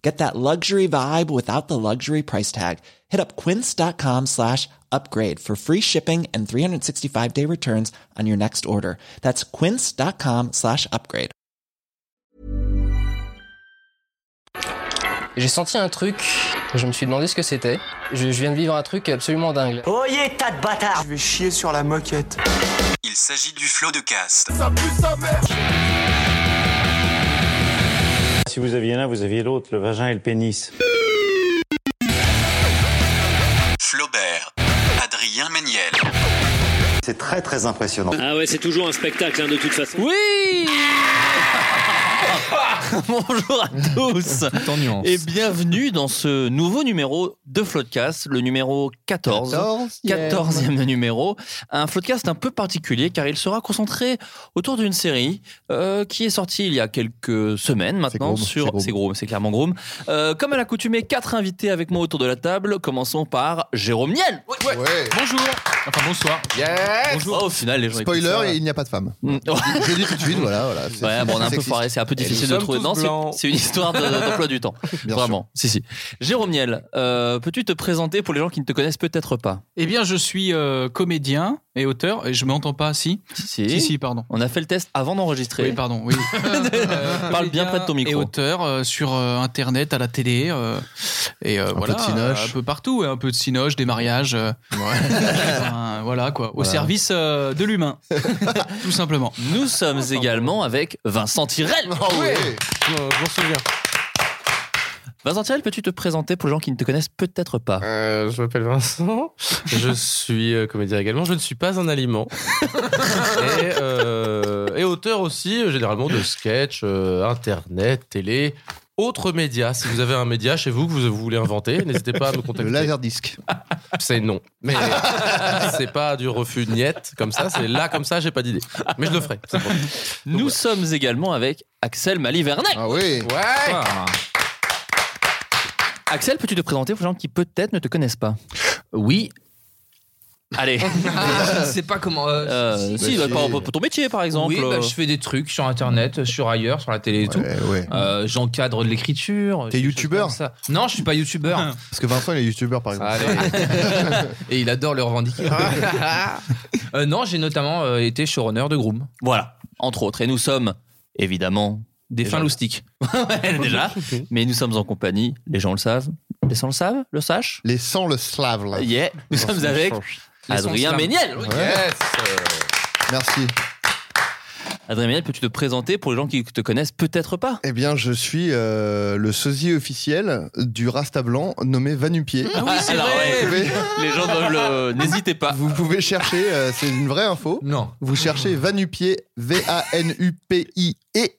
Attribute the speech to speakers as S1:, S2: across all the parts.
S1: Get that luxury vibe without the luxury price tag. Hit up quince.com slash upgrade for free shipping and 365 day returns on your next order. That's quince.com slash upgrade.
S2: J'ai senti un truc, je me suis demandé ce que c'était. Je, je viens de vivre un truc absolument dingue.
S3: Oyez, tas de bâtards
S4: Je vais chier sur la moquette.
S5: Il s'agit du flot de cast.
S6: Si vous aviez l'un, vous aviez l'autre, le vagin et le pénis.
S5: Flaubert, Adrien Méniel,
S7: C'est très très impressionnant.
S8: Ah ouais, c'est toujours un spectacle hein, de toute façon.
S9: Oui Bonjour à tous et bienvenue dans ce nouveau numéro de Floodcast, le numéro 14, 14e numéro. Un Floodcast un peu particulier car il sera concentré autour d'une série euh, qui est sortie il y a quelques semaines maintenant
S10: Groom, c'est
S9: sur...
S10: Groom.
S9: C'est Groom, c'est clairement Groom. Euh, comme à l'accoutumée, quatre invités avec moi autour de la table. Commençons par Jérôme Niel Ouais, ouais. Bonjour Enfin bonsoir
S10: Yes
S9: Bonjour. Oh, au final, les gens écoutent ça.
S10: Spoiler, il n'y a pas de femme.
S9: Mm.
S10: Je le dis tout de suite, voilà. voilà c'est-
S9: Ouais,
S10: c'est-
S9: bon, on
S10: c'est
S9: a un peu
S10: sexiste.
S9: foiré, c'est un peu difficile de
S10: sommes
S9: trouver.
S10: tous
S9: Non, c'est-
S10: blancs.
S9: c'est une histoire de- d'emploi du temps.
S10: Bien
S9: Vraiment, si, si. Jérôme Niel, euh, peux-tu te présenter pour les gens qui ne te connaissent peut-être pas
S11: Eh bien, je suis euh, comédien et auteur. Et je m'entends pas, si.
S9: si, si.
S11: Si, si, pardon.
S9: On a fait le test avant d'enregistrer.
S11: Oui, pardon. Oui. Euh,
S9: Parle
S11: comédien
S9: bien près de ton micro.
S11: Et auteur euh, sur euh, Internet, à la télé. euh, et euh,
S10: peu
S11: voilà,
S10: de cinoche.
S11: euh, Un peu partout. ouais, un peu de cinoche, des mariages. euh, enfin, voilà, quoi. Au
S10: Voilà.
S11: service euh, de l'humain. Tout simplement.
S9: Nous sommes également avec Vincent Tirel.
S2: Ah
S10: Oh, ouais.
S4: Je m'en souviens.
S9: Vincent Tirel, peux-tu te présenter pour les gens qui ne te connaissent peut-être pas
S4: Euh, je m'appelle Vincent. Je suis euh, comédien également. Je ne suis pas un aliment. et, euh, et auteur aussi, euh, généralement, de sketch, euh, internet, télé. Autres médias, si vous avez un média chez vous que vous voulez inventer, n'hésitez pas à me
S10: Le
S4: contacter.
S10: laserdisc.
S4: C'est non. Mais c'est pas du refus niette comme ça, c'est là comme ça, j'ai pas d'idée. Mais je le ferai. c'est promis.
S9: Nous sommes également avec Axel Malivernet.
S10: Ah oui.
S4: Ouais
S9: Axel, peux-tu te présenter pour les gens qui peut-être ne te connaissent pas
S8: Oui,
S9: Allez,
S2: je ne sais pas comment. euh,
S9: euh, si,
S10: Bah,
S9: bah,
S10: si.
S9: par- pour ton métier par exemple. euh,
S8: oui bah, je fais des trucs sur internet, sur ailleurs, sur la télé et tout.
S10: Ouais, ouais.
S8: Euh, J'encadre de l'écriture.
S10: T'es
S8: Oh, des choses
S10: youtubeur
S8: comme ça. Non, je suis pas youtubeur.
S10: Parce que Vincent, il est youtubeur, par exemple.
S8: Et il adore le revendiquer. Euh, non, j'ai notamment euh, été showrunner de Groom.
S9: Voilà, entre autres. Et nous sommes, évidemment,
S8: Des
S9: Déjà.
S8: fins loustiques.
S9: Ouais, déjà. Mais nous sommes en compagnie, les gens le savent, les gens le savent, le sachent.
S10: Les sans le slave, là.
S9: Yeah, nous sommes avec Adrien Méniel.
S10: Ouais. Merci.
S9: Adrien Méniel, peux-tu te présenter pour les gens qui te connaissent peut-être pas
S10: Eh bien, je suis euh, le sosie officiel du Rasta Blanc nommé Vanupier.
S9: Alors,
S10: Vous pouvez,
S9: Les gens doivent le. N'hésitez pas.
S10: vous pouvez chercher, euh, c'est une vraie info.
S8: Non.
S10: Vous cherchez Vanupier, V-A-N-U-P-I-E. Et,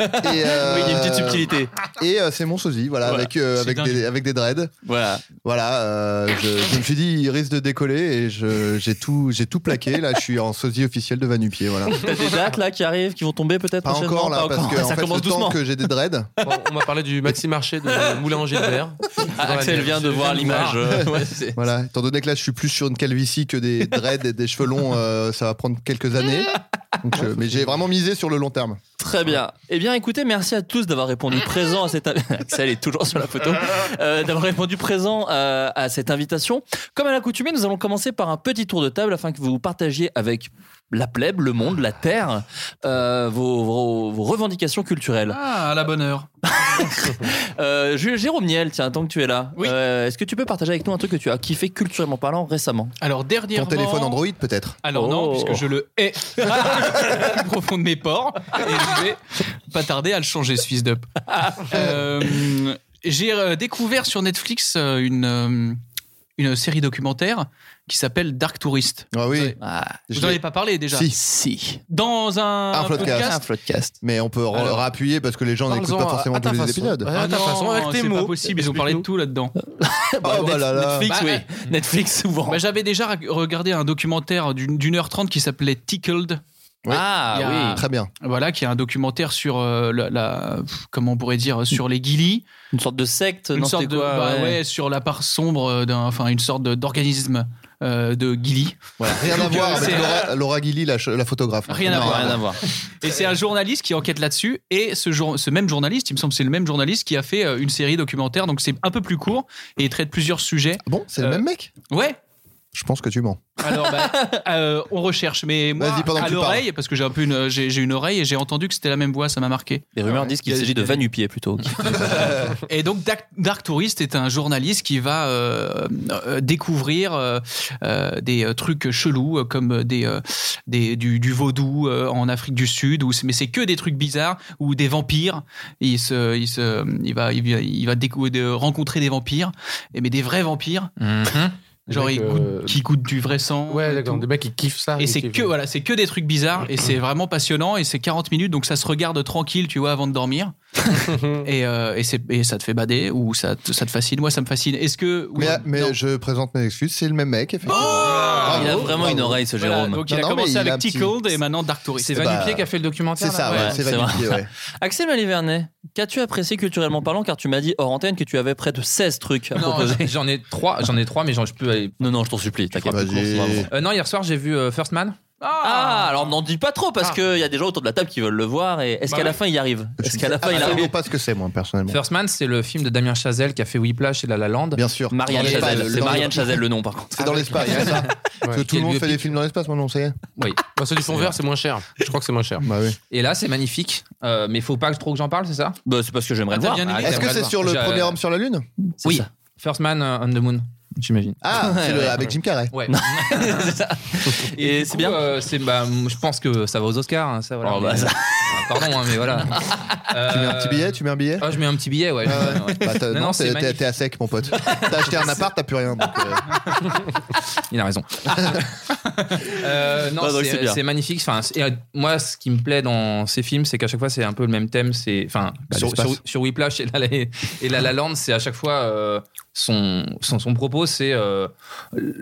S10: euh,
S9: Oui, il y a une petite subtilité.
S10: Et euh, c'est mon sosie, voilà,
S9: Voilà,
S10: avec, euh,
S11: c'est
S10: avec,
S11: dingue.
S10: des, avec des dreads.
S9: Voilà.
S10: Voilà, euh, je, je me suis dit, il risque de décoller et je- j'ai tout, j'ai tout plaqué. Là, je suis en sosie officiel de Vanupier, voilà.
S9: T'as des dates là qui arrivent, qui vont tomber peut-être
S10: Pas
S9: prochainement
S10: encore là,
S9: Pas
S10: parce que
S9: Ça
S10: en fait,
S9: commence
S10: le temps
S9: doucement.
S10: que j'ai des dreads,
S4: On m'a parlé du maxi marché de Moulin Angers de Verre.
S9: Ah, Axel vient de voir l'image. euh, ouais, c'est-
S10: voilà. Ah, Étant donné que là, je suis plus sur une calvitie que des dreads et des cheveux longs, euh, ça va prendre quelques années. Donc, euh, mais j'ai vraiment misé sur le long terme.
S9: Très bien. Eh bien, écoutez, merci à tous d'avoir répondu présent à cette. Axel est toujours sur la photo. Euh, d'avoir répondu présent euh, à cette invitation. Comme à l'accoutumée, nous allons commencer par un petit tour de table afin que vous partagiez avec
S12: la plèbe, le monde, la terre, euh, vos, vos- vos revendications culturelles.
S9: Ah, à la bonne heure.
S12: Euh, Ju- Jérôme Niel, tiens, tant que tu es là, euh, est-ce que tu peux partager avec nous un truc que tu as kiffé culturellement parlant récemment Oh.
S9: Alors, dernièrement.
S12: Ton téléphone Android,
S10: peut-être
S9: Alors non, puisque je le hais au plus profond de mes pores, et je vais pas tarder à le changer, ce fils d'up. Euh, J'ai euh, découvert sur Netflix euh, une, euh, une série documentaire qui s'appelle Dark Tourist.
S10: Ah oui.
S9: Vous
S10: Je
S9: n'en
S10: l'ai-
S9: avez pas parlé déjà
S10: Si.
S9: Si. Dans un,
S10: Un floodcast.
S9: podcast.
S10: Mais on peut re-
S9: Alors.
S10: rappuyer parce que les gens n'écoutent pas
S9: Parle-en à-
S10: forcément
S9: à ta
S10: tous les
S9: façon.
S10: épisodes.
S9: Ah, non, c'est pas possible, ils ont parlé de tout là-dedans.
S10: Oh, bah là là.
S12: Netflix, oui. Netflix, souvent.
S9: Bah, J'avais déjà ra- regardé un documentaire d'une d'une heure trente qui s'appelait Tickled.
S12: Oui. Ah,
S9: Il y a-
S12: oui. Très
S10: bien.
S9: Voilà, qui est un documentaire sur euh, la, la- pff, comment on pourrait dire, sur les guilis.
S12: Une sorte de secte,
S9: Une
S12: non,
S9: sorte
S12: c'était
S9: de,
S12: quoi,
S9: bah,
S12: ouais.
S9: ouais, sur la part sombre d'un, enfin, une sorte de- d'organisme euh, de guilis.
S10: Rien à
S9: Donc,
S10: voir
S9: euh,
S10: avec
S9: c'est-
S10: Laura, Laura Guilly, la, ch- la photographe.
S9: Rien à
S10: Non,
S9: voir. Et c'est un journaliste qui enquête là-dessus. Et ce, jour, ce même journaliste, il me semble que c'est le même journaliste qui a fait euh, une série documentaire. Donc c'est un peu plus court et il traite plusieurs sujets.
S10: Bon, c'est le même mec
S9: Ouais.
S10: Je pense que tu mens.
S9: Alors, bah, euh, on recherche. Mais moi,
S10: Vas-y, pendant que
S9: à
S10: tu
S9: l'oreille, parce que j'ai un peu une, j'ai, j'ai une oreille et j'ai entendu que c'était la même voix, ça m'a marqué.
S12: Les rumeurs disent qu'il s'agit de Vanupier plutôt.
S9: Euh, Et donc Dark, Dark Tourist est un journaliste qui va euh, euh, découvrir euh, euh, des euh, trucs chelous euh, comme des, euh, des du, du vaudou euh, en Afrique du Sud, ou c'est- mais c'est que des trucs bizarres ou des vampires. Et il se, il se, il va, il va, il va décou- de- rencontrer des vampires, et mais des vrais vampires. Genre,
S13: Des
S9: ils
S13: mecs,
S9: goûtent-
S13: euh,
S9: qui goûtent du vrai sang.
S13: Ouais,
S9: et
S13: d'accord.
S9: tout.
S13: Des mecs qui kiffent
S10: Ah
S13: ça.
S9: Et
S13: ils
S9: c'est
S13: kiffent.
S9: que voilà, c'est que des trucs bizarres et c'est vraiment passionnant et c'est 40 minutes donc ça se regarde tranquille, tu vois, avant de dormir. et, euh, et, c'est- et ça te fait bader ou ça te, ça te fascine. Moi, ça me fascine. Est-ce que oui,
S10: Mais, mais je présente mes excuses, c'est le même mec, effectivement.
S9: Ah,
S12: il a
S10: bravo,
S12: vraiment une
S10: bravo.
S12: oreille, ce
S9: voilà,
S12: Jérôme.
S9: donc il
S10: Non,
S9: a
S10: non, mais
S9: commencé
S10: il a
S9: avec
S10: un petit-
S9: Ticold et maintenant Dark Tourist.
S12: C'est Bah, Vanupier qui a
S9: fait le documentaire.
S10: c'est là, ça, ouais. ouais, c'est Vanupier,
S12: vrai.
S10: ouais.
S12: Axel Malivernet, qu'as-tu apprécié culturellement parlant Car tu m'as dit hors antenne que tu avais près de 16 trucs à
S8: Non,
S12: proposer.
S8: j'en ai trois, j'en ai trois, mais j'en- je peux aller.
S12: Non, non, je t'en supplie, t'inquiète. Vas-y.
S8: Euh, non, hier soir j'ai vu euh, First Man.
S12: Ah, alors n'en dis pas trop parce
S8: Ah.
S12: qu'il y a des gens autour de la table qui veulent le voir. Et est-ce
S8: Bah
S12: qu'à la
S8: oui.
S12: fin il y arrive Est-ce qu'à la fin
S10: Je
S12: il
S10: sais
S12: arrive
S10: absolument Ah, pas ce que c'est, moi, personnellement.
S8: First Man, c'est le film de Damien Chazelle qui a fait Whiplash et La La Land.
S10: Bien sûr.
S12: Marianne
S10: Dans l'espace,
S12: Chazelle, c'est
S10: dans
S12: Marianne
S10: le-
S12: Chazelle le nom par contre.
S10: C'est dans l'espace, c'est ça. Parce que tout le monde fait des films dans l'espace, maintenant, ça y est.
S8: Oui.
S13: Bah, ceux du fond vert, c'est moins cher. Je crois que c'est moins cher.
S10: Bah oui.
S8: Et là, c'est magnifique. Euh, mais faut pas que trop que j'en parle, c'est ça
S12: Bah, c'est parce que j'aimerais
S8: Ah,
S12: le
S8: t'as
S12: voir.
S8: bien aimé
S10: Est-ce que c'est sur le
S8: J'ai-
S10: premier homme sur la Lune
S8: Oui. First Man euh, on the Moon, j'imagine.
S10: Ah, c'est le-
S8: ouais.
S10: avec Jim Carrey.
S8: Ouais. Et, c'est bien. c'est bah, m- je pense que ça va aux Oscars. hein, ça, voilà.
S12: Oh, bah,
S8: Mais-
S12: ça-
S8: Ah, Pardon, hein, mais voilà.
S10: Tu mets un
S9: Euh,
S10: petit billet, tu mets un billet
S8: Ah, je mets un petit billet, ouais.
S10: Ah ouais.
S8: Ouais.
S10: Bah, t'as-
S8: Non, non,
S10: non,
S8: c'est
S10: t'es- t'es
S8: magnifique.
S10: t'es à sec, mon pote. T'as acheté un appart, t'as plus rien. donc, euh,
S8: Il a raison. Euh, non,
S12: Ah, donc c'est
S8: c'est
S12: bien.
S8: c'est magnifique. Enfin, c'est- euh, moi, ce qui me plaît dans ces films, c'est qu'à chaque fois, c'est un peu le même thème. C'est enfin
S10: Bah,
S8: sur,
S10: l'espace.
S8: sur, sur Whiplash et La La, et La La Land, c'est à chaque fois euh, son, son son propos, c'est euh,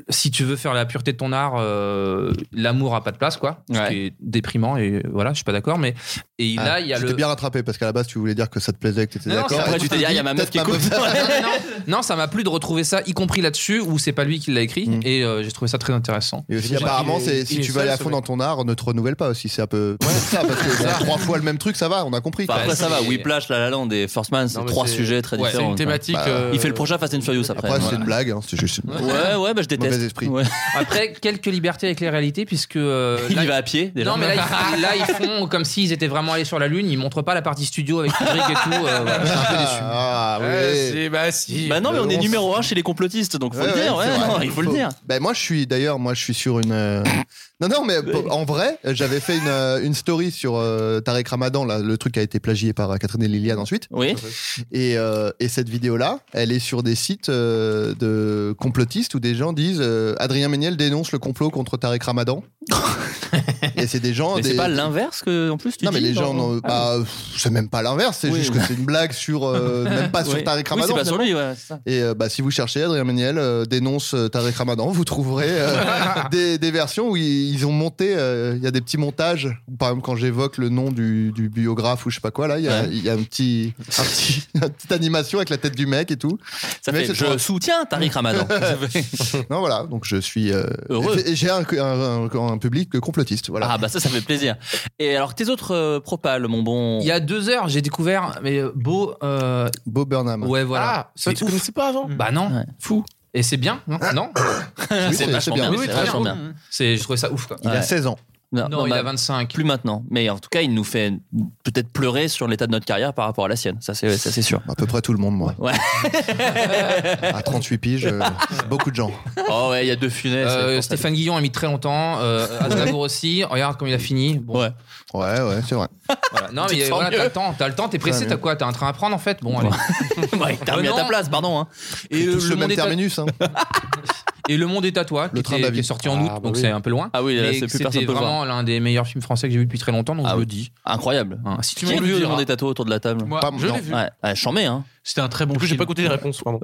S8: si tu veux faire la pureté de ton art, euh, l'amour a pas de place, quoi. Ce
S12: Ouais.
S8: qui est déprimant et euh, voilà, je suis pas d'accord. Mais et
S10: ah,
S8: là, il y a
S10: tu
S8: le
S10: t'es bien rattrapé parce qu'à la base, tu voulais dire que ça te plaisait, que t'étais
S8: Non, non,
S10: d'accord.
S8: c'est
S12: Après
S10: et
S12: tu t'es dit, ah, il y a ma meuf
S10: peut-être
S12: qui
S10: ma
S12: écoute.
S10: meuf-
S12: Bah,
S8: non, ça m'a plu de retrouver ça, y compris là-dessus où c'est pas lui qui l'a écrit.
S12: Mm.
S8: Et euh, j'ai trouvé ça très intéressant.
S10: Et aussi,
S13: Il est-
S10: apparemment,
S13: il
S10: c'est
S13: est
S10: si tu
S13: seul,
S10: veux aller à
S13: ce
S10: fond
S13: mec.
S10: dans ton art, ne te renouvelle pas aussi. C'est un peu c'est ça, parce que bon, trois fois le même truc, ça va, on a compris.
S12: Enfin,
S10: quoi.
S12: Bah, après ça va,
S8: c'est-
S12: Whiplash, La La Land et First Man, c'est
S13: Non, mais
S12: trois
S13: c'est-
S12: sujets très
S13: ouais,
S12: différents.
S13: C'est une thématique.
S10: Bah,
S13: euh,
S12: Il fait le prochain Fast and Furious après.
S10: Après, c'est
S12: voilà.
S10: une blague, hein, c'est juste.
S12: Ouais, ouais, bah je déteste.
S10: Mauvais esprit. Euh,
S12: Ouais.
S8: Après, quelques libertés avec les réalités, puisque. euh,
S12: Il
S8: là-
S12: y va à pied déjà.
S8: Non, mais là, ils, là, ils font comme s'ils étaient vraiment allés sur la Lune. Ils montrent pas la partie studio avec Kubrick et tout. euh, voilà.
S10: Ah, oui.
S13: ouais, si, bah si.
S12: Bah non, mais on est
S10: Euh, on
S12: numéro 1 chez les complotistes, donc faut
S10: Ouais,
S12: le dire,
S10: ouais,
S12: ouais,
S10: c'est vrai.
S12: non, il faut le dire.
S10: Ben moi je suis d'ailleurs moi je suis sur une euh, non non mais p- en vrai j'avais fait une, euh, une story sur euh, Tarek Ramadan là le truc a été plagié par euh, Catherine et Liliane ensuite
S12: Oui.
S10: et, euh, et cette vidéo là elle est sur des sites euh, de complotistes où des gens disent euh, Adrien Méniel dénonce le complot contre Tarek Ramadan et c'est des gens
S12: Mais c'est
S10: des-
S12: pas l'inverse que, en plus, tu
S10: non mais
S12: dis,
S10: les
S12: dans-
S10: gens n'ont-
S12: Ah,
S10: bah, pff, c'est même pas l'inverse c'est
S12: Oui.
S10: juste que c'est une blague sur euh, même pas
S12: oui.
S10: sur Tarek
S12: Oui,
S10: Ramadan
S12: c'est pas sur
S10: finalement.
S12: lui, ouais. c'est ça.
S10: Et euh, bah, si vous cherchez, Adrien Méniel euh, dénonce euh, Tarek Ramadan, vous trouverez euh, des, des versions où ils, ils ont monté, euh, il y a des petits montages. Par exemple, quand j'évoque le nom du, du biographe ou je sais pas quoi, là, il y a,
S12: Ouais.
S10: il y a un petit, un petit- une petite animation avec la tête du mec et tout.
S12: Ça
S10: Mais
S12: fait,
S10: c'est
S12: je
S10: trop-
S12: soutiens Tariq Ramadan.
S10: Non, voilà, donc je suis. euh,
S12: Heureux.
S10: et J'ai un, un- un- un public complotiste, voilà.
S12: Ah bah ça, ça fait plaisir. Et alors tes autres euh, propales, mon bon.
S8: Il y a deux heures, j'ai découvert mais euh, beau. euh,
S10: Bob Burnham.
S8: ouais, voilà.
S13: Ah, ça
S8: C'est
S13: tu
S8: ouf.
S13: connaissais pas avant Ah.
S8: Bah non,
S12: Bah. Ouais.
S8: fou. Et c'est bien, non, non
S10: Oui,
S12: c'est vachement bien.
S10: Oui,
S12: c'est
S10: très bien.
S12: vachement bien. bah,
S8: C'est, je trouvais ça ouf. quoi.
S10: Il a 16 ans.
S9: Non,
S8: Non, il a 25.
S9: Plus maintenant. Mais en tout cas, il nous fait peut-être pleurer sur l'état de notre carrière par rapport à la sienne. Ça, c'est ça, c'est sûr.
S10: À peu près tout le monde, moi.
S9: Ouais.
S10: à 38 piges, euh, beaucoup de gens.
S9: Oh ouais, il y a deux funès.
S8: Euh, Stéphane Guillon a mis très longtemps. Euh, Aznavour aussi. Regarde comme il a fini. Bon,
S9: Ouais.
S10: Ouais, ouais, c'est vrai.
S8: voilà. Non,
S9: Tu te
S8: mais
S9: sens
S8: voilà,
S9: mieux.
S8: t'as le temps. T'as le temps. T'es pressé.
S10: mieux.
S8: T'as quoi T'as un train à prendre en fait. Bon, allez.
S9: bah, il t'a remis à ta
S8: non.
S9: place, pardon. hein.
S8: Et
S10: Tous le
S8: le
S10: même
S8: monde est à-
S10: terminus. hein.
S8: Et Le Monde est à toi, qui,
S10: train
S8: était-
S10: de la
S8: qui
S10: vie.
S8: est sorti en août,
S10: Ah, bah
S8: donc
S10: oui.
S8: c'est un peu loin.
S9: Ah oui, là,
S8: Mais
S9: c'est plus personne
S8: c'était
S9: peut le
S8: vraiment l'un des meilleurs films français que j'ai vu depuis très longtemps, donc
S9: Ah
S8: je
S9: oui.
S8: le dis.
S9: Incroyable.
S8: Hein, si tu
S9: Qui a
S8: me le
S9: vu le
S8: diras.
S9: monde est tatoué autour de la table
S8: Moi,
S10: Pas-
S8: je
S10: non.
S8: l'ai vu.
S9: Ouais, ouais, chambé, hein.
S11: C'était un très bon
S4: Du coup, j'ai
S11: film.
S4: pas écouté les réponses, pardon.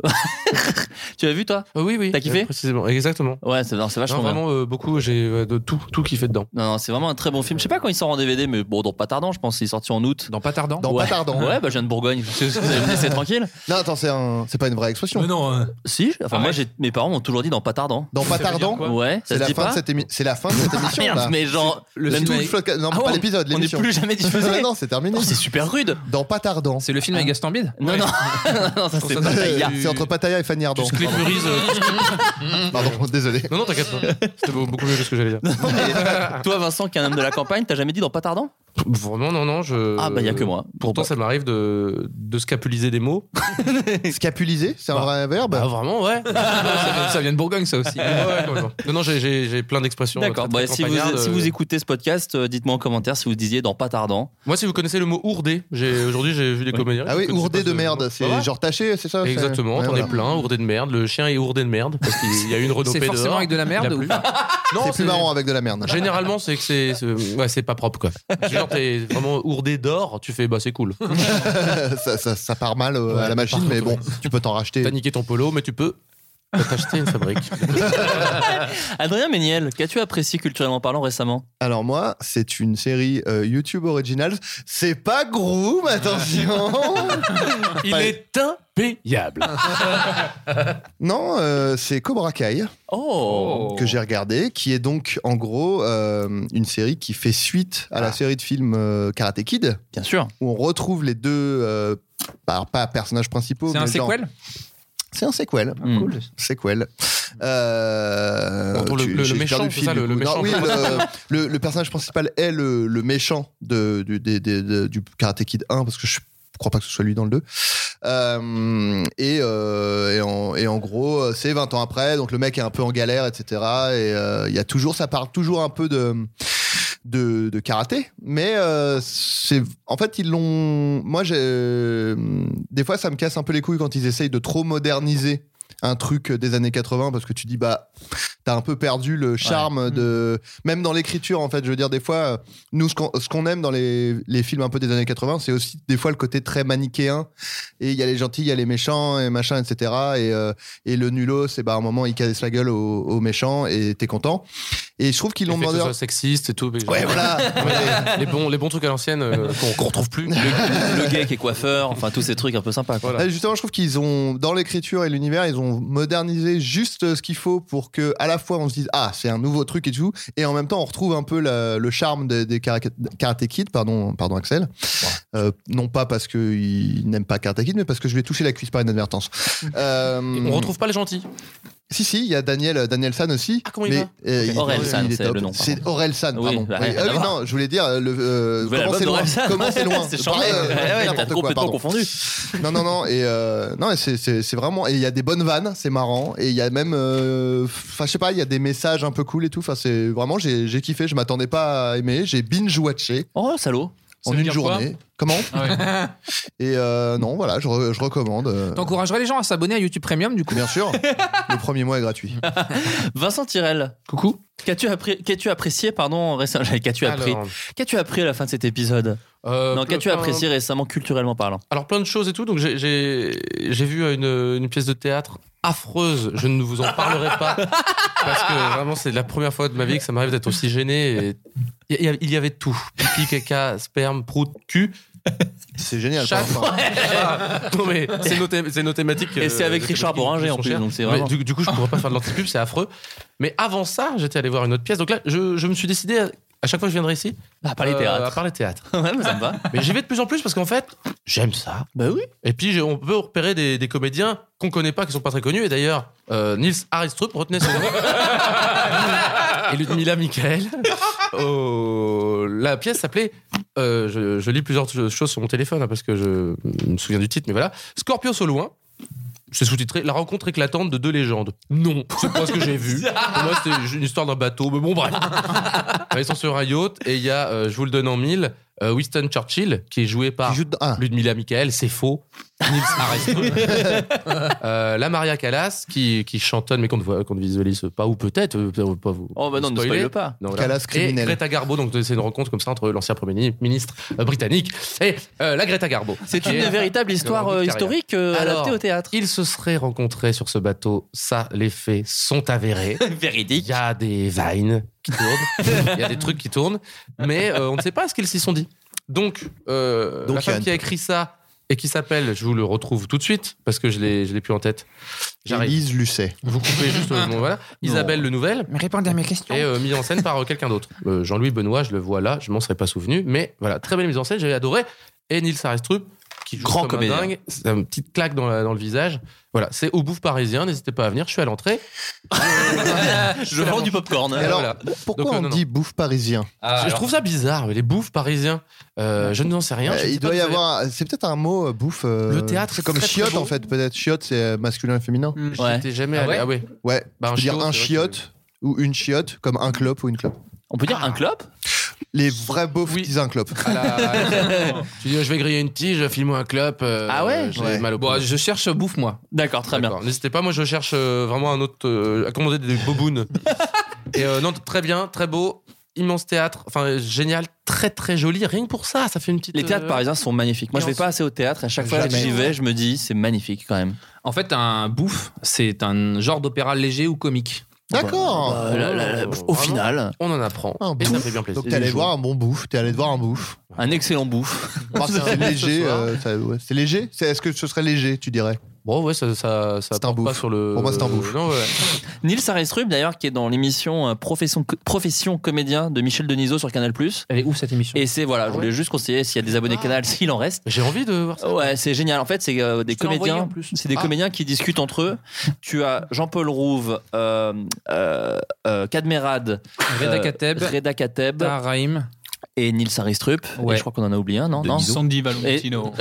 S9: Tu l'as vu, toi
S4: Ah oui, oui.
S9: T'as kiffé
S4: Précisément, exactement.
S9: Ouais, c'est non, c'est
S4: Non,
S9: vachement bien.
S4: vraiment, euh, beaucoup, j'ai euh, de tout, tout kiffé dedans.
S9: Non, non, c'est vraiment un très bon film. Je sais pas quand il sort en DVD, mais bon, dans pas tardant, je pense. Il est sorti en août.
S8: Dans pas tardant.
S10: Euh, Dans
S9: ouais.
S10: pas tardant.
S9: Ouais, bah, je viens de Bourgogne. Vous allez me laisser tranquille
S10: Non, attends, c'est un... c'est pas une vraie expression.
S11: Mais non, euh,
S9: Si, enfin, moi,
S11: Arrête.
S9: j'ai- mes parents m'ont toujours dit dans pas tardant.
S10: Ah Dans pas tardant,
S11: quoi
S9: Ouais, ça
S10: c'est
S9: se
S10: la,
S9: dit
S10: fin
S9: pas Ah,
S10: de cette émi- c'est la fin de cette émission.
S9: Merde,
S10: là.
S9: mais genre.
S10: Tout
S9: même
S10: le
S9: tout-
S10: floca- Non,
S9: Ah
S10: pas
S9: ouais,
S10: l'épisode,
S9: On n'est
S10: l'émission.
S9: plus jamais diffusé.
S10: non, c'est terminé.
S9: Oh, c'est super rude. Ah.
S10: Dans pas tardant.
S8: C'est le film avec Gaston Bide
S9: Non, non, non, ça c'est
S8: ça
S9: pas
S8: s'appelle-
S9: Taïa.
S10: Euh, C'est entre Pataya et Fanny Ardant.
S4: Tu scléphurises, euh, tout ce que-
S10: Pardon, désolé.
S4: Non, non, t'inquiète pas. C'était beau- beaucoup mieux que ce que j'allais dire.
S9: Non, mais Toi, Vincent, qui est un homme de la campagne, t'as jamais dit dans pas tardant
S4: Vraiment, non, non, je.
S9: Ah, bah, y a que moi.
S4: Pourtant, ça m'arrive de, de scapuliser des mots.
S10: Scapuliser, c'est un
S4: Bah.
S10: vrai verbe
S4: Ah, vraiment, ouais.
S8: ça, vient- ça vient de Bourgogne, ça aussi.
S4: Ouais, ouais, complètement. non, non, j'ai- j'ai j'ai plein d'expressions.
S9: D'accord.
S4: euh, très,
S9: Bah,
S4: très
S9: si, vous,
S4: campagnardes,
S9: si
S4: euh.
S9: vous écoutez ce podcast, euh, dites-moi en commentaire si vous disiez dans pas tardant.
S4: Moi, si vous connaissez le mot ourdé, j'ai- aujourd'hui, j'ai vu des comédiens.
S10: Ah
S4: qui
S10: oui,
S4: connaissaient
S10: ourdé
S4: pas
S10: de
S4: ce
S10: merde.
S4: mot.
S10: C'est
S4: Bah, ouais.
S10: genre taché, c'est ça c'est-
S4: Exactement,
S10: Ouais,
S4: t'en
S10: voilà.
S4: es plein, ourdé de merde. Le chien est ourdé de merde parce qu'il y a eu une
S8: C'est
S4: renopée dehors.
S8: forcément avec de la
S4: il a
S8: merde
S4: plu.
S8: ou
S4: Non,
S10: C'est plus marrant hein. avec de la merde.
S4: Généralement, c'est que c'est c'est- ouais, c'est pas propre quoi. Genre t'es vraiment ourdé d'or, tu fais bah c'est cool.
S10: ça, ça- ça part mal euh, à la machine, mais bon, tu peux t'en racheter.
S4: T'as niqué ton polo, mais tu peux t'acheter une fabrique.
S9: Adrien Méniel, qu'as-tu apprécié culturellement parlant récemment
S10: Alors moi, c'est une série euh, YouTube Originals. C'est pas Groom, attention
S4: Il
S10: Pas-
S4: est impayable.
S10: Non, euh, c'est Cobra Kai
S9: Oh,
S10: que j'ai regardé, qui est donc en gros euh, une série qui fait suite à la série de films euh, Karate Kid,
S9: Bien sûr.
S10: où on retrouve les deux, euh, alors pas personnages principaux,
S8: C'est un
S10: mais genre-
S8: sequel
S10: C'est un sequel.
S4: Ah,
S9: Mm.
S10: Cool. Sequel. Euh,
S4: Pour le-
S10: tu-
S4: le- le
S10: j'ai
S4: méchant,
S10: perdu
S4: c'est ça,
S10: du
S4: le-
S10: coup.
S4: le
S10: Non,
S4: méchant.
S10: oui, euh, le, le- le personnage principal est le, le méchant de, du, des- des- de- du Karate Kid 1, parce que je crois pas que ce soit lui dans le 2. Euh, et, euh, et, en, et en gros, c'est 20 ans après, donc le mec est un peu en galère, etc. Et euh, il y a toujours, ça parle toujours un peu de de, de karaté, mais euh, c'est en fait ils l'ont. Moi, j'ai euh, des fois ça me casse un peu les couilles quand ils essayent de trop moderniser un truc des années 80 parce que tu dis bah t'as un peu perdu le charme de même dans l'écriture en fait je veux dire des fois euh, nous ce qu'on ce qu'on aime dans les, les films un peu des années 80 c'est aussi des fois le côté très manichéen et il y a les gentils il y a les méchants et machin etc et, euh, et le nullo c'est bah à un moment il casse la gueule aux, aux méchants et t'es content et je trouve qu'ils
S4: Ils
S10: l'ont
S4: ont demandé.
S10: demandé
S4: Que ce soit sexiste et tout. mais genre-
S10: ouais voilà
S4: Ouais, les, les bons, les bons trucs à l'ancienne euh, qu'on qu'on retrouve plus.
S9: Le gay qui est coiffeur, enfin tous ces trucs un peu sympas. Quoi.
S4: Voilà.
S10: Ah, Justement, je trouve qu'ils ont, dans l'écriture et l'univers, ils ont modernisé juste euh, ce qu'il faut pour que, à la fois, on se dise, ah, c'est un nouveau truc et tout, et en même temps, on retrouve un peu la- le charme des, des Karate Karate Kid, pardon, pardon Axel. Euh, non pas parce qu'il n'aime pas Karate Kid, mais parce que je lui ai touché la cuisse par inadvertance. Euh,
S4: Et On retrouve pas les gentils.
S10: Si, si, il y a Daniel, Daniel San aussi.
S4: Ah, comment il
S10: mais,
S4: va
S10: euh, il-
S9: Aurel
S10: il
S9: San,
S10: est
S9: c'est
S10: top.
S9: le nom, par
S10: C'est Aurel San,
S9: Oui,
S10: pardon.
S9: bah,
S10: Oui,
S9: rien
S10: ah
S9: à
S10: oui,
S9: voir.
S10: non, je voulais dire, le, euh,
S9: Nouvel
S10: comment
S9: album
S10: c'est loin
S9: d'Aurel San.
S10: Comment c'est loin
S9: C'est changé.
S10: Bah, euh,
S9: Ouais, ouais,
S10: n'importe
S9: t'as
S10: quoi,
S9: complètement
S10: pardon.
S9: confondu.
S10: Non, non, non. Et euh, non, et c'est- c'est c'est vraiment. Et il y a des bonnes vannes, c'est marrant. Et il y a même. euh, Enfin, je sais pas, il y a des messages un peu cool et tout. Enfin, c'est vraiment, j'ai j'ai kiffé. Je m'attendais pas à aimer. J'ai binge-watché
S9: Oh, salaud.
S10: en
S8: veut
S10: une
S8: dire quoi
S10: journée. Comment
S4: Ah
S10: Et euh, non, voilà, je, re- je recommande. euh,
S8: T'encouragerais les gens à s'abonner à YouTube Premium, du coup
S10: bien sûr, le premier mois est gratuit.
S9: Vincent Tirel. Coucou. Qu'as-tu appris- qu'as-tu apprécié, pardon, récemment J'allais, Qu'as-tu appris
S4: Alors,
S9: Qu'as-tu appris à la fin de cet épisode
S4: euh,
S9: Non, qu'as-tu
S4: plein-
S9: apprécié récemment culturellement parlant
S4: Alors plein de choses et tout. Donc j'ai- j'ai j'ai vu une, une pièce de théâtre affreuse. Je ne vous en parlerai pas parce que vraiment c'est la première fois de ma vie que ça m'arrive d'être aussi gêné. et Il y, a- il y avait tout. Pipi, caca, sperme, prout, cul.
S10: C'est génial.
S4: Chaque
S10: pour l'instant.
S4: Non mais c'est nos, thém- c'est nos thématiques.
S9: Et c'est avec
S4: de
S9: Richard
S4: thématiques qui
S9: Bohringer,
S4: sont
S9: en plus,
S4: chères.
S9: donc c'est
S4: Mais
S9: vraiment-
S4: Du, du coup je pourrais pas faire de l'antipub, c'est affreux. Mais avant ça, j'étais allé voir une autre pièce. Donc là, je, je me suis décidé à, à chaque fois que je viendrai ici
S9: À Ah, parler
S4: euh, à
S9: théâtre.
S4: parler théâtre.
S9: ouais, mais ça me va.
S4: Mais j'y vais de plus en plus parce qu'en fait, j'aime ça.
S9: Bah oui.
S4: Et puis, j'ai- on peut repérer des, des comédiens qu'on connaît pas, qui sont pas très connus. Et d'ailleurs, euh, Nils Aristrup, retenez son nom. et Ludmila Michael. au- la pièce s'appelait. euh, je, je lis plusieurs cho- choses sur mon téléphone hein, parce que je me souviens du titre, mais voilà. Scorpios au loin. C'est sous-titré La rencontre éclatante de deux légendes. Non, c'est pas ce que j'ai vu. Pour moi, c'était une histoire d'un bateau, mais bon, bref. Ils sont sur un yacht et il y a, euh, je vous le donne en mille, euh, Winston Churchill qui est joué par Ludmilla Michael, c'est faux. Nils Harrison. Euh, la Maria Callas qui, qui chantonne, mais qu'on ne, voit- qu'on ne visualise pas, ou peut-être. euh, peut-être, on peut pas vous,
S9: Oh, bah non, ne
S4: spoiler.
S9: spoil pas.
S4: Callas criminel. Et Greta Garbo, donc c'est une rencontre comme ça entre l'ancien Premier mini- ministre euh, britannique et euh, la Greta Garbo.
S9: C'est
S4: Qui
S9: une
S4: est-
S9: véritable histoire,
S4: Grande
S9: euh,
S4: carrière.
S9: historique, euh, adaptée au théâtre.
S4: Ils se seraient rencontrés sur ce bateau, ça, les faits sont avérés.
S9: Véridique.
S4: Il y a des vines qui tournent, il y a des trucs qui tournent, mais euh, on ne sait pas ce qu'ils s'y sont dit. Donc, euh,
S10: Donc, il
S4: la
S10: y a
S4: femme
S10: une-
S4: qui a écrit ça et qui s'appelle, je vous le retrouve tout de suite parce que je l'ai, je l'ai plus en tête. J'arrive.
S10: Élise Lucet.
S4: Vous coupez juste le bon, voilà. Isabelle Le Nouvel
S3: Mais répondez à mes questions.
S4: est euh, mise en scène par euh, quelqu'un d'autre. Euh, Jean-Louis Benoît, je le vois là, je m'en serais pas souvenu, mais voilà, très belle mise en scène, j'avais adoré. Et Nils Arestrup, qui joue
S9: Grand
S4: comme un
S9: comédien.
S4: dingue, c'est une petite claque dans, la- dans le visage. Voilà, c'est au bouffe parisien, n'hésitez pas à venir, je suis à l'entrée.
S9: Je vends du popcorn.
S10: Et alors,
S4: Voilà.
S10: pourquoi
S4: Donc, euh,
S10: on
S4: non, non.
S10: dit bouffe parisien
S9: Ah,
S4: je trouve ça bizarre, mais les bouffes parisiens, euh, je n'en sais rien.
S10: Euh,
S4: je sais
S10: il
S4: pas
S10: doit y
S4: d'où ça vient.
S10: avoir. C'est peut-être un mot euh, bouffe. euh,
S4: Le théâtre
S10: C'est
S4: est
S10: comme
S4: très, très
S10: chiotte
S4: beau.
S10: en fait, peut-être. Chiotte, c'est euh, masculin et féminin.
S4: Ouais. J'étais jamais
S10: Ah
S4: allé.
S10: ouais
S4: Ah ouais.
S10: Ouais.
S4: Bah, un
S10: tu peux dire
S4: chiot,
S10: un
S4: c'est vrai
S10: chiotte ou une chiotte, comme un clope ou une clope.
S9: On peut
S4: Ah.
S9: dire un clope
S10: Les vrais beaux disent un clope.
S9: Ah
S4: À la- tu dis, je vais griller une tige, file-moi un clope. euh,
S9: Ah ouais
S4: j'ai
S9: Ouais.
S4: mal au
S9: Bon,
S4: poumon.
S9: je cherche bouffe, moi. D'accord, très bien.
S4: D'accord. N'hésitez pas, moi je cherche euh, vraiment un autre. euh, à commander des bobounes. Et euh, non, très bien, très beau, immense théâtre, enfin euh, génial, très très joli. Rien que pour ça, ça fait une petite.
S9: Les théâtres
S4: euh,
S9: parisiens sont magnifiques. Moi, je vais pas assez au théâtre. et À chaque fois que
S8: Jamais.
S9: j'y vais, je me dis, c'est magnifique quand même.
S8: En fait, un bouffe, c'est un genre d'opéra léger ou comique.
S10: D'accord.
S8: Euh,
S9: Bah, la- la- la- au final,
S4: On en apprend.
S10: Un
S4: et ça
S10: bouffe.
S4: fait bien plaisir.
S10: Donc t'es allé voir un bon bouffe, t'es allé voir un bouffe.
S9: un excellent bouffe.
S10: Parce que c'est léger. euh, ça- ouais. C'est léger C'est- Est-ce que ce serait léger, tu dirais
S4: Bon, ouais, ça, ça, ça
S10: c'est un
S4: Pas
S10: bouffe.
S4: sur le.
S10: Pour moi, c'est un bouffe.
S4: Non, ouais.
S9: Nils Arestrup, d'ailleurs, qui est dans l'émission euh, Profession, Profession comédien de Michel Denisot sur Canal.
S8: Elle est où cette émission
S9: Et c'est,
S8: Ah
S9: voilà, je voulais juste conseiller s'il y a des abonnés Canal, s'il en reste.
S4: J'ai envie de voir ça.
S9: Ouais, c'est génial. En fait, c'est euh, des
S8: te l'ai envoyé,
S9: comédiens.
S8: en plus.
S9: C'est des
S8: Ah.
S9: comédiens qui discutent entre eux. Tu as Jean-Paul Rouve, euh, euh, euh, Cadmerad,
S8: Reda
S9: euh,
S8: Kateb.
S9: Reda Kateb,
S8: Tahar
S9: et Nils Aristrup.
S8: Ouais.
S9: Et je crois qu'on en a oublié un, non, non
S11: Sandy
S9: Et-
S11: Valentino.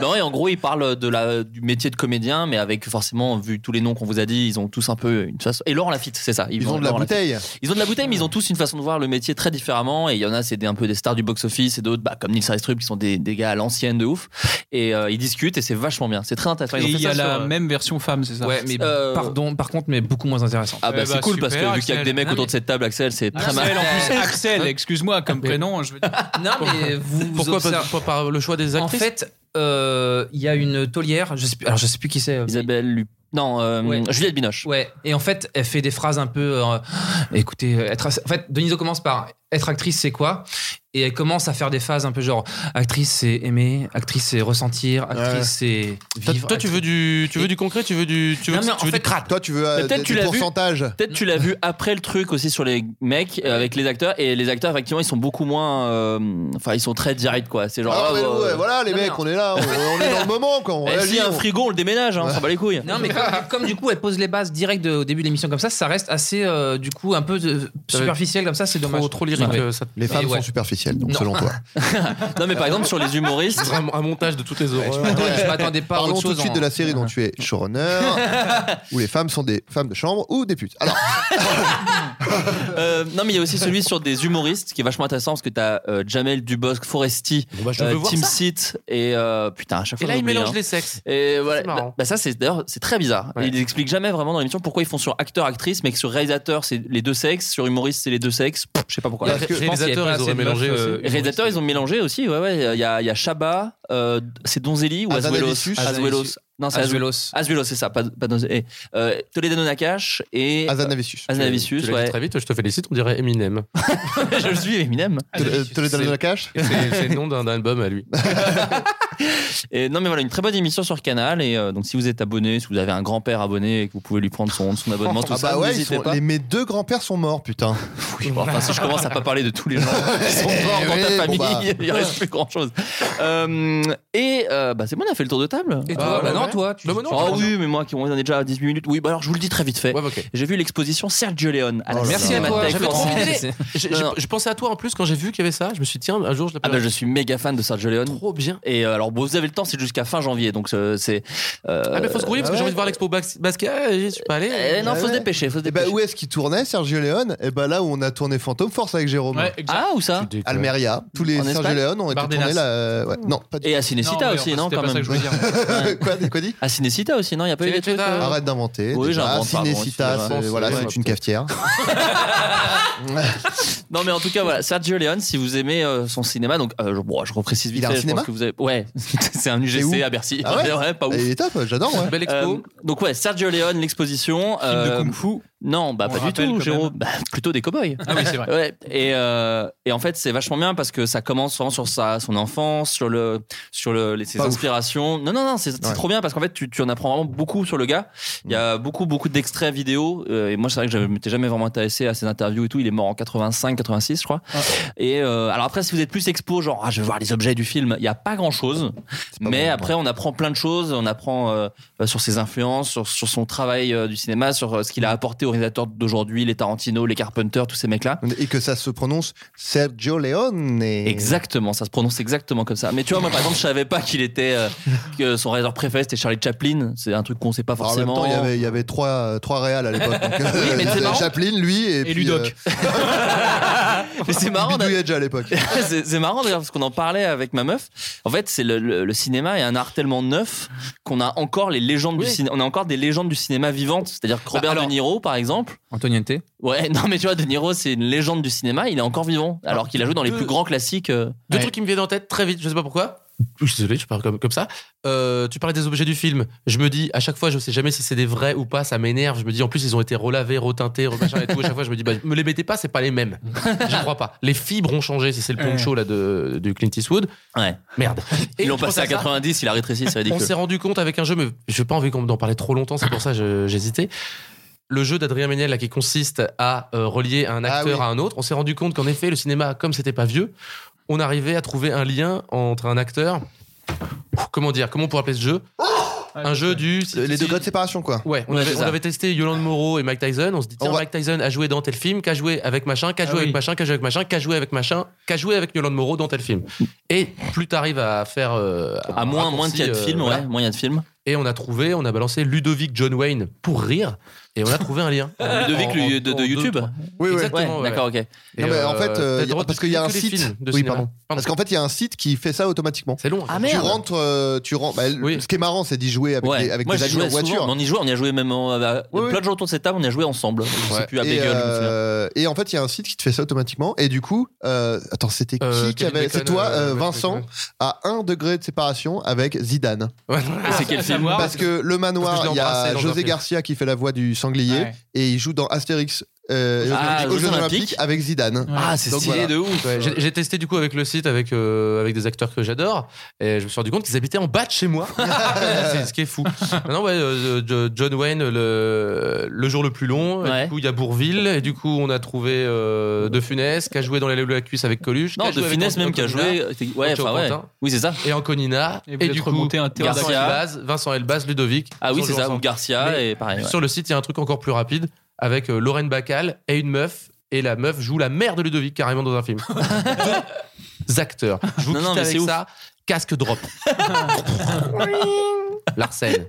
S9: non, et Bah en gros, ils parlent de la, du métier de comédien, mais avec forcément, vu tous les noms qu'on vous a dit, ils ont tous un peu une façon. Et Laurent Lafitte, c'est ça.
S10: Ils ont de la
S9: Laurent Lafitte.
S10: bouteille.
S9: Ils ont de la bouteille, mais ils ont tous une façon de voir le métier très différemment. Et il y en a, c'est des- un peu des stars du box-office, et d'autres, bah, comme Nils Aristrup, qui sont des, des gars à l'ancienne de ouf. Et euh, ils discutent, et c'est vachement bien. C'est très intéressant. Ils ont
S11: Et
S9: fait
S11: il y
S9: ça
S11: a
S9: sur,
S11: la
S9: euh,
S11: même version femme, c'est ça Eh
S8: Ouais, mais
S9: Euh,
S8: pardon, par contre, mais beaucoup moins intéressant.
S9: Ah bah, c'est cool parce que vu qu'il y a que des mecs autour de cette table, Axel, c'est
S8: Ah,
S9: très mal.
S11: Axel, en plus, Axel, excuse-moi, comme prénom, je veux dire.
S8: Hein Non, mais vous.
S4: Pourquoi
S8: observez-
S4: pas, pas par le choix des
S8: En
S4: actrices
S8: fait, euh, il y a une taulière, je sais plus, alors je sais plus qui c'est. euh,
S9: Isabelle Lu- Non, euh,
S8: Ouais.
S9: Juliette Binoche.
S8: Ouais, et en fait, elle fait des phrases un peu. euh, écoutez, euh, être. En fait, Deniso commence par être actrice, c'est quoi Et elle commence à faire des phases un peu genre actrice, c'est aimer, actrice, c'est ressentir, actrice, c'est
S4: Toi,
S8: vivre.
S4: toi, tu veux du, tu veux du concret, tu veux du, tu veux,
S8: Non, mais en
S4: tu veux
S8: fait,
S4: du crade.
S10: Toi, tu veux euh,
S9: Mais peut-être
S10: des-
S9: tu
S10: des
S9: l'as vu.
S10: pourcentages.
S9: Peut-être tu l'as vu après le truc aussi sur les mecs euh, avec les acteurs et les acteurs effectivement ils sont beaucoup moins euh, enfin ils sont très directs quoi c'est genre
S10: Ah,
S9: ah,
S10: ouais,
S9: bah,
S10: ouais, voilà, les
S8: Non, mais
S10: mecs,
S8: non.
S10: on est là, on, on est dans le moment quand on
S9: eh,
S10: réagit,
S9: s'il y a un
S10: on-
S9: frigo on le déménage hein, on s'en bat les couilles
S8: Non, mais comme, comme du coup, elle pose les bases directes de- au début de l'émission comme ça, ça reste assez, euh, du coup, un peu de- superficiel comme ça, c'est dommage.
S4: Trop, trop lyrique.
S8: Ouais.
S4: euh, ça te-
S10: Les femmes
S8: Et ouais.
S10: sont superficielles, donc
S8: Non.
S10: selon toi.
S9: non mais par exemple sur les humoristes
S4: Vraiment un montage de toutes les
S8: Je
S4: horreurs.
S8: m'attendais- je m'attendais pas à
S10: Parlons
S8: autre
S10: tout
S8: chose. hein.
S10: de suite
S8: en-
S10: de la série dont tu es showrunner, où les femmes sont des femmes de chambre ou des putes. Alors,
S9: Euh, non mais il y a aussi celui sur des humoristes qui est vachement intéressant parce que t'as euh, Jamel Dubosc Foresti
S4: Bon, bah, je veux
S9: euh,
S4: voir
S9: Tim
S4: ça.
S9: Sit et euh, putain à chaque
S4: Et là,
S9: fois on
S4: il
S9: oublie,
S4: mélange
S9: hein.
S4: les sexes.
S9: Et voilà.
S4: C'est marrant.
S9: Bah, bah ça, c'est d'ailleurs, c'est très bizarre.
S4: Ouais.
S9: Ils expliquent jamais vraiment dans l'émission pourquoi ils font sur acteur-actrice, mais que sur réalisateur, c'est les deux sexes, sur humoriste, c'est les deux sexes. Pff, Je sais pas pourquoi.
S4: Parce que
S8: Je pense qu'il y a
S4: réalisateurs,
S8: pas
S4: ils
S8: assez
S4: auraient
S8: de meufs,
S4: mélangé
S8: euh,
S4: aussi.
S9: Les réalisateurs, ils ont mélangé aussi. Ouais, ouais. Il y a, il y a Chabat, euh, c'est Donzelli ou Azuelos
S10: Azanavicius.
S9: Azuelos. Non, c'est Azuelos.
S8: Azuelos.
S9: Azuelos, c'est ça, pas, pas Donzelli. Euh, Toledano Nakash et
S10: Azanavicius.
S9: Azanavicius,
S4: Tu l'as dit
S9: ouais.
S4: très vite, je te félicite, on dirait Eminem.
S9: Je suis Eminem.
S10: Te- euh, te le donne dans la cache
S9: Bah,
S4: C'est c'est le nom d'un d'un album à lui.
S9: Et non, mais voilà, une très bonne émission sur Canal. Et euh, donc, si vous êtes abonné, si vous avez un grand-père abonné et que vous pouvez lui prendre son, son abonnement, tout
S10: ah bah
S9: ça,
S10: ouais, ils
S9: n'hésitez
S10: sont-
S9: pas.
S10: les- mes deux grands-pères sont morts, putain.
S9: Oui, bon, enfin, si je commence à pas parler de tous les gens qui sont morts dans ta
S10: Oui, bon,
S9: famille,
S10: bah.
S9: il reste plus grand chose. et euh, bah, c'est bon, on a fait le tour de table.
S8: Et toi, bah non, toi, tu-
S9: Ah
S8: non,
S9: oh,
S8: toi,
S9: oui, mais moi, qui on est déjà à 18 minutes. Oui, bah alors je vous le dis très vite fait. J'ai vu l'exposition Sergio Leone. À la
S4: Oh là là.
S9: Cinémathèque
S4: J'avais trop
S9: française.
S4: oublié. Je- je- Je pensais à toi en plus quand j'ai vu qu'il y avait ça. Je me suis dit, tiens, un jour je
S9: Ah
S4: l'appelle.
S9: bah, je suis méga fan de Sergio Leone.
S4: Trop bien.
S9: Et euh, alors bon, vous avez le temps, c'est jusqu'à fin janvier, donc euh, c'est.
S4: Ah, mais faut se grouiller parce que j'ai envie de voir l'expo bas- basket. Ah, Je suis pas allé.
S9: non, faut se
S10: Ouais.
S9: dépêcher, faut se
S10: bah, Eh
S9: dépêcher.
S10: ben, où est-ce qu'il tournait, Sergio Leone Et ben là où on a tourné Fantôme Force avec Jérôme.
S9: ah, où ça
S10: Almeria. Tous les
S9: En
S10: Sergio
S9: Espagne
S10: Leone ont été
S9: Bardenas.
S10: tournés là. euh, ouais. Non, pas du
S9: Et à Cinecittà
S10: Non,
S9: aussi,
S10: ouais,
S9: non
S10: c'était
S9: quand
S10: pas
S9: même.
S10: ça que je voulais dire, ah quoi, quoi dit
S9: À Cinecittà aussi, non Il n'y a pas eu des trucs. euh,
S10: Arrête d'inventer.
S9: Oui,
S10: déjà.
S9: j'invente, pardon,
S10: Cinecittà,
S9: excusez-moi.
S10: c'est- voilà,
S9: Ouais,
S10: c'est une
S9: putain.
S10: cafetière.
S9: Non, mais en tout cas, voilà, Sergio Leone, si vous aimez euh, son cinéma, donc euh, je, bon, je reprécise vite
S10: Il a un
S9: fait, je
S10: cinéma
S9: pense que vous avez... Ouais, c'est un
S10: C'est où
S9: UGC à Bercy.
S10: Ah ouais
S9: pas ouf.
S10: Il est top, j'adore. ouais.
S9: Euh, donc ouais, Sergio Leone, l'exposition. Film
S10: de
S9: Fu Non, bah
S10: On
S9: pas
S10: le
S9: du
S10: rappelle
S9: tout,
S10: quand
S9: Jérôme. Bah, plutôt des cow-boys.
S11: Ah oui, c'est vrai.
S9: Ouais, et, euh, et en fait, c'est vachement bien parce que ça commence vraiment sur sa, son enfance, sur, le, sur le, les- ses
S11: Pas ouf.
S9: inspirations. Non, non, non, c'est c'est
S11: Ouais. Mm.
S9: trop bien parce qu'en fait, tu, tu en apprends vraiment beaucoup sur le gars. Il y a beaucoup, beaucoup d'extraits vidéo. euh, et moi, c'est vrai que je m'étais jamais vraiment intéressé à ses interviews et tout. Il est mort en 85, 86, je crois. Et euh, alors après, si vous êtes plus expo, genre, ah, je veux voir les objets du film, il n'y a pas grand chose. Mais après, on apprend plein de choses. On apprend euh, euh, sur ses influences, sur, sur son travail euh, du cinéma, sur euh, ce qu'il a apporté aux réalisateurs d'aujourd'hui, les Tarantino, les Carpenter, tous ces mecs-là.
S10: Et que ça se prononce Sergio Leone.
S9: Exactement, ça se prononce exactement comme ça. Mais tu vois, moi par exemple, je savais pas qu'il était. euh, que son réalisateur préféré c'était Charlie Chaplin. C'est un truc qu'on sait pas
S10: Alors, en même
S9: forcément.
S10: temps, il y avait, il y avait trois, euh, trois réals à l'époque. donc, euh,
S9: mais c'est marrant.
S10: Chaplin, lui, et, puis, euh,
S9: Ludoc. Mais c'est marrant.
S10: Bidouille Edge à l'époque.
S9: c'est c'est marrant d'ailleurs parce qu'on en parlait avec ma meuf. En fait, c'est le, le- le cinéma est un art tellement neuf qu'on a encore les légendes du cinéma. On a encore des légendes du cinéma vivantes. C'est-à-dire que
S10: Bah,
S9: Robert De Niro, par exemple.
S8: Antoniente
S9: Ouais, non mais tu vois, De Niro, c'est une légende du cinéma. Il est encore vivant
S10: Ah,
S9: alors qu'il a joué dans les plus grands classiques. euh.
S4: Deux trucs qui me viennent en tête très vite, je sais pas pourquoi. Je suis désolé, je parle comme, comme ça. Euh, tu parlais des objets du film. Je me dis, à chaque fois, je sais jamais si c'est des vrais ou pas, ça m'énerve. Je me dis, en plus, ils ont été relavés, retintés, remachin et tout. À chaque fois, je me dis, bah, me les mettez pas, c'est pas les mêmes. J'y crois pas. Les fibres ont changé, si c'est le poncho là, de, de Clint Eastwood.
S9: Ouais.
S4: Merde.
S9: Ils l'ont
S4: je
S9: passé
S4: pensais
S9: à
S4: ça.
S9: 90, il a rétréci, c'est ridicule.
S4: On s'est rendu compte avec un jeu, mais j'ai pas envie qu'on m'en parle trop longtemps, c'est pour ça que je- j'hésitais. Le jeu d'Adrien Méniel là, qui consiste à euh, relier un acteur
S10: Ah oui.
S4: à un autre, on s'est rendu compte qu'en effet, le cinéma, comme c'était pas vieux, on arrivait à trouver un lien entre un acteur. Comment dire Comment on pourrait appeler ce jeu Un jeu du.
S10: Ah Les deux gars de séparation, quoi.
S4: Ouais, on, avait, on avait testé Yolande Moreau et Mike Tyson. On se dit, tiens, Mike Tyson a joué dans tel film, qu'a joué avec machin,
S10: Ah
S4: qu'a joué avec machin, qu'a joué avec machin, qu'a joué avec machin, qu'a joué avec Yolande Moreau dans tel film. Et plus t'arrives à faire. euh,
S9: À
S4: un
S9: Ah, moins, moins de
S4: raccourci,
S9: 4
S4: euh,
S9: films,
S4: voilà.
S9: ouais, moins il y a de films.
S4: Et on a trouvé, on a balancé Ludovic John Wayne pour rire. Et on a trouvé un lien.
S9: Ludovic,
S4: Ah, En-
S9: le-
S4: en-
S9: de,
S4: en
S9: de
S4: deux,
S9: YouTube
S4: trois.
S10: Oui, oui.
S4: Exactement,
S9: Ouais,
S4: ouais.
S9: d'accord, ok.
S10: Non, mais en
S4: euh,
S10: fait, euh,
S4: t'as le droit de
S10: parce qu'il y a un
S4: cliquer que les
S10: site.
S4: films de
S10: oui,
S4: cinéma.
S10: pardon. Parce qu'en fait, il y a un site qui fait ça automatiquement.
S4: C'est long. hein,
S9: Ah,
S10: tu
S9: merde.
S10: rentres, euh, tu rentres. bah, le- Ce qui est marrant, c'est d'y jouer avec
S9: Ouais.
S10: des, avec
S9: Moi,
S10: des
S9: j'y
S10: amis
S9: jouais
S10: en
S9: souvent,
S10: voiture.
S9: mais On y jouait, on y a joué même en- à- plein de gens autour de cette table, on y a joué ensemble. Je sais plus à
S10: et,
S9: Beagle, je me souviens.
S10: euh, et en fait, il y a un site qui te fait ça automatiquement. Et du coup, euh, attends, c'était qui
S4: Euh,
S10: qui
S4: Kevin
S10: avait.
S4: Bacon,
S10: C'est toi,
S4: euh,
S10: euh,
S4: Bacon,
S10: Vincent,
S4: Bacon.
S10: à un degré de séparation avec Zidane.
S9: Et c'est quel film
S10: Parce que Le Manoir,
S4: Parce Ah, que je
S10: il y
S4: l'ai embrassé
S10: a
S4: dans un
S10: José
S4: film.
S10: Garcia qui fait la voix du sanglier
S4: Ouais.
S10: et il joue dans Astérix euh,
S9: Ah,
S10: aux
S9: aux
S10: Jeux
S9: Olympiques.
S10: Olympiques avec Zidane.
S9: Ah, c'est
S10: Donc
S9: stylé
S10: voilà.
S9: de ouf.
S4: Ouais, j'ai- J'ai testé du coup avec le site, avec, euh, avec des acteurs que j'adore, et je me suis rendu compte qu'ils habitaient en bas de chez moi. c'est ce qui est fou. Non, non, ouais, euh, euh, John Wayne, le, le jour le plus long, et
S9: Ouais.
S4: du coup il y a Bourville, et du coup on a trouvé euh, De Funès, qui a joué dans Les Loups de la Cuisse avec Coluche.
S9: Non,
S4: qui a
S9: de
S4: joué avec
S9: finesse même qui a
S4: Antonina,
S9: joué. c'est- Ouais,
S4: Antio
S9: enfin ouais.
S4: Quentin,
S9: Oui, c'est ça.
S4: Et Anconina,
S9: Et
S4: et,
S9: vous êtes
S4: du coup,
S9: remonté un terrain
S4: Vincent
S9: Garcia.
S4: Elbaz, Vincent Elbaz, Ludovic.
S9: Ah oui,
S4: Jean-Jean
S9: c'est ça,
S4: Jean-
S9: ou Garcia et pareil. ouais.
S4: Sur le site, il y a un truc encore plus rapide avec euh, Lorraine Bacal et une meuf. Et la meuf joue la mère de Ludovic carrément dans un film. Deux acteurs. Je vous
S9: Non,
S4: quitte
S9: non, mais c'est
S4: avec
S9: ouf.
S4: ça. Casque drop. Larsen.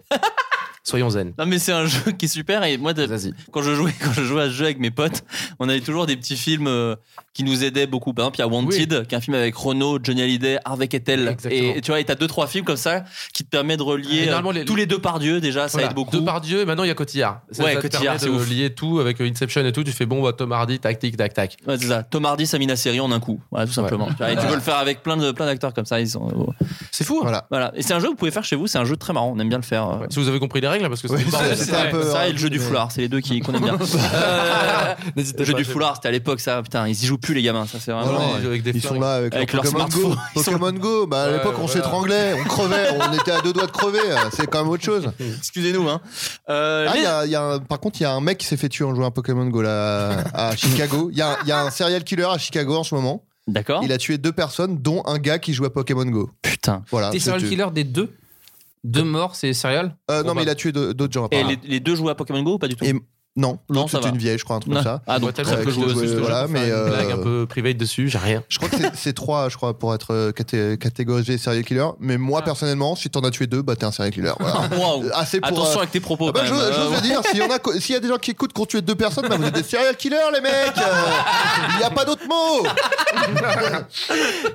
S4: Soyons zen.
S9: Non mais c'est un jeu qui est super et moi de- quand je jouais quand je jouais à ce jeu avec mes potes, on avait toujours des petits films euh, qui nous aidaient beaucoup. Par exemple, il y a Wanted, qui est un film avec Renault, Johnny Hallyday, Harvey Keitel et, et tu vois, et t'as deux trois films comme ça qui te permettent de relier
S4: Généralement,
S9: euh,
S4: les-
S9: tous les deux par Dieu déjà, ça aide beaucoup.
S4: Deux par Dieu, maintenant il y a Cotillard. Ça,
S9: Ouais,
S4: ça te
S9: Cotillard,
S4: permet
S9: c'est
S4: de
S9: ouf.
S4: lier tout avec euh, Inception et tout. Tu fais bon, bah, Tom Hardy, tac, tic, tac, tac.
S9: Ouais, c'est ça. Tom Hardy, Samina Seri en un coup. Voilà, tout simplement. Tu vois, Et tu peux le faire avec plein de plein d'acteurs comme ça, ils sont
S4: C'est fou.
S10: Voilà.
S9: Voilà. Et c'est un jeu que vous pouvez faire chez vous, c'est un jeu très marrant, on aime bien le faire. euh.
S4: Si vous avez compris les
S8: règles parce que
S10: Ouais,
S9: Ça,
S8: c'était un peu.
S9: et le jeu du foulard, c'est les deux qui qu'on aime bien. Euh, le jeu du foulard, c'était à l'époque ça, putain, ils y jouent plus les gamins, ça c'est vraiment.
S10: Non, non,
S9: euh,
S10: ils jouent avec des ils sont là avec, leur
S9: leur
S10: Pokémon Go.
S9: smartphone.
S10: Pokémon Go, bah, à
S9: Ouais,
S10: l'époque on
S9: voilà.
S10: s'étranglait, on crevait, on était à deux doigts de crever, euh, c'est quand même autre chose.
S9: Excusez-nous. Hein. Euh,
S10: Ah,
S9: les-
S10: il y a- il y a un- par contre, il y a un mec qui s'est fait tuer en jouant à Pokémon Go là, à Chicago. Il y, a- il y a un serial killer à Chicago en ce moment.
S9: D'accord.
S10: Il a tué deux personnes, dont un gars qui jouait à Pokémon Go.
S9: Putain.
S10: Voilà.
S4: T'es
S10: c'est-
S4: serial killer des deux Deux morts, c'est serial bah.
S10: Euh, non, mais il a tué de- d'autres gens.
S9: bah. Et
S10: apparemment.
S9: les, les deux jouaient à Pokémon Go ou pas du tout
S10: Et- Non,
S9: Non,
S10: l'autre,
S9: ça
S10: c'était
S9: va.
S10: une vieille, je crois, un truc
S9: Non.
S10: comme ça.
S9: Ah, donc
S10: Ouais,
S9: très
S10: tellement
S9: peu
S10: que
S9: joué,
S10: je-
S9: c'est juste
S10: Voilà,
S8: mais
S10: mais. euh,
S8: blague un peu private dessus, j'ai rien.
S10: Je crois que c'est- c'est trois, je crois, pour être euh, caté- catégorisé serial killer. Mais moi,
S9: Ah.
S10: personnellement, si t'en as tué deux, bah t'es un serial killer. Voilà.
S9: Waouh.
S10: Assez pour,
S9: Attention
S10: euh,
S9: avec tes propos.
S10: Ah bah,
S9: quand
S10: j'ose-
S9: même. Euh,
S10: j'ose le
S9: ouais.
S10: dire, s'il y, en a co- s'il y a des gens qui écoutent qui ont tué deux personnes, bah, vous êtes des serial killers, les mecs euh, Il n'y a pas d'autre mot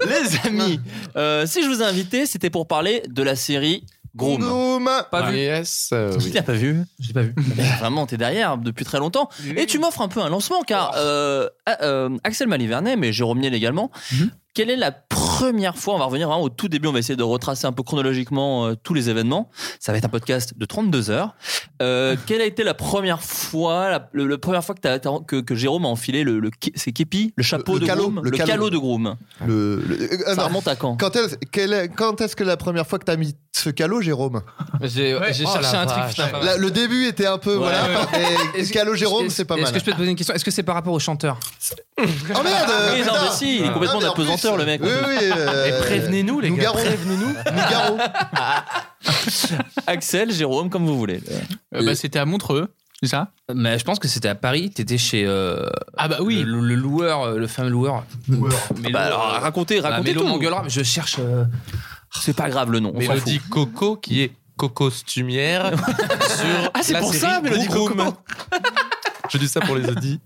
S9: Les amis, euh, si je vous ai invité, c'était pour parler de la série Groom.
S10: Groom
S4: Pas vu.
S8: Yes, euh,
S9: Tu
S8: oui.
S9: l'as pas vu
S4: J'ai pas vu.
S9: Vraiment, t'es derrière depuis très longtemps. Et tu m'offres un peu un lancement, car
S10: Oh.
S9: euh, ah, euh, Axel Malivernet, mais Jérôme Niel également,
S10: Mhm.
S9: quelle est la première fois, on va revenir vraiment au tout début, on va essayer de retracer un peu chronologiquement euh, tous les événements. Ça va être un podcast de 32 heures. Euh, quelle a été la première fois, la, le- le première fois que, t'as- t'as- que, que Jérôme a enfilé le, le ké- c'est képi, le chapeau
S10: Le- le
S9: de
S10: calot,
S9: groom,
S10: le
S9: le,
S10: calot.
S9: calot de groom
S10: le, le- euh,
S9: Ça
S10: non.
S9: remonte à quand
S10: Quand est-ce quelle est- quand est-ce que la première fois que t'as mis ce calot, Jérôme
S4: J'ai j'ai
S8: Oh,
S4: cherché
S8: la
S4: un
S8: vache.
S4: truc. putain, pas mal.
S10: Là, Le début était un peu.
S4: Ouais,
S10: voilà. Mais
S4: Est-ce que-
S10: calot, Jérôme,
S4: est-ce-
S10: c'est pas
S4: Est-ce
S10: mal.
S4: que je peux te poser une question Est-ce que c'est par rapport au chanteur
S10: Oh merde euh,
S9: Ah, Oui, non,
S10: putain.
S9: mais si, il est complètement
S10: Ah, mais en
S9: d'apesanteur,
S10: plus,
S9: le mec.
S10: Oui, oui. euh,
S8: Mais prévenez-nous, les
S10: nous
S8: gars.
S10: garons.
S8: Prévenez-nous.
S10: Nous garons.
S9: Axel, Jérôme, comme vous voulez.
S14: Euh, bah, c'était à Montreux, c'est ça
S4: Mais je pense que c'était à Paris. T'étais chez euh,
S14: Ah bah oui.
S4: le, le loueur, euh, le fameux loueur. Mais euh,
S9: Bah, alors, racontez,
S10: Ah,
S9: racontez tout.
S4: Je cherche. euh,
S9: C'est pas grave le nom. on s'en fout.
S8: Mélodie Coco qui est cocostumière sur
S9: Ah, c'est
S8: la
S9: pour
S8: série
S9: ça, Mélodie
S8: Groom.
S9: Coco.
S8: Je dis ça pour les audits.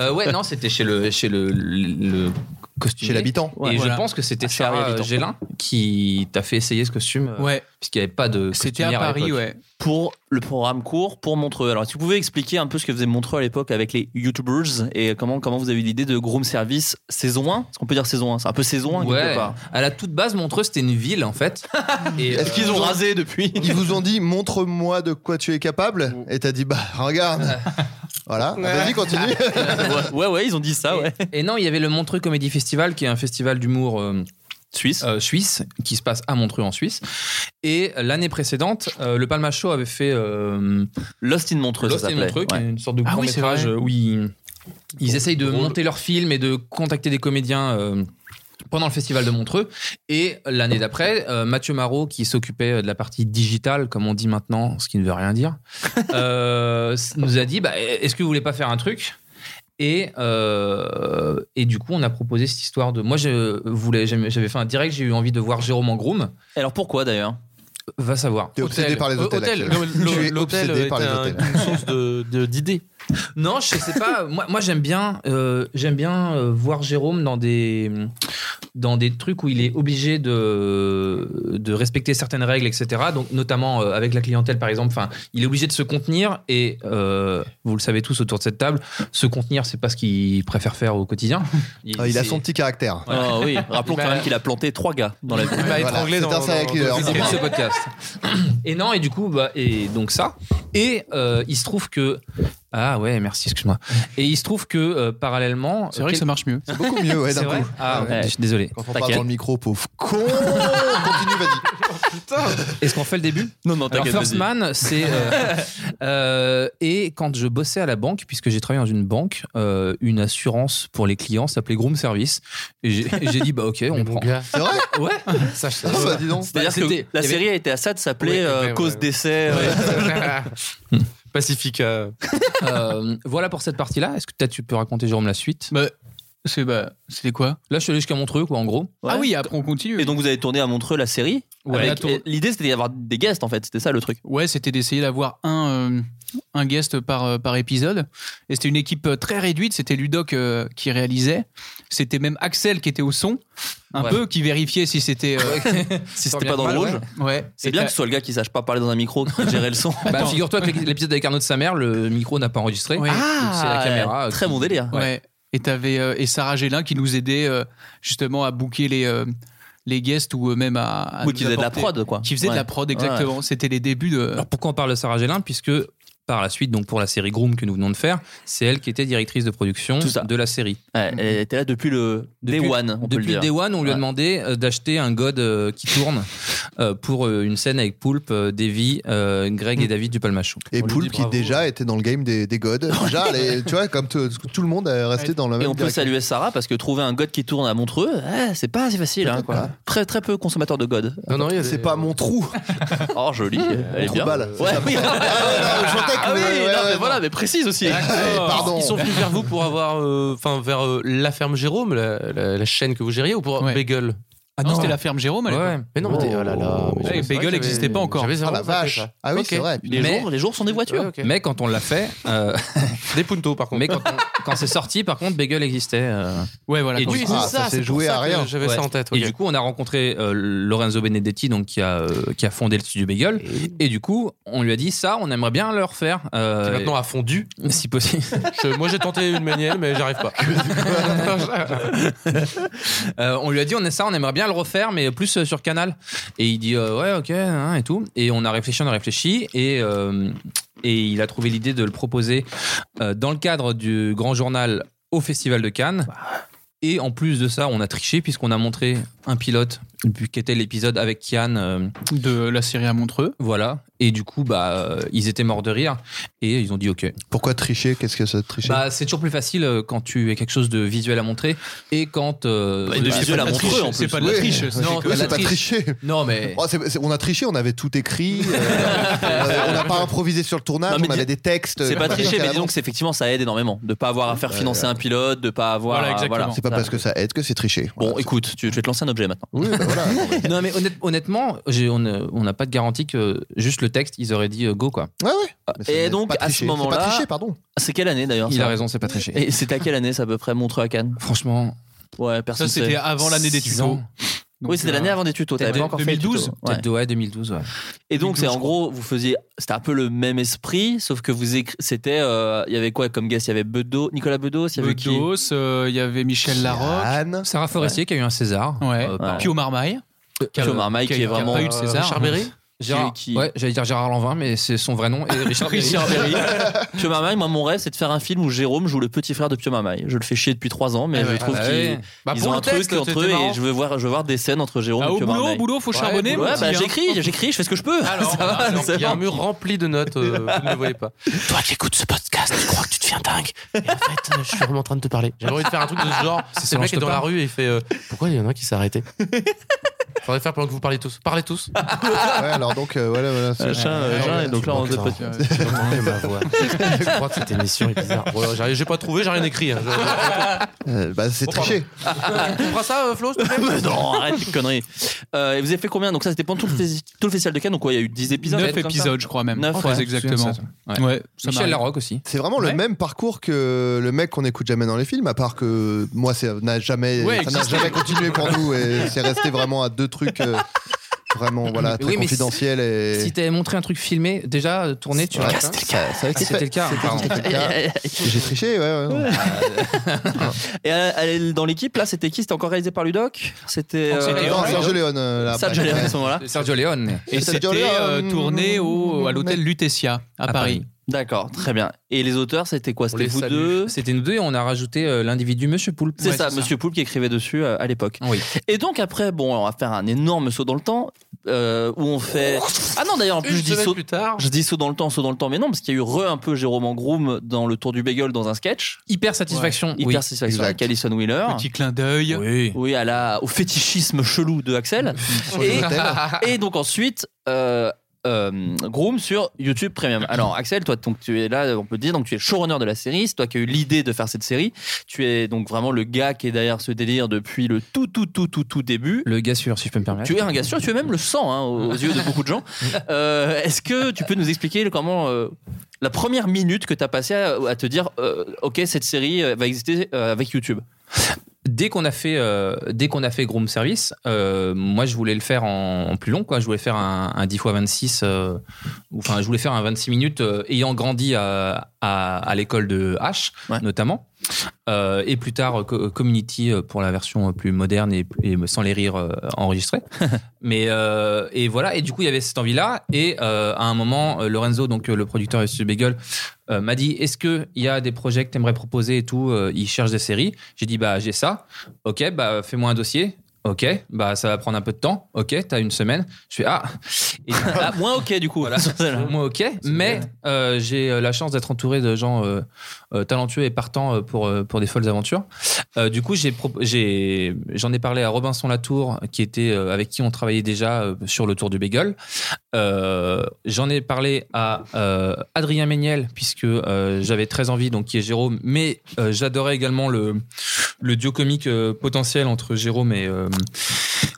S4: euh, ouais, non, c'était chez le chez le, le, le costumier.
S10: Chez l'habitant.
S14: voilà.
S4: et je pense que c'était
S9: Ah, chez Harry
S4: Sarah
S9: Habitant.
S4: Gélin qui t'a fait essayer ce costume. euh,
S14: Ouais.
S4: Puisqu'il n'y avait pas de.
S14: C'était à
S4: costumière
S14: Paris,
S4: l'époque.
S14: ouais.
S9: pour le programme court pour Montreux. Alors, si vous pouvez expliquer un peu ce que faisait Montreux à l'époque avec les YouTubers et comment, comment vous avez eu l'idée de Groom Service saison 1 Est-ce qu'on peut dire saison 1 C'est un peu saison 1 quelque
S4: Ouais.
S9: part.
S4: À la toute base, Montreux, c'était une ville en fait. Et,
S10: Est-ce
S4: euh,
S10: qu'ils ont
S9: rasé depuis
S10: Ils vous ont dit montre-moi de quoi tu es capable et t'as dit bah regarde voilà vas-y continue
S9: ouais, ouais, ouais, ils ont dit ça, ouais.
S4: Et non, il y avait le Montreux Comedy Festival, qui est un festival d'humour euh,
S9: Suisse.
S4: euh, suisse, qui se passe à Montreux en Suisse. Et l'année précédente, euh, le Palma Show avait fait euh,
S9: Lost in Montreux,
S4: Lost
S9: ça
S4: in
S9: s'appelait.
S4: Montreux, qui
S9: Ouais.
S4: est une sorte de
S14: Ah
S4: court
S14: oui, c'est
S4: métrage
S14: vrai.
S4: où ils, ils essayent de monter leurs films et de contacter des comédiens. euh, pendant le festival de Montreux. Et l'année d'après, euh, Mathieu Marot, qui s'occupait de la partie digitale, comme on dit maintenant, ce qui ne veut rien dire, euh, nous a dit bah, est-ce que vous voulez pas faire un truc et, euh, et du coup, on a proposé cette histoire de. Moi, je voulais, j'aimais- j'avais fait un direct, j'ai eu envie de voir Jérôme en groom.
S9: Alors pourquoi d'ailleurs
S4: Va savoir. Euh,
S10: t'es obsédé par les hôtels
S8: Hôtel.
S10: actuellement.
S8: L'hôtel,
S10: tu es
S8: l'hôtel
S10: obsédé
S8: est
S10: par les
S8: un-
S10: hôtels
S8: une source de- de- d'idées.
S4: Non, je sais pas. moi, moi j'aime bien, euh, j'aime bien euh, voir Jérôme dans des dans des trucs où il est obligé de de respecter certaines règles, etc. Donc, notamment euh, avec la clientèle, par exemple. Enfin, il est obligé de se contenir et euh, vous le savez tous autour de cette table, se contenir, c'est pas ce qu'il préfère faire au quotidien.
S10: Ah, il a
S4: c'est-
S10: son petit caractère
S9: Ah oui, rappelons quand
S4: Bah.
S9: même qu'il a planté trois gars dans la vie.
S8: Il m'a
S10: Voilà,
S8: étranglé
S10: c'est
S8: dans
S10: un serial killer.
S8: dans-
S4: Au début de ce podcast. Et non, et du coup, bah, et donc ça. Et euh, il se trouve que. Ah ouais, merci, excuse-moi. Et il se trouve que euh, parallèlement.
S14: C'est vrai que ça marche mieux.
S10: c'est beaucoup mieux ouais,
S4: C'est
S10: d'un
S4: vrai
S10: coup
S4: Ah,
S9: Ouais.
S4: je suis désolé.
S10: quand on
S9: T'inquiète.
S10: parle dans le micro pauvre con continue vas-y
S4: Est-ce qu'on fait le début
S9: Non, non,
S4: Alors,
S9: t'inquiète.
S4: First
S9: vas-y.
S4: Man, c'est. euh, euh, et quand je bossais à la banque, puisque j'ai travaillé dans une banque, euh, une assurance pour les clients s'appelait Groom Service. Et j'ai et j'ai dit, bah ok, on
S8: Mais mon
S4: prend.
S8: gars,
S10: c'est vrai
S4: Ouais,
S8: ça, je-
S10: Ah, bah, dis donc
S9: C'est-à-dire que
S4: C'était-
S9: la
S4: il y avait-
S9: série a été à ça de s'appeler
S8: Ouais,
S9: euh,
S8: ouais, ouais,
S9: Cause euh,
S8: ouais.
S9: d'essai. ouais.
S8: Pacifique. euh,
S4: Euh, voilà pour cette partie-là. Est-ce que peut-être tu peux raconter, Jérôme, la suite
S14: Bah, c'est bah, c'était quoi
S4: Là, je suis allé jusqu'à Montreux, quoi, en gros.
S9: Ouais.
S14: Ah oui, après on continue.
S9: Et donc vous avez tourné à Montreux la série
S14: Ouais,
S9: avec-
S14: la tour-
S9: et L'idée c'était d'avoir des guests en fait, c'était ça le truc.
S14: Ouais, c'était d'essayer d'avoir un, euh, un guest par, euh, par épisode. Et c'était une équipe euh, très réduite. C'était Ludoc euh, qui réalisait. C'était même Axel qui était au son, un
S4: Ouais.
S14: peu, qui vérifiait si c'était. euh,
S9: Si c'était pas dans le
S4: Mal,
S9: rouge.
S4: ouais.
S14: ouais.
S9: C'est
S14: Et
S9: bien
S14: t'as-
S9: que ce soit le gars qui sache pas parler dans un micro, qui gérer le son.
S4: Bah, figure-toi que l'épisode avec Arnaud de sa mère, le micro n'a pas enregistré.
S14: Ouais.
S4: Donc, c'est la
S9: Ah,
S4: caméra. euh,
S9: Très
S4: qui-
S9: bon délire.
S14: Ouais. Et t'avais euh, et Sarah Gélin qui nous aidait euh, justement à booker les euh,
S8: les guests ou même à. à
S9: Oui,
S8: nous
S9: qui faisaient de la
S8: apporter-
S9: prod, quoi.
S8: Qui faisaient de
S9: Ouais.
S8: la prod, exactement.
S4: Ouais.
S8: C'était les débuts de.
S4: Alors pourquoi on parle de Sarah Gellin Puisque par la suite, donc pour la série Groom que nous venons de faire, c'est elle qui était directrice de production de la série.
S9: elle était là depuis le Day One, on peut
S4: depuis
S9: le dire.
S4: Day One, on lui a
S9: Ouais.
S4: demandé euh, d'acheter un god euh, qui tourne euh, pour euh, une scène avec Poulpe, euh, Davy, euh, Greg
S9: Mm.
S4: et David du Palmachou.
S10: Et Poulpe qui déjà était dans le game des, des gods. Déjà, elle est- tu vois, comme tout, tout le monde est resté dans la même
S9: Et on peut
S10: direction.
S9: saluer Sarah parce que trouver un god qui tourne à Montreux, eh, c'est pas assez facile. hein, quoi. Très très peu consommateurs de god.
S10: Non, non, il y a des- C'est pas mon trou.
S9: oh joli, elle est
S10: Trou
S9: bien.
S10: balle, c'est
S9: Ouais,
S10: ça.
S9: oui.
S10: Ah, non, je sentais que-
S9: Ah oui,
S10: ouais,
S9: non,
S10: ouais, Ah,
S9: mais
S10: non.
S9: voilà, mais précise aussi.
S15: Ils sont venus vers vous pour avoir, euh, enfin, vers euh, la ferme Jérôme, la, la- la chaîne que vous gériez, ou pour Bagel
S8: Ah non, c'était la ferme Jérôme à l'époque.
S15: Mais non, mais t'es- oh là là. mais
S8: Ouais,
S15: c'est vrai
S8: Bagel
S15: que j'avais-
S8: n'existait pas encore.
S15: j'avais zéro
S8: Ah la
S15: zappé,
S8: vache.
S15: ça.
S8: Ah oui,
S15: Ok.
S8: c'est vrai.
S9: Les, jours, les jours sont des voitures.
S4: Ouais, ok. Mais quand on l'a fait. euh,
S15: Des puntos, par contre.
S4: Mais quand, on- quand c'est sorti, par contre, Bagel existait. euh.
S8: Ouais, voilà.
S4: Et
S8: Oui,
S4: du
S8: c'est
S4: coup-
S8: ça, Ah, ça c'est s'est pour joué ça à que rien. j'avais ça en tête,
S4: Et
S8: ok.
S4: du coup, on a rencontré euh, Lorenzo Benedetti, donc, qui, a, euh, qui a fondé le studio Bagel. Et du coup, on lui a dit ça, on aimerait bien le refaire. euh,
S15: Qui maintenant a fondu.
S4: Si possible.
S15: Je- moi j'ai tenté une manielle, mais j'arrive pas.
S4: Euh, on lui a dit on est ça, on aimerait bien le refaire, mais plus euh, sur Canal. Et il dit euh, ouais ok hein, et tout. Et on a réfléchi, on a réfléchi et euh, et il a trouvé l'idée de le proposer euh, dans le cadre du Grand Journal au Festival de Cannes. Et en plus de ça, on a triché puisqu'on a montré un pilote qui était l'épisode avec Kian euh,
S8: de la série à Montreux.
S4: Voilà. Et du coup, bah, euh, ils étaient morts de rire et ils ont dit ok.
S10: Pourquoi tricher Qu'est-ce que ça tricher
S4: Bah, c'est toujours plus facile euh, quand tu as quelque chose de visuel à montrer et quand. euh,
S10: Bah,
S4: c'est
S10: de
S4: pas-
S10: visuel
S4: c'est
S10: à
S4: pas
S10: montrer,
S4: triche,
S10: en
S4: c'est
S10: plus.
S4: pas de la
S10: Oui.
S4: triche.
S10: Oui,
S4: c'est
S10: c'est pas
S4: triche.
S10: tricher.
S4: Non, mais.
S10: Oh, c'est- c'est- on a triché, on avait tout écrit. euh, on n'a pas improvisé sur le tournage,
S9: Non, mais
S10: on avait
S9: dis-
S10: des textes. euh,
S9: C'est pas
S10: qu'on avait
S9: tricher,
S10: écrits à
S9: mais
S10: l'avance.
S9: disons que c'est- effectivement ça aide énormément de pas avoir à faire financer un pilote, de pas avoir. à-
S10: C'est pas parce que ça aide que c'est triché. bah,
S9: Bon, écoute, tu, tu vas te lancer un objet maintenant.
S4: non, mais honnête- honnêtement, j'ai- on euh, on n'a pas de garantie que juste le texte, ils auraient dit euh, go
S9: Ah,
S4: quoi.
S10: Ouais, ouais.
S9: Et donc à ce moment-là, C'est quelle année d'ailleurs
S4: Il
S9: ça
S4: a raison, c'est pas triché.
S9: Et c'était à quelle année ça à peu près Montreux à Cannes
S4: Franchement.
S9: Ouais, personne.
S8: Ça, c'était
S9: sait.
S8: avant l'année des
S9: Six
S8: tutos.
S9: ans.
S8: Donc,
S9: oui, c'était
S8: euh,
S9: l'année avant des tutos. T'avais
S8: peut-être
S9: pas encore fait les
S8: 2012,
S9: tutos. Ouais.
S4: Peut-être de- ouais, 2012, ouais.
S9: Et donc,
S4: 2012,
S9: c'est
S4: je
S9: en gros, vous faisiez, c'était un peu le même esprit, sauf que vous écri- c'était, euh, il y avait quoi comme guest Il y avait Bedos, Nicolas Bedos, il y avait qui
S8: Bedos, euh, il y avait Michel Larocque.
S4: Sarah Forestier qui a eu un César.
S8: Ouais.
S4: Euh, par-
S8: Pio Marmaille.
S9: Pio Marmaille qui est vraiment- euh,
S8: Pas eu de César. hein.
S4: Richard Berry Gérard, ouais, j'allais dire Gérard Lanvin, mais c'est son vrai nom. Et Richard,
S9: Richard
S4: Berry.
S9: Berry. Pio Marmaille, moi, mon rêve, c'est de faire un film où Jérôme joue le petit frère de Pio Marmaille. Je le fais chier depuis trois ans, mais
S8: Eh
S4: Ah
S9: je
S4: ouais.
S9: trouve
S4: Ah
S9: qu'ils
S4: ouais. Bah,
S9: ils
S4: pour
S9: ont
S4: le
S9: un
S4: texte,
S9: truc entre
S4: c'était
S9: eux
S4: marrant. Bah,
S9: et je veux voir, je veux voir des scènes entre Jérôme
S8: Ah,
S9: et
S8: au
S9: Pio
S8: boulot,
S9: Marmaille.
S8: au boulot, faut
S9: Ouais,
S8: charbonner,
S9: boulot.
S8: mon
S9: Ouais,
S8: petit,
S9: bah,
S8: hein.
S9: j'écris, j'écris, je fais ce que je
S4: Ah,
S9: peux.
S15: Alors,
S9: Ça va,
S15: alors,
S9: c'est
S15: il y a
S9: bon.
S15: un mur rempli de notes, euh, vous ne le voyez pas.
S9: Toi qui écoutes ce podcast, tu crois que tu deviens dingue.
S15: Et en fait, euh, je suis vraiment en train de te parler. J'avais envie de faire un truc de ce genre. C'est
S4: C'est
S15: le
S4: Solange
S15: mec qui est dans la
S4: Topin.
S15: rue et il fait euh, Pourquoi il y en a un qui s'est arrêté Faudrait faire pendant que vous parlez tous. Parlez tous.
S10: Ouais, alors donc, euh, voilà, voilà. c'est-
S9: Machin, Ah. euh,
S10: Ouais,
S9: machin,
S10: ouais,
S9: et donc
S10: tu
S9: là, on
S10: manques
S9: se
S10: ça.
S9: pote-
S15: J'ai entendu ma voix. Je crois que cette émission est bizarre. Bon, alors, j'ai j'ai pas trouvé, j'ai rien écrit. hein. Je-
S10: Euh, bah, c'est triché.
S15: Tu comprends ça, euh, Flo s'il te plaît
S9: Mais non, arrête tes conneries. Euh, et vous avez fait combien Donc ça, c'était pendant tout le, fes- tout le festival de Cannes. Donc quoi, il y a eu 10 épisodes
S8: 9 épisodes, je crois même.
S9: 9,
S8: Très exactement.
S4: Ouais.
S8: Ouais, ça
S4: Michel
S8: m'arrive.
S4: Larocque aussi.
S10: C'est vraiment le même parcours que le mec qu'on n'écoute jamais dans les films, à part que moi, ça n'a jamais,
S4: Ouais,
S10: ça n'a
S4: existé.
S10: jamais continué pour nous et c'est resté vraiment à deux trucs euh, vraiment voilà, très
S4: Oui, mais
S10: confidentiels. et...
S4: Si t'avais montré un truc filmé, déjà euh, tourné, tu
S10: Ouais,
S4: l'aurais
S10: c'était
S4: fait.
S10: le cas. C'est vrai que
S4: Ah, C'était le cas.
S10: c'était-
S4: pardon.
S10: c'était le cas. J'ai triché, ouais. ouais, ouais.
S9: Et euh, elle- dans l'équipe, là, c'était qui C'était encore réalisé par Ludoc C'était.
S10: Non, Sergio Leone. euh, là,
S9: Sergio
S10: après.
S9: Leone à ce moment-là.
S4: Sergio Leone.
S8: Et
S10: C'était
S8: c'était
S10: Leone.
S8: euh, tourné au, à l'hôtel Lutetia à, Paris.
S9: D'accord, très bien. Et les auteurs, c'était quoi C'était
S4: Ah, les
S9: vous
S4: salue.
S9: deux
S4: C'était nous deux et on a rajouté euh, l'individu Monsieur Poulpe. Ah
S9: C'est ça, Monsieur Poulpe qui écrivait dessus euh, à l'époque.
S4: Oui.
S9: Et donc après, bon, on va faire un énorme saut dans le temps euh, où on fait. Ah non, d'ailleurs, en plus
S15: Une
S9: je dis
S15: semaine
S9: saut.
S15: plus tard.
S9: Je dis saut dans le temps, saut dans le temps, mais non, parce qu'il y a eu re un peu Jérôme Angroom dans le tour du bagel dans un sketch.
S4: Hyper satisfaction.
S9: Hyper
S4: oui. Ah.
S9: satisfaction avec Alison Wheeler.
S8: Petit clin d'œil.
S4: Oui.
S9: Oui, à la, au fétichisme chelou de Axel.
S10: Sur les
S9: et,
S10: hôtels.
S4: Ah,
S9: et donc ensuite, euh, euh, Groom sur YouTube Premium. Alors Axel, toi, donc, tu es là, on peut te dire, donc tu es showrunner de la série, c'est toi qui as eu l'idée de faire cette série. Tu es donc vraiment le gars qui est derrière ce délire depuis le tout, tout, tout, tout, tout début.
S4: Le gars sûr, si je peux me permettre.
S9: Tu es un gars sûr, tu es même le sang hein, aux aux yeux de beaucoup de gens. Euh, Est-ce que tu peux nous expliquer le- comment euh, la première minute que tu as passée à, à te dire, euh, ok, cette série euh, va exister euh, avec YouTube
S4: dès qu'on a fait euh, dès qu'on a fait Groom Service, euh, moi je voulais le faire en, en plus long quoi. Je voulais faire un, un 10 x 26 euh, ou enfin je voulais faire un 26 minutes euh, ayant grandi à, à, à l'école de H, notamment. Euh, et plus tard, euh, Co- Community euh, pour la version euh, plus moderne et, et sans les rires euh, enregistrés. Mais euh, et voilà. Et du coup, il y avait cette envie-là. Et euh, à un moment, euh, Lorenzo, donc euh, le producteur de Bagel, euh, m'a dit Est-ce que il y a des projets que t'aimerais proposer et tout Euh, Il cherche des séries. J'ai dit Bah, j'ai ça. Ok, bah fais-moi un dossier. Ok, bah ça va prendre un peu de temps. Ok, t'as une semaine. Je fais ah, Et-
S9: Ah, moins ok du coup.
S4: moi ok, mais euh, j'ai euh, la chance d'être entouré de gens euh, euh, talentueux et partants euh, pour, euh, pour des folles aventures. Euh, du coup, j'ai pro- j'ai- j'en ai, parlé à Robinson Latour, qui était euh, avec qui on travaillait déjà euh, sur le Tour du Bégueule. Euh, j'en ai parlé à euh, Adrien Méniel, puisque euh, j'avais très envie, donc qui est Jérôme, mais euh, j'adorais également le, le duo comique euh, potentiel entre Jérôme et, euh,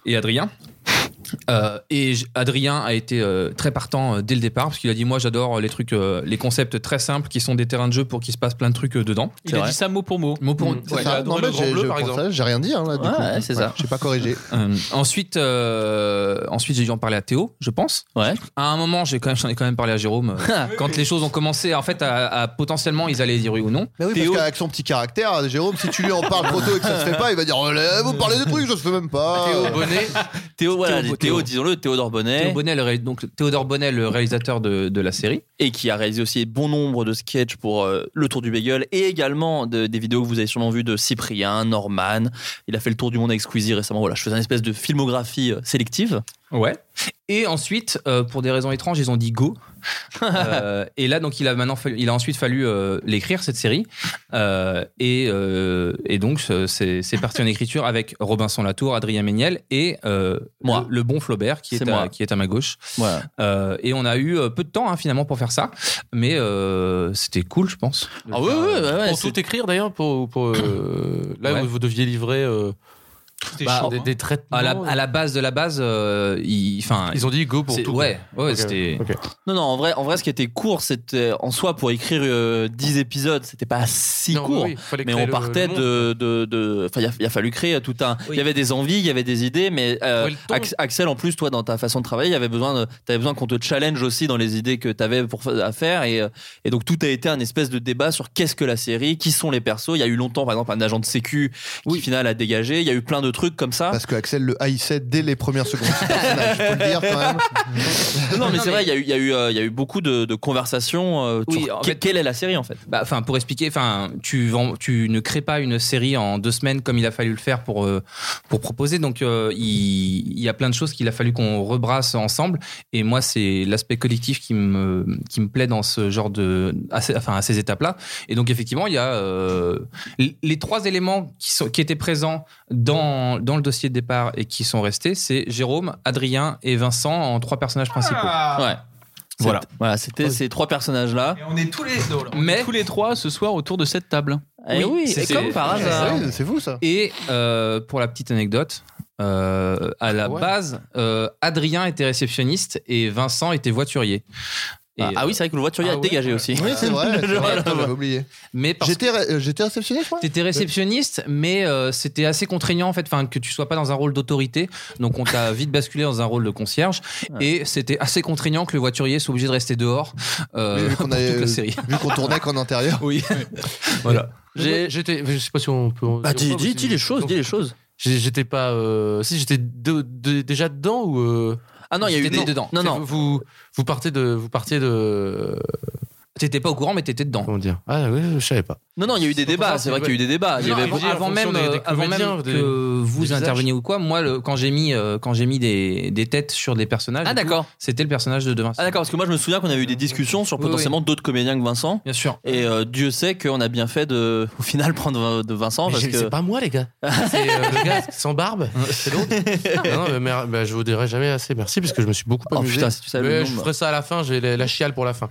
S4: et Adrien. Euh, et J- Adrien a été euh, très partant euh, dès le départ parce qu'il a dit moi j'adore les trucs euh, les concepts très simples qui sont des terrains de jeu pour qu'il se passe plein de trucs euh, dedans.
S16: Il a dit ça mot pour mot.
S4: Mot pour
S16: mot.
S4: mot. Ouais.
S10: Ah, non, mais j'ai- je prends ça, J'ai rien dit, hein, là, du
S4: Ouais,
S10: coup.
S4: ouais, c'est ça.
S10: J'ai pas corrigé.
S4: Euh, ensuite, euh, ensuite j'ai dû en parler à Théo, je pense.
S9: Ouais.
S4: À un moment, j'ai quand même, j'en ai quand même parlé à Jérôme. euh, quand les choses ont commencé, en fait, à, à- potentiellement, ils allaient dire oui ou non.
S10: Mais oui, parce qu'avec son petit caractère, Jérôme, si tu lui en parles trop tôt et que ça se fait pas, il va dire oh là, Vous parlez de trucs, je ne fais même pas.
S4: Bah,
S9: Théo, voilà, Théo,
S4: Théo-
S9: disons-le, Théodore Bonnet.
S4: Théo Bonnet, le ré- donc Théodore Bonnet, le réalisateur de, de la série.
S9: Et qui a réalisé aussi bon nombre de sketchs pour euh, Le Tour du Bagel et également de- des vidéos que vous avez sûrement vues de Cyprien, Norman. Il a fait le tour du monde avec Squeezie récemment. Voilà, je faisais une espèce de filmographie euh, sélective.
S4: Ouais. Et ensuite, euh, pour des raisons étranges, ils ont dit go. Euh, et là, donc, il a maintenant, fallu- il a ensuite fallu euh, l'écrire cette série. Euh, et, euh, et donc, ce- c'est c'est parti en écriture avec Robinson Latour, Adrien Méniel et euh, Le, le bon Flaubert qui est,
S9: C'est
S4: à,
S9: moi.
S4: qui est à ma gauche.
S9: Voilà.
S4: Euh, et on a eu euh, peu de temps hein, finalement pour faire ça, mais euh, c'était cool, je pense. de
S9: Ah ouais,
S4: faire,
S9: ouais,
S4: euh,
S9: ouais, ouais,
S8: pour
S9: c'est-
S8: tout écrire d'ailleurs, pour, pour, euh, là
S4: Ouais.
S8: où vous deviez livrer euh,
S9: Ah,
S4: Bah,
S9: hein.
S8: des, des traitements.
S4: à la, à la base de la base, euh, ils, enfin,
S8: Ils ont dit go pour
S4: c'est-
S8: tout,
S4: Ouais,
S8: quoi.
S4: ouais,
S8: Ok,
S4: c'était.
S8: ok.
S9: Non, non, en vrai, en vrai, ce qui était court, c'était en soi pour écrire euh, 10 épisodes, c'était pas si
S8: Non,
S9: court.
S8: oui, oui, fallait
S9: mais
S8: créer
S9: on
S8: le-
S9: partait
S8: le
S9: de. de, de- enfin, il a, il a fallu créer tout un. Il y avait des envies, il y avait des idées, mais euh, Ax- Axel, en plus, toi, dans ta façon de travailler, il y avait besoin de- t'avais besoin qu'on te challenge aussi dans les idées que t'avais pour, fa- à faire. Et, euh, et donc, tout a été un espèce de débat sur qu'est-ce que la série, qui sont les persos. Il y a eu longtemps, par exemple, un agent de sécu qui, au final, a dégagé. Il y a eu plein de trucs comme ça.
S10: Parce que Axel le haïssait dès les premières secondes. du personnage, je peux le dire quand même.
S9: Non, mais c'est vrai, il y a eu, il y a eu, euh, il y a eu beaucoup de, de conversations euh, sur que- quelle est la série en fait.
S4: Bah, enfin, pour expliquer, enfin, tu, vends- tu ne crées pas une série en deux semaines comme il a fallu le faire pour, euh, pour proposer. Donc, euh, il, il y a plein de choses qu'il a fallu qu'on rebrasse ensemble. Et moi, c'est l'aspect collectif qui me, qui me plaît dans ce genre de, à ces- enfin, à ces étapes-là. Et donc, effectivement, il y a euh, l- les trois éléments qui, sont, qui étaient présents dans, dans le dossier de départ et qui sont restés, c'est Jérôme, Adrien et Vincent en trois personnages principaux.
S16: Ah,
S9: Ouais.
S4: Ah. Voilà.
S9: Voilà, c'était ces trois personnages là.
S16: On est tous les
S4: Mais
S16: tous les trois ce soir autour de cette table.
S9: Eh oui,
S4: c'est-
S9: et
S4: c'est-
S9: comme par
S4: c'est-
S9: hasard.
S4: c'est-
S10: C'est vous ça
S4: Et euh, pour la petite anecdote, euh, à
S9: Ah
S4: la base, euh, Adrien était réceptionniste et Vincent était voiturier. Et,
S9: Ah, ah oui, c'est vrai que le voiturier
S4: Ah
S9: a
S4: ouais.
S9: dégagé aussi.
S10: Oui, c'est vrai, c'est vrai, putain, j'avais oublié.
S4: Mais parce
S10: J'étais ré- euh, j'étais réceptionniste, moi
S4: T'étais réceptionniste, mais euh, c'était assez contraignant en fait, enfin que tu sois pas dans un rôle d'autorité. Donc on t'a vite basculé dans un rôle de concierge et c'était assez contraignant que le voiturier soit obligé de rester dehors euh,
S10: Mais vu
S4: pour
S10: qu'on avait-
S4: toute la série.
S10: Vu qu'on tournait qu'en intérieur.
S4: Oui. voilà.
S8: J'ai- J'étais, je sais pas si on peut.
S9: Bah, dis- dis- dis les choses, dis les choses.
S8: J'étais pas. euh, si j'étais de- de- déjà dedans ou. euh,
S9: Ah non, il y a eu
S8: j'étais
S9: des- non,
S8: C'est-
S9: non.
S8: Vous, vous partez de, vous partiez de.
S4: T'étais pas au courant, mais t'étais dedans.
S8: Comment dire Ah oui, je savais pas.
S9: Non, non, il y a eu des débats, c'est vrai qu'il y a eu des débats. Il y
S4: Non,
S9: avait
S4: avant,
S9: beaucoup-
S4: avant même, euh, avant même que vous interveniez ou quoi, moi, le- quand j'ai mis, euh, quand j'ai mis des, des têtes sur des personnages,
S9: Ah,
S4: du coup,
S9: d'accord.
S4: c'était le personnage de demain.
S9: Ah d'accord, parce que moi je me souviens qu'on avait eu des discussions sur
S4: Oui,
S9: potentiellement d'autres comédiens que Vincent.
S4: Bien sûr.
S9: Et euh, Dieu sait qu'on a bien fait de, au final, prendre de Vincent
S8: Mais
S9: parce
S8: j'ai-
S9: que.
S8: C'est pas moi, les gars. C'est euh, le gars sans barbe. C'est l'autre. non, non, mais mer- bah, je vous dirai jamais assez merci parce que je me suis beaucoup
S9: Oh,
S8: amusé.
S9: putain, si tu savais le
S8: Mais
S9: nombre.
S8: je ferai ça à la fin. J'ai la, la chiale pour la fin.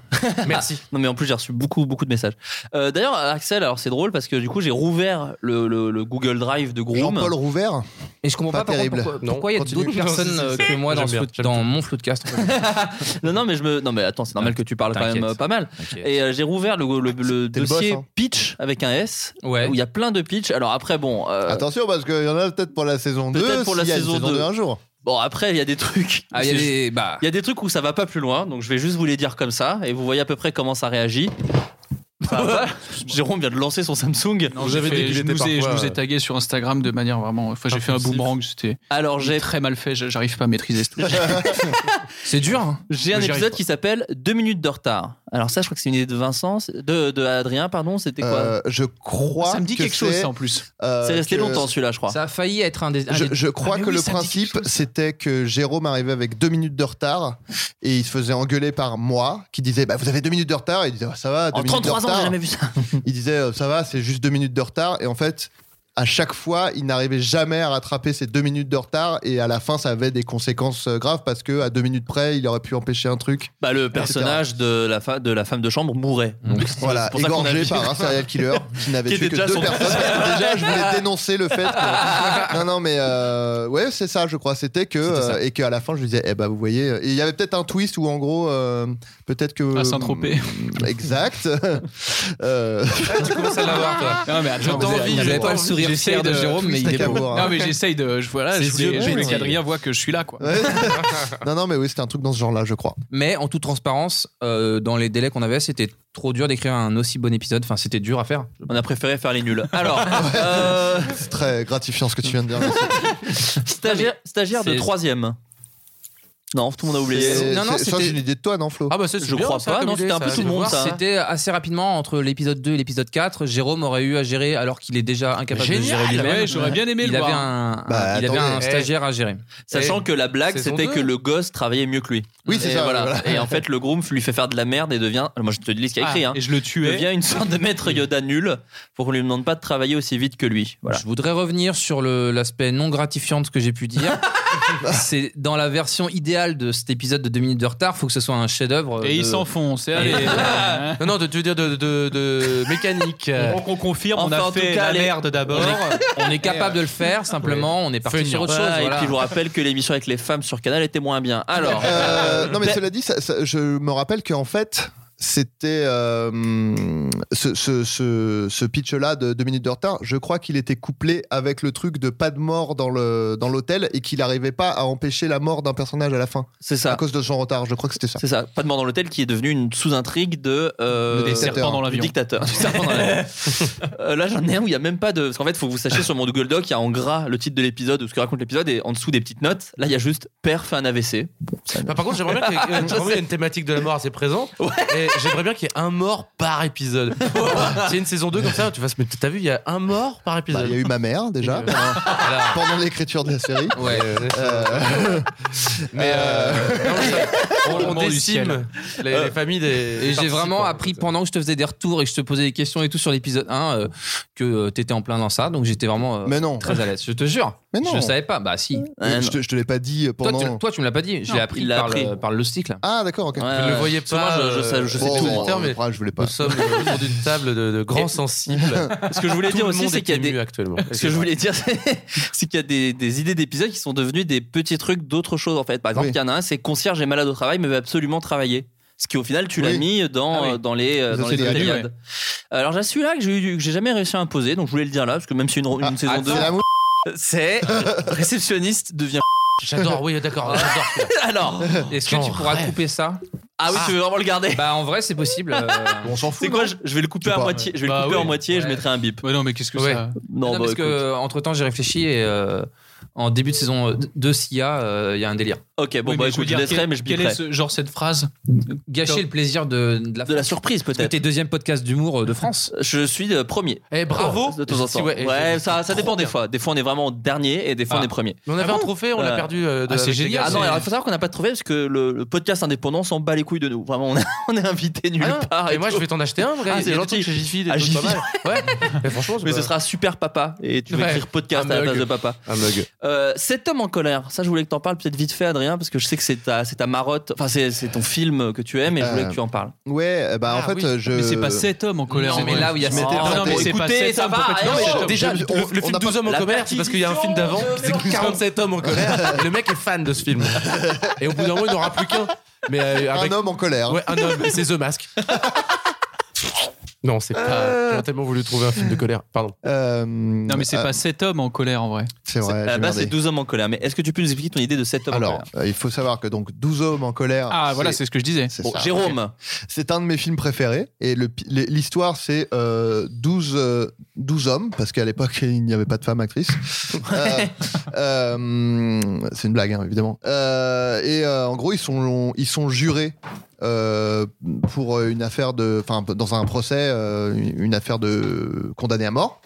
S8: Merci.
S9: Non mais en plus j'ai reçu beaucoup beaucoup de messages. Euh, D'ailleurs Axel, alors c'est drôle parce que du coup j'ai rouvert le, le- le Google Drive de Groom.
S10: Jean-Paul Rouvert
S4: Et je comprends
S10: Pas
S4: pas, par contre,
S10: terrible.
S4: pourquoi-
S10: Non,
S4: pourquoi il y a
S10: continue.
S4: d'autres personnes
S10: Non,
S4: euh,
S10: c'est-
S4: que moi dans,
S9: j'aime
S4: ce
S9: bien,
S4: flood- dans mon floodcast.
S9: non non mais je me non mais attends c'est normal que tu parles quand même
S4: T'inquiète.
S9: euh, pas mal.
S4: T'inquiète.
S9: Et euh, j'ai rouvert le, le- le
S10: le boss,
S9: dossier
S10: hein.
S9: pitch avec un S
S4: Ouais.
S9: où il y a plein de pitch. Alors après bon. euh,
S10: Attention, parce qu'il y en a peut-être pour la saison 2.
S9: Peut-être pour la
S10: s'il y a une
S9: saison
S10: saison
S9: 2.
S10: 2 un jour.
S9: Bon, après, il y a des trucs.
S4: Ah, il y a
S9: C'est-
S4: des- bah.
S9: Il y a des trucs où ça va pas plus loin, donc je vais juste vous les dire comme ça, et vous voyez à peu près comment ça réagit. Jérôme vient de lancer son Samsung.
S11: Non, j'ai fait- je, nous ai, je
S10: euh,
S11: nous ai tagué sur Instagram de manière vraiment. Enfin, j'ai fait un
S9: Impulsif.
S11: boomerang. C'était
S9: Alors, j'ai-
S11: très mal fait. je- J'arrive pas à maîtriser ce truc. C'est dur. hein.
S9: J'ai un
S11: Mais j'y
S9: épisode
S11: arrive
S9: qui s'appelle 2 minutes de retard. Alors ça, je crois que c'est une idée de Vincent, c'est- de, de Adrien, pardon. C'était quoi
S10: Euh, je crois.
S9: Ça me dit
S10: que
S9: quelque chose,
S10: c'est,
S9: ça, en plus.
S10: euh,
S9: C'est resté
S10: que-
S9: longtemps, celui-là, je crois.
S8: Ça a failli être un des. un
S10: Je,
S8: des-
S10: je crois
S8: Ah, mais
S10: que
S8: oui,
S10: le
S8: ça me dit
S10: principe, c'était que Jérôme arrivait avec deux minutes de retard et il se faisait engueuler par moi qui disait bah, Vous avez deux minutes de retard. Et il disait Ah, Ça va, deux
S9: En
S10: minutes de
S9: 33 ans,
S10: retard.
S9: j'ai jamais vu ça.
S10: il disait euh, ça va, c'est juste deux minutes de retard. Et en fait, à chaque fois, il n'arrivait jamais à rattraper ces deux minutes de retard. Et à la fin, ça avait des conséquences euh, graves parce que à deux minutes près, il aurait pu empêcher un truc.
S9: Bah, le personnage de la, fa- de la femme de chambre mourait.
S8: Mmh.
S9: Donc, c'est
S10: Voilà,
S9: pour ça qu'on a
S10: égorgé
S9: vu-
S10: par un serial killer qui n'avait
S9: Qui
S10: tué
S9: était
S10: que
S9: déjà
S10: deux
S9: son-
S10: personnes. déjà, je voulais dénoncer le fait que. Non, non, mais euh, ouais, c'est ça, je crois. C'était que. euh, et qu'à la fin, je lui disais, eh ben, vous voyez. Et il y avait peut-être un twist où, en gros, euh, peut-être que.
S11: À Saint-Tropez.
S10: Exact. Euh,
S11: Tu commences à l'avoir, toi. Non, mais attends,
S10: Vous avez-
S11: envie,
S10: vous avez
S11: j'attends
S10: pas le
S11: envie.
S10: sourire
S11: J'essaye
S10: fier de Jérôme, mais il est beau.
S11: Non, mais j'essaye de. Je, voilà,
S10: Ses
S11: je voulais,
S10: yeux
S11: je voulais
S10: brillent.
S11: qu'Adrien voit que je suis là, quoi.
S10: Ouais. non, non, mais oui, c'était un truc dans ce genre-là, je crois.
S8: Mais en toute transparence, euh, dans les délais qu'on avait, c'était trop dur d'écrire un aussi bon épisode. Enfin, c'était dur à faire.
S9: On a préféré faire les nuls. Alors, euh,
S10: C'est très gratifiant ce que tu viens de dire.
S9: stagiaire, stagiaire de
S10: C'est-
S9: troisième. Non, tout le monde a oublié.
S10: non, non, ça, c'est une idée de toi, non, Flo
S9: Ah bah, c'est- Je bien, crois ça, pas, comme non, idée, c'était un ça, peu tout je le vais monde, voir. ça. hein.
S8: C'était assez rapidement entre l'épisode 2 et l'épisode 4. Jérôme aurait eu à gérer alors qu'il est déjà incapable de
S9: Génial,
S8: gérer lui-même.
S9: ouais, j'aurais bien aimé
S8: il
S9: le
S8: avait
S9: voir.
S8: Un, un-
S9: Bah,
S8: il avait
S9: attendez.
S8: un stagiaire à gérer.
S9: Sachant
S8: Et-
S9: que la blague,
S8: saison
S9: c'était que
S8: deux.
S9: le gosse travaillait mieux que lui.
S8: Oui, c'est
S9: Ah, Et
S8: ça,
S9: Voilà.
S8: voilà.
S9: Et en fait, le groom lui fait faire de la merde et devient. Moi, je te dis ce qu'il a
S8: Ah,
S9: écrit. hein.
S8: et je le tuais.
S9: Devient une sorte de maître Yoda nul pour qu'on lui demande pas de travailler aussi vite que lui. Voilà.
S8: Je voudrais revenir sur le- l'aspect non gratifiant de ce que j'ai pu dire. c'est dans la version idéale de cet épisode de 2 minutes de retard, faut que ce soit un chef-d'œuvre.
S11: Et
S8: de-
S11: il s'enfonce. et allez.
S4: non, non, de- tu veux dire de, de- de mécanique.
S11: Donc, on confirme, on
S4: Enfin,
S11: a
S4: en tout
S11: fait
S4: cas,
S11: la
S4: les-
S11: merde d'abord.
S8: On est capable de le faire, simplement, on est parti sur autre chose.
S9: Voilà,
S8: voilà.
S9: Et puis je vous rappelle que l'émission avec les femmes sur Canal était moins bien. Alors,
S10: Euh, non, mais cela dit, ça- ça- je me rappelle qu'en fait, c'était euh, ce, ce, ce, ce pitch-là de 2 minutes de retard. Je crois qu'il était couplé avec le truc de pas de mort dans le dans l'hôtel et qu'il n'arrivait pas à empêcher la mort d'un personnage à la fin.
S9: C'est ça.
S10: À cause de son retard, je crois que c'était ça.
S9: c'est ça. Pas de mort dans l'hôtel qui est devenu une sous-intrigue de. euh,
S10: Le dictateur. Serpent dans
S9: du
S10: l'avion.
S9: dictateur. Du serpent dans l'avion. Euh, là, j'en ai un où il n'y a même pas de. Parce qu'en fait, faut que vous sachiez sur mon Google Doc, il y a en gras le titre de l'épisode, ce que raconte l'épisode, et en dessous des petites notes. Là, il y a juste Père fait un AVC.
S4: Bah, par contre, j'aimerais bien qu'il y, ait- euh, j'aimerais bien qu'il y ait une thématique de la mort assez présente. Et j'aimerais bien qu'il y ait un mort par épisode. C'est une saison 2 comme ça, tu vas se mais T'as vu, il y a un mort par
S10: Bah,
S4: épisode.
S10: Il y a eu ma mère déjà pendant, pendant l'écriture de la série.
S8: Bah,
S4: Ouais.
S10: Euh,
S4: Mais euh, on, on
S8: Vraiment du
S4: décime
S8: ciel.
S4: les, les familles des.
S8: Et j'ai vraiment appris pendant que je te faisais des retours et que je te posais des questions et tout sur l'épisode 1 euh, que euh, t'étais en plein dans ça. Donc j'étais vraiment euh,
S10: Mais non.
S8: très à l'aise. Je te jure.
S10: Mais non.
S8: Je le savais pas. Bah si.
S10: je te, je te l'ai pas dit
S8: Toi,
S10: pendant.
S8: tu, toi, tu me l'as pas dit. Je
S10: Non,
S8: l'ai appris,
S10: il l'a
S8: par,
S10: appris.
S8: Le, par le stick, là.
S10: Ah d'accord, ok. Euh,
S8: Ouais,
S4: Je
S8: ouais.
S4: le voyais
S9: Parce que moi,
S4: pas. euh,
S9: je- je sais- je sais tout, moi.
S4: mais
S10: Ouais, ah, je voulais pas.
S4: Nous sommes euh, autour d'une table de, de grands sensibles.
S9: Ce que je voulais
S4: Tout
S9: dire
S4: le
S9: aussi,
S4: monde
S9: c'est
S4: est
S9: qu'il y a
S4: ému
S9: des-
S4: actuellement.
S9: Ce que je voulais dire, c'est c'est qu'il y a des, des idées d'épisodes qui sont devenues des petits trucs d'autres choses en fait. Par exemple,
S10: Oui.
S9: il y en a un, c'est concierge est malade au travail mais veut absolument travailler. Ce qui au final, tu l'as
S10: Oui.
S9: mis dans,
S10: Ah oui.
S9: euh, dans les, euh,
S10: Les
S9: dans les
S10: autres,
S9: deux
S10: c'est
S9: périodes.
S10: lui,
S9: Alors j'ai celui-là que j'ai eu- que j'ai jamais réussi à imposer, donc je voulais le dire là parce que même si une, une
S10: Ah,
S9: saison
S10: ah,
S9: 2
S10: c'est l'amour.
S9: c'est réceptionniste devient.
S4: J'adore, oui, d'accord. j'adore.
S9: Alors,
S8: Est-ce que tu pourras couper ça
S9: ah oui, tu veux vraiment le garder
S8: Bah en vrai, c'est possible. euh.
S10: On s'en fout.
S9: C'est quoi je, je vais le couper
S10: Je sais
S9: à
S10: pas,
S9: moitié. Je vais
S11: Bah
S9: le couper
S11: oui.
S9: en moitié. et Je
S8: Ouais.
S9: mettrai un bip.
S11: Ouais, non, mais qu'est-ce que
S8: Ouais.
S11: ça.
S9: Non,
S4: hein.
S8: Non,
S9: bah,
S8: parce
S9: écoute.
S8: que entre temps, j'ai réfléchi et euh, en début de saison 2 SIA, euh, il y a un délire.
S9: Ok, bon
S11: Oui,
S9: bah
S11: mais je veux
S9: écoute, je
S11: dire,
S9: laisserai,
S11: quel-
S9: mais je
S11: Quel est
S9: biperai.
S11: ce, genre cette phrase
S8: Gâcher le plaisir de, de la,
S9: De la surprise
S8: Parce que
S9: peut-être.
S8: t'es deuxième podcast d'humour euh, de France.
S9: Je suis euh, premier.
S4: Eh, bravo
S9: De temps en temps.
S4: Si, ouais,
S9: Ouais,
S4: je- Ah.
S9: ça, ça
S4: trop
S9: dépend des
S4: bien.
S9: fois. Des fois, on est vraiment dernier et des fois, on est premier.
S4: Mais on avait un trophée, on
S9: Ouais.
S4: l'a perdu. euh, de-
S11: Ah, c'est
S4: avec les
S11: génial,
S4: gars.
S9: Ah non,
S11: c'est-
S9: alors il faut savoir qu'on n'a pas trouvé parce que le, le podcast indépendant s'en bat les couilles de nous. Vraiment, on, a- on est invité nulle
S4: Ah non,
S9: part.
S4: Et moi,
S9: tout.
S4: je vais t'en acheter un, mon gars.
S9: Ah,
S4: Il y
S9: c'est
S4: a des
S9: gentil.
S4: trucs chez Jiffy, des
S9: Ah,
S4: trucs pas
S9: Jiffy.
S4: mal. Ouais. Mais franchement, c'est
S9: Mais
S4: pas-
S9: ce sera super papa et tu vas
S4: Ouais. Ah,
S9: écrire podcast
S4: Un
S9: à la place
S4: mug.
S9: de papa.
S4: un mug.
S9: Euh, Cet homme en colère, ça je voulais que t'en parles peut-être vite fait Adrien parce que je sais que c'est ta, c'est ta marotte, enfin c'est c'est ton film que tu aimes et je voulais
S10: Euh,
S9: que tu en parles.
S10: Ouais, bah en
S4: Ah,
S10: fait,
S4: oui.
S10: je.
S11: Mais c'est pas cet homme en colère.
S8: Non,
S11: en
S8: mais
S11: vrai.
S8: là où il y a
S10: Je
S8: ça.
S4: Ah,
S10: m'étais
S11: Oh, non,
S10: raté.
S11: mais c'est pas
S9: Écoutez,
S11: cet
S9: ça
S11: homme,
S9: va,
S11: complètement,
S9: hein,
S11: c'est
S9: mais
S11: cet
S9: bon,
S11: homme.
S4: Déjà,
S10: on-
S4: le,
S10: on
S4: le film
S10: n'a pas-
S4: 12 hommes en
S9: la
S4: colère, c'est parce qu'il y a un film d'avant,
S9: perdition de
S4: c'est 47 hommes en colère, et le mec est fan de ce film. Et au bout d'un moment, il n'aura plus qu'un. Mais euh, avec
S10: Un homme en colère.
S4: Ouais, un homme, et c'est The Mask. Non, c'est pas. J'aurais tellement voulu trouver un film de colère. Pardon.
S11: non, mais c'est pas 7 hommes en colère en vrai.
S10: Euh, C'est vrai.
S9: À
S10: j'ai
S9: la base,
S10: merdé.
S9: c'est 12 hommes en colère. Mais est-ce que tu peux nous expliquer ton idée de 7 hommes en
S10: Alors,
S9: colère
S10: euh, il faut savoir que donc 12 hommes en colère.
S11: Ah, voilà, c'est ce que je disais.
S10: c'est
S9: Bon,
S10: ça.
S9: Jérôme.
S10: Ok. C'est un de mes films préférés. Et le pi- les- l'histoire, c'est euh, 12, euh, 12 hommes, parce qu'à l'époque, il n'y avait pas de femmes actrices. Euh, euh, c'est une blague, hein, évidemment. Euh, et euh, en gros, ils sont, ils sont jurés. euh, pour une affaire de, enfin, dans un procès, euh, une une affaire de condamné à mort.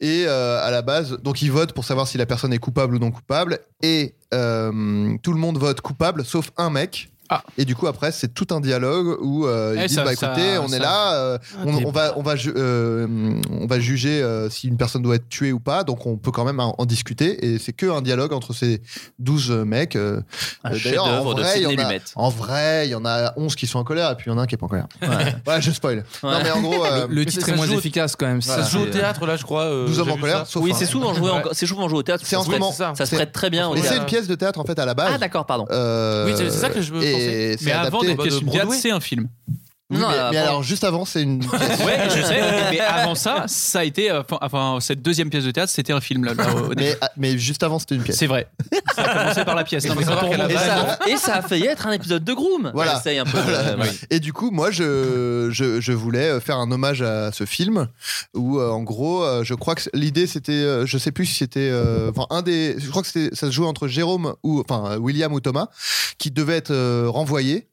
S10: Et euh, à la base, donc ils votent pour savoir si la personne est coupable ou non coupable. Et euh, tout le monde vote coupable, sauf un mec. Et du coup, après, c'est tout un dialogue où euh,
S11: Eh,
S10: ils disent
S11: ça-
S10: Bah
S11: ça-
S10: écoutez, on
S11: ça-
S10: est là, euh,
S9: Ah,
S10: on, on va, on, va ju- euh, on va juger euh, si une personne doit être tuée ou pas, donc on peut quand même en, en discuter. Et c'est que un dialogue entre ces 12 mecs. euh.
S9: Un
S10: Euh, d'ailleurs, en
S9: chef-d'œuvre de
S10: vrai, il y en
S9: Sidney
S10: a-
S9: Lumet.
S10: En vrai, il y en a 11 qui sont en colère, et puis il y en a un qui est pas en colère. Ouais, je spoil. Non, mais en gros. euh,
S8: Le titre est moins efficace quand même.
S10: Voilà.
S4: Ça se joue au théâtre, là, je crois. euh,
S10: 12 hommes
S4: j'ai
S10: en
S4: vu
S10: colère,
S4: ça.
S10: sauf
S9: Oui,
S10: un.
S9: c'est souvent joué, en...
S4: Ouais.
S9: c'est souvent joué au théâtre.
S10: C'est en
S9: ça
S10: ce
S9: se
S10: moment.
S9: prête- Ça se
S10: C'est-
S9: prête très bien. au
S10: Mais c'est
S9: théâtre.
S10: une pièce de théâtre en fait à la base.
S9: Ah d'accord, pardon.
S10: Euh,
S4: Oui, c'est c'est ça que je veux
S10: et
S4: penser.
S10: c'est
S11: Mais avant euh,
S10: adapté-
S11: d'être pièce de
S10: Broadway.
S11: théâtre, c'est un film.
S10: Oui,
S9: Non, euh,
S10: mais, mais
S9: avant-
S10: alors juste avant, c'est une. pièce-
S11: Ouais, je sais. Mais avant ça, ça a été. euh, Enfin, cette deuxième pièce de théâtre, c'était un film. Là, là, au- au début.
S10: mais, ah, mais juste avant, c'était une pièce.
S11: C'est vrai. Ça a commencé par la pièce. Non, mais quand on
S9: Et
S11: remonte-
S9: ça, et ça a failli être un épisode de Groom.
S10: Voilà.
S9: J'essaye un peu.
S10: Voilà.
S9: euh, oui.
S10: Et du coup, moi, je, je, je voulais euh, faire un hommage à ce film où, euh, en gros, euh, je crois que l'idée c'était, euh, je sais plus si c'était, euh, enfin, un des, je crois que c'était, ça se jouait entre Jérôme ou, enfin, euh, William ou Thomas qui devait être euh, renvoyé.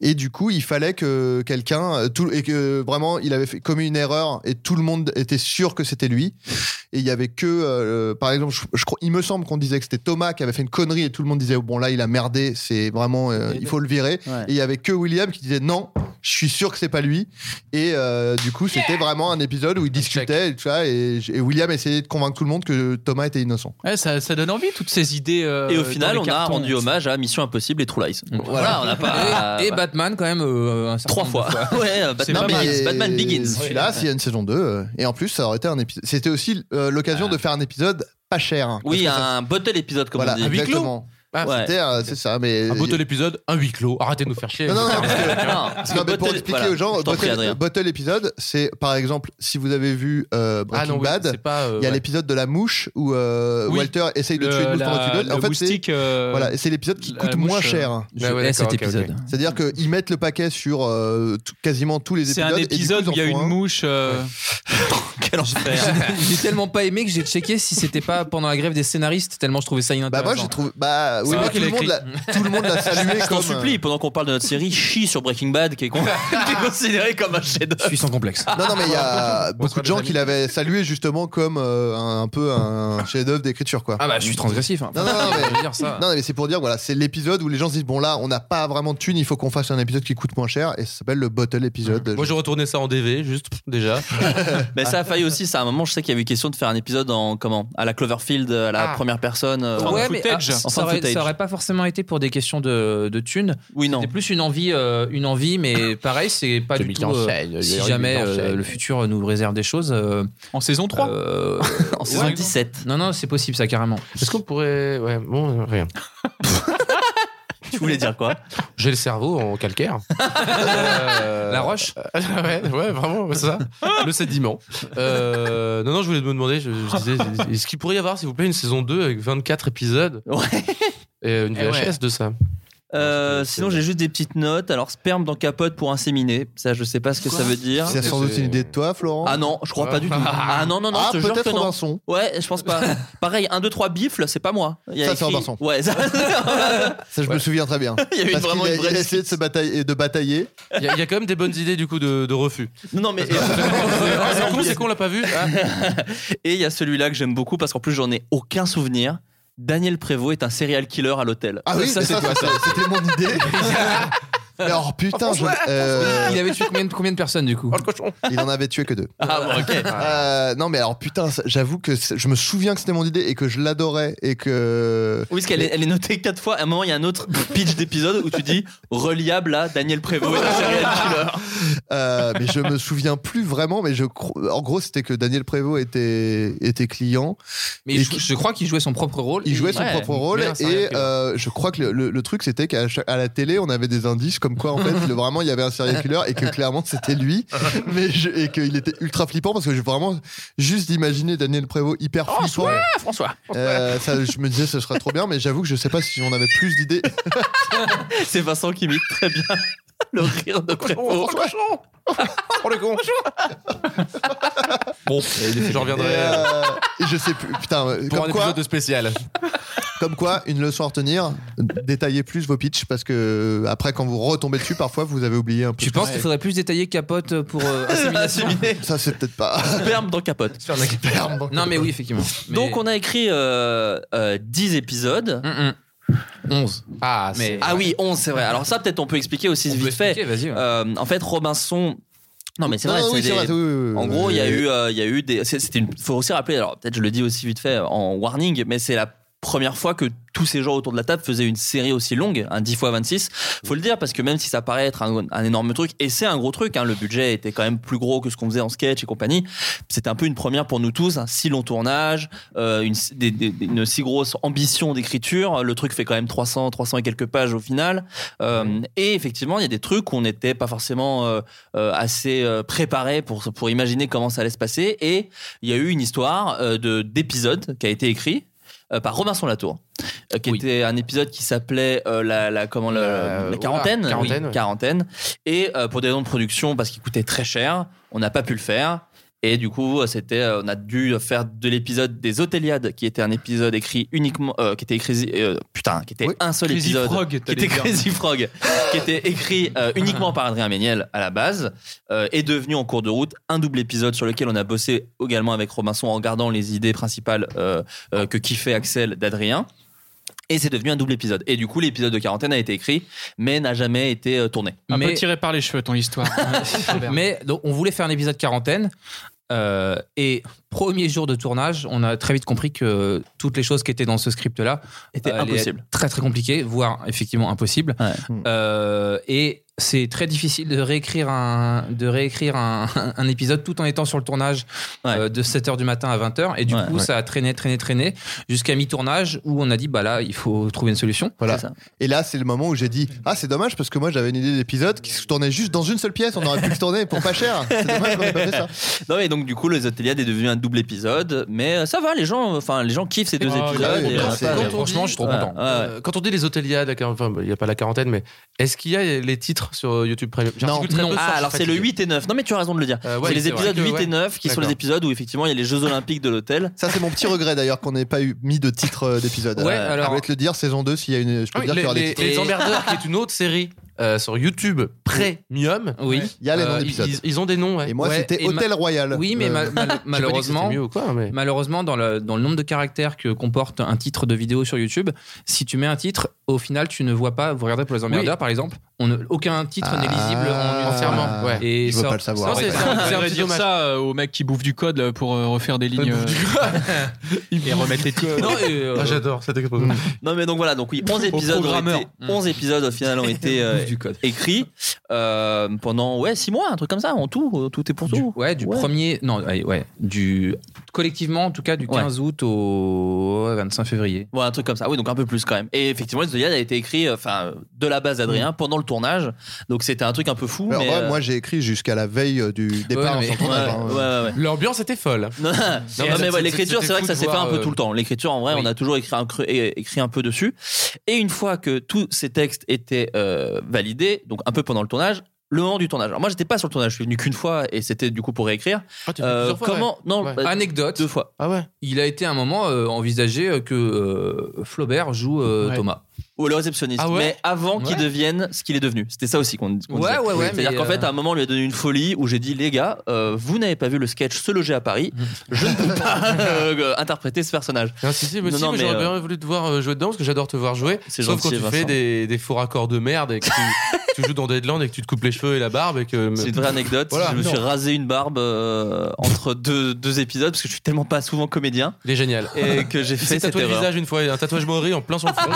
S10: Et du coup, il fallait que quelqu'un, euh, tout, et que vraiment, il avait fait- commis une erreur et tout le monde était sûr que c'était lui. Et il y avait que, euh, par exemple, je, je crois- il me semble qu'on disait que c'était Thomas qui avait fait une connerie et tout le monde disait, bon là, il a merdé, c'est vraiment, euh, il faut le virer.
S9: Ouais.
S10: Et il y avait que William qui disait non, je suis sûr que c'est pas lui. Et euh, du coup, c'était vraiment un épisode où ils discutaient et tout ça. Et, j- et William essayait de convaincre tout le monde que Thomas était innocent.
S11: Ouais, ça, ça donne envie toutes ces idées. euh,
S9: Et au
S11: dans
S9: final,
S11: les
S9: on a
S11: cartons.
S9: rendu hommage à Mission Impossible et True Lies. Voilà,
S10: Voilà.
S9: on n'a pas.
S8: Et, et
S9: voilà.
S8: Batman quand même euh, un certain
S9: Trois
S8: nombre de
S9: fois. ouais, euh,
S11: C'est
S9: Batman,
S11: pas mal.
S9: Begins. Batman Begins.
S10: Celui-là, s'il y a une saison 2. euh, Et en plus, ça aurait été un épisode. C'était aussi euh, l'occasion de faire un épisode pas cher. Parce
S9: Oui,
S10: que ça-
S9: un bottle épisode, comme
S10: voilà,
S9: on dit.
S4: huis clos.
S10: exactement.
S4: Ah,
S9: Ouais.
S10: C'était, euh, C'est ça, mais.
S4: Un beau tel épisode, un huis clos. Arrêtez de nous faire chier.
S10: Non,
S11: Ah
S10: non, non, parce que-
S9: Non,
S10: Parce que pour
S9: bottle-
S10: expliquer
S9: voilà,
S10: aux gens,
S9: je t'en prie,
S10: Bottle,
S9: Adrien.
S10: Bottle épisode, c'est par exemple si vous avez vu euh, Breaking
S4: Ah non, oui,
S10: Bad,
S4: c'est pas. euh,
S10: il y a
S4: ouais.
S10: l'épisode de la mouche où euh,
S11: Oui.
S10: Walter essaye de
S11: Le-
S10: tuer une mouche
S11: la-
S10: pendant qu'il donne.
S11: le
S10: En fait, c'est
S11: moustique, euh,
S10: voilà, et c'est l'épisode qui
S11: la
S10: coûte
S11: mouche,
S10: moins
S11: euh,
S10: cher.
S8: Je
S4: Ah ouais,
S8: hais
S4: d'accord,
S8: cet
S4: ok, ok.
S8: épisode.
S10: C'est-à-dire qu'ils mettent le paquet sur euh, tout- quasiment tous les
S11: C'est
S10: épisodes.
S11: un
S10: et du coup,
S11: épisode
S10: ils
S11: où
S10: en
S11: il y a
S10: font
S11: une
S10: un.
S11: mouche. euh,
S9: Quel enfer.
S8: J'ai tellement pas aimé que j'ai checké si c'était pas pendant la grève des scénaristes, tellement je trouvais ça
S10: Bah
S8: inintéressant.
S10: moi j'ai trouvé bah oui
S11: euh, moi
S10: mais
S11: qui
S10: tout le
S11: l'ai
S10: monde l'a tout le monde l'a salué
S9: Je
S10: comme
S9: t'en supplie, pendant qu'on parle de notre série, chie sur Breaking Bad, qui est, con- qui est considéré comme un
S8: Je
S9: chef-d'œuvre.
S8: suis sans complexe.
S10: euh, non non mais il y a beaucoup
S4: sera
S10: de gens
S4: des
S10: qui l'avaient salué justement comme euh, un, un peu un chef-d'œuvre d'écriture quoi.
S8: Ah bah je suis transgressif. hein.
S10: Non, non, non, mais-
S8: Je veux dire
S11: ah.
S8: ça.
S10: Non mais c'est pour dire voilà c'est l'épisode où les gens se disent bon là on n'a pas vraiment de thunes il faut qu'on fasse un épisode qui coûte moins cher et ça s'appelle le bottle épisode.
S4: Moi, j'ai retourné ça en DV, juste, pff, déjà.
S9: Mais ça a failli aussi, ça à un moment, je sais qu'il y avait question de faire un épisode en comment À la Cloverfield, à la
S4: Ah.
S9: première personne. euh,
S11: Found
S8: Ouais, mais ah,
S11: footage.
S8: ça,
S9: Enfin,
S8: aurait,
S9: footage.
S8: ça aurait pas forcément été pour des questions de, de thunes.
S9: Oui, non.
S8: C'était plus une envie, euh, une envie, mais pareil, c'est pas du tout. euh, si jamais euh, le futur nous réserve des choses, euh,
S11: En saison 3.
S8: euh,
S9: En saison
S8: ouais.
S9: 17.
S8: non non, c'est possible ça carrément.
S4: Est-ce qu'on pourrait. Ouais, bon, euh, rien.
S9: Tu voulais dire quoi
S4: J'ai le cerveau en calcaire. Euh,
S8: La roche.
S4: ouais, ouais, vraiment, c'est ça. Le sédiment. Euh, non, non, je voulais me demander, je, je disais, est-ce qu'il pourrait y avoir, s'il vous plaît, une saison 2 avec 24 épisodes
S9: Ouais.
S4: et une
S11: Eh ouais.
S4: VHS de ça
S9: Euh, sinon, j'ai juste des petites notes. Alors, sperme dans capote pour inséminer. Ça, je sais pas ce que ça veut dire.
S10: C'est sans doute une idée de toi Florent.
S9: Ah non, je crois pas du tout. Ah non, non, non,
S10: Ah,
S9: je te jure que
S10: peut-être
S9: non.
S10: Robinson.
S9: Ouais, je pense pas. Pareil, 1, 2, 3 bifle, c'est pas moi. Il y a
S10: Ça, c'est
S9: écrit-
S10: Robinson.
S9: Ouais, ça-
S10: Ça je me souviens très bien.
S9: Il y a eu
S10: Parce
S9: vraiment
S10: qu'il a-
S9: une vraie
S10: il a essayé de se batailler de batailler.
S4: Il y, a- il y a quand même des bonnes idées, du coup, de, de refus.
S9: Non, non, mais.
S4: Ah, c'est con, c'est con, on l'a pas vu. Ah.
S9: Et il y a celui-là que j'aime beaucoup parce qu'en plus, j'en ai aucun souvenir. Daniel Prévost est un serial killer à l'hôtel.
S10: Ah oui,
S8: Ça,
S10: mais
S8: c'est
S10: ça,
S8: toi,
S10: ça, c'était mon idée. Mais oh putain, je- euh,
S8: Ah, Il avait tué combien de, combien de personnes du coup
S10: Oh, il en avait tué que deux.
S9: Ah, bon, ok.
S10: Euh, non mais alors putain, ça- j'avoue que c'est- je me souviens que c'était mon idée et que je l'adorais et que
S9: Oui, parce qu'elle est, elle est notée quatre fois. À un moment, il y a un autre pitch d'épisode où tu dis reliable à Daniel Prévost est un serial killer.
S10: euh, mais je me souviens plus vraiment mais je cro- en gros c'était que Daniel Prévost était était client,
S8: Mais
S10: Et
S8: je,
S10: qui-
S8: je crois qu'il jouait son propre rôle.
S10: il jouait son
S9: Ouais,
S10: propre rôle
S4: mais un serial
S10: et
S4: killer.
S10: euh, je crois que le, le- le truc c'était qu'à chaque- à la télé on avait des indices comme quoi en fait le- vraiment il y avait un serial killer et que clairement c'était lui mais je- et qu'il était ultra flippant parce que je, vraiment juste d'imaginer Daniel Prévost hyper flippant
S9: François
S10: euh, ça, je me disais ce serait trop bien mais j'avoue que je sais pas si on avait plus d'idées
S9: c'est Vincent qui imite très bien le rire de Prévost
S8: Oh le con Bon, j'en reviendrai.
S10: Et,
S8: euh,
S10: euh, et je sais plus. Putain, euh,
S8: Pour
S10: comme
S8: un
S10: quoi,
S8: épisode de spécial.
S10: comme quoi, une leçon à retenir, détaillez plus vos pitchs parce que euh, après, quand vous retombez dessus, parfois vous avez oublié un peu.
S4: Tu penses qu'il faudrait plus détailler capote pour euh, insémination
S10: Ça, c'est peut-être pas.
S9: Sperme dans capote.
S4: Non, mais oui, effectivement.
S9: Donc on a écrit euh, euh, 10 épisodes.
S4: Hum, Mm, 11.
S9: Ah,
S4: c'est-
S9: ah oui, 11, c'est vrai. Alors ça, peut-être on peut expliquer aussi vite fait. Euh, en fait, Robinson... Non, mais c'est
S10: Non,
S9: vrai.
S10: non, oui,
S9: c'est
S10: c'est
S9: des-
S10: vrai, oui, oui, oui.
S9: en gros, il y a
S10: Oui.
S9: eu, euh, il y a eu des. c'est- C'était une. Faut aussi rappeler. Alors peut-être je le dis aussi vite fait en warning, mais c'est la première fois que tous ces gens autour de la table faisaient une série aussi longue, un 10 x 26. Faut le dire parce que même si ça paraît être un, un énorme truc, et c'est un gros truc, hein, le budget était quand même plus gros que ce qu'on faisait en sketch et compagnie, c'était un peu une première pour nous tous, un si long tournage, euh, une, si- des- des- des- une si grosse ambition d'écriture, le truc fait quand même 300, 300 et quelques pages au final, Euh, et effectivement il y a des trucs où on n'était pas forcément euh, euh, assez euh, préparé pour, pour imaginer comment ça allait se passer, et il y a eu une histoire euh, de- d'épisode qui a été écrit euh, par Robinson Latour, euh, qui était un épisode qui s'appelait euh, la, la- comment le- la quarantaine,
S8: oula, quarantaine,
S9: oui,
S8: ouais.
S9: quarantaine. et euh, pour des raisons de production parce qu'il coûtait très cher, on n'a pas pu le faire. Et du coup, euh, c'était, euh, on a dû faire de l'épisode des Otéliades, qui était un épisode écrit uniquement, euh, qui était écrit, euh, putain, qui était un seul
S17: Crazy
S9: épisode,
S17: Frog,
S9: qui
S17: t'allais
S9: était
S17: dire.
S9: Crazy Frog, qui était écrit euh, uniquement par Adrien Méniel à la base, euh, est devenu en cours de route un double épisode sur lequel on a bossé également avec Robinson en gardant les idées principales euh, euh, que kiffait Axel d'Adrien. Et c'est devenu un double épisode. Et du coup, l'épisode de quarantaine a été écrit, mais n'a jamais été euh, tourné.
S17: Un peu tiré par les cheveux ton histoire. Ah,
S4: Mais donc, on voulait faire un épisode quarantaine. euh, et premier jour de tournage, on a très vite compris que toutes les choses qui étaient dans ce script-là
S9: Étaient
S4: allaient
S9: impossibles.
S4: être Très très compliquées, voire effectivement impossibles. Euh, et c'est très difficile de réécrire un, de réécrire un, un épisode tout en étant sur le tournage euh, de 7h du matin à 20h. Et du
S9: Ouais,
S4: coup,
S9: ouais.
S4: ça a traîné, traîné, traîné jusqu'à mi-tournage où on a dit, bah là, il faut trouver une solution.
S10: Voilà. Et là, c'est le moment où j'ai dit Ah, c'est dommage parce que moi j'avais une idée d'épisode qui se tournait juste dans une seule pièce. On aurait pu le tourner pour pas cher. C'est dommage qu'on ait pas fait ça.
S9: non mais donc du coup, les Otéliades est devenu un double épisode, mais euh, ça va, les gens, enfin les gens kiffent ces deux
S8: Ah,
S9: épisodes.
S8: oui,
S9: et,
S8: bah,
S9: euh,
S8: c'est-
S9: c'est-
S8: quand on dit- Euh, Quand on dit les hôteliers, enfin, il n'y a pas la quarantaine, mais est-ce qu'il y a les titres sur YouTube Premium J'articule très peu sur- je
S9: Ah,
S8: suis
S9: alors c'est le
S8: fatigué.
S9: 8 et 9. Non, mais tu as raison de le dire.
S8: Euh, ouais,
S9: c'est les
S8: c'est vrai
S9: épisodes
S8: que,
S9: 8
S8: ouais.
S9: et 9 qui sont les
S8: D'accord.
S9: épisodes où effectivement il y a les Jeux Olympiques de l'hôtel.
S10: Ça, c'est mon petit regret d'ailleurs qu'on n'ait pas eu, mis de titre euh, d'épisode.
S9: Ouais,
S10: Euh,
S9: alors-
S10: Je vais te le dire, saison 2, s'il y a une. Je peux
S8: Ah oui,
S10: te dire qu'il y aura des
S8: les, les,
S10: titres.
S8: les emmerdeurs, qui est une autre série euh, sur YouTube premium.
S4: Oui.
S10: Il y a les noms
S8: Euh,
S10: d'épisodes.
S8: Ils, ils ont des noms. ouais.
S10: Et moi,
S4: Ouais,
S10: c'était
S4: et ma-
S10: Hôtel Royal.
S4: Oui, mais
S10: Euh,
S4: mal- mal-
S8: j'ai pas dit que
S4: malheureusement,
S8: c'était mieux ou quoi, mais-
S4: malheureusement dans, le, dans le nombre de caractères que comporte un titre de vidéo sur YouTube, si tu mets un titre, au final, tu ne vois pas. Vous regardez pour les emmerdeurs, par exemple, on ne- aucun titre
S9: Ah.
S4: n'est lisible en entièrement.
S8: ouais.
S4: Et
S10: Je veux
S4: ça-
S10: pas le savoir.
S4: ça,
S10: en
S4: c'est-
S10: fait.
S4: c'est un
S17: On
S4: petit
S17: devrait dire
S4: dommage.
S17: ça euh, aux mecs qui bouffent du code là, pour euh, refaire des lignes euh, et remettre les titres.
S4: Non, et, euh,
S8: Ah, J'adore cette exposition.
S9: Non mais donc voilà, donc oui, 11
S17: Au
S9: épisodes, ont
S17: programmeur.
S9: été, 11 épisodes au final ont été euh, écrits euh, pendant ouais 6 mois, un truc comme ça, en tout, euh, tout est pour tout.
S4: Ouais, du premier. Non, ouais, ouais, du. Collectivement, en tout cas, du 15 août au 25 février.
S9: Ouais, un truc comme ça. Oui, donc un peu plus quand même. Et effectivement, les Zodiac a été écrit, euh, enfin, de la base d'Adrien pendant le tournage. Donc c'était un truc un peu fou.
S10: Alors,
S9: mais,
S10: ouais,
S9: euh,
S10: moi, j'ai écrit jusqu'à la veille euh, du départ
S9: ouais,
S10: sur le tournage, hein.
S9: ouais, ouais, ouais.
S8: L'ambiance était folle.
S9: Non, non,
S8: mais
S9: non, mais
S8: c'est-
S9: ouais,
S8: c'est-
S9: l'écriture,
S8: c'était
S9: c'est vrai que
S8: fou
S9: ça
S8: de
S9: s'est fait un
S8: voir,
S9: peu
S8: euh,
S9: tout le temps. L'écriture, en vrai, on a toujours écrit un, creux- é- écrit un peu dessus. Et une fois que tous ces textes étaient euh, validés, donc un peu pendant le tournage, le moment du tournage. Alors moi, j'étais pas sur le tournage, je suis venu qu'une fois et c'était du coup pour réécrire. Euh,
S8: tu l'as fait Ah, plusieurs fois,
S9: comment
S8: ouais.
S9: Non,
S8: Ouais.
S9: bah,
S4: Anecdote.
S9: deux fois.
S8: Ah ouais.
S4: Il a été à un moment euh, envisagé euh, que euh, Flaubert joue euh,
S9: Ouais.
S4: Thomas.
S9: Ou le réceptionniste.
S4: Ah ouais
S9: Mais avant qu'il
S4: Ouais.
S9: devienne ce qu'il est devenu. C'était ça aussi qu'on qu'on
S4: Ouais,
S9: disait.
S4: ouais, ouais,
S9: C'est-à-dire
S4: mais,
S9: qu'en fait,
S4: euh,
S9: à un moment, on lui a donné une folie où j'ai dit les gars, euh, vous n'avez pas vu le sketch Se loger à Paris. Je ne peux pas euh, interpréter ce personnage.
S8: Non, Ah, si, si, mais
S9: Non,
S8: si,
S9: non,
S8: mais
S9: mais,
S8: j'aurais
S9: euh,
S8: bien voulu te voir euh, jouer dedans parce que j'adore te voir jouer.
S9: C'est
S8: Sauf
S9: gentil,
S8: quand tu
S9: Vincent.
S8: fais des, des faux raccords de merde et que tu, tu joues dans Deadland et que tu te coupes les cheveux et la barbe et que.
S9: C'est une vraie anecdote.
S8: Voilà.
S9: je me
S8: Non.
S9: suis rasé une barbe euh, entre deux, deux épisodes parce que je suis tellement pas souvent comédien
S8: Il est génial.
S9: et que j'ai
S8: Il
S9: fait
S8: s'est
S9: cette
S8: tatoué le
S9: erreur.
S8: visage une fois, un tatouage Maori en plein sur le front.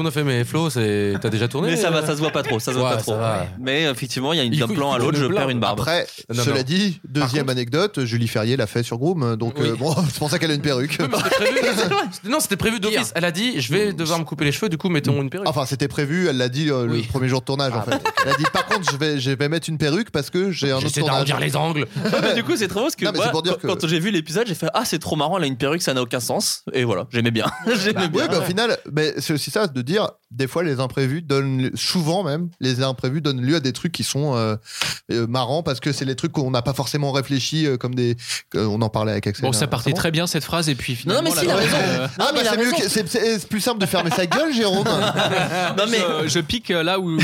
S4: Tout le monde a fait, mais Flo, c'est- t'as déjà tourné euh,
S9: Mais ça va, ça se voit pas trop, ça se voit
S4: Ouais,
S9: pas trop.
S4: va.
S9: Mais effectivement, il y a une
S4: Il
S9: d'un
S4: faut- il
S9: plan à
S4: faut
S9: l'autre,
S4: le
S9: je
S4: plan.
S9: perds une barbe.
S10: Après,
S9: Non,
S10: cela
S9: non.
S10: dit, deuxième anecdote, Julie Ferrier l'a fait sur Groom, donc euh, bon, c'est pour ça qu'elle a une perruque.
S4: Non, c'était prévu d'office. Elle a dit, je vais devoir me couper les cheveux, du coup, mettons une perruque.
S10: Enfin, c'était prévu, elle l'a dit euh, le premier jour de tournage en fait. Elle a dit par contre, je vais, je vais mettre une perruque parce que j'ai un autre
S4: J'essaie
S10: tournage.
S4: d'arrondir les angles.
S9: Ouais, mais du coup, c'est trop marrant parce que,
S10: Non, mais
S9: moi,
S10: c'est pour dire
S9: quand- quand
S10: que-
S9: j'ai vu l'épisode, j'ai fait Ah, c'est trop marrant, elle a une perruque, ça n'a aucun sens. Et voilà, j'aimais bien. j'aimais
S10: Oui,
S9: bien.
S10: bah, au final, mais c'est aussi ça de dire des fois les imprévus donnent souvent même les imprévus donnent lieu à des trucs qui sont euh, euh, marrants parce que c'est les trucs qu'on n'a pas forcément réfléchi euh, comme des que- on en parlait avec Axel.
S11: Bon, ça
S10: hein,
S11: partait
S10: récemment.
S11: très bien cette phrase, et puis
S9: non,
S11: finalement.
S9: mais si, il a
S11: la-
S9: raison.
S11: euh,
S9: Non,
S10: Ah bah
S9: mais il a
S10: c'est mieux
S9: raison.
S10: que c'est- c'est c'est plus simple de fermer sa gueule Jérôme.
S9: Non, mais
S11: je, je pique euh, là où.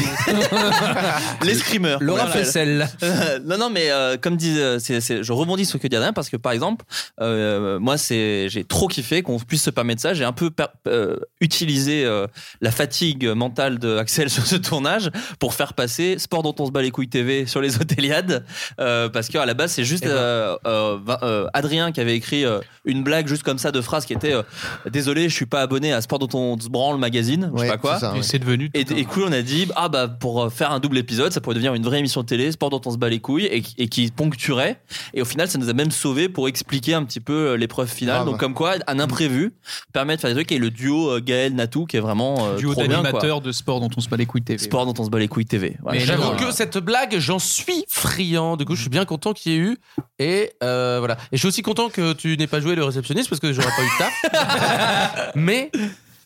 S9: les screamers.
S8: Laura
S9: Voilà.
S8: Flessel.
S9: Euh, non, non, mais euh, comme disent, euh, c'est- c'est- je rebondis sur ce que dit Adrien parce que par exemple, euh, moi, c'est, j'ai trop kiffé qu'on puisse se permettre ça. J'ai un peu per- euh, utilisé euh, la fatigue mentale de Axel sur ce tournage pour faire passer sport dont on se bat les couilles TV sur les Otéliades euh, parce qu'à la base, c'est juste euh, euh, va- euh, Adrien qui avait écrit euh, une blague juste comme ça de phrase qui était euh, désolé, je suis pas abonné à sport dont on se branle magazine, je sais
S10: Ouais,
S9: pas quoi.
S10: c'est ça, ouais.
S11: Et c'est devenu.
S9: Et, et cool, on a dit ah bah pour euh, faire un double épisode, ça pourrait devenir une vraie émission de télé, sport dont on se bat les couilles et, qui- et qui poncturait. Et au final, ça nous a même sauvé pour expliquer un petit peu euh, l'épreuve finale.
S10: Grave.
S9: Donc comme quoi, un imprévu permet de faire des trucs. Et le duo euh, Gaël Natou qui est vraiment euh,
S11: Duo
S9: trop bien, quoi.
S11: d'animateurs de sport dont on se bat les couilles TV.
S9: Sport dont on se bat les couilles TV. Voilà.
S11: Mais
S4: J'avoue
S11: Voilà.
S4: que cette blague, j'en suis friand. Du coup, je suis bien content qu'il y ait eu. Et euh, voilà. Et je suis aussi content que tu n'aies pas joué le réceptionniste parce que j'aurais pas eu le taf. Mais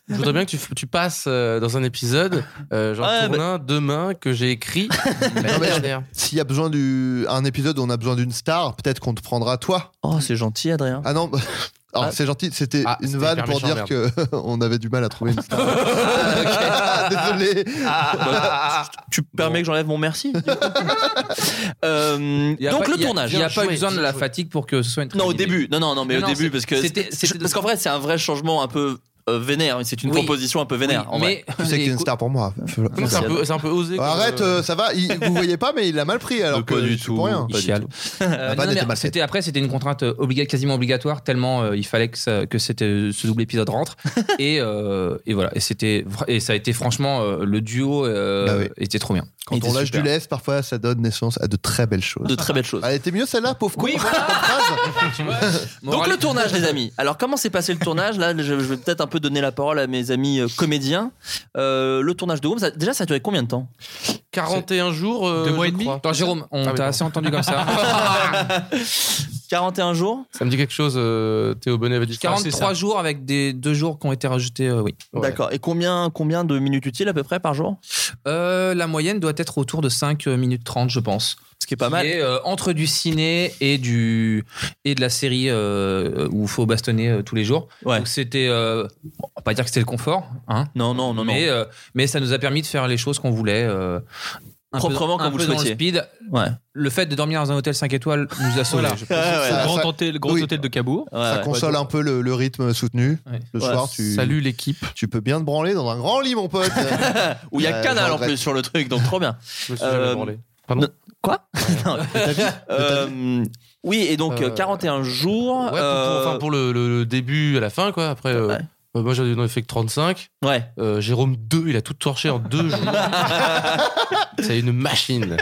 S4: je voudrais bien que tu, f- tu passes euh, dans un épisode, euh, genre
S9: Ouais,
S4: tourne un demain que j'ai écrit. l'année
S10: Non, mais-
S4: dernière.
S10: S'il y a besoin du un épisode où on a besoin d'une star, peut-être qu'on te prendra toi.
S9: Oh c'est gentil Adrien.
S10: Ah non. Alors,
S9: Ah.
S10: c'est gentil, c'était
S4: Ah,
S10: une
S4: c'était
S10: vanne
S4: hyper
S10: pour
S4: méchant,
S10: dire
S4: merde.
S10: que on avait du mal à trouver une star. Ah, ok. Ah, désolé.
S9: Bah, Tu permets que j'enlève mon merci. Euh,
S8: Il y a
S9: donc
S8: pas-
S9: le
S8: il y a-
S9: tournage.
S8: Il n'y a pas eu
S4: joué,
S8: besoin de
S4: bien
S8: la
S4: joué.
S8: fatigue pour que ce soit une très
S9: Non, au
S8: bonne idée.
S9: début. Non, non, non, mais
S8: Non,
S9: au
S8: non,
S9: début,
S8: c'est-
S9: parce que.
S8: c'était-
S9: je-
S8: c'était-
S9: Parce qu'en vrai, c'est un vrai changement un peu euh, vénère. C'est une
S8: Oui.
S9: proposition un peu vénère. en vrai.
S8: mais
S4: Ah,
S10: Tu sais que t'es une
S8: écoute-
S10: star pour moi.
S4: Donc, C'est un, peu- c'est un peu osé. comme,
S10: Arrête,
S4: euh,
S10: euh, ça va. il- vous voyez pas, mais il l'a mal pris. Alors
S9: Mais
S10: que
S9: pas du
S10: c'est
S9: tout.
S10: Pour rien.
S8: Il chiale. Euh,
S10: La vanne
S8: non, mais
S10: était mal faite.
S8: c'était après c'était une contrainte euh, obliga- quasiment obligatoire tellement euh, il fallait que, ça- que c'était ce double épisode rentre et, euh, et voilà et c'était vra- et ça a été franchement euh, le duo euh,
S10: Bah oui.
S8: était trop bien.
S10: Quand
S8: Il
S10: on
S8: était
S10: lâche
S8: super.
S10: du lest, parfois, ça donne naissance à de très belles choses.
S9: De très belles choses.
S10: Elle était mieux celle-là, pauvre con.
S8: Oui,
S10: Comme phrase.
S9: Donc le tournage, les amis. Alors comment s'est passé le tournage Là, je, je vais peut-être un peu donner la parole à mes amis euh, comédiens. Euh, le tournage de Home, ça- déjà, ça a duré combien de temps
S4: 41 jours. euh,
S11: Deux mois
S4: je
S11: et demi
S4: crois.
S8: Attends Jérôme, on
S4: Ah oui,
S8: t'a
S4: pardon.
S8: assez entendu comme ça.
S9: 41 jours.
S4: Ça me dit quelque chose, euh, Théo Bonnet avait dit ça.
S8: 43 jours avec des deux jours qui ont été rajoutés euh, oui.
S4: Ouais.
S9: D'accord. Et combien, combien de minutes utiles à peu près par jour
S8: Euh, la moyenne doit être autour de 5 minutes 30 je pense.
S9: Ce qui est pas mal.
S8: Et, euh, entre du ciné et du et de la série euh, où faut bastonner euh, tous les jours.
S9: Ouais.
S8: Donc c'était euh, bon, on va pas dire que c'était le confort hein,
S9: Non, non, non, non.
S8: mais, euh, mais ça nous a permis de faire les choses qu'on voulait. euh, un
S9: Proprement
S8: peu,
S9: comme
S8: un
S9: vous
S8: peu
S9: le
S8: dans
S9: souhaitiez.
S8: speed.
S9: Ouais.
S8: Le fait de dormir dans un hôtel 5 étoiles nous a sauvés. je pense.
S9: Ah, ouais,
S10: Ça-
S11: Le grand,
S10: ça-
S11: hôtel, le grand
S10: oui.
S11: hôtel de Cabourg.
S9: ouais,
S10: Ça
S9: ouais.
S10: console un peu le, le rythme soutenu.
S8: Ouais.
S10: Le
S9: Ouais,
S10: soir, tu,
S11: Salut l'équipe.
S10: tu peux bien te branler dans un grand lit, mon pote.
S9: Où il y a
S10: Euh,
S9: Canal
S10: j'en
S9: en plus
S10: regrette.
S9: sur le truc, donc trop bien.
S4: Je me suis jamais
S9: Euh,
S4: branlé.
S9: Quoi Non. Euh, Oui, et donc
S4: Euh,
S9: euh, 41 jours.
S4: Ouais, pour,
S9: euh,
S4: pour- enfin, pour le, le- le début à la fin, quoi. Après, euh,
S9: Ouais.
S4: euh, moi, j'en ai fait que 35.
S9: ouais.
S4: Euh, Jérôme 2, il a tout torché en deux jours. C'est une machine.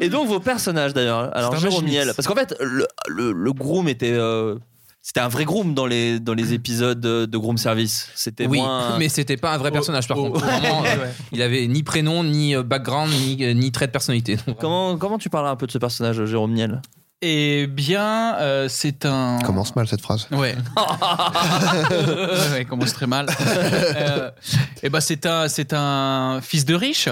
S9: Et donc vos personnages d'ailleurs. hein. Alors
S11: C'est un
S9: Jérôme
S11: match mix.
S9: Niel, parce qu'en fait le, le, le groom était euh, c'était un vrai groom dans les dans les épisodes de de groom service. C'était
S8: Oui,
S9: moins.
S8: mais c'était pas un vrai personnage par
S11: oh,
S8: contre. Vraiment, euh, Il avait ni prénom, ni euh, background, ni, euh, ni trait de personnalité. Donc,
S9: Comment comment tu parles un peu de ce personnage Jérôme Niel
S11: Eh bien, euh, c'est un.
S10: Commence mal cette phrase.
S11: Ouais. ouais, ouais, commence très mal. et ben c'est un, c'est un fils de riche.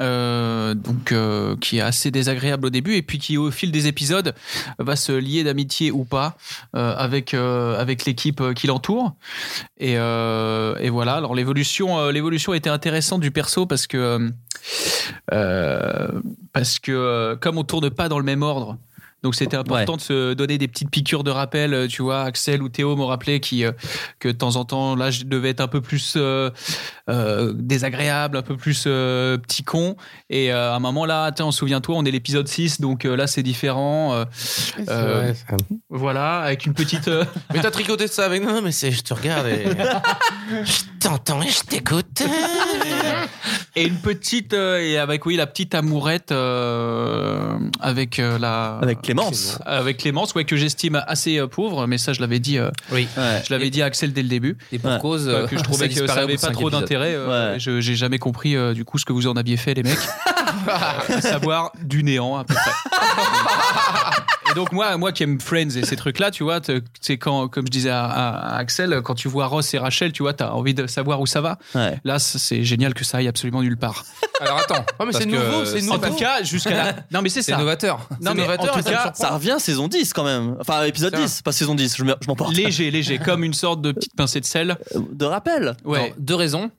S11: euh, donc euh, qui est assez désagréable au début et puis qui au fil des épisodes va se lier d'amitié ou pas euh, avec euh, avec l'équipe euh, qui l'entoure et, euh, et voilà alors l'évolution euh, l'évolution a été intéressante du perso parce que euh, euh, parce que euh, comme on tourne pas dans le même ordre donc c'était important de se donner des petites piqûres de rappel, euh, tu vois, Axel ou Théo m'ont rappelé qui, euh, que de temps en temps, là, je devais être un peu plus euh, euh, désagréable, un peu plus euh, petit con. Et euh, à un moment, là, tiens, souviens-toi, on est l'épisode 6, donc euh, là, c'est différent. euh, euh, voilà, avec une petite... euh,
S4: Mais t'as tricoté ça avec. Non, mais c'est. Je te regarde et. Je t'entends et je t'écoute. et une petite euh, et avec oui la petite amourette euh, avec euh, la
S9: Avec Clémence.
S4: avec Clémence ouais que j'estime assez euh, pauvre mais ça je l'avais dit euh,
S1: Oui.
S4: je l'avais dit à Axel dès le début
S1: Et pour cause,
S4: euh, que je trouvais que ça n'avait
S1: n'avait
S4: pas trop d'intérêt euh, et je- j'ai jamais compris euh, du coup ce que vous en aviez fait les mecs à savoir du néant à peu près et donc moi moi qui aime Friends et ces trucs là tu vois te- c'est quand comme je disais à, à- à Axel quand tu vois Ross et Rachel tu vois t'as envie de savoir où ça va là c- c'est génial que ça aille absolument nulle part
S1: Alors attends.
S8: mais
S1: parce
S8: c'est
S1: que,
S8: nouveau, c'est
S1: euh,
S8: nouveau.
S4: en tout cas jusqu'à la... non mais c'est
S1: C'est
S4: ça
S1: novateur.
S4: non mais en tout cas
S9: ça revient saison 10 quand même. Enfin, épisode 10, pas saison 10, je m'en- je m'en porte. Euh,
S4: léger léger comme une sorte de petite pincée de sel
S9: de rappel.
S4: ouais
S1: Alors, deux raisons.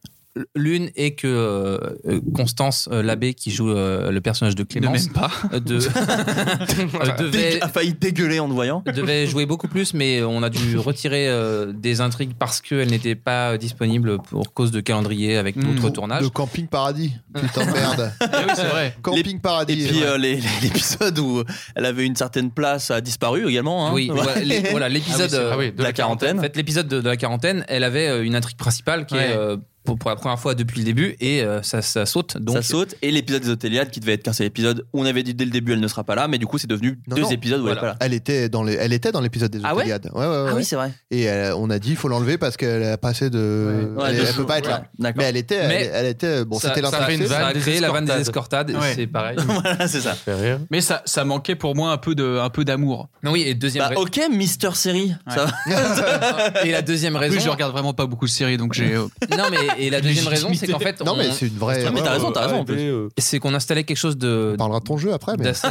S1: L'une est que euh, Constance euh, Labbé, qui joue euh, le personnage de Clémence,
S4: m'aime pas.
S1: euh, de, euh, devait,
S9: Dég- A failli dégueuler en te voyant.
S1: devait jouer beaucoup plus, mais on a dû retirer euh, des intrigues parce qu'elle n'était pas disponible pour cause de calendrier
S9: Mmh.
S1: avec d'autres tournages.
S10: Le camping paradis. Putain, merde.
S4: oui c'est vrai
S10: Camping paradis.
S9: Et puis euh, les- les- l'épisode où elle avait une certaine place a disparu également. hein.
S1: Oui,
S9: Ouais.
S1: voilà, les- voilà, l'épisode
S9: Ah oui, c'est-
S1: euh,
S9: ah oui, de la quarantaine.
S1: En fait, l'épisode de, de la quarantaine, elle avait euh, une intrigue principale qui
S4: Ouais.
S1: est euh, pour, pour la première fois depuis le début et euh, ça, ça saute. Donc,
S9: ça saute. Et l'épisode des Otéliades, qui devait être qu'un seul épisode, on avait dit dès le début, elle ne sera pas là, mais du coup, c'est devenu
S10: Non,
S9: deux
S10: non,
S9: épisodes où elle n'est pas là.
S10: Elle était dans les- elle était dans l'épisode des
S9: Ah ouais
S10: Otéliades. ouais, ouais, ouais.
S9: Ah oui, c'est vrai.
S10: Et euh, on a dit il faut l'enlever parce qu'elle a passé de.
S9: Ouais,
S10: elle,
S9: de
S10: elle
S9: jour,
S10: peut pas être
S9: ouais.
S10: là.
S9: D'accord.
S10: Mais elle était. Elle,
S1: Mais
S10: elle était. Bon,
S1: ça-
S10: c'était
S1: ça a fait
S10: l'interface.
S1: ça a
S8: vanne des
S1: créé la vanne des escortades,
S4: Ouais.
S1: c'est pareil.
S9: voilà, c'est ça.
S8: Fait rire.
S4: mais ça ça manquait pour moi un peu de un peu d'amour
S1: Non, oui, et deuxième
S9: Bah,
S1: rai-
S9: ok, Mister Série. Ça va.
S1: et la deuxième
S4: en
S1: raison.
S4: plus je regarde vraiment pas beaucoup de séries donc j'ai euh,
S1: Non mais et la deuxième raison c'est qu'en fait
S10: Non, mais
S1: on- euh,
S10: c'est une vraie.
S9: Ah, mais t'as raison, t'as raison en plus.
S1: c'est qu'on installait quelque chose de
S10: On parlera de ton jeu après. Mais...
S1: d'assez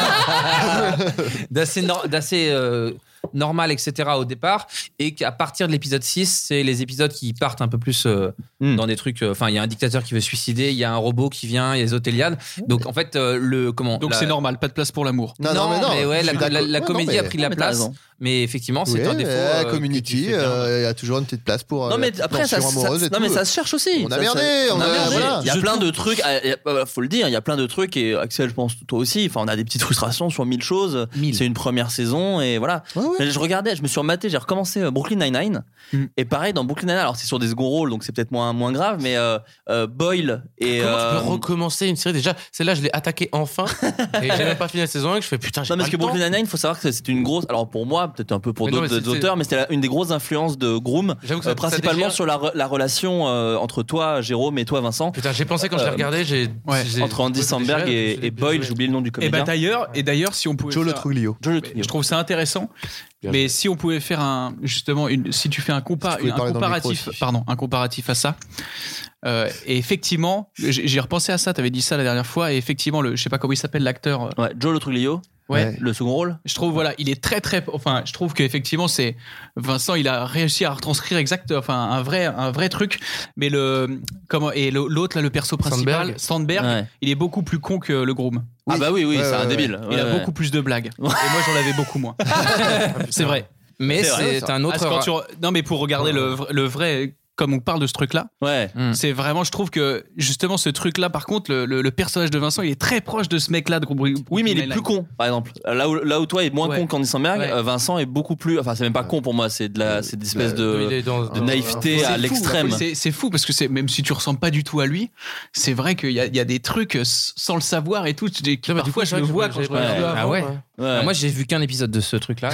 S8: Ah,
S1: d'assez nor- d'assez, euh, normal etc au départ et qu'à partir de l'épisode 6 c'est les épisodes qui partent un peu plus euh,
S9: Hmm.
S1: dans des trucs euh, enfin il y a un dictateur qui veut se suicider il y a un robot qui vient il y a les Otéliades
S8: Hmm.
S1: donc en fait euh, le comment
S4: donc
S1: la-
S4: c'est normal pas de place pour l'amour
S1: non, mais, ouais,
S10: je
S1: la,
S10: suis
S1: la- la
S10: d'accord. Ouais, non,
S1: comédie
S10: mais-
S1: a pris de la
S9: mais t'as
S1: place
S9: raison.
S1: mais effectivement c'est
S10: Ouais,
S1: un défaut
S10: euh,
S1: euh, que tu
S10: community,
S1: fais bien.
S10: euh, il y a toujours une petite place pour.
S9: Non
S10: euh,
S9: mais après ça,
S10: tension
S9: ça-
S10: amoureuse et
S9: non mais
S10: tout.
S9: ça se cherche aussi.
S10: On a
S9: Ça-
S10: merdé,
S9: ça-
S10: on a- voilà.
S9: Il y a
S1: Je
S9: plein de trucs. ah, il y a- bah, Faut le dire, il y a plein de trucs et Axel, je pense toi aussi. Enfin, on a des petites frustrations sur mille choses.
S1: Mille.
S9: C'est une première saison et voilà.
S10: Ouais, ouais.
S9: Mais Je regardais, je me suis rematé, j'ai recommencé euh, Brooklyn Nine-Nine.
S4: Mm.
S9: Et pareil, dans Brooklyn Nine-Nine, alors c'est sur des seconds rôles, donc c'est peut-être moins, moins grave, mais euh, euh, Boyle et.
S8: Ah, Comment tu
S9: euh,
S8: peux recommencer une série déjà Celle-là, je l'ai attaquée enfin et j'ai même pas fini la saison 1 que je fais putain, j'ai
S9: non,
S8: pas
S9: parce que
S8: le temps.
S9: Brooklyn Nine-Nine, il faut savoir que c'est une grosse. Alors pour moi, peut-être un peu pour
S8: Mais non,
S9: d'autres
S8: mais c'est-
S9: auteurs, mais c'était une des grosses influences de Groom,
S8: J'avoue que ça-
S9: euh,
S8: ça
S9: principalement
S8: dégénère.
S9: sur la, re- la relation euh, entre toi, Jérôme, et toi, Vincent.
S8: Putain, j'ai pensé quand je
S9: Euh,
S8: l'ai regardé, j'ai
S4: ouais,
S8: j'ai-
S9: Entre Andy
S8: j'ai-
S9: Samberg
S8: j'ai-
S9: et,
S8: j'ai-
S9: et Boyle, j'oublie le nom du
S4: et bah
S9: comédien.
S4: d'ailleurs et d'ailleurs si on pouvait
S10: Joe le
S4: faire-
S10: Truglio.
S9: Joe Le
S4: Mais
S9: Truglio.
S4: je trouve ça intéressant.
S8: Bien
S4: mais
S8: joué.
S4: si on pouvait faire un justement une, si tu fais un, compa-
S10: Si tu pouvais parler
S4: un
S10: dans le micro
S4: comparatif,
S10: aussi.
S4: pardon, un comparatif à ça. euh, et effectivement, j'ai j'ai repensé à ça. T'avais dit ça la dernière fois. Et effectivement, le, je sais pas comment il s'appelle l'acteur. euh,
S9: Ouais, Joe Le Truglio,
S4: Ouais.
S9: le second rôle.
S4: Je trouve voilà, il est très très. Enfin, je trouve qu'effectivement, c'est Vincent, il a réussi à retranscrire exact, enfin un vrai un vrai truc. Mais le comment et le- l'autre là, le perso principal, Sandberg,
S9: Ouais.
S4: il est beaucoup plus con que le groom.
S9: Ah bah oui, oui,
S10: Ouais,
S9: c'est
S10: ouais,
S9: un
S10: ouais.
S9: débile.
S4: Il
S9: Ouais,
S4: a
S9: ouais.
S4: beaucoup plus de blagues. Et moi, j'en avais beaucoup moins. c'est vrai.
S1: mais
S9: C'est vrai,
S1: c'est un autre
S4: Ah, quand tu re- Non, mais pour regarder le, vr- le vrai, comme on parle de ce truc-là,
S9: Ouais.
S1: Mm.
S4: c'est vraiment, je trouve que justement, ce truc-là, par contre, le, le- le personnage de Vincent, il est très proche de ce mec-là. De...
S9: Oui, mais il est plus con, par exemple. Là où, là où toi est moins
S4: Ouais.
S9: con qu'Andy Samberg,
S4: Ouais.
S9: euh, Vincent est beaucoup plus. Enfin, c'est même pas con pour moi, c'est de la, c'est des espèces
S8: Il
S9: de,
S8: est
S10: Euh,
S8: dans-
S9: de
S8: dans-
S9: naïveté
S4: C'est
S9: à
S4: fou.
S9: l'extrême.
S4: C'est c'est fou parce que c'est- même si tu ressembles pas du tout à lui, c'est vrai qu'il y, a- il y a des trucs euh, s- sans le savoir et tout. tu dis-
S8: Non, mais Bah, du
S4: parfois,
S8: coup,
S4: je
S8: c'est
S4: le
S8: vrai que
S4: vois
S8: j'ai-
S4: quand je
S8: j'ai-
S4: regarde.
S8: j'ai-
S1: Ah ouais.
S9: Ouais.
S1: moi j'ai vu qu'un épisode de ce truc là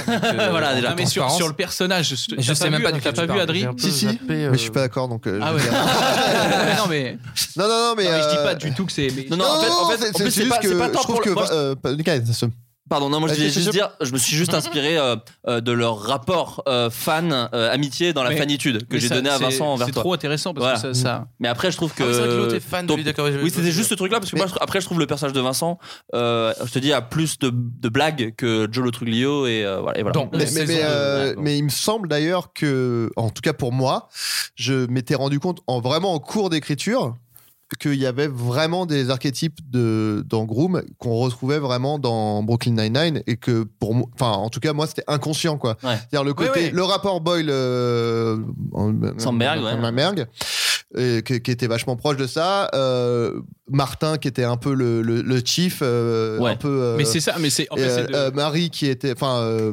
S9: Voilà, déjà.
S4: Non, mais sur, sur le
S8: hein.
S4: personnage,
S1: Je
S4: t'as
S1: sais
S4: pas
S1: même
S4: vu,
S1: pas de quoi
S4: t'as
S1: tu
S4: pas vu
S1: parles,
S4: Adri
S8: j'ai un peu
S10: Si, si.
S8: zappé, euh,
S10: Mais je suis pas d'accord donc. euh,
S4: Ah
S10: je
S4: ouais.
S10: veux dire-
S4: non, mais,
S10: Non, non, non, mais.
S4: non, mais je dis
S10: euh,
S4: pas du tout que c'est. mais-
S9: Non, non, en fait, en fait, en
S10: c'est- c'est
S9: plus, c'est
S10: juste
S9: pas,
S10: que
S9: c'est pas
S10: je
S9: tant
S10: trouve
S9: pour
S10: que.
S9: le- moi, je-
S10: euh, pas- Nicolas, ça se-
S9: Pardon, non, moi je
S10: Vas-y,
S9: voulais
S10: c'est sûr.
S9: juste dire, je me suis juste inspiré euh, euh, de leur rapport euh, fan euh, amitié dans la
S4: Mais-
S9: fanitude que
S4: mais
S9: j'ai
S4: ça,
S9: donné à
S4: c'est-
S9: Vincent envers
S4: C'est
S9: toi.
S4: trop intéressant parce que
S9: Voilà.
S4: ça- ça.
S9: Mais après, je trouve que.
S8: Ah oui, c'est vrai que l'autre est fan de
S9: ton-
S8: lui, d'accord, j'ai-
S9: Oui, c'était juste ce truc-là, parce que
S10: Mais-
S9: moi, je- après, je trouve le personnage de Vincent, euh, je te dis, a plus de, de blagues que Joe Le Truglio, et euh, voilà. Et voilà.
S8: Dans- La
S10: Mais, mais-
S8: saison
S10: mais,
S8: deux,
S10: euh,
S8: ouais, donc.
S10: mais il me semble d'ailleurs que, en tout cas pour moi, je m'étais rendu compte en vraiment en cours d'écriture qu'il y avait vraiment des archétypes de, dans Groom qu'on retrouvait vraiment dans Brooklyn Nine-Nine et que pour moi, enfin, en tout cas, moi, c'était inconscient, quoi.
S9: Ouais.
S10: C'est-à-dire le
S9: Oui,
S10: côté,
S9: oui.
S10: le rapport Boyle, euh,
S9: Sandberg, ouais.
S10: Sandberg, euh, qui, qui était vachement proche de ça. euh, Martin, qui était un peu le, le- le chief, euh,
S18: Ouais.
S10: un peu. euh,
S18: Mais c'est ça, mais c'est- en
S10: et,
S18: fait, c'est
S10: euh,
S18: de-
S10: euh, Marie, qui était, enfin, euh,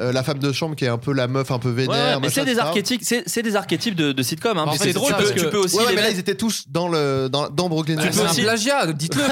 S10: euh, la femme de chambre, qui est un peu la meuf, un peu
S9: Ouais,
S10: vénère.
S9: ouais, mais
S10: machin,
S9: c'est des
S10: etc.
S9: archétypes, c'est c'est des archétypes de, de sitcom. Hein,
S10: Bah, En
S9: parce
S10: fait,
S9: que
S10: c'est
S9: tu
S10: drôle
S9: peux-
S10: parce
S9: tu
S10: que-
S9: peux aussi.
S10: Ouais, ouais,
S9: les
S10: mais là,
S9: mettre-
S10: ils étaient tous dans le dans, dans Brooklyn.
S9: Tu
S10: Nine-Nine.
S9: peux aussi-
S4: dites-le.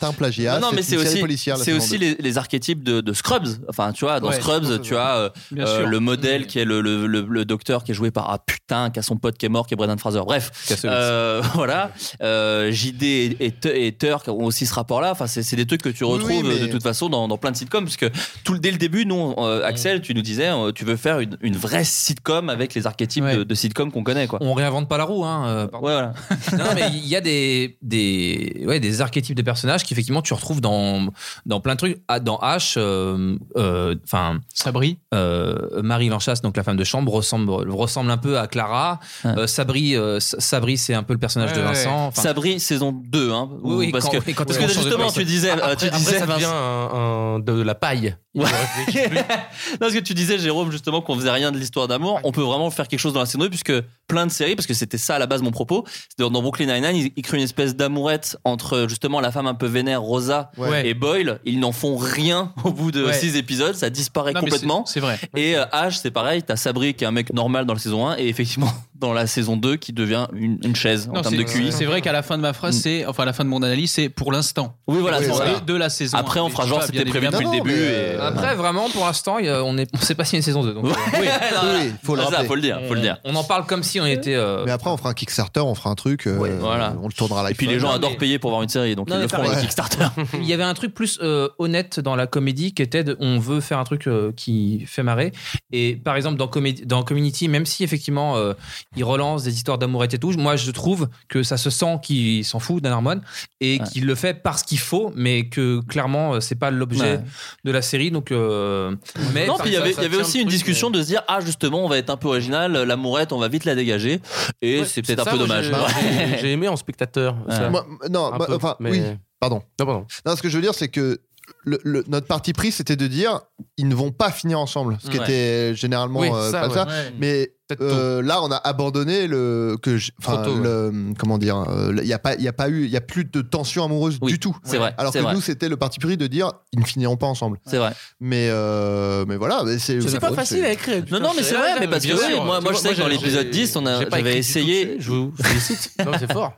S10: C'est un plagiat.
S9: Non, non, mais c'est
S10: une série
S9: aussi,
S10: policière, la
S9: c'est
S10: saison
S9: aussi
S10: deux.
S9: les, les archétypes de, de Scrubs. Enfin, tu vois, dans
S10: Ouais.
S9: Scrubs, tu as euh,
S10: Bien
S9: euh,
S10: sûr. Mm.
S9: le modèle qui est le, le, le- le docteur qui est joué par ah putain, qui a son pote qui est mort, qui est Brendan Fraser. Bref,
S18: Cassevis.
S9: Euh, voilà. Euh, JD et, et, T- et Turk ont aussi ce rapport-là. Enfin, c'est c'est des trucs que tu retrouves euh,
S18: oui, mais-
S9: de toute façon dans, dans plein de sitcoms, parce que tout le- dès le début, nous,
S10: Mm.
S9: euh, Axel, tu nous disais, euh, tu veux faire une, une vraie sitcom avec les archétypes de, de sitcom qu'on connaît, quoi.
S4: On réinvente pas la roue, hein. euh, pardon. non, non, mais il y a des, des, ouais, des archétypes de personnages qu'effectivement tu retrouves dans, dans plein de trucs. Ah, Dans H, euh, euh, enfin. euh,
S18: Sabri.
S4: Marie Lanchasse, donc la femme de chambre, ressemble, ressemble un peu à Clara. Euh, Sabri, euh, S- Sabri c'est un peu le personnage de Vincent. Enfin,
S9: Sabri saison 2 hein,
S4: Oui, oui,
S9: parce
S4: quand-
S9: que,
S4: et quand
S9: parce
S4: ils vont
S9: que
S4: changer de
S9: justement
S4: place.
S9: tu disais euh,
S8: Après,
S9: tu
S8: après,
S9: disais
S8: ça devient
S9: Vincent-
S8: un- un- de la paille.
S9: Ouais. non, parce que tu disais, Jérôme, justement, qu'on faisait rien de l'histoire d'amour. On peut vraiment faire quelque chose dans la saison 2, puisque plein de séries, parce que c'était ça à la base mon propos. c'est Dans dans Brooklyn Nine-Nine, ils, ils créent une espèce d'amourette entre justement la femme un peu vénère, Rosa,
S18: Ouais.
S9: et Boyle. Ils n'en font rien au bout de
S18: Ouais.
S9: 6 épisodes, ça disparaît
S18: Non, mais
S9: complètement.
S18: c'est- c'est vrai.
S9: Et euh, H, c'est pareil, t'as Sabri qui est un mec normal dans la saison 1, et effectivement, dans la saison 2, qui devient une, une chaise en
S18: Non,
S9: termes de
S18: c'est-
S9: QI.
S18: C'est vrai qu'à la fin de ma phrase,
S9: Mm.
S18: c'est enfin à la fin de mon analyse, c'est pour l'instant.
S9: Oui, voilà,
S18: C'est
S9: c'est ça.
S18: de la saison.
S9: Après,
S18: un.
S9: on fera
S18: Mais
S9: genre,
S18: pas,
S9: c'était
S18: bien
S9: prévu depuis
S18: évidemment. euh,
S9: le début, et- euh,
S4: Après, vraiment, pour l'instant, il y a- on ne sait pas s'il y a une saison 2. Donc,
S9: Oui, Ah,
S10: oui, faut le
S9: Ça,
S10: rappeler.
S9: faut le dire, faut le dire.
S4: On en parle comme si on était. euh,
S10: Mais après, on fera un Kickstarter, on fera un truc. euh,
S9: voilà.
S10: On le tournera à
S9: Et puis les gens
S4: Non,
S9: adorent
S4: mais-
S9: payer pour voir une série, donc
S4: Non,
S9: ils
S4: mais
S9: le feront
S4: pareil.
S9: avec Kickstarter.
S4: il y avait un truc plus euh, honnête dans la comédie qui était de- on veut faire un truc euh, qui fait marrer et par exemple dans, comédie, dans Community même si effectivement euh, ils relancent des histoires d'amourette et tout moi je trouve que ça se sent qu'il s'en fout d'un hormone et qu'il le fait parce qu'il faut mais que clairement euh, c'est pas l'objet
S9: Ouais.
S4: de la série donc euh, mais
S9: non,
S4: par-
S9: puis il y
S4: ça-
S9: avait,
S4: ça
S9: il y avait
S4: tient
S9: aussi
S4: le
S9: une
S4: truc,
S9: discussion de se dire ah justement on va être un peu original, l'amourette on va vite la dégager et c'est peut-être un
S8: Ça,
S9: peu
S8: moi,
S9: dommage.
S8: j'ai- j'ai- J'ai aimé en spectateur. ça.
S10: Moi, non,
S8: Un
S10: bah,
S8: peu,
S10: enfin,
S8: mais-
S10: oui. Pardon.
S8: Non, pardon.
S10: Non, ce que je veux dire, c'est que le- le- notre parti pris, c'était de dire ils ne vont pas finir ensemble, ce qui
S8: Ouais.
S10: était généralement
S8: Oui,
S10: euh,
S8: ça,
S10: pas
S8: ouais.
S10: ça.
S9: Hmm.
S8: Ouais.
S10: Mais euh, là, on a abandonné le que je- enfin,
S9: Trop tôt,
S10: le- comment dire, euh, il n'y a pas, il y a pas eu, il y a plus de tension amoureuse du tout.
S9: c'est vrai,
S10: Alors que
S9: c'est vrai.
S10: nous, c'était le parti pris de dire ils ne finiront pas ensemble.
S9: C'est vrai.
S10: Mais euh, mais voilà, mais c'est
S8: écrire.
S9: Non, non, mais c'est vrai, mais parce que oui, moi, moi je sais que dans l'épisode 10, on a, j'avais essayé. Je vous félicite.
S8: Non, c'est fort.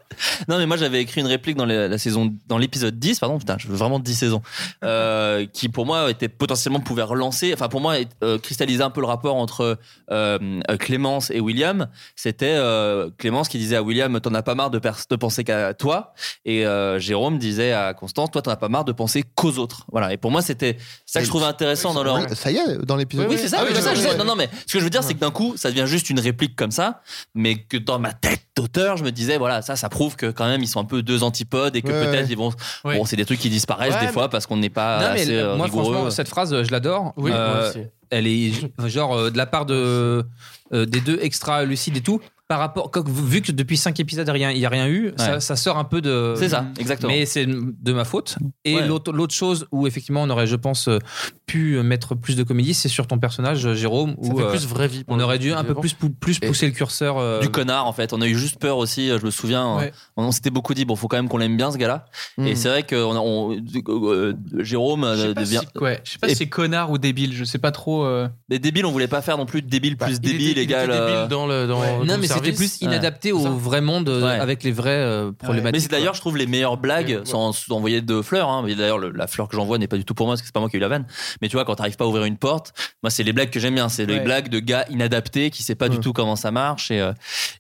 S9: Non, mais moi j'avais écrit une réplique dans la, la saison, dans l'épisode 10, pardon, putain, je veux vraiment 10 saisons, euh, qui pour moi était potentiellement pouvait relancer, enfin pour moi euh, cristalliser un peu le rapport entre euh, euh, Clémence et William. C'était euh, Clémence qui disait à William, t'en as pas marre de, pers- de penser qu'à toi, et euh, Jérôme disait à Constance, toi t'en as pas marre de penser qu'aux autres. Voilà, et pour moi c'était ça que je trouvais intéressant dans leur.
S10: Ça y est, dans l'épisode.
S9: Oui, c'est ça,
S10: Ah
S9: oui, c'est ça,
S10: oui,
S9: je
S10: oui,
S9: sais. Non, non, mais ce que je veux dire, c'est que d'un coup, ça devient juste une réplique comme ça, mais que dans ma tête d'auteur, je me disais, voilà, ça, ça prouve que quand même, ils sont un peu deux antipodes et que
S4: Ouais,
S9: peut-être
S4: ouais.
S9: ils vont.
S4: Ouais.
S9: Bon, c'est des trucs qui disparaissent
S4: Ouais,
S9: des
S4: mais-
S9: fois parce qu'on n'est pas
S4: Non, mais
S9: assez euh,
S4: moi,
S9: rigoureux.
S4: franchement, cette phrase, euh, je l'adore.
S9: Oui, moi
S4: Euh,
S9: aussi.
S4: elle est genre euh, de la part de, euh, des deux extra lucides et tout. Par rapport, quand- vu que depuis 5 épisodes, rien- il n'y a rien eu, ça,
S9: Ouais.
S4: ça sort un peu de.
S9: C'est ça, exactement.
S4: Mais c'est de ma faute. Et
S9: Ouais.
S4: l'autre l'autre chose où, effectivement, on aurait, je pense, euh, pu mettre plus de comédie, c'est sur ton personnage, euh, Jérôme. Où,
S9: fait
S4: euh,
S9: plus vraie vie, pour
S4: On
S9: le
S4: aurait
S9: coup,
S4: dû un peu
S9: évidemment.
S4: plus, pou- plus pousser le curseur. euh,
S9: Du connard, en fait. On a eu juste peur aussi, euh, je me souviens. euh,
S4: Ouais.
S9: On, on s'était beaucoup dit, bon, faut quand même qu'on l'aime bien, ce gars-là.
S18: Mm.
S9: Et c'est vrai que on, a- on- euh, Jérôme euh,
S18: Je sais pas
S9: devient.
S18: si- ouais, je sais pas si
S9: Et-
S18: c'est connard ou débile, je sais pas trop. euh.
S9: Mais débile, on voulait pas faire non plus débile
S4: Bah,
S18: il
S9: plus
S18: était-
S9: débile
S18: il était
S9: égale.
S18: débile
S9: euh,
S18: dans le- dans-
S9: Ouais.
S4: non, mais c'était plus inadapté au vrai monde euh, avec les vraies euh,
S9: Mais
S4: problématiques.
S9: c'est d'ailleurs, je trouve, les meilleures blagues, sans sans envoyer de fleurs. hein. Mais D'ailleurs, le- la fleur que j'envoie n'est pas du tout pour moi, parce que c'est pas moi qui ai eu la vanne. Mais tu vois, quand t'arrives pas à ouvrir une porte, moi, c'est les blagues que j'aime bien. C'est les
S18: Ouais.
S9: blagues de gars inadaptés qui sait pas
S4: Mmh.
S9: du tout comment ça marche. Et, euh,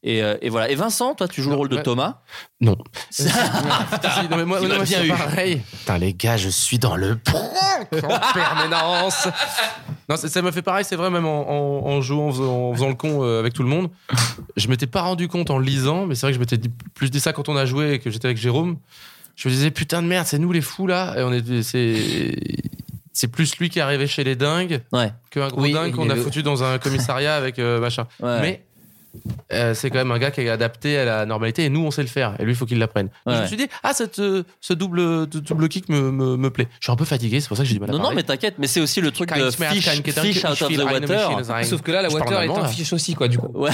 S9: et, euh, et voilà. Et Vincent, toi, tu joues le rôle de
S8: ouais.
S9: Thomas.
S8: Non.
S9: Putain,
S8: non, mais moi-
S9: tu
S8: non,
S9: m'as
S8: moi,
S9: bien
S8: c'est
S9: eu.
S8: pareil. Putain, les gars, je suis dans le en permanence. Non, ça, ça m'a fait pareil, c'est vrai, même en, en- en jouant, en faisant, en faisant le con euh, avec tout le monde. Je m'étais pas rendu compte en lisant, mais c'est vrai que je m'étais dit- plus dit ça quand on a joué et que j'étais avec Jérôme. Je me disais, putain de merde, c'est nous les fous là. Et on était- c'est. C'est plus lui qui est arrivé chez les dingues
S9: Ouais.
S8: qu'un gros
S9: Oui,
S8: dingue
S9: il
S8: qu'on
S9: est
S8: a
S9: le-
S8: foutu dans un commissariat avec euh, machin.
S9: Ouais.
S8: Mais
S4: euh, c'est quand même un gars qui est adapté à la normalité et nous on sait le faire et lui il faut qu'il l'apprenne. Et
S9: Ouais.
S4: Je me suis dit ah cette, euh, ce double ce double kick me, me, me plaît. Je suis un peu fatigué c'est pour ça que j'ai du mal à
S9: Non, non,
S4: parler.
S9: mais t'inquiète, mais c'est aussi le truc
S4: Kein
S9: de
S4: Schmerz,
S9: fish,
S4: kein Ketten,
S9: fish out
S4: ich
S9: of
S4: feel
S9: the
S4: eine
S9: water.
S4: machine is
S8: Sauf que là, la
S4: Je parle
S8: water est
S4: allemand,
S8: un
S4: là.
S8: fiche aussi, quoi, du coup. non,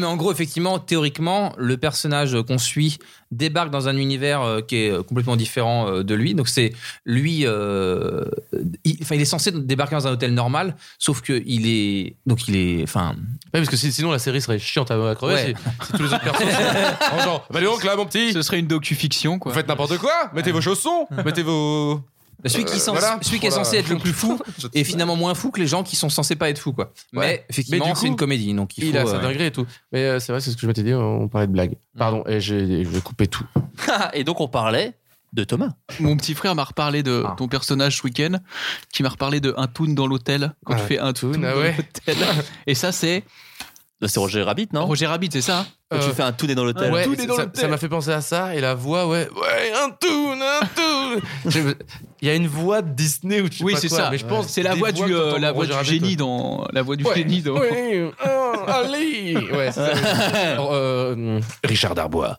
S8: mais en gros, effectivement, théoriquement, le personnage qu'on suit débarque dans un univers euh, qui est complètement différent euh, de lui. Donc, c'est lui. euh, il, enfin, il est censé débarquer dans un hôtel normal, sauf que il est. Donc, il est. Enfin.
S4: Ouais, parce que si- sinon la série serait chiante à à crever
S8: Ouais.
S4: si, si tous les autres personnes en genre bah dis donc là mon petit
S11: Ce serait une docu-fiction, quoi.
S4: vous faites n'importe quoi mettez vos chaussons mettez vos
S8: Celui qui,
S4: Euh,
S8: sens-
S4: voilà.
S8: celui qui est
S4: Voilà.
S8: censé être le plus fou est finalement moins fou que les gens qui sont censés pas être fous, quoi. Mais
S4: Ouais.
S8: effectivement,
S4: Mais du
S8: c'est
S4: coup,
S8: une comédie, donc il,
S4: il,
S8: faut. Mm.
S4: a
S8: euh,
S4: sa dinguerie et tout mais euh, c'est vrai c'est ce que je m'étais dit on parlait de blagues pardon et j'ai je vais couper tout
S9: Ah, et donc on parlait de Thomas.
S11: Mon petit frère m'a reparlé de
S4: Ah.
S11: ton personnage ce week-end, qui m'a reparlé de un toon dans l'hôtel, quand
S4: Ah,
S11: tu fais un toon
S4: ah
S11: dans
S4: ouais.
S11: l'hôtel. Et ça, c'est
S9: C'est Roger Rabbit, non
S11: Roger Rabbit, c'est ça
S8: hein
S9: Quand tu fais un tout nez dans l'hôtel.
S4: Euh, Ouais, ça- ça- ça m'a fait penser à ça et la voix, ouais, ouais, un toon, un toon. Je- Il y a une voix de Disney où tu sais
S11: Oui,
S4: pas
S11: c'est
S4: quoi,
S11: ça.
S4: mais je pense
S11: C'est la
S4: des
S11: voix du,
S4: voix que
S11: euh,
S4: t'entends
S11: la
S4: pour
S11: voix du
S4: Roger
S11: génie
S4: Rabbit.
S11: dans la voix du
S4: Ouais,
S11: génie dans.
S4: oui, oh, allez. Ouais, c'est ça. Alors, euh, Richard Darbois.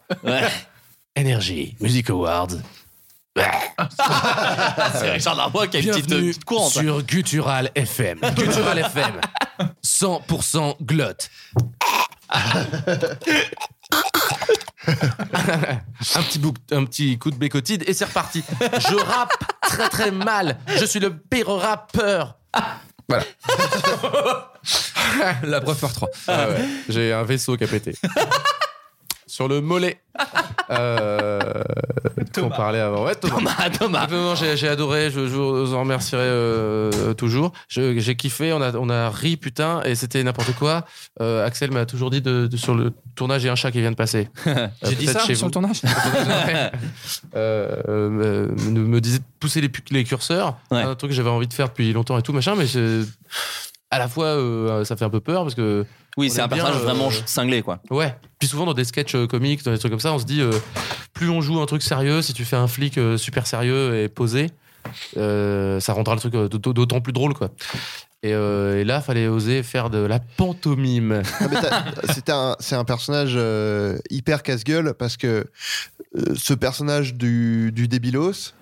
S4: Énergie, Music Awards.
S9: C'est Richard Darbois qui a une petite, euh,
S4: Bienvenue
S9: petite courante.
S4: sur Gutural FM. Gutural FM. 100% glotte. un, petit bouc- un petit coup de bécotide et c'est reparti. Je rappe très très mal. Je suis le pire rappeur. Voilà.
S8: La preuve par 3.
S4: Ah ouais, J'ai un vaisseau qui a pété. Sur le mollet. Euh, qu'on parlait avant. Ouais, Thomas.
S9: Thomas,
S8: Bah.
S9: Thomas.
S4: Non, non, j'ai j'ai adoré, je, je vous en remercierai euh, toujours. Je- J'ai kiffé, on a, on a ri, putain, et c'était n'importe quoi. Euh, Axel m'a toujours dit de, de- sur le tournage, il y a un chat qui vient de passer. Euh,
S8: J'ai dit
S4: peut-être
S8: ça
S4: chez
S8: sur le
S4: vous.
S8: tournage
S4: Ouais. Euh, euh, me, me disait de pousser les, pu- les curseurs,
S9: Ouais.
S4: un truc que j'avais envie de faire depuis longtemps et tout, machin, mais je- à la fois, euh, ça fait un peu peur parce que.
S9: Oui,
S4: on
S9: c'est un
S4: aime bien,
S9: personnage
S4: euh,
S9: vraiment cinglé, quoi.
S4: Ouais. Puis souvent dans des sketchs euh, comiques, dans des trucs comme ça, on se dit euh, plus on joue un truc sérieux, si tu fais un flic euh, super sérieux et posé, euh, ça rendra le truc euh, d'aut- d'autant plus drôle, quoi. Et, euh, et là, fallait oser faire de la pantomime.
S10: Non, mais t'as- c'était un- C'est un, personnage euh, hyper casse-gueule parce que euh, ce personnage du, du débilos,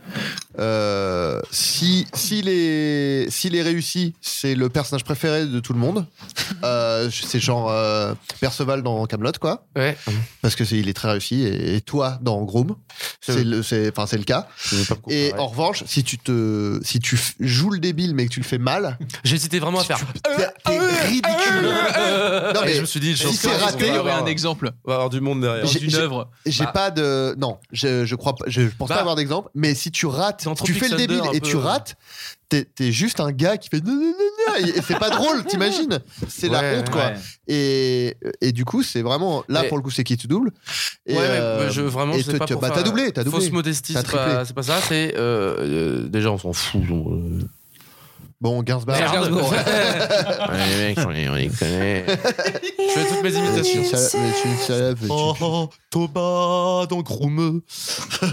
S10: euh, si- s'il est, s'il est réussi, c'est le personnage préféré de tout le monde. Euh, c'est genre euh, Perceval dans Camelot, quoi.
S4: Ouais.
S10: Parce que c'est il est très réussi et, et toi dans Groom, c'est
S4: C'est vrai.
S10: le, c'est- enfin c'est le cas. Et en revanche, si tu te, si tu f- joues le débile mais que tu le fais mal,
S4: J'hésitais vraiment à faire.
S10: t'es t'es
S4: euh,
S10: ridicule. Non,
S4: Et
S10: mais
S4: je me suis dit,
S10: si
S4: je pense
S10: c'est
S4: qu'on va
S10: raté,
S4: avoir-
S11: un exemple.
S4: on va avoir du monde derrière.
S10: J'ai-
S11: Dans une
S10: j'ai-
S11: œuvre.
S10: J'ai
S4: Bah.
S10: pas de. Non, je, je crois pas. Je, je pense
S4: Bah.
S10: pas avoir d'exemple, mais si tu rates,
S4: Dans
S10: tu
S4: Tropic
S10: fais le
S4: Thunder,
S10: débile
S4: un
S10: et
S4: peu, euh.
S10: tu
S4: ouais.
S10: rates, t'es t'es juste un gars qui fait. non, non, non, non, Et c'est pas drôle, t'imagines C'est
S4: Ouais,
S10: la honte, quoi.
S8: ouais.
S10: Et, et du coup, c'est vraiment. Là,
S4: Mais-
S10: pour le coup, c'est qui tu doubles. Et,
S4: ouais, ouais,
S10: euh,
S4: bah, je, vraiment,
S10: et
S4: je sais
S10: te-
S4: pas
S10: te-
S4: pour
S10: bah,
S4: faire,
S10: t'as doublé, t'as doublé.
S4: Fausse modestie,
S10: T'as
S4: c'est pas,
S10: triplé.
S4: c'est pas ça. C'est euh, euh, déjà, on s'en fout. on, euh,
S10: Bon,
S8: Serge
S10: Gainsbourg. euh,
S8: Gainsbourg, ouais.
S4: Ouais, les mecs, on les, on les connaît. Je fais toutes
S10: Mais
S4: mes
S10: tu
S4: imitations.
S10: le sa- mais tu le savais, tu-
S4: Toba Oh, dans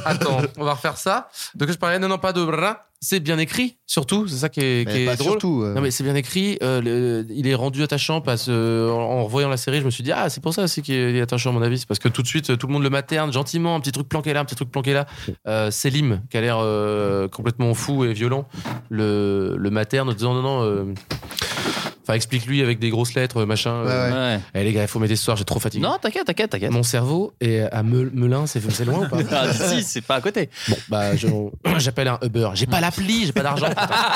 S4: Attends, on va refaire ça. De que je parlais Non, non, pas de bra. C'est bien écrit, surtout. C'est ça qui est, qui
S10: Mais
S4: est
S10: pas
S4: drôle.
S10: surtout. euh,
S4: Non, mais c'est bien écrit. euh, le- il est rendu attachant parce euh, en, en revoyant la série, je me suis dit, ah, c'est pour ça aussi qu'il est attachant, à mon avis. C'est parce que tout de suite, tout le monde le materne gentiment. Un petit truc planqué là, un petit truc planqué là. Euh, Selim, qui a l'air euh, complètement fou et violent, le, le materne en disant, non, non. euh, Enfin, explique-lui avec des grosses lettres, machin.
S10: Ouais,
S4: euh,
S10: ouais.
S9: Ouais.
S4: Eh les gars, il faut m'aider ce soir, j'ai trop fatigué.
S9: Non, t'inquiète, t'inquiète, t'inquiète.
S4: Mon cerveau est à Meu- Melun, c'est c'est loin ou pas
S9: Ah, si, c'est pas à côté.
S4: Bon, bah je- j'appelle un Uber. J'ai pas l'appli, j'ai pas d'argent.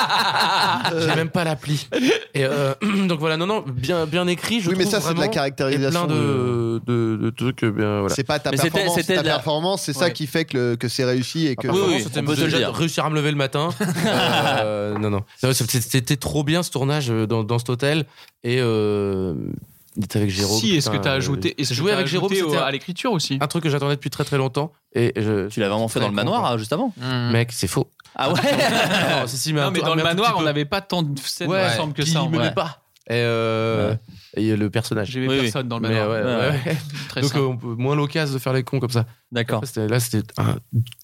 S4: putain. j'ai même pas l'appli. Et euh, donc voilà, non, non, bien, bien écrit. Je
S10: Oui, mais
S4: trouve
S10: ça, c'est de la
S4: vraiment, et
S10: caractérisation. euh,
S4: plein de, de, de trucs euh, bien. Voilà.
S10: C'est pas ta
S9: Mais c'était-
S10: performance.
S9: c'était
S10: Ta
S9: de la-
S10: performance, c'est ça
S9: Ouais.
S10: qui fait que le- que c'est réussi et que.
S9: Ah, oui, oui,
S4: c'était
S9: on peut se le
S4: déjà
S9: dire.
S4: de réussir à me lever le matin. Euh, non, non. Non, c'était- C'était trop bien ce tournage euh, dans, dans cet hôtel. Et euh, t'es avec Jérôme.
S11: si, est-ce que
S4: putain,
S11: t'as
S4: euh,
S11: ajouté. Est-ce que
S4: Jouer
S11: t'as
S4: avec Jérôme,
S11: ajouté au-
S4: c'était
S11: à l'écriture aussi
S4: un truc que j'attendais depuis très très longtemps. Et je-
S9: Tu l'as vraiment fait dans le manoir ah, juste avant
S8: Hmm.
S4: Mec, c'est faux.
S9: Ah ouais
S4: Mm. Non, si, si, mais un
S11: Non, mais
S4: tout-
S11: dans
S4: un
S11: le
S4: tout
S11: manoir,
S4: petit
S11: on
S4: peu.
S11: n'avait pas tant de scènes
S4: Ouais,
S11: ensemble que
S4: puis
S11: ça. en
S4: Il me
S11: vrai.
S4: met pas. Et, euh,
S9: Ouais.
S4: et il y a le personnage.
S11: J'avais
S9: Oui, oui.
S11: personne dans le
S4: Mais
S11: manoir.
S4: ouais,
S9: Ouais,
S4: ouais, ouais.
S11: Très
S4: Donc
S11: simple.
S4: euh, on peut- moins l'occasion de faire les cons comme ça.
S9: D'accord.
S4: Là, c'était- Là, c'était un-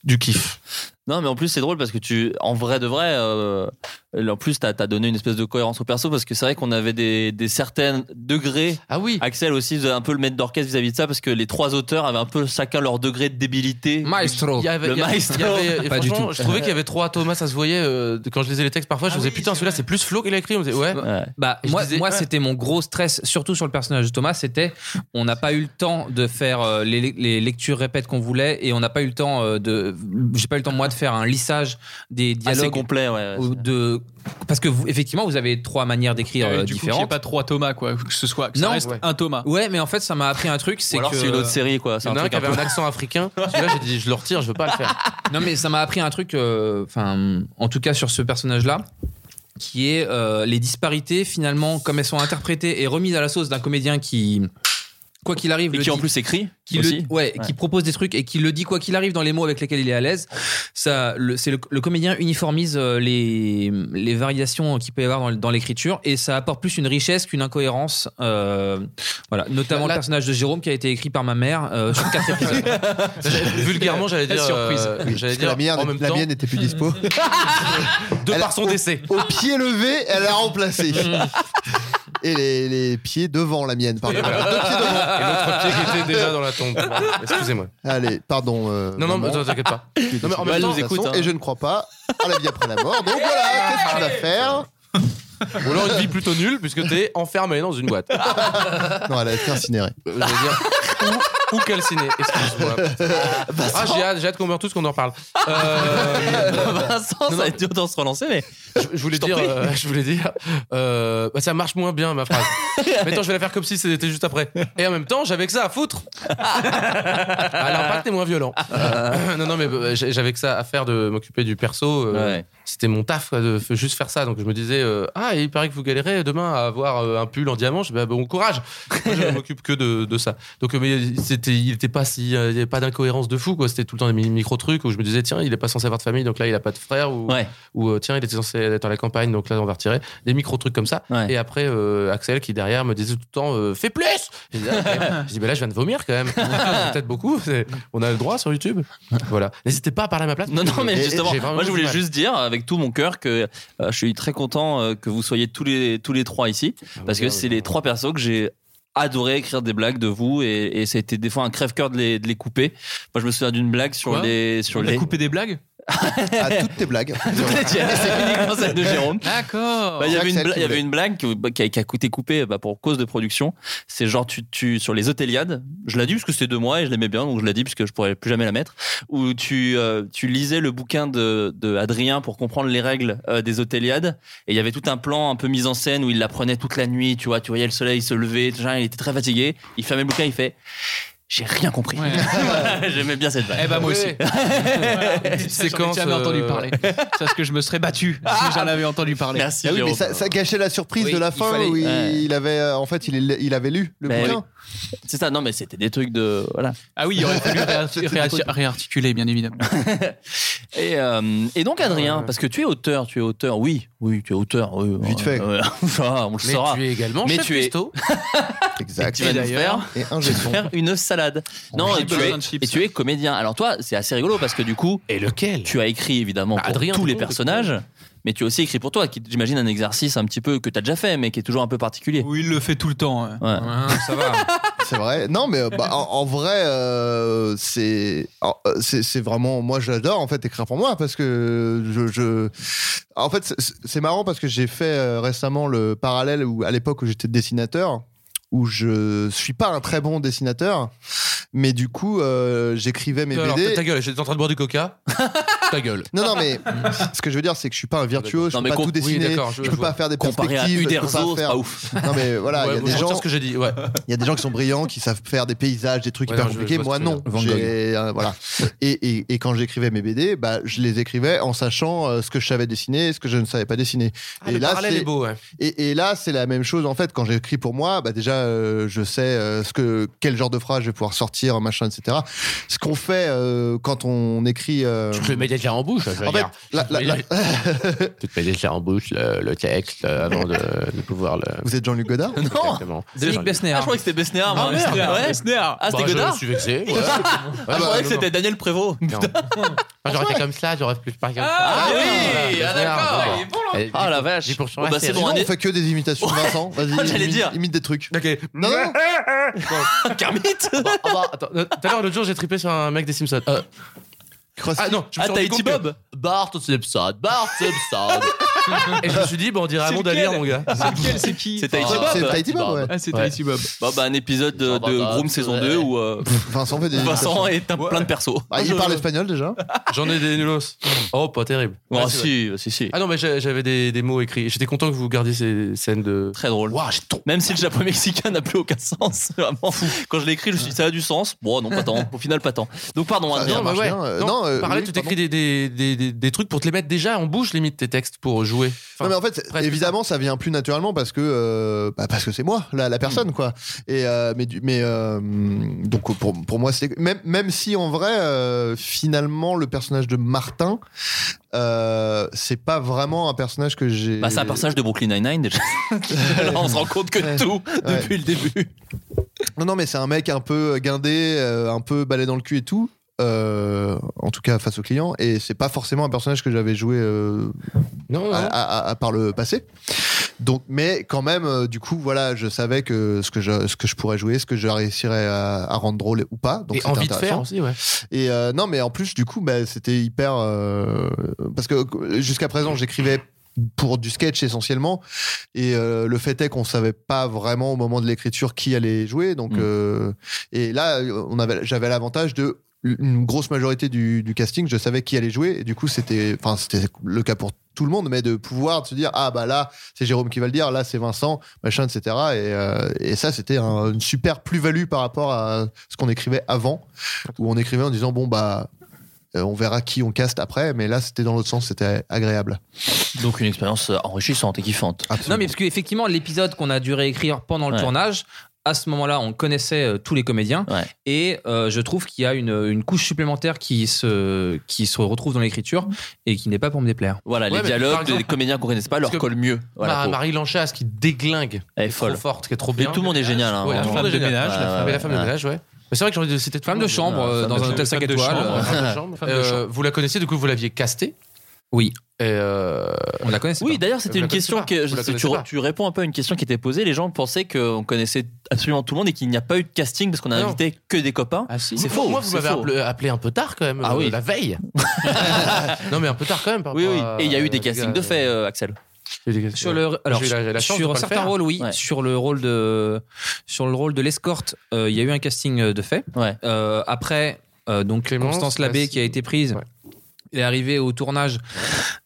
S4: du kiff.
S9: Non, mais en plus, c'est drôle parce que tu, en vrai de vrai, euh, En plus, t'as as donné une espèce de cohérence au perso parce que c'est vrai qu'on avait des, des certains degrés.
S4: Ah oui.
S9: Axel aussi faisait un peu le maître d'orchestre vis-à-vis de ça parce que les trois auteurs avaient un peu chacun leur degré de débilité.
S8: Maestro.
S4: Il y avait-
S9: le
S4: il y avait-
S9: maestro.
S4: il y avait- et franchement, Je trouvais qu'il y avait trois Thomas, ça se voyait euh, quand je lisais les textes parfois. Je me disais, putain, celui-là, c'est plus Flo qui l'a écrit. On me disait, ouais.
S8: Bah,
S4: Et je
S8: moi,
S4: disais,
S8: moi
S4: ouais.
S8: c'était mon gros stress, surtout sur le personnage de Thomas, c'était on n'a pas eu le temps de faire euh, les, les lectures répètes qu'on voulait et on n'a pas eu le temps euh, de. J'ai pas eu le temps, moi, de faire un lissage des
S4: Ah,
S8: dialogues.
S9: Assez complet, ouais.
S8: ou de, parce que, vous, effectivement, vous avez trois manières d'écrire
S11: Ouais,
S8: euh,
S11: du coup, qu'il n'y ait
S8: différentes.
S11: pas trois Thomas, quoi. Que ce soit que ça reste un Thomas.
S8: Ouais, mais en fait, ça m'a appris un truc. C'est
S11: alors,
S8: que-
S11: c'est une autre série,
S9: quoi.
S11: C'est un truc un peu-
S4: africain. Celui-là, j'ai dit, je le retire, je veux pas le faire.
S8: Non, mais ça m'a appris un truc, euh, enfin, en tout cas sur ce personnage-là, qui est euh, les disparités, finalement, comme elles sont interprétées et remises à la sauce d'un comédien qui. Quoi qu'il arrive,
S9: Et
S8: le
S9: qui en
S8: dit-
S9: plus écrit
S8: qui
S9: aussi.
S8: le, ouais,
S9: Ouais.
S8: qui propose des trucs et qui le dit quoi qu'il arrive dans les mots avec lesquels il est à l'aise. Ça, le- c'est le, le comédien uniformise euh, les, les variations qu'il peut y avoir dans, le- dans l'écriture et ça apporte plus une richesse qu'une incohérence. euh, voilà, notamment le personnage de Jérôme qui a été écrit par ma mère euh, sur quatre épisodes.
S4: Vulgairement, j'allais dire.
S8: Surprise.
S4: euh,
S8: Oui, parce
S4: j'allais
S8: que
S4: dire
S8: la mienne-
S4: en même
S8: la
S4: temps,
S8: mienne
S10: n'était plus dispo.
S4: de par son décès.
S10: Au pied levé, elle a remplacé. Et les, les pieds devant la mienne, pardon. Deux pieds devant.
S4: Et l'autre pied qui était déjà dans la tombe. Excusez-moi.
S10: Allez, pardon. euh,
S4: Non, non,
S10: maman.
S4: mais attends, t'inquiète pas.
S10: Tu es
S4: Non, mais en
S10: décédée
S4: même
S10: de
S4: temps,
S10: toute
S4: écoute,
S10: façon,
S4: hein.
S10: Et je ne crois pas à la vie après la mort. Donc voilà, qu'est-ce que tu vas faire
S4: Ou alors une vie plutôt nulle, puisque t'es enfermé dans une boîte.
S10: Non, elle a été incinérée.
S4: Euh, Je veux dire, ou, ou calciné, excuse-moi. ah, j'ai hâte, j'ai hâte qu'on meure tous, qu'on en reparle. Euh,
S9: Vincent, ça va être dur de se relancer, mais.
S4: Je, je voulais,
S9: Je t'en
S4: dire,
S9: prie.
S4: euh, je voulais dire, euh, bah, ça marche moins bien ma phrase. Mais attends, je vais la faire comme si c'était juste après. Et en même temps, j'avais que ça à foutre. Ah, L'impact est moins violent. Euh, non, non, mais bah, j'ai- j'avais que ça à faire de m'occuper du perso. euh, C'était mon taf quoi, de f- juste faire ça. Donc je me disais, euh, ah, il paraît que vous galérez demain à avoir euh, un pull en diamant. Je dis, bah, bon courage. Moi, je m'occupe que de, de ça. Donc, euh, mais c'était, il était pas si, euh, il y avait pas d'incohérence de fou quoi. C'était tout le temps des mi- micro trucs où je me disais, tiens, il est pas censé avoir de famille, donc là, il a pas de frère ou, ou euh, tiens, il était censé être à la campagne, donc là, on va retirer des micro trucs comme ça. Et après, euh, Axel qui derrière me disait tout le temps, euh, fais plus. Je dis, je dis, bah là, je viens de vomir quand même. C'est Peut-être beaucoup. C'est- On a le droit sur YouTube. Voilà. N'hésitez pas à parler à ma place.
S9: Non, non, mais
S4: J'ai-
S9: justement,
S4: j'ai vraiment
S9: moi je
S4: du
S9: voulais
S4: mal.
S9: juste dire avec tout mon cœur que euh, je suis très content euh, que vous soyez tous les, tous les trois ici,
S4: Ah,
S9: parce que c'est les trois persos que j'ai adoré écrire des blagues de vous, et, et ça a été des fois un crève-cœur de les, de les couper. Moi je me souviens d'une blague sur
S11: Quoi
S9: les... Sur
S11: On a
S9: les...
S11: coupé des blagues
S10: À toutes tes blagues.
S9: Toutes les tiennes, c'est uniquement celle de Jérôme.
S11: D'accord.
S9: Bah, il y avait une bla- il y avait une blague qui, qui a, qui a coûté coupé bah, pour cause de production. C'est genre tu, tu sur les Otéliades. Je l'ai dit parce que c'était de moi et je l'aimais bien donc je l'ai dit parce que je pourrais plus jamais la mettre. Où tu euh, tu lisais le bouquin de, de Adrien pour comprendre les règles euh, des Otéliades et il y avait tout un plan un peu mis en scène où il la prenait toute la nuit. Tu vois, tu voyais le soleil se lever. tout ça, il était très fatigué. Il fermait le bouquin. Il fait j'ai rien compris. Voilà, J'aimais bien cette blague.
S10: ben,
S11: Eh bah, moi aussi.
S4: Petite
S11: Séquence.
S4: séquence,
S11: J'avais entendu
S4: euh,
S11: parler. C'est ce que je me serais battu si j'en avais entendu parler.
S9: Merci.
S10: Ah oui, mais ça, ça gâchait la surprise
S11: Oui,
S10: de la
S11: il
S10: fin
S11: fallait-
S10: où il,
S9: Ouais.
S10: il avait, euh, en fait, il, il avait lu le
S9: Mais
S10: bouquin.
S9: oui. C'est ça. Non mais c'était des trucs de voilà.
S11: Ah oui, il aurait fallu réarti- réarti- réarticuler, bien évidemment.
S9: Et, euh, et donc Adrien, parce que tu es auteur, tu es auteur, oui, oui, tu es auteur. oui,
S10: Vite fait.
S9: euh, enfin, on le
S4: Mais
S9: saura.
S4: tu es également
S9: Mais
S4: chef
S9: tu es
S4: cuistot.
S10: Exact.
S9: tu vas nous faire,
S10: Et un gestion.
S9: faire une salade. non, et tu, es, et tu es comédien. Alors toi, c'est assez rigolo parce que du coup,
S4: et lequel
S9: Tu as écrit évidemment pour
S4: Adrien,
S9: tous les
S4: tout le monde,
S9: personnages, mais tu as aussi écrit pour toi, qui est, j'imagine un exercice un petit peu que tu as déjà fait, mais qui est toujours un peu particulier.
S11: Oui, il le fait tout le temps. hein.
S9: Ouais.
S8: ça va.
S10: C'est vrai. Non, mais euh, bah, en, en vrai, euh, c'est en- euh, c'est c'est vraiment. Moi, j'adore en fait écrire pour moi parce que je. je- En fait, c'est- c'est marrant parce que j'ai fait euh, récemment le parallèle où à l'époque où j'étais dessinateur où je suis pas un très bon dessinateur, mais du coup euh, j'écrivais mes
S4: Alors,
S10: BD.
S4: ta gueule, j'étais en train de boire du coca. ta gueule.
S10: Non, non, mais ce que je veux dire, c'est que je suis pas un virtuose, je
S4: Ah bah,
S10: peux
S4: Non, mais
S10: pas
S4: com-
S10: tout
S4: oui,
S10: dessiner,
S4: d'accord,
S10: je,
S4: je-
S10: peux
S4: je
S10: pas
S4: vois.
S10: faire des
S9: Comparé à
S10: perspectives, je peux
S9: Uderzo,
S10: pas
S9: c'est
S10: faire-
S9: pas ouf.
S10: Non, mais voilà, Ah, il
S4: Ouais,
S10: y a
S4: je
S10: des
S4: retire
S10: gens.
S4: ce que j'ai dit, ouais.
S10: Il y a des gens qui sont brillants, qui savent faire des paysages, des trucs
S4: Ouais,
S10: hyper
S4: non, je- je
S10: compliqués.
S4: vois
S10: Moi,
S4: ce que tu
S10: non.
S4: veux dire. Van Gogh.
S10: J'ai- euh, voilà. Et, et- et quand j'écrivais mes BD, bah, je les écrivais en sachant euh, ce que je savais dessiner et ce que je ne savais pas dessiner.
S4: Ah,
S10: et,
S4: le
S10: là,
S4: parallèle
S10: c'est,
S4: est beau, ouais.
S10: et, et là, c'est la même chose en fait. Quand j'écris pour moi, bah, déjà, euh, je sais euh, ce que, quel genre de phrase je vais pouvoir sortir, machin, etc. Ce qu'on fait euh, quand on écrit. euh,
S4: Je te le mets à déjà en bouche.
S10: En fait, la- la- la-
S4: Tu te mets déjà en bouche le, le texte euh, avant de, de pouvoir le.
S10: Vous êtes Jean-Luc Godard
S4: Exactement.
S9: Dominique Besnéard. Ah, je croyais que c'était
S4: Ah,
S9: Besnéard. moi.
S4: merde.
S9: Besnéard, ouais.
S4: Besnéard.
S9: Ah, c'était
S4: Bah, je
S9: Godard
S4: suis vexé, ouais.
S9: Ah,
S4: Ouais,
S9: je
S4: bah,
S9: croyais que
S4: non,
S9: c'était
S4: non.
S9: Daniel Prévost.
S4: Non. Moi, j'aurais été comme ça, j'aurais plus par comme
S9: Ah,
S4: ça.
S9: oui,
S4: Besnéard,
S9: ah, d'accord,
S4: bon.
S9: il est bon, là.
S4: Eh,
S9: Ah, la
S4: 10%,
S9: vache.
S4: 10%
S9: Bon, bah,
S4: assez
S9: c'est
S4: raison.
S9: bon,
S10: Sinon,
S9: Allez.
S10: on fait que des imitations. Vincent, vas-y,
S9: J'allais
S10: imite,
S9: dire.
S10: imite des trucs.
S4: Ok.
S10: Non, non, non.
S9: Kermit
S4: Bon, ah bah, attends, euh, Tout à l'heure, l'autre jour, j'ai trippé sur un mec des Simpsons. Euh, ah non, je me
S9: Ah,
S4: suis
S9: t'as
S4: rendu
S9: E.T.
S4: compte
S9: Bob
S4: que- Bart Simpson, Bart Simpson. Et je me suis dit, bon, on dirait
S9: C'est
S4: Raymond
S9: lequel
S4: Dalir, mon gars.
S11: C'est lequel C'est qui
S9: C'est Tahiti
S10: C'est-
S9: Bob.
S10: Ah, c'est Tahiti Bob, ouais.
S11: Ah, c'est
S4: Ouais.
S11: Tahiti Bob.
S9: Bah, bah, un épisode de,
S4: Samba
S9: de
S4: Bob,
S9: Groom saison
S4: ouais.
S9: 2 où euh,
S10: Vincent fait des imitations.
S9: Vincent est un plein de persos.
S10: Ah, il
S4: Je-
S10: parle espagnol déjà.
S4: J'en ai des nulos. Oh, pas terrible.
S9: Ah,
S4: Ouais, c'est vrai.
S9: si, si, si.
S4: Ah non, mais j'ai- j'avais des, des mots écrits. J'étais content que vous gardiez ces scènes de.
S9: Très drôle.
S4: Waouh, j'ai trop.
S9: Même si le japonais mexicain n'a plus aucun sens, vraiment. Quand je l'ai écrit, je me suis dit, ça a du sens. Bon, non, pas tant. Au final, pas tant. Donc, pardon,
S10: Ah,
S9: Adrien.
S10: non,
S4: bah
S10: marche
S4: ouais.
S10: bien. Euh,
S4: non,
S10: non, euh,
S4: par là,
S10: oui,
S4: tu t'écris des, des, des, des- des trucs pour te les mettre déjà en bouche, limite, tes textes pour jouer. Enfin,
S10: non mais en fait, c'est-
S4: presque
S10: évidemment, ça vient plus naturellement parce que euh, bah, parce que c'est moi
S4: Hmm.
S10: la, la personne quoi. Et euh, mais du- mais euh, donc pour, pour moi c'est même même si en vrai euh, finalement le personnage de Martin euh, c'est pas vraiment un personnage que j'ai.
S9: Bah, c'est un personnage de Brooklyn Nine-Nine, déjà. Là, on se rend compte que
S10: Ouais.
S9: tout, depuis le début.
S10: Non non mais c'est un mec un peu guindé, euh, un peu balai dans le cul et tout. euh, en tout cas face au client et c'est pas forcément un personnage que j'avais joué euh,
S4: Non, non.
S10: à, à- à- par le passé. Donc, mais quand même, euh, du coup, voilà, je savais que ce que je, ce que je pourrais jouer, ce que je réussirais à, à rendre drôle ou pas. Donc
S4: et
S10: c'était
S4: envie de faire
S10: intéressant.
S4: aussi, ouais.
S10: Et euh, non, mais en plus, du coup, bah, c'était hyper. euh, parce que euh, jusqu'à présent, j'écrivais pour du sketch essentiellement et euh, le fait est qu'on savait pas vraiment au moment de l'écriture qui allait jouer donc
S9: Mm.
S10: euh, et là euh, on avait j'avais l'avantage de une grosse majorité du, du casting je savais qui allait jouer et du coup c'était enfin c'était le cas pour tout le monde mais de pouvoir se dire ah bah là c'est Jérôme qui va le dire là c'est Vincent machin etc et, euh, et ça c'était un- une super plus value par rapport à ce qu'on écrivait avant où on écrivait en disant bon bah euh, on verra qui on caste après mais là c'était dans l'autre sens c'était agréable
S9: Donc, une expérience euh, enrichissante et kiffante.
S8: Non, mais parce qu'effectivement, l'épisode qu'on a dû réécrire pendant le
S9: Ouais.
S8: tournage, à ce moment-là, on connaissait euh, tous les comédiens.
S9: Ouais.
S8: Et euh, je trouve qu'il y a une, une couche supplémentaire qui se, qui se retrouve dans l'écriture et qui n'est pas pour me déplaire.
S9: Voilà,
S4: Ouais,
S9: les
S4: mais par
S9: dialogues des
S4: exemple-
S9: comédiens qu'on connaissait pas leur
S4: Parce que
S9: collent mieux. à la
S4: Mar-
S9: peau.
S4: Marie Lanchas qui déglingue.
S9: Elle est
S4: Trop
S9: folle.
S4: forte, qui est trop
S9: Mais
S4: bien.
S9: tout le monde est génial. hein,
S4: Ouais,
S9: en-
S4: tout le monde est
S11: de
S4: génial.
S11: ménage, la
S9: Ouais,
S4: Ah, mais la femme de
S9: ouais.
S4: ménage, ouais. Mais c'est vrai que j'ai envie de citer tout
S8: Femme
S4: le
S8: de
S4: monde.
S8: chambre
S9: Ah,
S8: euh,
S9: femme
S8: dans
S9: de
S8: un hôtel
S9: chambre.
S8: 5
S9: Femme de chambre,
S8: étoiles.
S9: ouais.
S4: Femme de chambre.
S11: de
S4: Euh,
S11: chambre.
S4: Vous la connaissiez, du coup, vous l'aviez castée.
S8: Oui,
S4: Et euh,
S8: on la connaissait.
S9: Oui,
S8: pas.
S9: d'ailleurs, c'était
S4: Vous la
S9: une question
S4: connaissez pas.
S9: que
S4: Vous la
S9: tu,
S4: connaissez pas.
S9: tu réponds un peu à une question qui était posée. Les gens pensaient qu'on connaissait absolument tout le monde et qu'il n'y a pas eu de casting parce qu'on a
S4: Ah Non. Ah,
S9: invité que des copains. C'est
S4: Moi,
S9: faux.
S4: Moi, vous
S9: c'est
S4: m'avez
S9: faux.
S4: appelé, appelé un peu tard quand même.
S9: Ah
S4: euh,
S9: oui.
S4: La veille. non, mais un peu tard quand même. par
S9: Oui, oui.
S4: rapport à-
S9: Et il y a eu
S4: les
S9: des castings
S4: oh, gars,
S9: de fait, euh, Axel.
S4: il y a eu des castings.
S8: Sur le, alors,
S4: J'ai eu la- la chance de
S8: sur
S4: pas le
S8: certains
S4: faire.
S8: rôles, oui.
S9: Ouais.
S8: Sur le rôle de, sur le rôle de l'escorte, euh, il y a eu un casting euh, de fait.
S9: Ouais.
S8: Euh, après, euh, donc
S4: Clémence,
S8: Constance Labbé
S4: Massy.
S8: qui a été prise.
S4: Ouais.
S8: Elle est arrivée au tournage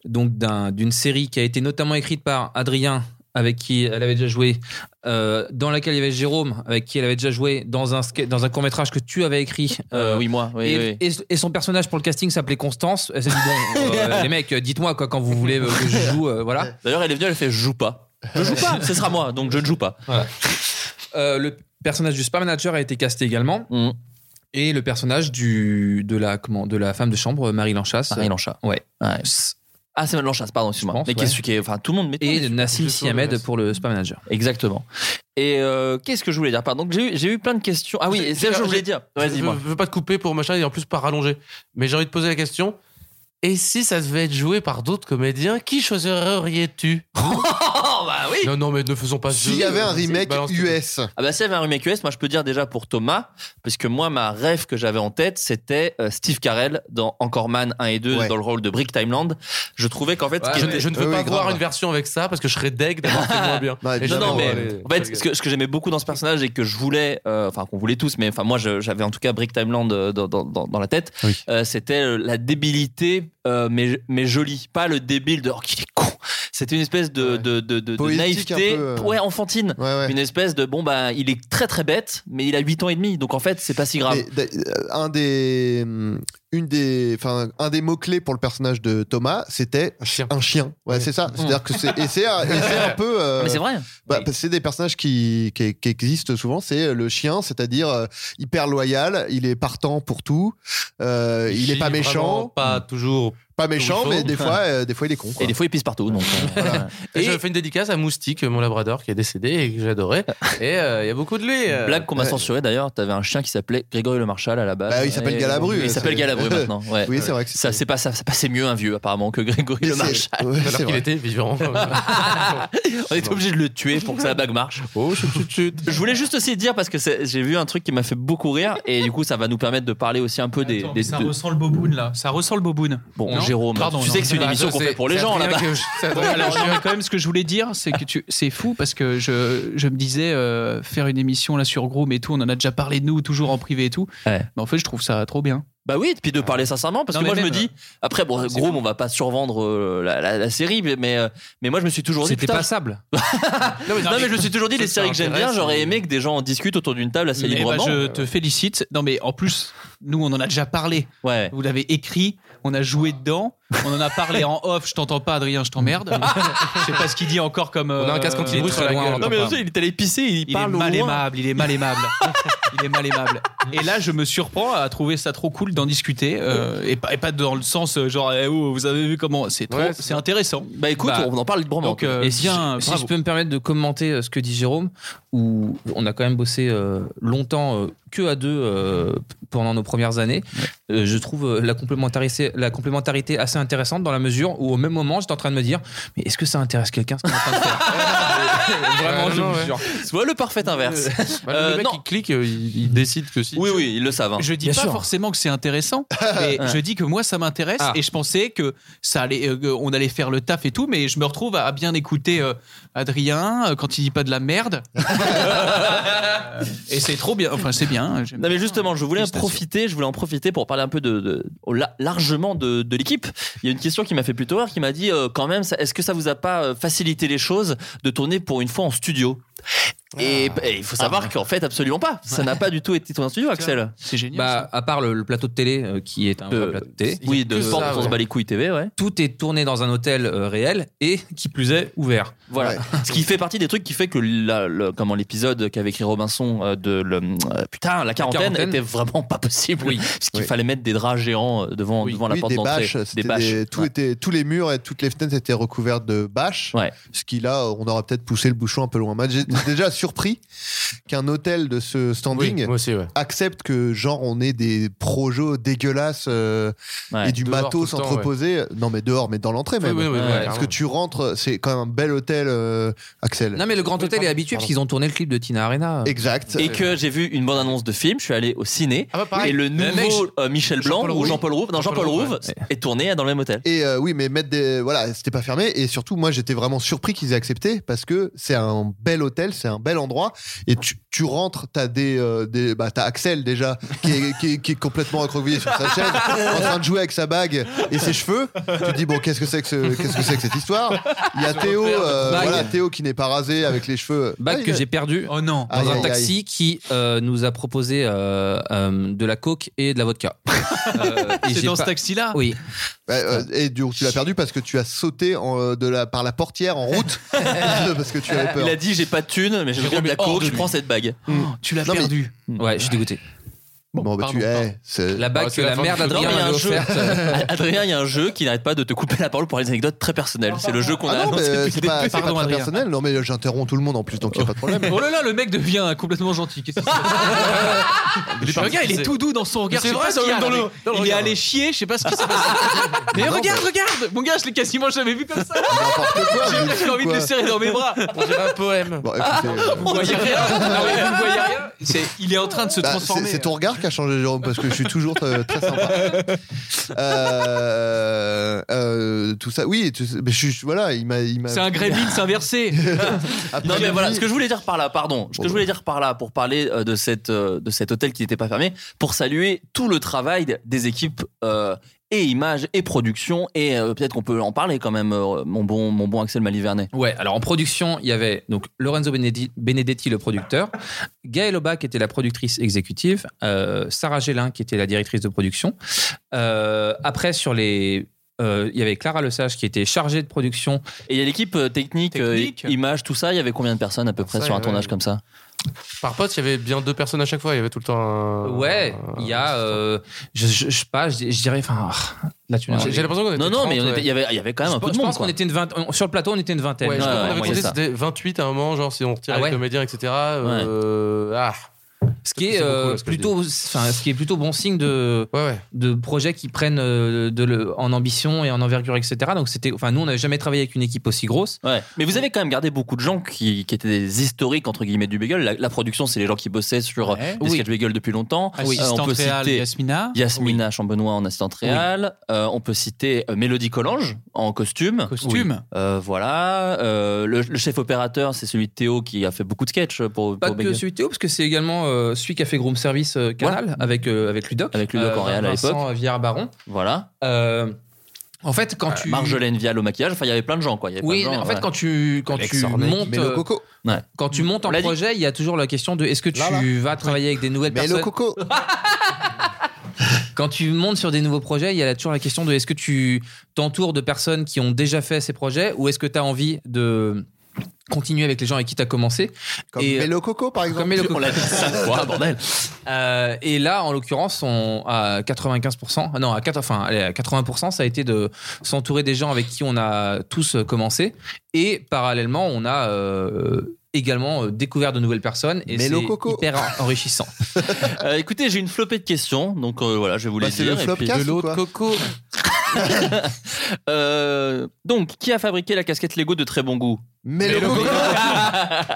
S8: donc d'un- d'une série qui a été notamment écrite par Adrien avec qui elle avait déjà joué, euh, dans laquelle il y avait Jérôme avec qui elle avait déjà joué dans un ske- dans un court métrage que tu avais écrit.
S9: Euh,
S8: euh,
S9: oui, moi. Oui,
S8: et,
S9: oui.
S8: et- et son personnage pour le casting s'appelait Constance. Elle s'est dit bon, euh, les mecs, dites-moi quoi quand vous voulez euh, que je joue, euh, voilà.
S9: D'ailleurs, elle est venue, elle a fait Je joue pas. Je joue pas, ce sera moi, donc je ne joue pas.
S8: Euh, le personnage du spa manager a été casté également
S9: Mmh.
S8: et le personnage du de la comment de la femme de chambre euh, Marie Lanchas
S9: Marie Lancha.
S8: ouais.
S9: Ouais. Ah, c'est Lanchas, pardon, excuse-moi.
S8: pense,
S9: Mais qu'est-ce qui est. Enfin, tout le monde met
S8: et
S9: tout.
S8: Nassim Siamed pour le spa manager
S9: Exactement. Et euh, qu'est-ce que je voulais dire Pardon, donc j'ai eu, j'ai eu plein de questions. Ah oui,
S4: J'ai-
S9: et c'est ça que je voulais dire.
S4: je,
S9: Vas-y,
S4: veux-
S9: moi.
S4: je veux pas te couper pour machin et en plus pas rallonger. Mais j'ai envie de poser la question. Et si ça devait être joué par d'autres comédiens, qui choisiriez-tu
S9: Oh, bah oui
S4: Non, non, mais ne faisons pas ce
S10: S'il
S4: jeu.
S10: y avait un
S4: Vas-y,
S10: remake
S4: balance-
S10: US,
S9: Ah bah s'il y avait un remake US, moi je peux dire déjà pour Thomas, parce que moi ma rêve que j'avais en tête c'était euh, Steve Carell dans Encore Man 1 et 2
S10: Ouais.
S9: dans le rôle de Brick Timeland. Je trouvais qu'en fait ce qui
S4: Je,
S9: était-
S4: ne- je ne veux
S10: Ah Oui,
S4: pas
S10: oui, grave.
S4: voir une version avec ça parce que je serais deg d'avoir fait moins bien.
S10: Bah,
S4: Et
S9: Non, non,
S4: j'adore,
S9: mais
S4: allez,
S9: en fait, ce que, ce que j'aimais beaucoup dans ce personnage et que je voulais, euh, enfin qu'on voulait tous, mais enfin moi je- j'avais en tout cas Brick Timeland euh, dans, dans, dans- dans la tête,
S4: Oui.
S9: euh, c'était euh, la débilité euh, mais, mais jolie, pas le débile de oh qu'il est con. C'était une espèce de,
S4: Ouais.
S9: de, de, de- de
S10: Poétique un
S9: naïveté,
S10: peu, euh.
S9: ouais enfantine.
S10: ouais, ouais.
S9: Une espèce de bon bah il est très très bête mais il a 8 ans et demi donc en fait c'est pas si grave.
S10: Mais euh, d'a- un des, hmm, une des, enfin, un des mots clés pour le personnage de Thomas, c'était
S4: Un Ah, chien.
S10: un chien. Ouais,
S4: Oui.
S10: c'est ça. C'est-à-dire que c'est, et c'est, un- et c'est un peu. euh,
S9: Ah, mais c'est vrai.
S10: bah, parce
S9: Oui.
S10: que c'est des personnages qui, qui, qui existent souvent. C'est le chien, c'est-à-dire euh, hyper loyal. Il est partant pour tout. euh, il est
S4: chie
S10: pas
S4: vraiment
S10: méchant. Mm.
S4: Pas toujours
S10: Pas méchant,
S19: Rufo.
S10: mais des fois, euh, des fois il est con.
S9: Et des fois, il pisse partout. Donc, euh,
S19: Et je fais une dédicace à Moustique, mon labrador qui est décédé et que j'adorais. Et euh, il y a beaucoup de lui. euh.
S9: Blague qu'on m'a censuré d'ailleurs, t'avais un chien qui s'appelait Grégory le Marchal à la base.
S19: Bah oui, il s'appelle
S9: Et- euh,
S19: Galabru,
S9: Il s'appelle
S19: c'est-
S9: Galabru maintenant. ouais.
S19: Oui, Eh, c'est vrai que
S9: ça, c'est pas, ça, ça passait mieux un vieux apparemment que Grégory le
S19: C'est-
S9: Marchal.
S19: ouais, Alors c'est qu'il vrai. était vivant.
S9: On était obligé de le tuer pour que sa blague marche.
S19: Oh,
S9: Je voulais juste aussi dire parce que c'est- j'ai vu un truc qui m'a fait beaucoup rire et du coup ça va nous permettre de parler aussi un peu des. des-
S4: ça
S9: de-
S4: ressent le boboon là, ça ressent le boboon.
S9: Bon, Jérôme, tu sais que c'est
S4: Bah,
S9: une émission qu'on fait pour les gens là-bas.
S4: Alors, non, mais quand même, ce que je voulais dire, c'est que tu... c'est fou parce que je, je me disais euh, faire une émission là sur Groom et tout, on en a déjà parlé de nous, toujours en privé et tout. Mais en fait, je trouve ça trop bien.
S9: Bah oui, et puis de parler sincèrement, parce
S4: Non,
S9: que
S4: mais
S9: moi je me
S4: même, euh,
S9: dis, après, bon, gros, on va pas survendre euh, la, la- la série, mais- mais, euh, mais moi je me suis toujours dit.
S8: C'était
S9: putain,
S8: passable.
S9: Non mais, je me suis toujours dit, les
S4: Ça, ça
S9: séries que j'aime bien,
S4: intéresse,
S9: j'aurais
S4: mais-
S9: aimé que des gens en discutent autour d'une table assez
S4: Eh ben,
S9: librement.
S4: je te félicite. Non, mais en plus, nous, on en a déjà parlé.
S9: Ouais.
S4: Vous l'avez écrit, on a joué dedans, on en a parlé en off. Je t'entends pas, Adrien, je t'emmerde. je sais pas ce qu'il dit encore comme. euh,
S19: On a un casque
S9: Euh,
S19: anti-bruit sur la gueule. Non, mais aussi,
S9: il est allé pisser, il,
S4: est
S19: parle au
S4: mal
S19: loin.
S4: aimable, il est mal aimable. il est mal aimable. Et là, je me surprends à trouver ça trop cool d'en discuter euh, et, pas, et pas dans le sens euh, genre, eh, oh, vous avez vu comment. C'est trop, c'est intéressant.
S9: Bah écoute, on en parle librement.
S4: Donc, euh,
S8: Et si,
S4: bien,
S8: je- si
S4: bravo.
S8: je peux me permettre de commenter euh, ce que dit Jérôme, où on a quand même bossé euh, longtemps euh, que à deux euh, p- pendant nos premières années, euh, je trouve euh, la complémentarité, la complémentarité assez intéressante dans la mesure où au même moment j'étais en train de me dire mais est-ce que ça intéresse quelqu'un ce qu'on est en train de faire
S19: Ah,
S8: Vraiment, je vous jure.
S9: Tu vois le parfait inverse.
S19: Bah, le mec qui clique, euh, il, il décide que si.
S9: Oui, oui, ils le savent.
S4: Euh,
S9: hein.
S4: Je dis pas forcément que c'est intéressant, mais
S19: Ouais.
S4: je dis que moi ça m'intéresse
S19: Ah.
S4: et je pensais que ça allait, euh, que on allait faire le taf et tout, mais je me retrouve à, à bien écouter euh, Adrien euh, quand il dit pas de la merde. Euh, et c'est trop bien, enfin c'est bien. hein, j'aime
S9: Non mais justement, je voulais en
S4: Félicitations.
S9: profiter, je voulais en profiter pour parler un peu de, de- au la- largement de, de l'équipe. Il y a une question qui m'a fait plutôt rire, qui m'a dit euh, quand même, ça- est-ce que ça vous a pas euh, facilité les choses de tourner pour une fois en studio et,
S4: Ah.
S9: et il faut savoir qu'en fait, absolument pas. Ça n'a pas du tout été tourné en studio, Axel.
S4: C'est génial.
S8: Bah, à part le, le plateau de télé euh, qui est un vrai plateau de télé.
S9: oui, de Sport, on se bat les couilles TV, ouais.
S8: Tout est tourné dans un hôtel euh, réel et qui plus est ouvert.
S9: Voilà. Ah, Ce qui fait partie des trucs qui fait que la- le- comment l'épisode qu'avait écrit Robinson euh, de le, euh, putain la quarantaine,
S8: quarantaine.
S9: était vraiment pas possible.
S8: Oui.
S9: Parce qu'il
S10: Oui.
S9: fallait mettre des draps géants euh, devant devant la
S10: Oui,
S9: porte
S10: des
S9: d'entrée.
S10: bâches, c'était des- tout
S9: Ouais.
S10: était, tous les murs et toutes les fenêtres étaient recouvertes de bâches. Ce qui là, on aurait peut-être poussé le bouchon un peu loin. Moi, J'étais déjà surpris qu'un hôtel de ce standing
S19: Oui, moi aussi, ouais.
S10: accepte que genre on ait des projets dégueulasses euh,
S9: Ouais.
S10: et du
S19: Dehors,
S10: matos
S19: tout le temps,
S10: entreposé. Non mais dehors, mais dans l'entrée même.
S19: oui, oui, oui,
S10: bah, Parce
S19: carrément.
S10: que tu rentres, c'est quand même un bel hôtel, euh, Axel.
S8: Non mais le grand hôtel est habitué parce qu'ils ont tourné le clip de Tina Arena. euh,
S10: Exact.
S9: Et que j'ai vu une bande-annonce de film, je suis allé au ciné,
S10: Ah, bah, pareil.
S9: et le
S10: Le mec,
S9: nouveau euh, Michel Blanc
S10: Jean-Paul
S9: ou
S10: Rouve.
S9: Jean-Paul Rouve, non
S10: Jean-Paul
S9: Jean-Paul
S10: Rouve,
S9: Rouve, est tourné hein, dans le même hôtel.
S10: Et euh, oui, mais mettre des. Voilà, c'était pas fermé. Et surtout, moi, j'étais vraiment surpris qu'ils aient accepté parce que c'est un bel hôtel, c'est un bel endroit. Et tu, tu rentres, t'as des, euh, des. Bah, t'as Axel déjà, qui est, qui est- qui est complètement accroquevillé sur sa chaise, en train de jouer avec sa bague et ses cheveux. Tu te dis, bon, qu'est-ce que c'est que, ce- qu'est-ce que, c'est que cette histoire Il y a Théo, euh,
S8: Bague.
S10: voilà, Théo qui n'est pas rasé avec les cheveux.
S8: Bac
S10: Ah,
S8: que
S10: il-
S8: j'ai perdu euh,
S4: oh
S8: dans
S4: non.
S10: Aïe,
S8: un
S10: aïe,
S8: taxi
S10: aïe.
S8: qui euh, nous a proposé euh, euh, de la coke et de la vodka.
S11: Euh,
S8: et
S4: Ah, C'est
S8: j'ai
S4: dans ce
S8: pas-
S4: taxi-là
S8: Oui.
S10: Bah, euh, et du coup, tu l'as perdu parce que tu as sauté en, euh, de la, par la portière en route parce que tu avais Ah, peur.
S9: Il a dit j'ai pas de thune, mais j'ai
S10: Jérôme
S9: de la
S10: est hors
S9: coke,
S10: de
S9: je
S10: lui.
S9: prends cette bague.
S4: tu l'as
S10: perdu.
S8: Ouais, je suis dégoûté.
S10: Bon, bah, tu es.
S8: La bague que la mère d'Adrien
S9: Non, mais il y a
S8: m'avait
S9: un jeu-
S8: offerte.
S9: Adrien, il y a un jeu qui n'arrête pas de te couper la parole pour les anecdotes très personnelles. C'est le jeu qu'on a
S10: Ah non, mais
S9: annoncé
S10: euh,
S9: depuis
S10: c'est
S9: le
S10: pas,
S9: début.
S10: c'est pas très personnel. Non, mais j'interromps tout le monde en plus, donc il n'y a pas de problème.
S4: Oh là là, le mec devient complètement gentil. Qu'est-ce que c'est Le gars, il est tout doux dans son regard.
S19: C'est
S4: je sais
S19: vrai,
S4: pas ce
S19: dans
S4: qu'il
S19: le-
S4: a,
S19: dans le-
S4: mais
S19: dans le
S4: Il est
S19: regard.
S4: allé chier, je sais pas ce qui s'est passé. Mais
S19: Non,
S4: regarde,
S19: mais-
S4: regarde Mon gars, je l'ai quasiment jamais vu comme ça. J'ai j'ai envie de le serrer dans mes bras.
S19: On dirait un poème.
S10: Bon, écoutez, euh,
S4: Vous voyez rien. Ah ouais, vous voyez rien. C'est- Il est en train de se
S10: bah,
S4: transformer.
S10: c'est- C'est ton regard qui a changé, Jérôme, parce que je suis toujours euh, très sympa. Euh, euh, tout ça, oui, tu sais- mais je suis- voilà, il m'a. il m'a-
S4: C'est un gremlin inversé.
S10: Après,
S9: Non mais
S10: j'ai
S9: voilà,
S10: dit-
S9: ce que je voulais dire par là, pardon, ce que je voulais dire par là pour parler euh, de cette euh, de cet hôtel qui n'était pas fermé, pour saluer tout le travail des équipes euh, et images et production et euh, peut-être qu'on peut en parler quand même, euh, mon bon mon bon Axel Malivernet.
S8: Ouais, alors en production, il y avait donc Lorenzo Benedi- Benedetti, le producteur, Gaël Oba, qui était la productrice exécutive, euh, Sarah Gélin, qui était la directrice de production. Euh, après, sur les. euh, il y avait Clara Lesage, qui était chargée de production.
S9: Et il y a l'équipe euh, technique, euh,
S8: Technique.
S9: images, tout ça. Il y avait combien de personnes à peu près
S8: ça,
S9: sur un
S8: ouais.
S9: tournage comme ça
S4: Par pote, il y avait bien deux personnes à chaque fois. Il y avait tout le temps. un-
S8: Ouais, il y a, euh, je, je, je sais pas, je, je dirais, enfin, ah, là tu m'as-
S4: J'ai- j'ai l'impression qu'on était
S9: Non, non, mais
S4: 30,
S9: on était- il y avait- il y avait quand même
S8: Je
S9: un peu
S8: pense-
S9: de monde,
S8: Je pense qu'on
S9: quoi.
S8: était une vingtaine. on- Sur le plateau, on était une vingtaine.
S4: Ouais, je crois qu'on avait
S8: Ouais,
S4: compté,
S8: c'est ça.
S4: c'était 28 à un moment, genre si on retirait
S8: Ah ouais
S4: les comédiens, etc. euh, ah.
S8: Ce qui
S4: Parce
S8: est
S4: que c'est
S8: euh,
S4: beaucoup, là, ce que je dis.
S8: plutôt, enfin, ce qui est plutôt bon signe de de projets qui prennent euh, de le- en ambition et en envergure, etc. Donc c'était, enfin, nous on n'avait jamais travaillé avec une équipe aussi grosse.
S9: Ouais. Mais vous avez quand même gardé beaucoup de gens qui, qui étaient des historiques entre guillemets du Beagle. La, la production, c'est les gens qui bossaient sur
S11: Ouais.
S9: les
S11: Oui.
S9: sketchs Beagle depuis longtemps. Euh,
S8: Euh,
S11: Assistante réal, Yasmina.
S9: Yasmina Chambenois en assistante réelle. Euh, on peut citer euh, Mélodie Collange en costume.
S11: Costume.
S9: Euh, voilà. Euh, le, le chef opérateur, c'est celui de Théo qui a fait beaucoup de sketchs pour,
S8: Pas
S9: pour
S8: que
S9: Beagle.
S8: celui de Théo, parce que c'est également euh, celui qui a fait Groom Service euh, Canal avec euh, avec Ludoc,
S9: Avec Ludoc en réel à
S8: Vincent
S9: l'époque.
S8: Villard Baron. Euh,
S9: Voilà.
S8: en fait,
S10: Euh,
S8: quand tu-
S9: Marjolaine Vial au maquillage, enfin, il y avait plein de gens, quoi. Il y avait
S8: Oui,
S9: plein de
S8: mais
S9: gens,
S8: en
S9: voilà.
S8: fait, quand tu quand
S9: Alex
S8: tu
S9: Ornek.
S8: montes
S9: Mélo
S8: euh,
S9: Coco. Ouais.
S8: quand tu montes en projet, il y a toujours la question de est-ce que tu
S9: Là, là.
S8: vas travailler avec des nouvelles
S10: Mais
S8: personnes
S10: le coco
S8: Quand tu montes sur des nouveaux projets, il y a toujours la question de est-ce que tu t'entoures de personnes qui ont déjà fait ces projets ou est-ce que tu as envie de continuer avec les gens avec qui tu as commencé euh,
S10: Comme
S4: euh,
S10: Mélo Coco, par exemple.
S8: Comme Mélo Coco.
S10: On l'a dit cinq fois, bordel.
S8: Euh, et là, en l'occurrence, on à 95%, ah non, à, 4, enfin, allez, à 80%, ça a été de s'entourer des gens avec qui on a tous euh, commencé. Et parallèlement, on a euh, également euh, découvert de nouvelles personnes. Et c'est
S9: Mélo Coco.
S8: hyper enrichissant.
S9: Euh, écoutez, j'ai une flopée de questions, donc euh, voilà, je vais vous
S8: Bah,
S9: les
S8: c'est
S9: dire.
S8: le
S9: et
S8: flopcast
S9: puis-
S8: ou De l'eau de quoi
S4: coco.
S9: Euh, donc, qui a fabriqué la casquette Lego de très bon goût
S10: Mélo Coco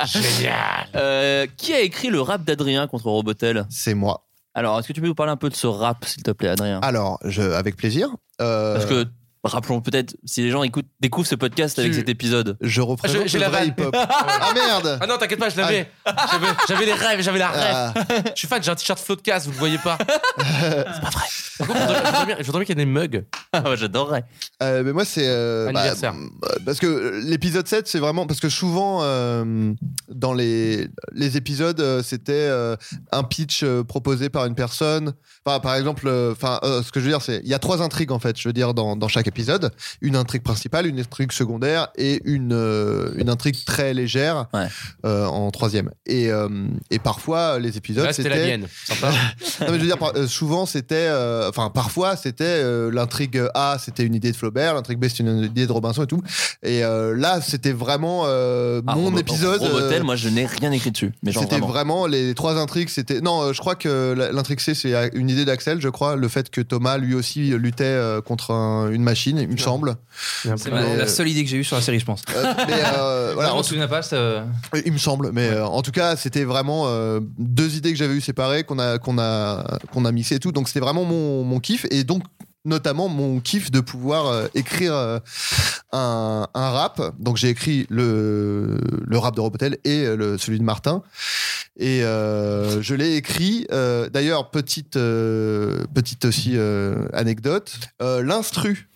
S9: Génial Euh, Qui a écrit le rap d'Adrien contre Robotel
S10: C'est moi.
S9: Alors, est-ce que tu peux nous parler un peu de ce rap, s'il te plaît, Adrien
S10: Alors, je, avec plaisir. Euh,
S9: Parce que, rappelons peut-être, si les gens écoutent, découvrent ce podcast avec
S10: Tu-
S9: cet épisode.
S10: Je représente
S4: J'ai
S10: le
S4: la
S10: vrai
S4: vanne.
S10: hip-hop.
S4: Ah
S10: merde
S4: Ah non, t'inquiète pas, je l'avais. J'avais- J'avais les rêves, j'avais la rêve. Je suis fan, j'ai un t-shirt Floodcast, vous le voyez pas. C'est
S9: pas vrai.
S4: Par contre, je voudrais bien- je voudrais bien qu'il y ait des mugs.
S9: Ah, J'adorerais.
S10: Euh, mais moi, c'est. euh, bah,
S4: Anniversaire.
S10: euh, parce que euh, l'épisode 7, c'est vraiment. Parce que souvent, euh, dans les, les épisodes, euh, c'était euh, un pitch euh, proposé par une personne. Enfin, par exemple, euh, enfin, euh, ce que je veux dire, c'est. Il y a trois intrigues, en fait, je veux dire, dans, dans chaque épisode. Une intrigue principale, une intrigue secondaire et une, euh, une intrigue très légère euh, en troisième. Et, euh, et parfois, les épisodes,
S4: Là, c'était la
S10: c'était.
S4: mienne. Sympa.
S10: non, mais je veux dire, par- euh, souvent, c'était. euh, Enfin, parfois, c'était euh, l'intrigue A, c'était une idée de Flaubert, l'intrigue B, c'était une idée de Robinson et tout. Et euh, là, c'était vraiment euh,
S9: Ah,
S10: mon
S9: Robo-
S10: épisode.
S9: Robotel,
S10: euh,
S9: moi, je n'ai rien écrit dessus. Mais genre
S10: c'était
S9: vraiment.
S10: vraiment. les trois intrigues. C'était non, euh, je crois que la- l'intrigue C c'est une idée d'Axel, je crois, le fait que Thomas lui aussi luttait euh, contre un- une machine, il me semble.
S8: C'est la, la seule idée que j'ai eue sur la série, je pense.
S10: mais, euh, voilà,
S8: Non, je
S10: en
S8: m'en
S10: tout-
S8: souviens pas. ça-
S10: Euh, Il me semble, mais euh, en tout cas, c'était vraiment euh, deux idées que j'avais eues séparées, qu'on a, qu'on a, qu'on a mixées et tout. Donc, c'était vraiment mon, mon kiff. Et donc, notamment, mon kiff de pouvoir euh, écrire euh, un, un rap. Donc, j'ai écrit le, le rap de Robotel et euh, le, celui de Martin. Et euh, je l'ai écrit. euh, D'ailleurs, petite, euh, petite aussi euh, anecdote euh, l'instru.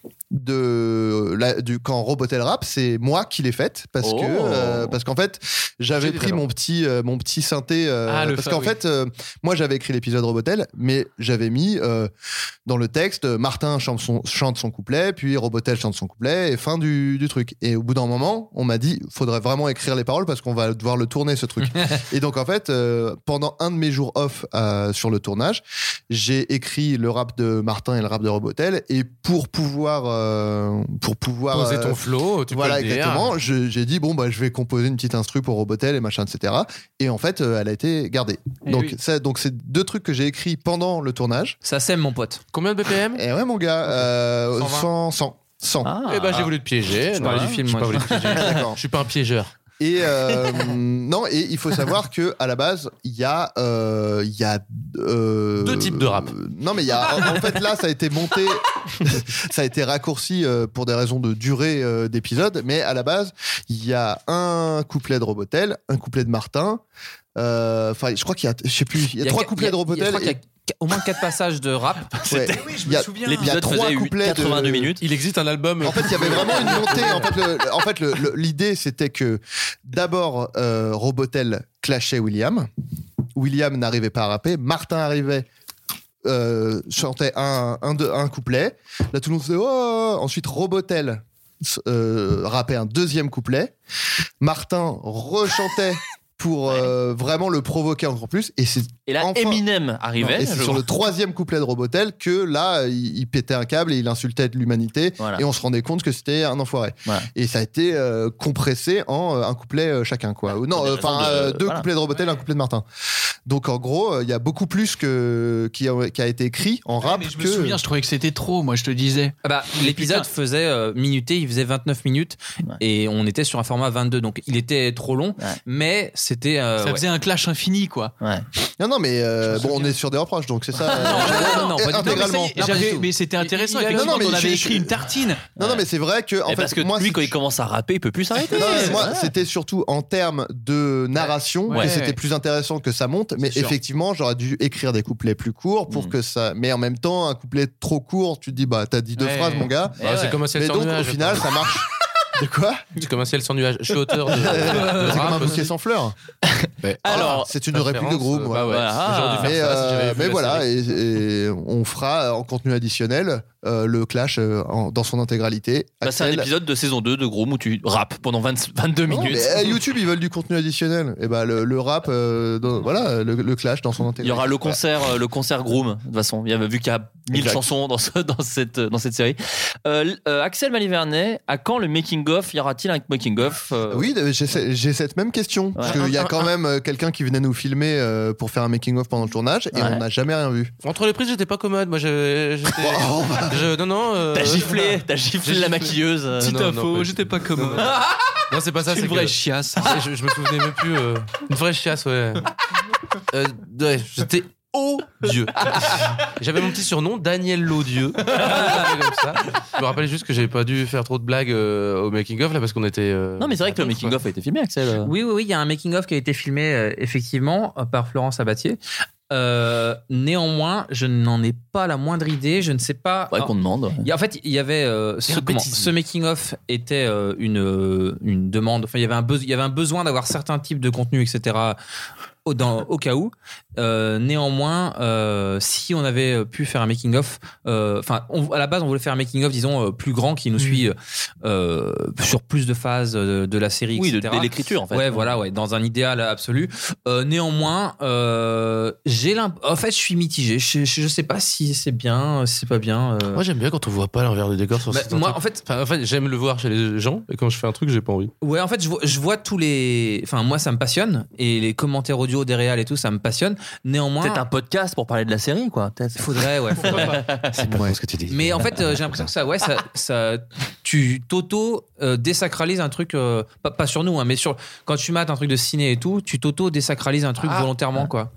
S10: De, la- du, quand Robotel rap, c'est moi qui l'ai faite parce
S9: Oh.
S10: que euh, parce qu'en fait j'avais
S9: J'ai des
S10: pris
S9: talents.
S10: mon petit euh, mon petit synthé euh,
S9: Ah, le
S10: parce
S9: fa-
S10: qu'en
S9: oui.
S10: fait euh, moi j'avais écrit l'épisode Robotel mais j'avais mis euh, dans le texte euh, Martin chante son, chante son couplet puis Robotel chante son couplet et fin du, du truc et au bout d'un moment on m'a dit faudrait vraiment écrire les paroles parce qu'on va devoir le tourner ce truc et donc en fait euh, pendant un de mes jours off euh, sur le tournage j'ai écrit le rap de Martin et le rap de Robotel et pour pouvoir euh, pour pouvoir
S4: Poser
S10: euh,
S4: ton flow, tu peux
S10: voilà
S4: le dire.
S10: exactement je- j'ai dit bon bah je vais composer une petite instru pour Robotel et machin etc et en fait euh, elle a été gardée
S8: Eh
S10: donc
S8: oui.
S10: ça donc c'est deux trucs que j'ai écrits pendant le tournage
S8: Ça sème, mon pote.
S4: Combien de
S8: Mm.
S4: BPM
S10: et ouais mon gars euh,
S4: 120.
S10: 100 100 100
S8: Ah.
S4: Eh ben, j'ai voulu te piéger.
S10: Je parlais
S4: Non,
S10: du film,
S4: j'ai
S10: moi,
S4: pas
S10: je-
S4: voulu te piéger.
S10: D'accord.
S4: Je suis pas un piégeur.
S10: et euh, non et il faut savoir que à la base il y a euh, il y a euh,
S4: Deux types de rap.
S10: non mais il y a en, en fait là ça a été monté ça a été raccourci euh, pour des raisons de durée euh, d'épisode mais à la base il y a un couplet de Robotel un couplet de Martin euh, enfin je crois qu'il y a je sais plus il y a, trois
S8: qu-
S10: couplets
S8: il y a-
S10: de
S8: Je
S10: Robotel
S8: crois qu'il y a qu- au moins quatre passages de rap.
S10: C'était- Oui, je me Il y a- souviens. l'épisode il y a trois faisait couplets de- 82 minutes.
S4: Il existe un album.
S10: En fait, il y avait vraiment une montée. En fait, le- en fait, le- le- l'idée, c'était que d'abord, euh, Robotel clashait William. William n'arrivait pas à rapper. Martin arrivait. euh, chantait un, un, deux- un couplet. Là, tout le monde faisait Oh Ensuite, Robotel euh, rappait un deuxième couplet. Martin rechantait pour euh, vraiment le provoquer encore plus. Et c'est
S9: Et là,
S10: enfin-
S9: Eminem arrivait.
S10: Non, et c'est
S9: je-
S10: sur le troisième couplet de Robotel que là, il, il pétait un câble et il insultait l'humanité.
S9: Voilà.
S10: Et on se rendait compte que c'était un enfoiré.
S9: Voilà.
S10: Et ça a été euh, compressé en euh, un couplet euh, chacun, quoi. Ou non,
S9: Bah, des
S10: euh, enfin,
S9: raisons de-
S10: euh, deux
S9: voilà.
S10: couplets de Robotel, un couplet de Martin. Donc en gros, euh, il y a beaucoup plus que, qui, a, qui a été écrit en rap
S20: mais je me
S10: que.
S20: souviens, je trouvais que c'était trop, moi, je te disais.
S4: Ah bah, l'épisode faisait euh, minuté, il faisait 29 minutes et on était sur un format 22, donc il était trop long, mais c'était. euh,
S20: Ça
S4: ouais.
S20: faisait un clash infini, quoi.
S10: Non, non, mais euh, bon, on est sur des reproches, donc c'est ça. euh,
S4: Ah
S20: non, non,
S10: et-
S20: pas du tout.
S10: intégralement.
S20: Mais ça y est, j'avais- mais c'était intéressant,
S10: il a-
S20: effectivement,
S10: non, non, mais
S20: on avait
S10: je-
S20: écrit
S10: je-
S20: une tartine.
S10: Non, non, mais c'est vrai que. En
S9: Mais
S10: fait,
S9: parce que
S10: moi,
S9: lui, quand il commence à rapper, il peut plus s'arrêter.
S10: Non, mais
S9: C'est
S10: moi,
S9: vrai.
S10: c'était surtout en termes de narration
S9: Ouais.
S10: que c'était plus intéressant que ça monte. Mais
S9: sûr.
S10: effectivement, j'aurais dû écrire des couplets plus courts
S8: Mm.
S10: pour que ça. Mais en même temps, un couplet trop court, tu te dis, bah, t'as dit deux
S8: Ouais.
S10: phrases, mon gars.
S8: Bah, c'est comme un ciel
S10: Mais
S8: sans
S10: donc,
S8: nuage,
S10: au final,
S8: je
S10: ça marche. De quoi
S8: C'est comme un ciel sans nuage. Je suis auteur de. de
S10: C'est
S8: rap.
S10: comme un bouquet sans fleurs.
S8: Mais-
S9: Alors,
S10: Ah, c'est une réplique de groupe.
S8: euh,
S10: ouais.
S8: bah ouais,
S9: Voilà.
S8: j'aurais dû
S10: Mais,
S8: faire ça si
S10: euh,
S8: j'avais vu
S10: mais
S8: la
S10: voilà,
S8: série.
S10: et, et on fera euh, en contenu additionnel euh, le clash euh, en- dans son intégralité.
S9: Bah, c'est un
S10: Ah, Axel,
S9: épisode de saison 2 de Groom où tu rappes pendant 20 22
S10: Non,
S9: minutes.
S10: mais, euh, YouTube, ils veulent du contenu additionnel. Et bah, le, le rap, euh, dans- voilà, le, le clash dans son
S9: Il
S10: intégralité.
S9: y aura le concert, euh, le concert Groom, de toute façon. Il y a- vu qu'il y a 1000
S10: Exact.
S9: chansons dans, ce- dans, cette, dans cette série. Euh, l- euh, Axel Malivernet, à quand le making-of Y aura-t-il un making-of euh,
S10: Oui, j'ai ce- j'ai cette même question. Parce
S9: Ouais.
S10: qu'il y a
S9: Un-
S10: quand
S9: un-
S10: même euh, quelqu'un qui venait nous filmer euh, pour faire un making-of pendant le tournage et
S9: Ouais.
S10: on n'a jamais rien vu.
S8: Entre les prises, j'étais pas commode. Moi, j'avais- j'étais.
S10: Oh, bah.
S8: je- Non, non. euh,
S9: T'as giflé, t'as giflé
S8: J'ai
S9: la
S8: giflé.
S9: maquilleuse. Ah, euh,
S20: Petite
S8: non, non,
S20: info,
S8: pas-
S20: j'étais pas
S8: Non,
S20: comme.
S8: non. Non, c'est pas ça,
S20: C'est
S8: c'est
S20: une vraie
S8: que-
S20: chiasse.
S4: Ah,
S8: je, je me souvenais même plus. euh, Une vraie chiasse, ouais. Euh, ouais, j'étais odieux. J'avais mon petit surnom, Daniel l'odieux. Comme ça. Je me rappelle juste que j'avais pas dû faire trop de blagues euh, au making of là parce qu'on était. euh,
S9: Non, mais c'est vrai que le making-of a été filmé, Axel.
S4: Oui, oui, oui, il y a un making-of qui a été filmé euh, effectivement euh, par Florence Sabatier. Euh, néanmoins, je n'en ai pas la moindre idée. Je ne sais pas.
S9: Faudrait qu'on demande.
S4: ah, Il y a- en fait, il y avait euh, ce,
S9: un
S4: comment,
S9: bêtisier.
S4: ce making of était euh, une euh, une demande. Enfin, il y avait un besoin, il y avait un besoin d'avoir certains types de contenu, etc. Au, dans- au cas où. Euh, néanmoins, euh, si on avait pu faire un making of, enfin, on- à la base, on voulait faire un making of, disons euh, plus grand,
S9: Mm.
S4: qui nous suit euh, sur plus de phases euh, de la série,
S9: Oui, de,
S4: etc.
S9: de l'écriture, en fait.
S4: Ouais, voilà, ouais, dans un idéal absolu. Euh, néanmoins, euh, j'ai l'imp- en fait, je suis mitigé. Je, je, je sais pas si c'est bien, si c'est pas bien. euh.
S8: Moi j'aime bien quand on voit pas l'envers du décor sur
S4: Bah,
S8: certains
S4: moi,
S8: trucs.
S4: en fait,
S8: Enfin, en fait, j'aime le voir chez les gens et quand je fais un truc, j'ai pas envie.
S4: ouais, en fait, je vois, je vois tous les. Enfin, moi, ça me passionne et les commentaires audio des réals et tout, ça me passionne. Néanmoins,
S9: Peut-être un podcast pour parler de la série, quoi. peut-être.
S4: faudrait, ouais, faudrait.
S10: C'est pas ce que tu dis.
S4: Mais en fait, euh, j'ai l'impression que ça, ouais, ça, ça tu t'auto euh, désacralises un truc, euh, pas, pas sur nous, hein, mais sur quand tu mates un truc de ciné et tout, tu t'auto désacralises un truc volontairement, quoi.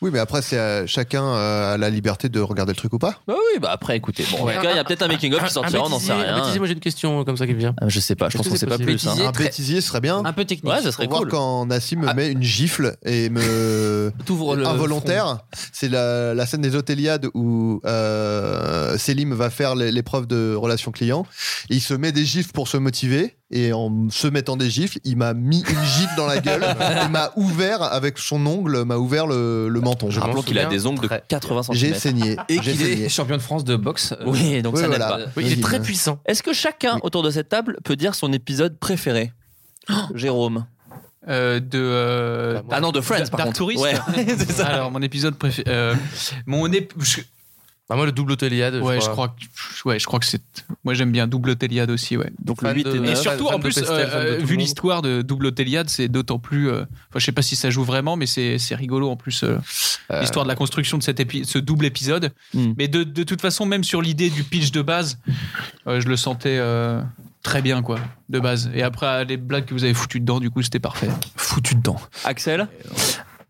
S10: Oui, mais après, c'est euh, chacun euh, a la liberté de regarder le truc ou pas.
S9: Bah oui, bah après, écoutez. Bon, en tout cas, il y a peut-être un making-of qui sortira,
S4: Ah,
S9: on n'en sait rien.
S8: moi j'ai une question comme ça qui me vient.
S9: Ah, Je sais pas,
S8: Est-ce
S9: je pense
S8: que
S9: qu'on
S8: c'est
S9: sait pas
S8: possible
S9: plus. hein.
S10: Un
S4: très-
S10: bêtisier serait bien.
S4: Un peu technique.
S9: Ouais, ça serait
S10: Pour voir
S9: cool.
S10: quand Nassim me met une gifle et me.
S4: T'ouvres le
S10: involontaire. C'est la, la scène des Otéliades où euh, Selim va faire l'é- l'épreuve de relation client. Et il se met des gifles pour se motiver. Et en se mettant des gifles, il m'a mis une gifle dans la gueule. Il m'a ouvert, avec son ongle, m'a ouvert le, le menton.
S8: Je m'en
S9: Rappelons qu'il a des ongles de 80
S10: J'ai
S9: cm.
S10: saigné.
S4: Et
S10: J'ai
S4: qu'il est
S10: saigné.
S4: champion de France de boxe. euh,
S9: Oui, donc
S10: Oui,
S9: ça n'aide
S10: voilà.
S9: pas.
S8: Oui, il est
S10: Vas-y,
S8: très
S10: bah.
S8: puissant.
S9: Est-ce que chacun autour de cette table peut dire son épisode préféré Jérôme.
S20: Euh, de. euh,
S8: Bah, moi,
S9: Ah non, de Friends,
S20: Dark
S9: par contre.
S20: Tourist.
S9: Ouais, c'est ça.
S20: Alors, mon épisode préféré. euh, mon ép- je-
S8: Ah, moi le double Otéliade.
S20: Ouais, je crois que, ouais, je crois que c'est. Moi, j'aime bien Double Otéliade aussi, ouais.
S9: Donc
S8: Fan
S9: le 8
S8: de-
S9: et
S20: Et
S8: Euh,
S9: 9.
S20: surtout,
S8: fan
S20: en
S8: de
S20: plus,
S8: Pestel,
S20: euh,
S8: fan de tout le
S20: vu
S8: monde.
S20: l'histoire de Double Otéliade, c'est d'autant plus. euh, Enfin, je sais pas si ça joue vraiment, mais c'est c'est rigolo en plus, euh, l'histoire de la construction de cet épi- ce double épisode.
S9: Hmm.
S20: Mais de, de toute façon, même sur l'idée du pitch de base, euh, je le sentais euh, très bien, quoi, de base. Et après, les blagues que vous avez foutues dedans, du coup, c'était parfait.
S4: Foutu dedans.
S9: Axel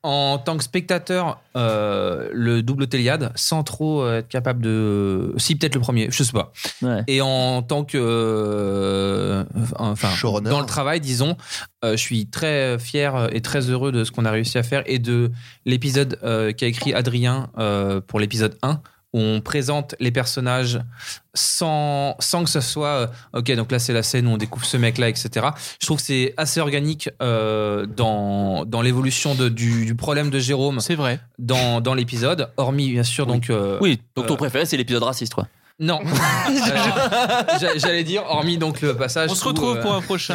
S4: En tant que spectateur, euh, le double Téliade, sans trop euh, être capable de. Si, peut-être le premier, je sais pas.
S9: Ouais.
S4: Et en tant que. euh, enfin,
S10: Showrunner.
S4: dans le travail, disons, euh, je suis très fier et très heureux de ce qu'on a réussi à faire et de l'épisode euh, qu'a écrit Adrien euh, pour l'épisode 1 où on présente les personnages sans, sans que ce soit euh, ok donc là c'est la scène où on découvre ce mec là etc je trouve que c'est assez organique euh, dans, dans l'évolution de- du, du problème de Jérôme
S20: C'est vrai.
S4: dans, dans l'épisode hormis bien sûr donc euh,
S9: Oui, donc ton
S4: euh,
S9: préféré, c'est l'épisode raciste, quoi.
S8: Non. Alors, j'a- J'allais dire, hormis donc le passage.
S11: On se
S8: où,
S11: retrouve
S8: euh,
S11: pour un prochain.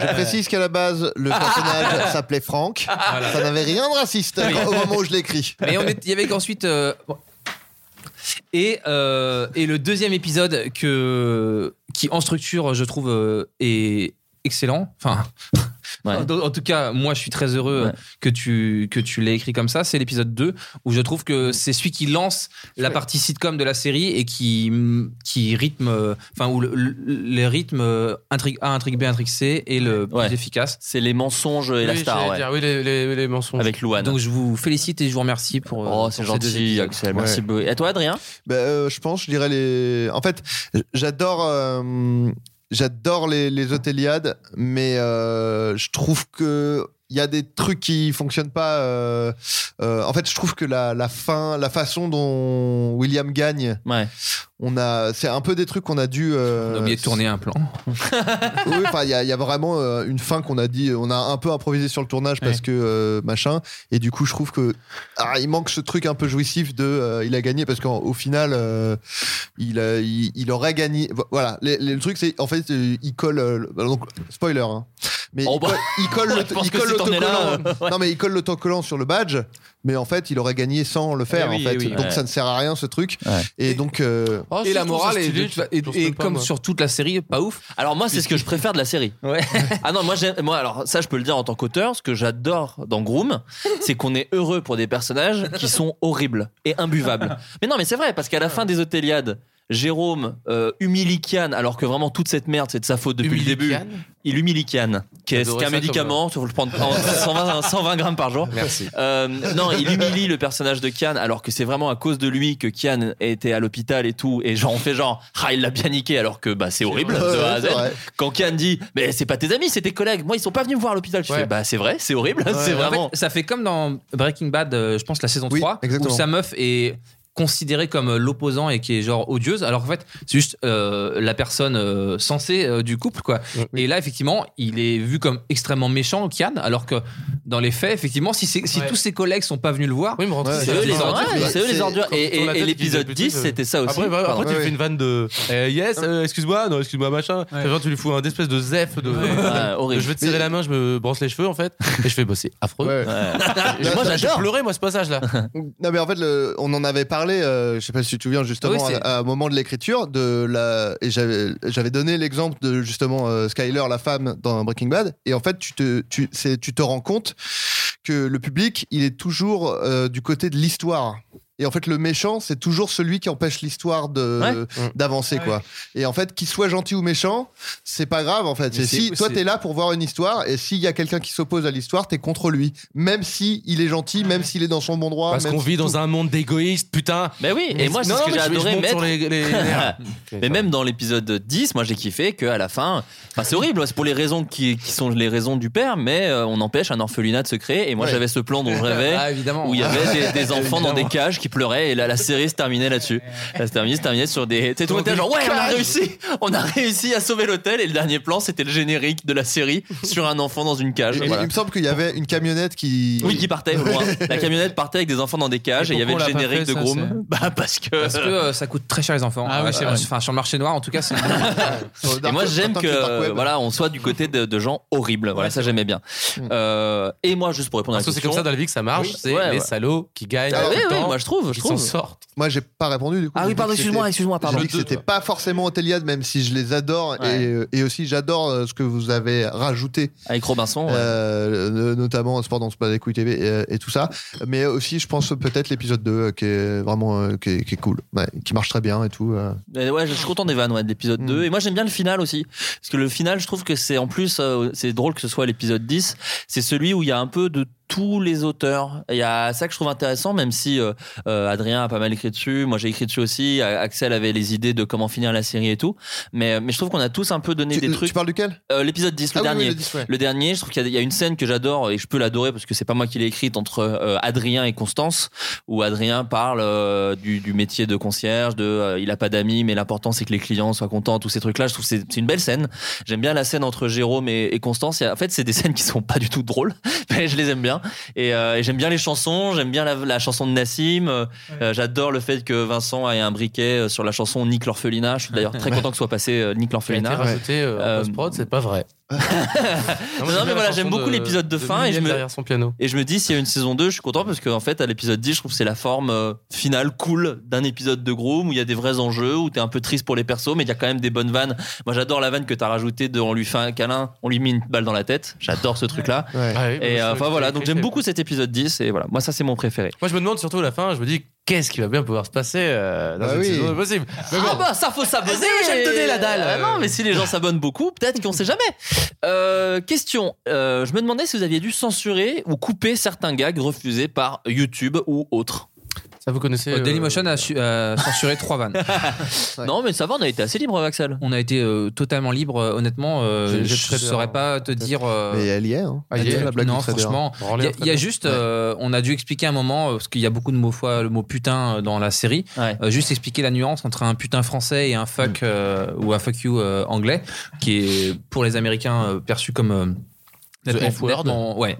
S10: Je précise qu'à la base, le personnage s'appelait Franck.
S8: Voilà.
S10: Ça n'avait rien de raciste
S8: Oui.
S10: au moment où je l'écris.
S8: Mais on est- il y avait qu'ensuite. euh, bon. Et, euh, et le deuxième épisode que, qui, en structure, je trouve, euh, est excellent. Enfin. En, en tout cas, moi, je suis très heureux que tu, que tu l'aies écrit comme ça. C'est l'épisode 2, où je trouve que c'est celui qui lance la partie sitcom de la série et qui, qui rythme, euh, enfin, où le- le- les rythmes euh, intrigue A, intrigue B, intrigue C est le plus efficace.
S9: C'est les mensonges et la
S8: Oui,
S9: star.
S8: j'allais
S9: ouais.
S11: Ah
S8: dire,
S4: oui, les, mensonges.
S9: Avec Louane.
S8: Donc, je vous félicite et je vous remercie pour. euh,
S9: Ah Oh, c'est
S8: pour ces deux
S9: gentil,
S8: épisodes.
S9: Axel. Merci beaucoup. Et toi, Adrien
S10: Ben, euh, je pense, je dirais les. En fait, j'adore. euh, J'adore les, les Otéliades, mais euh, je trouve que il y a des trucs qui fonctionnent pas. euh, euh, en fait, je trouve que la, la fin, la façon dont William gagne, on a, c'est un peu des trucs qu'on a dû. euh,
S8: On a oublié de tourner un plan.
S10: oui, enfin, il y, a- il y a vraiment euh, une fin qu'on a dit, on a un peu improvisé sur le tournage parce que euh, machin, et du coup, je trouve que ah, il manque ce truc un peu jouissif de, euh, il a gagné parce qu'au au final, euh, il, a- il, il aurait gagné. Vo- Voilà, Les- les- le truc c'est, en fait, euh, il colle. euh, le- donc spoiler, hein. mais il
S9: bah.
S10: colle- il colle le-
S9: Je pense
S10: il
S9: que
S10: colle
S9: si t'en es là,
S10: l'autocollant.
S9: euh, ouais.
S10: Non, mais il colle l'autocollant sur le badge. Mais en fait, il aurait gagné sans le faire.
S9: Eh oui,
S10: en fait.
S9: eh oui.
S10: Donc
S9: Ouais.
S10: ça ne sert à rien ce truc. Et, donc. euh,
S11: Oh,
S8: et la morale est, de- et- et comme sur toute la série, pas ouf.
S9: Alors moi, c'est ce que je préfère de la série. ah non, moi, j'aime- moi, alors ça, je peux le dire en tant qu'auteur, ce que j'adore dans Groom, c'est qu'on est heureux pour des personnages qui sont horribles et imbuvables. Mais non, mais c'est vrai, parce qu'à la fin des Otéliades, Jérôme euh, humilie Kian, alors que vraiment toute cette merde, c'est de sa faute depuis le début. Il humilie Kian, qui est
S8: J'adorais ça
S9: qu'un
S8: comme-
S9: médicament, il faut le prendre en 120, 120 grammes par jour.
S8: Merci.
S9: Euh, non, il humilie le personnage de Kian alors que c'est vraiment à cause de lui que Kian était à l'hôpital et tout. Et genre, on fait genre, ah, il l'a bien niqué alors que bah, c'est horrible
S10: vrai.
S9: de A à
S10: Ouais,
S9: Z.
S10: c'est vrai.
S9: Quand Kian dit, mais c'est pas tes amis, c'est tes collègues. Moi, ils sont pas venus me voir à l'hôpital. Tu fais, bah, c'est vrai, c'est horrible. c'est
S8: En fait,
S9: vraiment.
S8: ça fait comme dans Breaking Bad, euh, je pense, la saison 3,
S9: exactement.
S8: où sa meuf est considérée comme euh, l'opposant et qui est genre odieuse, alors qu'en fait, c'est juste euh, la personne euh, sensée euh, du couple, quoi. Et là, effectivement, il est vu comme extrêmement méchant, Kian, alors que dans les faits, effectivement, si, c'est- si tous ses collègues sont pas venus le voir,
S9: c'est eux les ordures.
S8: Ouais,
S9: c'est eux les ordures. Et- Et, et l'épisode 10, c'était ça aussi.
S4: Après, bah, après,
S9: Pardon.
S4: tu fais une vanne de euh, yes, euh, excuse-moi, non, excuse-moi, machin. C'est Genre, tu lui fous un espèce de zef de. de-
S9: horrible.
S4: Je vais te serrer la main, je me brosse les cheveux en fait. Et je fais, bah, c'est affreux. Et Moi, j'ai pleuré, moi, ce passage-là.
S10: Non mais en fait, le- on en avait parlé. euh, je sais pas si tu te souviens justement
S4: Oui, c'est-
S10: à, à un moment de l'écriture de la. Et j'avais j'avais donné l'exemple de justement euh, Skyler, la femme dans Breaking Bad. Et en fait, tu te tu c'est tu te rends compte que le public, il est toujours euh, du côté de l'histoire. Et en fait, le méchant, c'est toujours celui qui empêche l'histoire
S4: Mm.
S10: de
S4: Ah
S10: d'avancer, quoi. Et en fait, qu'il soit gentil ou méchant, c'est pas grave, en fait.
S4: Mais
S10: C'est
S4: c'est-
S10: si toi
S4: c'est-
S10: t'es là pour voir une histoire, et s'il y a quelqu'un qui s'oppose à l'histoire, t'es contre lui, même si il est gentil, même s'il est dans son bon droit.
S4: Parce
S10: même
S4: qu'on
S10: si
S4: vit
S10: tout.
S4: dans un monde d'égoïstes, putain.
S9: Mais Ben oui, et moi, c'est
S4: Non,
S9: ce que
S4: mais
S9: j'ai
S4: je- je
S9: adoré
S4: monte
S9: mettre.
S4: sur les- les- les nerfs.
S9: mais même dans l'épisode 10, moi, j'ai kiffé qu'à la fin, enfin, c'est horrible, c'est pour les raisons qui, qui sont les raisons du père, mais euh, on empêche un orphelinat de se créer. Et moi,
S8: Ouais.
S9: j'avais ce plan dont je rêvais,
S8: Ah, évidemment.
S9: où il y avait des, des enfants dans des
S8: Évidemment.
S9: cages qui pleuraient, et là, la série se terminait là-dessus. La série se terminait sur des. Tu sais, tout le
S8: Dans
S9: monde était
S8: des
S9: genre, ouais, on a
S8: cages.
S9: réussi, on a réussi à sauver l'hôtel, et le dernier plan, c'était le générique de la série sur un enfant dans une cage.
S10: Et
S9: Voilà.
S10: Il me semble qu'il y avait une camionnette qui.
S9: Oui, qui partait au loin. La camionnette partait avec des enfants dans des cages et il y avait le
S8: pourquoi on l'a pas
S9: générique
S8: fait,
S9: de
S8: ça,
S9: Groom. Bah, parce que.
S8: Parce que euh, ça coûte très cher les enfants.
S9: Ah oui,
S8: Euh,
S9: c'est vrai.
S8: Enfin, sur le marché noir, en tout cas, c'est.
S9: Et moi j'aime que euh, voilà on soit du côté de, de gens horribles voilà ça j'aimais bien Euh, et moi juste pour répondre à la
S4: Parce que c'est
S9: question
S4: comme ça dans la vie que ça marche,
S9: Oui,
S4: c'est
S9: ouais,
S4: les
S9: ouais.
S4: salauds qui gagnent.
S9: Ah
S4: tout
S9: oui,
S4: le
S9: oui,
S4: temps,
S9: moi, je trouve, je
S4: qui
S9: trouve.
S4: s'en sortent.
S10: Moi, j'ai pas répondu du coup.
S9: Ah oui,
S10: J'ai
S9: pardon,
S10: dit que
S9: excuse-moi,
S10: c'était-
S9: excuse-moi, pardon.
S10: J'ai dit que c'était pas forcément Otéliade, même si je les adore
S9: Ouais.
S10: et, euh, et aussi j'adore euh, ce que vous avez rajouté.
S9: Avec Robinson, ouais.
S10: Euh, euh, notamment Sport dans Sport des couilles TV et, euh, et tout ça. Mais aussi, je pense peut-être l'épisode 2 euh, qui est vraiment euh, qui, est, qui est cool, Ouais, qui marche très bien et tout. euh.
S9: Mais ouais, je suis content des vannes ouais, de l'épisode 2. Et moi, j'aime bien le final aussi. Parce que le final, je trouve que c'est en plus, euh, c'est drôle que ce soit l'épisode 10. C'est celui où il y a un peu de tous les auteurs. Il y a ça que je trouve intéressant, même si euh, euh, Adrien a pas mal écrit dessus. Moi, j'ai écrit dessus aussi. A- Axel avait les idées de comment finir la série et tout. Mais, mais je trouve qu'on a tous un peu donné des trucs. Tu
S10: parles duquel
S9: Euh, L'épisode 10, le
S10: Ah oui, oui,
S9: dernier.
S10: le 10, ouais.
S9: Le dernier, je trouve qu'il y a- il y a une scène que j'adore et je peux l'adorer parce que c'est pas moi qui l'ai écrite entre euh, Adrien et Constance, où Adrien parle euh, du, du métier de concierge, de euh, il a pas d'amis, mais l'important c'est que les clients soient contents, tous ces trucs-là. Je trouve que c'est c'est une belle scène. J'aime bien la scène entre Jérôme et, et Constance. Et en fait, c'est des scènes qui sont pas du tout drôles, mais je les aime bien. bien. Et, euh, et j'aime bien les chansons, j'aime bien la, la chanson de Nassim. euh, euh, J'adore le fait que Vincent ait un briquet euh, sur la chanson Nick l'orphelinat. Je suis d'ailleurs très
S4: Ouais.
S9: content que soit passé euh, Nick
S4: Qui a été
S9: l'orphelinat.
S4: rajouté euh, en post-prod, c'est pas vrai. mais
S9: Non, non,
S4: j'aime
S9: mais
S4: bien
S9: voilà,
S4: la
S9: j'aime
S4: chanson
S9: beaucoup
S4: de-
S9: l'épisode de
S4: de
S9: fin et je
S4: Muriel
S9: me
S4: derrière son piano.
S9: Et je me dis s'il y a une saison 2, je suis content parce qu'en fait à l'épisode 10, je trouve que c'est la forme euh, finale cool d'un épisode de Groom où il y a des vrais enjeux, où t'es un peu triste pour les persos mais il y a quand même des bonnes vannes. Moi j'adore la vanne que t'as rajoutée de on lui fait un câlin, on lui met une balle dans la tête. J'adore ce truc là.
S4: Ouais. Ah oui, bah,
S9: Et
S4: c'est
S9: euh,
S4: vrai que
S9: enfin
S4: tu
S9: voilà,
S4: l'as
S9: donc
S4: écrit,
S9: j'aime
S4: c'est-
S9: beaucoup cet épisode 10 et voilà, moi ça c'est mon préféré.
S4: Moi, je me demande surtout à la fin, je me dis, qu'est-ce qui va bien pouvoir se passer euh, dans
S9: Bah
S4: une
S9: oui.
S4: saison possible Mais
S9: Ah
S4: bon.
S9: bah ça faut s'abonner
S4: Vas-y, j'aime donner la dalle.
S9: Euh, Non mais si les gens s'abonnent beaucoup Peut-être qu'on sait jamais Euh, Question Euh, Je me demandais si vous aviez dû censurer Ou couper certains gags refusés par YouTube ou autres
S4: Ça vous connaissez
S8: Euh, Dailymotion a su- a censuré trois vannes.
S9: Non, mais ça va, on a été assez libre, Axel.
S8: On a été euh, totalement libre, euh, honnêtement. euh,
S10: J'ai- j'ai
S8: je
S10: très
S8: ne
S10: bien.
S8: saurais pas te dire. euh,
S10: Mais elle y est, hein.
S8: Ah,
S10: Elle
S8: il y
S10: est,
S8: a-
S10: la blague
S8: non,
S10: du trader.
S8: franchement,
S10: Branlée
S8: il y a-
S10: après.
S8: il y, a juste, euh, on a dû expliquer un moment, euh, parce qu'il y a beaucoup de mots fois le mot putain euh, dans la série, euh, juste expliquer la nuance entre un putain français et un
S4: Mm.
S8: fuck euh, ou un fuck you euh, anglais, qui est pour les Américains euh, perçu comme. euh,
S4: The
S8: nettement-
S4: F-word.
S8: nettement- ouais.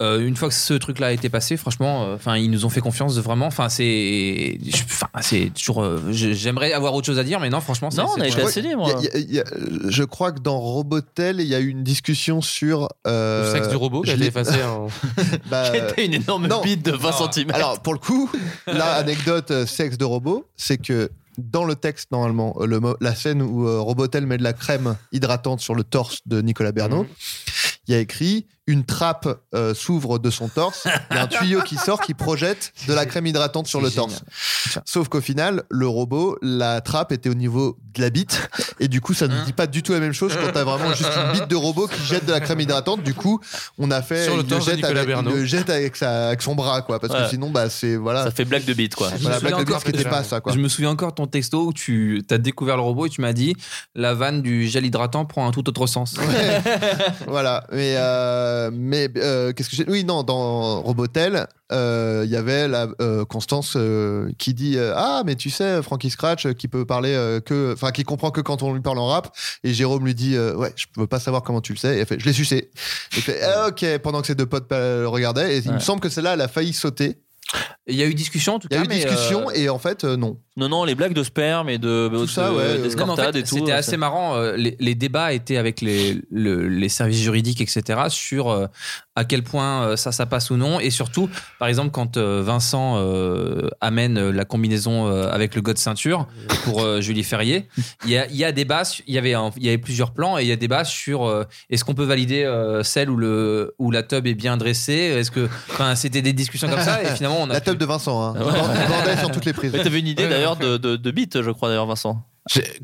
S8: Euh, une fois que ce truc-là a été passé, franchement, euh, enfin, ils nous ont fait confiance de vraiment. Enfin, c'est, je- 'fin, c'est toujours. euh, je- J'aimerais avoir autre chose à dire, mais non, franchement, c'est- c'est-
S10: Je crois que- il y a- il y a- il y a- je crois que dans Robotel, il y a eu une discussion sur. euh,
S4: Le sexe du robot qui a
S10: je
S4: été
S10: l'ai-
S4: effacé hein. en-
S10: Bah,
S9: Qui était Euh, une énorme bite de 20 centimètres.
S10: Alors, pour le coup, la anecdote euh, sexe de robot, c'est que dans le texte, normalement, euh, le mo- la scène où euh, Robotel met de la crème hydratante sur le torse de Nicolas Bernot, il y a écrit une trappe euh, s'ouvre de son torse, il y a un tuyau qui sort qui projette de la crème hydratante sur le torse. Sauf qu'au final, le robot, la trappe était au niveau de la bite, et du coup, ça
S4: Hein
S10: ne dit pas du tout la même chose quand t'as vraiment juste une bite de robot qui jette de la crème hydratante. Du coup, on a fait
S4: Sur le
S10: il
S4: torse de
S10: jette
S4: Nicolas
S10: avec- il
S4: Bernot.
S10: le jette avec, sa- avec son bras, quoi, parce
S9: Ouais.
S10: que sinon, bah, c'est voilà.
S9: Ça fait blague de bite quoi
S8: Je me
S10: Voilà,
S8: souviens
S10: Black
S8: encore
S10: Lives Matter,
S8: que-
S10: c'était pas ça, quoi.
S8: Je me souviens encore de ton texto où tu as découvert le robot et tu m'as dit la vanne du gel hydratant prend un tout autre sens.
S10: voilà. Mais, euh, mais euh, qu'est-ce que j'ai. Oui, non, dans Robotel, euh, il y avait la, euh, Constance euh, qui dit euh, Ah, mais tu sais, Frankie Scratch euh, qui peut parler euh, que. Enfin, qui comprend que quand on lui parle en rap. Et Jérôme lui dit euh, Ouais, je peux pas savoir comment tu le sais. Et elle fait Je l'ai sucé. Et fait Ah, Ok, pendant que ses deux potes euh, le regardaient. Et il me
S9: Ouais.
S10: semble que celle-là, elle a failli sauter.
S8: Il y a eu discussion en tout
S10: Il y a
S9: cas,
S10: eu
S9: mais,
S10: discussion
S9: euh,
S10: et en fait, euh, non.
S9: Non, non, les blagues de sperme et de. Tout
S10: ça, ouais, euh,
S8: Non, mais en fait,
S9: et tout.
S8: C'était
S9: euh,
S8: assez
S9: ça-
S8: marrant. euh, Les, les débats étaient avec les, le- les services juridiques, etc., sur euh, à quel point euh, ça, ça passe ou non. Et surtout, par exemple, quand euh, Vincent euh, amène euh, la combinaison euh, avec le god ceinture pour euh, Julie Ferrier, il y a, il y a débat. su- Il y avait, un- il y avait plusieurs plans et il y a débat sur euh, est-ce qu'on peut valider euh, celle où, le, où la tub est bien dressée Est-ce que. Enfin, c'était des discussions comme ça. Et finalement, on a.
S10: La teub de Vincent, hein.
S9: Ah, Ouais.
S10: Il vendait sur toutes les prises.
S9: Mais t'avais une idée d'ailleurs de, de, de bite, je crois d'ailleurs, Vincent.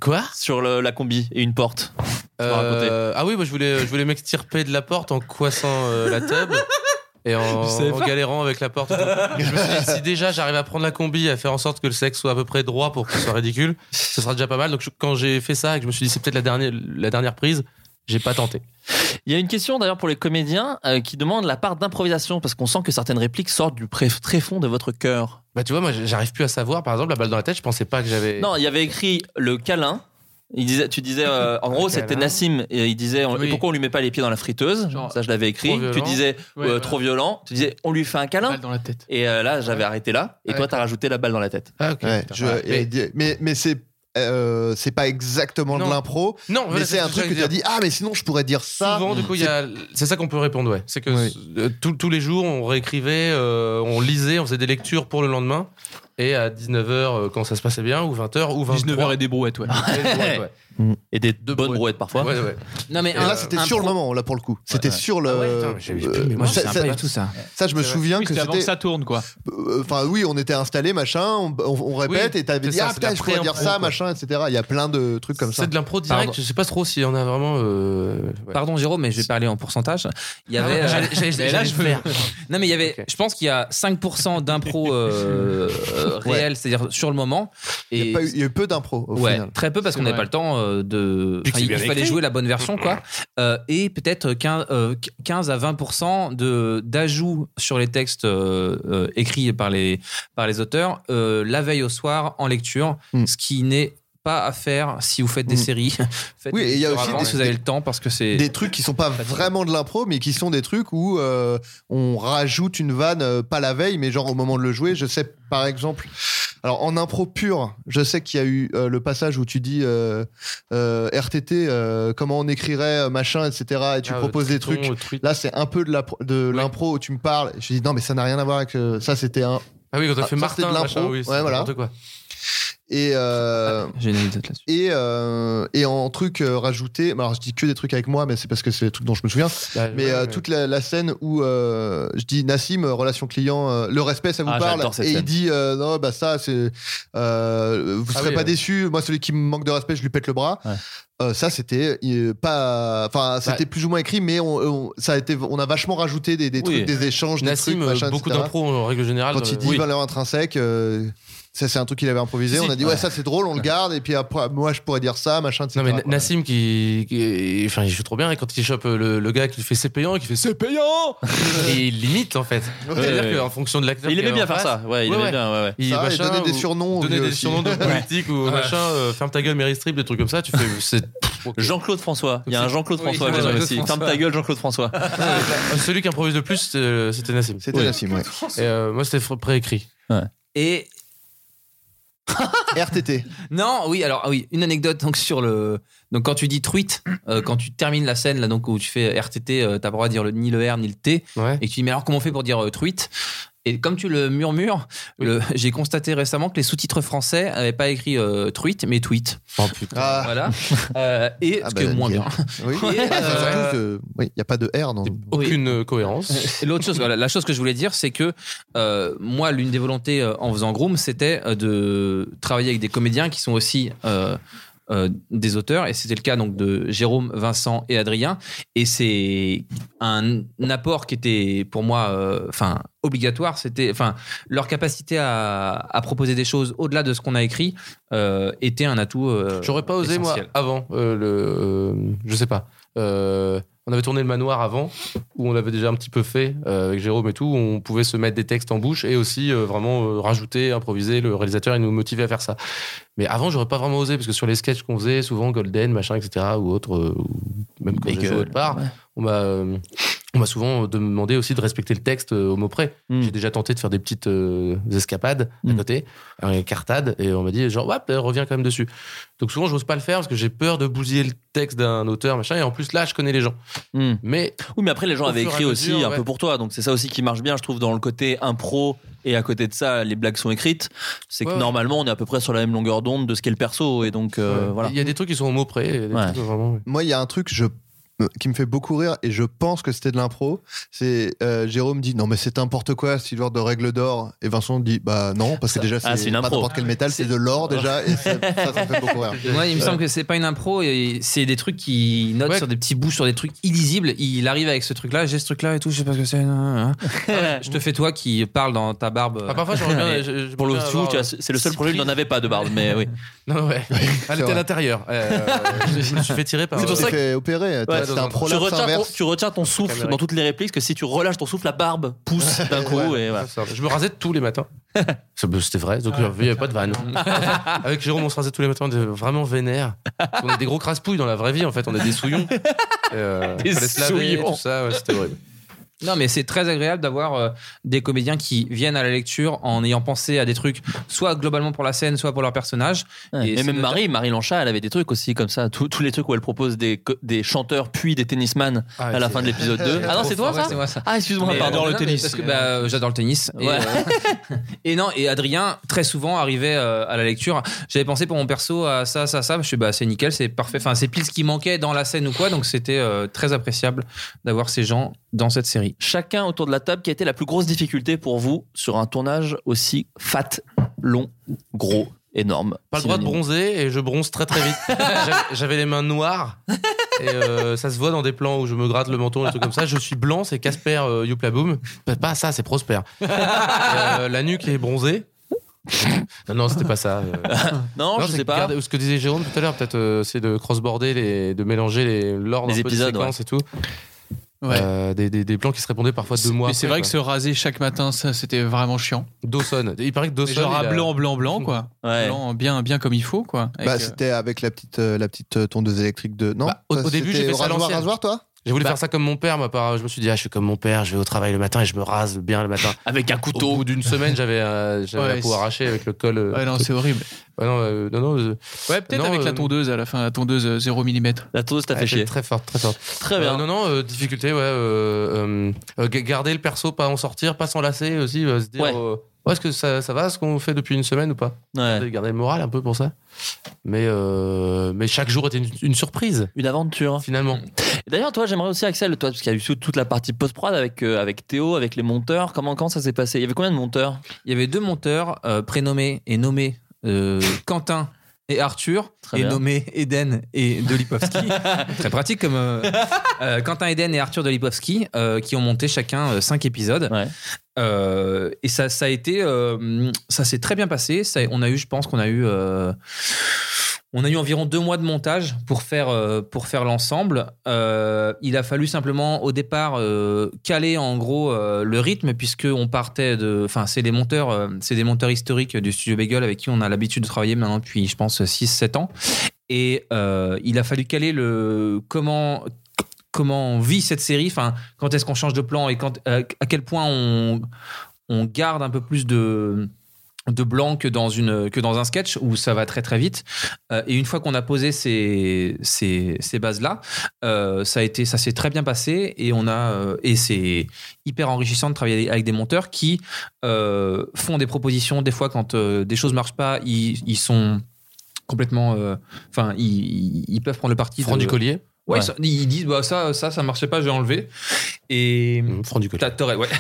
S4: Quoi
S9: Sur le- la combi et une porte. Tu m'as raconté.
S4: Euh, ah oui, moi je voulais, je voulais m'extirper de la porte en coissant euh, la table et en,
S9: Je savais
S4: en
S9: pas.
S4: galérant avec la porte. Je me suis dit, si déjà j'arrive à prendre la combi, à faire en sorte que le sexe soit à peu près droit pour qu'il soit ridicule, ce sera déjà pas mal. Donc je- quand j'ai fait ça et que je me suis dit, c'est peut-être la dernière, la dernière prise, j'ai pas tenté.
S9: Il y a une question d'ailleurs pour les comédiens euh, qui demande la part d'improvisation parce qu'on sent que certaines répliques sortent du pré- tréfonds de votre cœur.
S4: Bah tu vois, moi j'arrive plus à savoir, par exemple, la balle dans la tête, je pensais pas que j'avais.
S9: Non, il y avait écrit le câlin. Il disait, tu disais, euh, en gros,
S4: Le câlin.
S9: c'était Nassim. Et il disait, on- et pourquoi on lui met pas les pieds dans la friteuse Ça, je l'avais écrit.
S4: trop violent.
S9: Tu disais,
S4: Ouais,
S9: euh,
S4: ouais.
S9: trop violent. Tu disais, on lui fait un câlin.
S11: dans la tête.
S9: Et euh, là, j'avais arrêté là. Et
S4: Ah,
S9: toi, t'as rajouté la balle dans la tête.
S4: Ah, ok.
S10: Ouais, je-
S9: Ouais,
S10: et- mais... Mais, c'est euh, c'est pas exactement
S4: Non.
S10: de l'impro.
S4: Non, voilà,
S10: mais
S4: c'est
S10: c'est un
S4: ce que
S10: truc que tu
S4: j'allais
S10: as
S4: dire.
S10: dit. Ah, mais sinon je pourrais dire ça.
S4: Souvent, du coup, il y a- c'est ça qu'on peut répondre, ouais. C'est que euh, tous- tous les jours, on réécrivait, euh, on lisait, on faisait des lectures pour le lendemain. Et à 19h, euh, quand ça se passait bien, ou 20h, ou 23
S11: 19h et des brouettes, ouais.
S9: Et des deux bonnes brouettes parfois.
S4: Ouais, ouais.
S8: Non, mais
S10: Et là,
S8: un-
S10: c'était
S8: un
S10: sur
S8: pro-
S10: le moment, là, pour le coup. C'était sur le.
S4: Ah putain, mais j'avais plus de
S10: euh,
S4: mémoire,
S10: ça-
S8: c'est
S10: ça-
S8: pas du tout ça.
S10: Ça, je me souviens que
S11: avant
S10: c'était.
S11: que ça tourne, quoi.
S10: Euh, Enfin, oui, on était installé, machin, on, on- on répète,
S4: Oui,
S10: et t'avais
S4: c'est
S10: dit,
S4: ça,
S10: ah
S4: c'est de la
S10: putain, je pourrais dire
S4: pré-impro,
S10: ça,
S4: quoi.
S10: machin, etc. Il y a plein de trucs comme ça.
S4: C'est de l'impro direct,
S8: Pardon.
S4: je sais pas trop si on a vraiment. euh, ouais.
S8: Pardon Jérôme, mais je vais parler en pourcentage. Il y
S4: Ah
S8: avait. euh,
S4: ouais, j'allais- j'allais-
S8: mais
S4: j'allais
S8: je
S4: le faire.
S8: Non, mais il y avait. Je pense qu'il y a 5% d'impro euh, euh,
S10: Ouais.
S8: réel, c'est-à-dire sur le moment. Et
S10: Il y a pas eu- il y a eu peu d'impro, au
S8: ouais,
S10: final.
S8: très peu parce qu'on n'avait
S10: vrai.
S8: pas le temps euh, de.
S4: Puis que
S8: enfin,
S4: c'est
S8: il
S4: bien
S8: il fallait
S4: écrit.
S8: jouer la bonne version, quoi. Euh, et peut-être 15, euh, 15 à 20 de d'ajouts sur les textes euh, euh, écrits par les par les auteurs euh, la veille au soir en lecture, ce qui n'est pas à faire si vous faites des
S10: Mm.
S8: séries. Faites
S10: Oui,
S8: des
S10: et il y a
S8: histoires
S10: aussi
S8: avant,
S10: des-
S8: si vous avez le temps parce que c'est
S10: des trucs qui sont pas vraiment de l'impro mais qui sont des trucs où euh, on rajoute une vanne euh, pas la veille mais genre au moment de le jouer je sais par exemple alors en impro pure je sais qu'il y a eu euh, le passage où tu dis euh, euh, RTT euh, comment on écrirait euh, machin etc et tu
S4: Ah, euh,
S10: proposes des
S4: Triton,
S10: trucs
S4: euh, tweet.
S10: là c'est un peu de la- de l'impro où tu me parles je dis non mais ça n'a rien à voir avec euh, ça c'était un
S4: Ah oui, quand t'as fait
S10: ça,
S4: Martin,
S10: c'était de
S4: machin,
S10: l'impro.
S4: oui, c'est
S10: ouais, voilà.
S4: n'importe quoi.
S10: Et euh,
S4: Ah,
S10: Et, euh, et en truc euh, rajouté, bah, alors je dis que des trucs avec moi, mais c'est parce que c'est les trucs dont je me souviens. mais
S4: ouais,
S10: euh,
S4: ouais.
S10: toute la, la scène où euh, je dis Nassim, euh, relation client, euh, le respect, ça vous
S9: Ah,
S10: parle
S9: j'adore cette
S10: Et il
S9: scène.
S10: dit euh, non, bah ça, c'est euh, vous
S9: Ah
S10: serez
S9: oui,
S10: pas
S9: ouais.
S10: déçu. Moi, celui qui me manque de respect, je lui pète le bras. Euh, ça, c'était euh, pas, enfin, c'était
S4: Ouais.
S10: plus ou moins écrit, mais on, on- ça a été, on a vachement rajouté des, des
S4: Oui.
S10: trucs, des échanges,
S4: Nassim,
S10: des trucs, machin,
S4: euh, beaucoup
S10: etc.
S4: d'impro en règle générale.
S10: Quand il
S4: euh,
S10: dit
S4: oui.
S10: valeur intrinsèque, euh, ça c'est un truc qu'il avait improvisé.
S4: Si,
S10: on a dit ouais,
S4: ouais.
S10: ça c'est drôle, on le garde. Et puis après, moi je pourrais dire ça, machin, etc.
S4: Non mais Na-
S10: quoi.
S4: Nassim qui, qui- enfin il joue trop bien et quand il chope euh, le, le gars qui fait c'est payant et qui fait c'est payant et il l'imite en fait c'est-à-dire
S9: ouais.
S4: qu'en fonction de l'acteur
S9: Il
S4: qui
S9: aimait
S4: est
S9: bien
S4: en
S9: faire
S4: face,
S9: ça. Ouais, il aimait bien, ouais, ouais.
S4: Il
S10: Ça, et
S4: machin,
S10: donner des
S4: ou-
S10: surnoms aux
S4: donner
S10: vieux
S4: des
S10: aussi.
S4: surnoms de
S10: Ouais.
S4: politique ou
S10: Ouais.
S4: machin euh, ferme ta gueule Mary Strip des trucs comme ça tu fais c'est
S9: Jean-Claude François. Il y a un Jean-Claude
S4: Oui,
S9: François que
S4: Jean-Claude
S9: j'aime aussi.
S4: François.
S9: Ferme ta gueule, Jean-Claude François.
S4: Euh, celui qui improvise le plus c'était c'était Nassim
S10: C'était Nassim, ouais.
S4: et euh, moi c'était fr- préécrit
S8: et
S10: RTT.
S8: Non, oui, alors ah oui, une anecdote donc sur le donc quand tu dis truite, euh, quand tu termines la scène là donc où tu fais RTT, euh, t'as pas le droit de dire le, ni le R ni le T et que tu dis mais alors comment on fait pour dire euh, truite et comme tu le murmures, le- j'ai constaté récemment que les sous-titres français n'avaient pas écrit euh, truite mais tweet.
S4: oh,
S10: Ah.
S8: Voilà. Euh, et
S10: Ah,
S8: ce
S10: bah,
S8: qui est moins
S10: nickel.
S8: bien.
S10: Oui.
S8: Et,
S10: Ouais, c'est
S8: euh,
S10: surtout que- oui, il n'y a pas de R dans.
S4: aucune euh, cohérence
S8: Et L'autre chose, voilà, la chose que je voulais dire, c'est que euh, moi, l'une des volontés euh, en faisant Groom, c'était euh, de travailler avec des comédiens qui sont aussi euh, euh, des auteurs, et c'était le cas donc de Jérôme, Vincent et Adrien. Et c'est un apport qui était pour moi, euh, enfin obligatoire. C'était, enfin, leur capacité à, à proposer des choses au-delà de ce qu'on a écrit euh, était un atout. euh,
S4: J'aurais pas osé, moi,
S8: essentiel.
S4: avant, euh, le. euh, je sais pas. Euh, on avait tourné le manoir avant, où on l'avait déjà un petit peu fait euh, avec Jérôme et tout. où On pouvait se mettre des textes en bouche et aussi euh, vraiment euh, rajouter, improviser. Le réalisateur, il nous motivait à faire ça. Mais avant, j'aurais pas vraiment osé, parce que sur les sketchs qu'on faisait, souvent Golden, machin, etc., ou autre, euh, ou même quand j'ai joué
S9: Bagel,
S4: autre part,
S9: ouais.
S4: on m'a. euh, on m'a souvent demandé aussi de respecter le texte euh, au mot près.
S9: Hmm.
S4: J'ai déjà tenté de faire des petites euh, escapades à côté, un cartade, et on m'a dit genre, ouais, ben, reviens quand même dessus. Donc souvent, j'ose pas le faire parce que j'ai peur de bousiller le texte d'un auteur, machin, et en plus là, je connais les gens. Mais.
S9: Oui, mais après, les gens
S4: Au
S9: avaient
S4: fur et
S9: écrit
S4: à
S9: aussi
S4: mesure,
S9: un
S4: ouais.
S9: peu pour toi. Donc, c'est ça aussi qui marche bien, je trouve, dans le côté impro. Et à côté de ça, les blagues sont écrites. C'est que
S4: Ouais, ouais.
S9: normalement, on est à peu près sur la même longueur d'onde de ce qu'est le perso. Et donc, euh,
S4: Ouais.
S9: voilà.
S4: Il y a des trucs qui sont au mot près. et des
S9: Ouais.
S4: trucs, vraiment, ouais.
S10: Moi, il y a un truc je, qui me fait beaucoup rire et je pense que c'était de l'impro. C'est euh, Jérôme dit non, mais c'est n'importe quoi, c'est l'ordre de règle d'or. Et Vincent dit bah non, parce que déjà,
S9: Ah,
S10: c'est
S9: c'est une
S10: pas
S9: impro.
S10: n'importe quel métal, c'est de l'or déjà. Et ça, ça, ça me fait beaucoup rire.
S8: Moi, il me semble que c'est pas une impro, et c'est des trucs qui note sur des petits bouts, sur des trucs illisibles. Il arrive avec ce truc-là, j'ai ce truc-là et tout, je sais pas ce que c'est. nan, nan, nan. Je te fais toi qui parle dans ta barbe. euh,
S4: Ah, parfois, j'aurais bien-
S8: Mais
S4: je- je-
S9: Pour le
S4: bien
S9: fou,
S4: avoir,
S9: tu vois,
S4: euh,
S9: c'est c'est le seul problème, il n'en avait pas de barbe. Mais oui.
S4: Non, ouais. Elle était
S10: vrai.
S4: à l'intérieur. Euh, je me suis fait tirer par.
S9: C'est pour
S10: Tu
S9: ça
S10: t'es fait opérer. t'as-
S9: Ouais,
S10: t'as un
S9: tu,
S10: prolapse
S9: retiens ton,
S10: inverse.
S9: tu retiens ton souffle dans toutes les répliques, parce que si tu relâches ton souffle, la barbe pousse d'un coup. et voilà.
S4: Ça, Je me rasais tous les matins. C'est- bah, C'était vrai, donc il n'y avait pas de vanne. Avec Jérôme, on se rasait tous les matins, on était vraiment vénère. On est des gros craspouilles dans la vraie vie, en fait, on est des souillons. Euh,
S8: Des
S4: fallait se laver,
S8: souillons.
S4: tout ça, ouais, c'était horrible.
S8: Non, mais c'est très agréable d'avoir euh, des comédiens qui viennent à la lecture en ayant pensé à des trucs, soit globalement pour la scène, soit pour leur personnage.
S9: Ouais. Et,
S8: c'est
S9: même
S8: nota-
S9: Marie, Marie Lanchat, elle avait des trucs aussi comme ça. Tous tous les trucs où elle propose des, co- des chanteurs puis des tennisman
S8: Ah,
S9: à la
S8: c'est-
S9: fin de l'épisode 2. Ah non, c'est toi
S8: Ouais,
S9: ça
S8: c'est moi, ça.
S9: Ah, excuse-moi,
S8: Mais,
S9: pardon.
S8: euh, non, mais parce que, bah, euh, J'adore le tennis. Et,
S9: Ouais.
S8: euh, et non, et Adrien, très souvent, arrivait euh, à la lecture. J'avais pensé pour mon perso à ça, ça, ça. Je suis bah, c'est nickel, c'est parfait. Enfin, c'est pile ce qui manquait dans la scène ou quoi. Donc, c'était euh, très appréciable d'avoir ces gens dans cette série.
S9: Chacun autour de la table, qui a été la plus grosse difficulté pour vous sur un tournage aussi fat, long, gros, énorme
S4: Pas le droit de
S9: synonyme.
S4: bronzer et je bronze très très vite. J'avais- J'avais les mains noires et euh, ça se voit dans des plans où je me gratte le menton et des trucs comme ça. Je suis blanc, c'est Casper euh, Youpla Boom. Pas- Pas ça, c'est Prosper. Et, euh, la nuque est bronzée. Non, non, c'était pas ça. euh.
S9: Non, je
S4: c'est
S9: sais pas.
S4: garder- ce que disait Jérôme tout à l'heure, peut-être euh, c'est de cross-border, les, de mélanger les, l'ordre
S9: Les
S4: un peu des
S9: épisodes,
S4: séquences et tout. Euh, des, des, des plans qui se répondaient parfois deux mois
S11: Mais c'est vrai
S4: après,
S11: que
S4: quoi.
S11: se raser chaque matin, ça, c'était vraiment chiant.
S4: Dawson. Il paraît que Dawson.
S11: Mais genre à
S4: il a-
S11: blanc, blanc, blanc, quoi. Blanc, bien, bien comme il faut, quoi. Avec,
S10: Bah,
S11: euh,
S10: c'était avec la petite, euh, la petite euh, tondeuse électrique de. Non
S9: Bah,
S4: Au,
S10: ça,
S4: au début, j'ai
S10: c'était
S4: fait ça à
S10: rasoir,
S4: l'ancienne.
S10: rasoir, toi
S11: Bah-
S4: J'ai voulu faire ça comme mon père, ma part. Je me suis dit, ah, je suis comme mon père, je vais au travail le matin et je me rase bien le matin.
S9: Avec un couteau.
S4: Au bout d'une semaine, j'avais euh, j'avais
S11: Ouais,
S4: la peau
S11: c'est-
S4: arrachée avec le col. euh,
S11: Ouais, non, c'est horrible.
S4: Ouais, non, euh, non, non, euh,
S11: Ouais, peut-être
S4: non,
S11: avec la
S4: euh,
S11: tondeuse à la fin, la tondeuse euh, 0 mm.
S9: La tondeuse t'a
S4: Ah,
S9: fait
S4: c'est
S9: chier.
S4: Très fort, très fort.
S9: Très bien.
S4: Euh, non, non, euh, difficulté, ouais. euh, euh, euh, g- garder le perso, pas en sortir, pas s'enlacer aussi. euh, se dire,
S9: Ouais.
S4: euh, ouais, est-ce que ça, ça va ce qu'on fait depuis une semaine ou pas Garder- Garder le moral un peu pour ça. Mais, euh, mais chaque jour était une, une surprise.
S9: Une aventure. hein.
S8: Mm.
S4: Finalement.
S9: Et D'ailleurs, toi, j'aimerais aussi, Axel, toi, parce qu'il y a eu toute la partie post-prod avec, euh, avec Théo, avec les monteurs. Comment, comment ça s'est passé Il y avait combien de monteurs
S8: Il y avait deux monteurs euh, prénommés et nommés euh, Quentin et Arthur, et
S9: Très bien.
S8: nommés Eden et Dolipovski. Très pratique comme euh, euh, Quentin Eden et Arthur Dolipovski, euh, qui ont monté chacun euh, cinq épisodes. Euh, et ça, ça a été, euh, ça s'est très bien passé. Ça, on a eu, je pense qu'on a eu. euh, on a eu environ deux mois de montage pour faire, euh, pour faire l'ensemble. Euh, il a fallu simplement au départ euh, caler en gros euh, le rythme puisque on partait de, enfin c'est des monteurs, euh, c'est des monteurs historiques du studio Bagel avec qui on a l'habitude de travailler maintenant depuis je pense 6-7 ans. Et euh, il a fallu caler le comment comment on vit cette série, enfin quand est-ce qu'on change de plan et quand euh, à quel point on on garde un peu plus de de blanc que dans, une, que dans un sketch où ça va très très vite. Euh, et une fois qu'on a posé ces, ces, ces bases-là, euh, ça, a été- ça s'est très bien passé et, on a, euh, et c'est hyper enrichissant de travailler avec des monteurs qui euh, font des propositions. Des fois, quand euh, des choses marchent pas, ils, ils sont complètement. euh, Enfin, ils, ils peuvent prendre le parti.
S4: Franc
S8: de-
S4: du collier
S8: Ouais,
S4: Ouais.
S8: ça- ils disent bah, ça, ça, ça marchait pas, j'ai enlevé. Et.
S4: Franc Mmh, du collier.
S8: T'as t'aurais- ouais.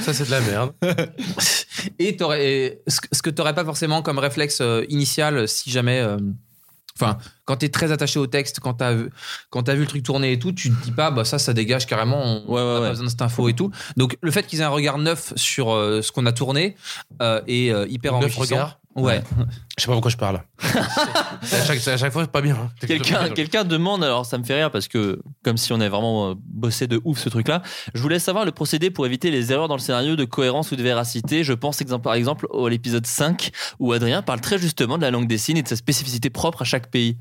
S4: Ça, c'est de la merde.
S8: et t'aurais- et ce que- ce que tu n'aurais pas forcément comme réflexe euh, initial si jamais. euh, Enfin, quand tu es très attaché au texte, quand tu as, quand as vu le truc tourner et tout, tu te dis pas, bah ça, ça dégage carrément, on n'a pas besoin de cette info et tout. Donc, le fait qu'ils aient un regard neuf sur euh, ce qu'on a tourné euh, est euh, hyper
S4: Neuf
S8: enrichissant.
S4: regards
S8: Ouais.
S4: Je sais pas pourquoi je parle. à, chaque, à chaque fois, c'est pas bien. hein.
S9: Quelqu'un quelqu'un demande, alors ça me fait rire parce que, comme si on avait vraiment euh, bossé de ouf ce truc-là, je voulais savoir le procédé pour éviter les erreurs dans le scénario de cohérence ou de véracité. Je pense exemple- par exemple au- à l'épisode 5 où Adrien parle très justement de la langue des signes et de sa spécificité propre à chaque pays.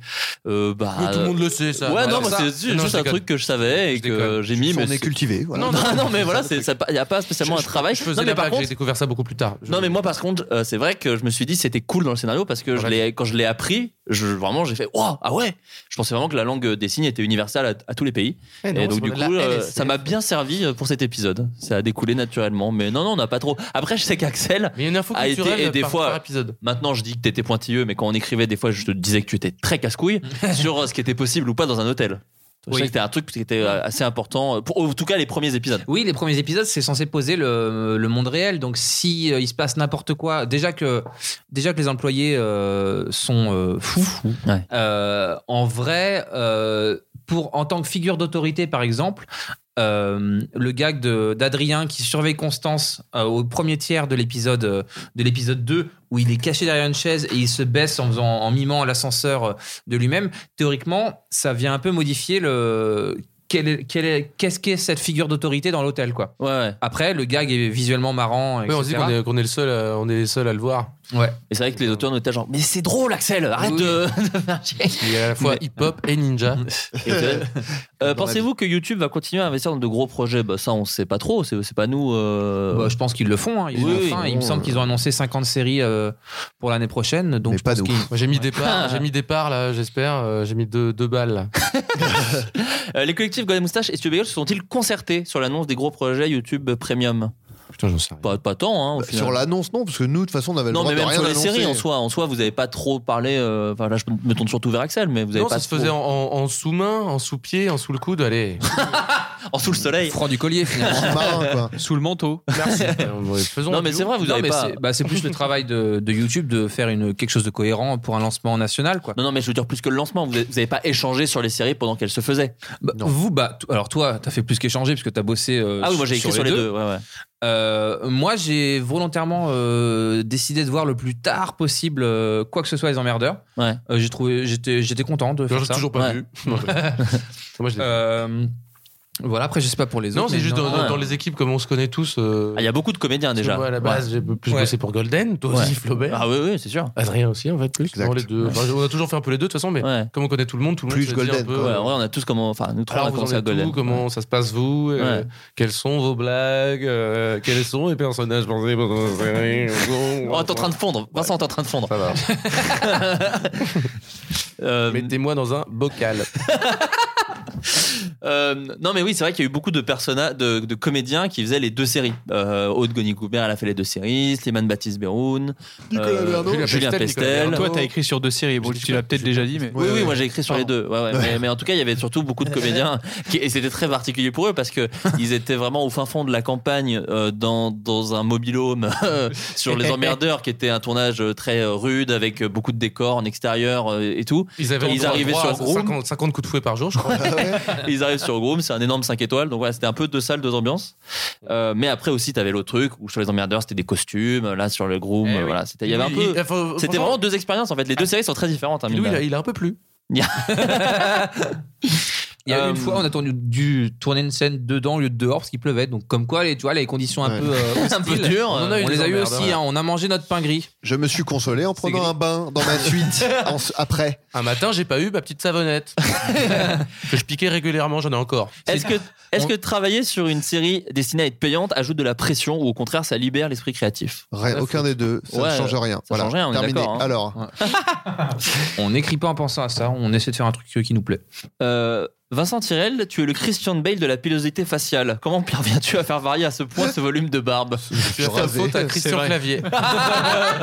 S9: Euh, bah,
S4: Mais tout le monde le sait, ça.
S9: Ouais,
S4: Voilà,
S9: non, mais
S4: ça.
S9: c'est juste
S4: Non, je
S9: un
S4: déconne.
S9: truc que je savais et
S4: Je
S9: que
S4: déconne.
S9: j'ai mis.
S4: On
S9: mais
S4: est
S9: c'est-
S4: cultivé, voilà.
S9: Non, non, non, mais voilà, c'est- ça- il n'y a pas spécialement un travail.
S4: Je faisais
S9: Non, mais
S4: la
S9: par
S4: blague, j'ai
S9: contre,
S4: découvert ça beaucoup plus tard. Je-
S9: non mais moi par contre euh, c'est vrai que je me suis dit c'était cool dans le scénario parce que je l'ai- quand je l'ai appris je, vraiment j'ai fait wow, ah ouais je pensais vraiment que la langue des signes était universelle à, à tous les pays
S4: Eh
S9: et,
S4: non,
S9: donc
S4: c'est
S9: du
S4: de
S9: coup
S4: la
S9: euh,
S4: LSF.
S9: ça m'a bien servi euh, pour cet épisode ça a découlé naturellement mais non non on n'a pas trop après je sais qu'Axel a été
S4: culturelle
S9: Ah, et des
S4: par- par
S9: fois
S4: épisode.
S9: maintenant je dis que t'étais pointilleux mais quand on écrivait des fois je te disais que tu étais très casse-couille sur euh, ce qui était possible ou pas dans un hôtel je
S8: Oui.
S9: sais que c'était un truc qui était euh, assez important euh, pour, en tout cas les premiers épisodes
S8: Oui, les premiers épisodes, c'est censé poser le, le monde réel. Donc, si euh, il se passe n'importe quoi, déjà que déjà que les employés euh, sont euh, fous,
S9: Ouais.
S8: euh, en vrai, euh, pour en tant que figure d'autorité, par exemple. euh, le gag de- d'Adrien qui surveille Constance euh, au premier tiers de l'épisode euh, de l'épisode 2 où il est caché derrière une chaise et il se baisse en faisant en mimant l'ascenseur euh, de lui-même théoriquement ça vient un peu modifier le quel est- quel est- qu'est-ce qu'est cette figure d'autorité dans l'hôtel quoi après le gag est visuellement marrant
S4: Ouais, on se dit
S8: etc.
S4: qu'on est, qu'on est le seul
S9: euh,
S4: à, on est les seuls à le voir.
S8: Ouais.
S9: Et c'est vrai que les auteurs nous étaient genre, mais c'est drôle, Axel, arrête
S4: Oui.
S9: de, de faire chier.
S4: Il y a à la fois hip-hop et ninja.
S8: Mhm.
S9: Et vous savez, euh, Pensez-vous que YouTube va continuer à investir dans de gros projets bah, Ça, on sait pas trop, c'est c'est pas nous. euh,
S8: Bah, je pense qu'ils le font hein, ils
S9: Oui,
S8: ont
S9: oui.
S8: faim. il me
S4: Oh.
S8: semble qu'ils ont annoncé 50 séries euh, pour l'année prochaine donc je pense qu'ils-
S4: Moi, j'ai mis des
S8: Ah.
S4: parts, j'ai mis des parts là, j'espère. Euh, J'ai mis deux, deux balles. là.
S9: Euh, les collectifs Golden Moustache et Studio Bagel se sont-ils concertés sur l'annonce des gros projets YouTube Premium
S4: Putain, j'en sais rien.
S9: Pas, pas tant, hein, au final.
S10: Bah, Sur l'annonce, non, parce que nous, de toute façon, on avait le
S9: Non,
S10: droit
S9: mais
S10: de
S9: même
S10: rien
S9: sur les
S10: annoncer.
S9: séries en soi, en soi, vous avez pas trop parlé. euh, Enfin, là, je me tourne surtout vers Axel, mais vous avez
S4: Non,
S9: pas.
S4: ça se faisait en, en- en sous-main, en sous-pied, en sous le coude. Allez,
S9: en sous le soleil.
S8: Franc du collier, finalement.
S10: Marin, quoi.
S8: Sous le manteau.
S10: Merci.
S4: Euh,
S9: faisons Non, un mais duo. c'est vrai, vous
S8: Non,
S9: avez
S8: mais
S9: pas-
S8: c'est- bah, c'est plus le travail de, de YouTube de faire une, quelque chose de cohérent pour un lancement national, quoi.
S9: Non, non, mais je veux dire plus que le lancement. Vous n'avez pas échangé sur les séries pendant qu'elles se faisaient.
S8: vous, bah, t- alors toi, t'as fait plus qu'échanger puisque t'as bossé. euh,
S9: Ah oui, moi, j'ai écrit sur les deux, ouais, ouais.
S8: Euh, moi, j'ai volontairement euh, décidé de voir le plus tard possible euh, quoi que ce soit les emmerdeurs.
S9: Ouais.
S8: Euh, j'ai trouvé, j'étais, j'étais content de faire
S4: j'ai
S8: ça.
S4: toujours pas vu. Moi, je l'ai
S8: Euh, voilà, après, je sais pas pour les
S4: Non,
S8: autres.
S4: c'est
S8: mais
S4: juste dans, dans- dans les équipes, comme on se connaît tous. euh,
S9: Ah, Il y a beaucoup de comédiens
S4: parce que
S9: déjà.
S4: Moi, à la base, j'ai plus
S9: Ouais.
S4: bossé pour Golden, toi aussi,
S9: Ouais.
S4: Flaubert.
S9: Ah oui, oui, c'est sûr.
S4: Adrien aussi, en fait, plus.
S9: Exact.
S4: Non, les deux.
S9: Ouais.
S4: Enfin, on a toujours fait un peu les deux, de toute façon, mais comme on connaît tout le monde, tout le monde se dit un peu.
S9: Ouais,
S4: euh,
S9: ouais, on a tous comment. Enfin, nous trois, on
S4: alors,
S9: a
S4: vous en
S9: commencé à
S4: êtes
S9: Golden.
S4: où Comment ça se passe, vous euh,
S9: Ouais.
S4: Quelles sont vos blagues euh, Quels sont les personnages pensés
S9: Oh, t'es en train de fondre. Vincent, t'es en train de fondre.
S4: Mettez-moi dans un bocal.
S9: Euh, non, mais oui, c'est vrai qu'il y a eu beaucoup de personnages, de, de comédiens qui faisaient les deux séries. Euh, Aude Goni-Goubert, elle a fait les deux séries. Slimane Baptiste Beroun.
S11: Nicolas Bernot.
S9: Julien,
S11: Julien
S9: Pestel.
S11: Pestel, Nicolas Bernot. Toi, t'as écrit sur deux séries. Bon, tu l'as peut-être déjà dit, mais-
S9: Oui,
S11: Ouais,
S9: oui,
S11: ouais.
S9: moi j'ai écrit sur les deux. Ouais, ouais, mais, mais en tout cas, il y avait surtout beaucoup de comédiens. Qui, et c'était très particulier pour eux parce que ils étaient vraiment au fin fond de la campagne euh, dans, dans un mobilhome euh, sur Les Emmerdeurs, qui était un tournage euh, très euh, rude avec euh, beaucoup de décors en extérieur euh, et tout.
S4: Ils avaient le droit
S9: arrivaient
S4: à
S9: sur Groom.
S4: 50, 50 coups de fouet par jour, je crois.
S9: Et ils arrivent sur Groom, c'est un énorme 5 étoiles. Donc voilà, c'était un peu deux salles, deux ambiances. Euh, mais après aussi, t'avais l'autre truc où sur les emmerdeurs, c'était des costumes. Là, sur le Groom,
S4: Eh
S9: euh, voilà, c'était il y avait un
S4: Il-
S9: peu.
S4: il- enfin,
S9: C'était
S4: franchement-
S9: vraiment deux expériences en fait. Les deux séries sont très différentes. Hein, mine
S4: Pilou,
S9: de
S4: il a,
S9: rien.
S4: il a un peu plu.
S8: Il y a
S4: Euh,
S8: une fois, on a tourné, dû tourner une scène dedans au lieu de dehors parce qu'il pleuvait. Donc, comme quoi, les, tu vois, les conditions un
S10: Ouais.
S8: peu, euh,
S10: Un peu
S8: hostiles,
S10: dures,
S8: On, en a eu,
S10: on
S8: on
S10: les
S8: les a eu
S10: emmerde,
S8: aussi.
S10: ouais.
S8: hein, on a mangé notre pain gris.
S10: Je me suis consolé en prenant un bain dans ma suite en s- après.
S4: Un matin, j'ai pas eu ma petite savonnette. que je piquais régulièrement, j'en ai encore.
S9: Est-ce que, est-ce que travailler sur une série destinée à être payante ajoute de la pression ou au contraire ça libère l'esprit créatif
S10: Rien, aucun des deux, ça
S9: Ouais,
S10: ne change rien.
S9: ça change rien, on est
S10: terminé.
S9: d'accord, hein.
S10: Alors,
S8: On n'écrit pas en pensant à ça. On essaie de faire un truc qui nous plaît.
S9: Euh, Vincent Tirel, tu es le Christian Bale de la pilosité faciale. Comment parviens-tu à faire varier à ce point ce volume de barbe
S4: Tu as fait faute à Christian Clavier.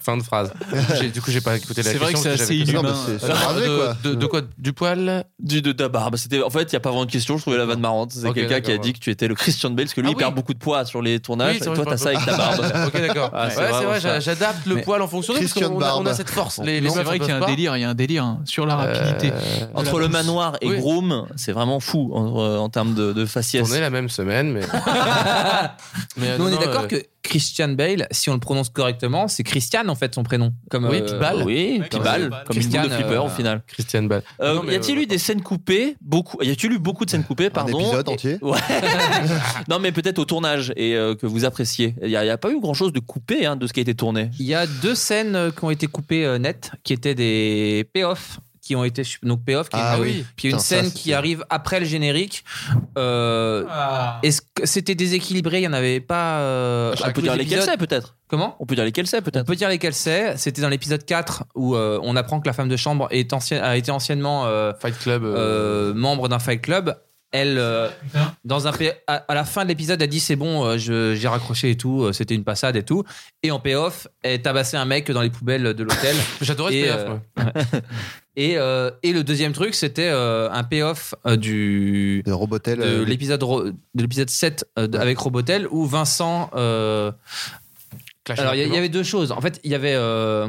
S4: fin de phrase. J'ai- Du coup, j'ai pas écouté la
S11: C'est
S4: question.
S11: vrai que c'est
S4: parce
S11: assez
S4: j'avais pas-
S11: inhumain.
S4: Non, mais c'est-
S9: Euh,
S4: c'est rasé,
S9: de-
S4: quoi.
S9: de-
S4: De, de quoi Du poil
S9: du, de ta barbe. C'était, en fait, il n'y a pas vraiment de question. Je trouvais la vanne marrante. C'est
S4: Ok,
S9: quelqu'un qui a
S4: d'accord,
S9: dit que tu étais le Christian Bale parce que lui, il perd beaucoup de poids sur les tournages.
S4: Oui, c'est
S9: et
S4: vrai,
S9: toi,
S4: je
S9: t'as ça
S4: parle
S9: avec ta
S4: pas.
S9: barbe.
S4: Ok, d'accord.
S9: Ah,
S4: Ouais, c'est vrai,
S9: vraiment ça.
S4: j'adapte le
S9: Mais-
S4: poil en fonction de parce
S9: Christian
S4: qu'on a, on a
S9: Barbe.
S4: cette force.
S9: Bon,
S4: Les, les meufs,
S9: non, c'est vrai
S4: elles
S9: qu'il y a
S4: peuvent
S9: un
S4: pas.
S11: délire, il y a un délire hein, sur
S8: Euh,
S11: la rapidité.
S9: Entre le manoir et
S11: Oui.
S9: Groom, c'est vraiment fou en, euh, en termes de, de faciès.
S4: On est la même semaine, mais. Mais, euh,
S8: Nous, on
S4: non,
S8: est d'accord
S4: euh,
S8: que Christian Bale, si on le prononce correctement, c'est Christian en fait son prénom. Comme,
S9: Oui,
S8: euh,
S9: Pibal. Ah Oui,
S8: comme-
S9: Pibal, comme une boule de flipper, au final.
S4: Christian Bale.
S9: Euh,
S4: Non, mais,
S9: y a-t-il eu des scènes coupées beaucoup Y a-t-il eu beaucoup de scènes coupées Pardon.
S10: épisode
S9: Et-
S10: entier
S9: Ouais. non, mais peut-être au tournage et euh, que vous appréciez. Il n'y a, y a pas eu grand-chose de coupé hein, de ce qui a été tourné.
S8: Il y a deux scènes euh, qui ont été coupées euh, nettes, qui étaient des payoffs qui ont été sup- donc payoff qui est
S10: Ah
S8: une,
S10: oui.
S8: qui est une
S10: Putain, ça,
S8: scène
S10: c'était-
S8: qui arrive après le générique euh, est-ce que c'était déséquilibré il y en avait pas euh,
S9: on
S8: avec
S9: peut
S8: tous
S9: dire
S8: les
S9: lesquels
S8: épisodes
S9: c'est peut-être.
S8: comment
S9: On peut dire lesquels c'est peut-être.
S8: on peut dire lesquels c'est. C'était dans l'épisode 4 où euh, on apprend que la femme de chambre est ancien- a été anciennement euh, euh, membre d'un Fight Club. Elle, euh, dans un pay- à, à la fin de l'épisode, elle dit c'est bon, euh, je- j'ai raccroché et tout, euh, c'était une passade et tout. Et en payoff, elle tabassait un mec dans les poubelles de l'hôtel.
S4: J'adorais ce
S8: Et,
S4: payoff,
S8: euh,
S4: moi.
S8: et, euh, et le deuxième truc, c'était euh, un payoff euh, du
S10: de Robotel,
S8: de
S10: euh,
S8: l'épisode ro- de l'épisode 7 euh, de- avec Robotel où Vincent. euh,
S4: Clash
S8: alors il y a-
S4: Armor.
S8: il y, avait deux choses. En fait, il y avait euh,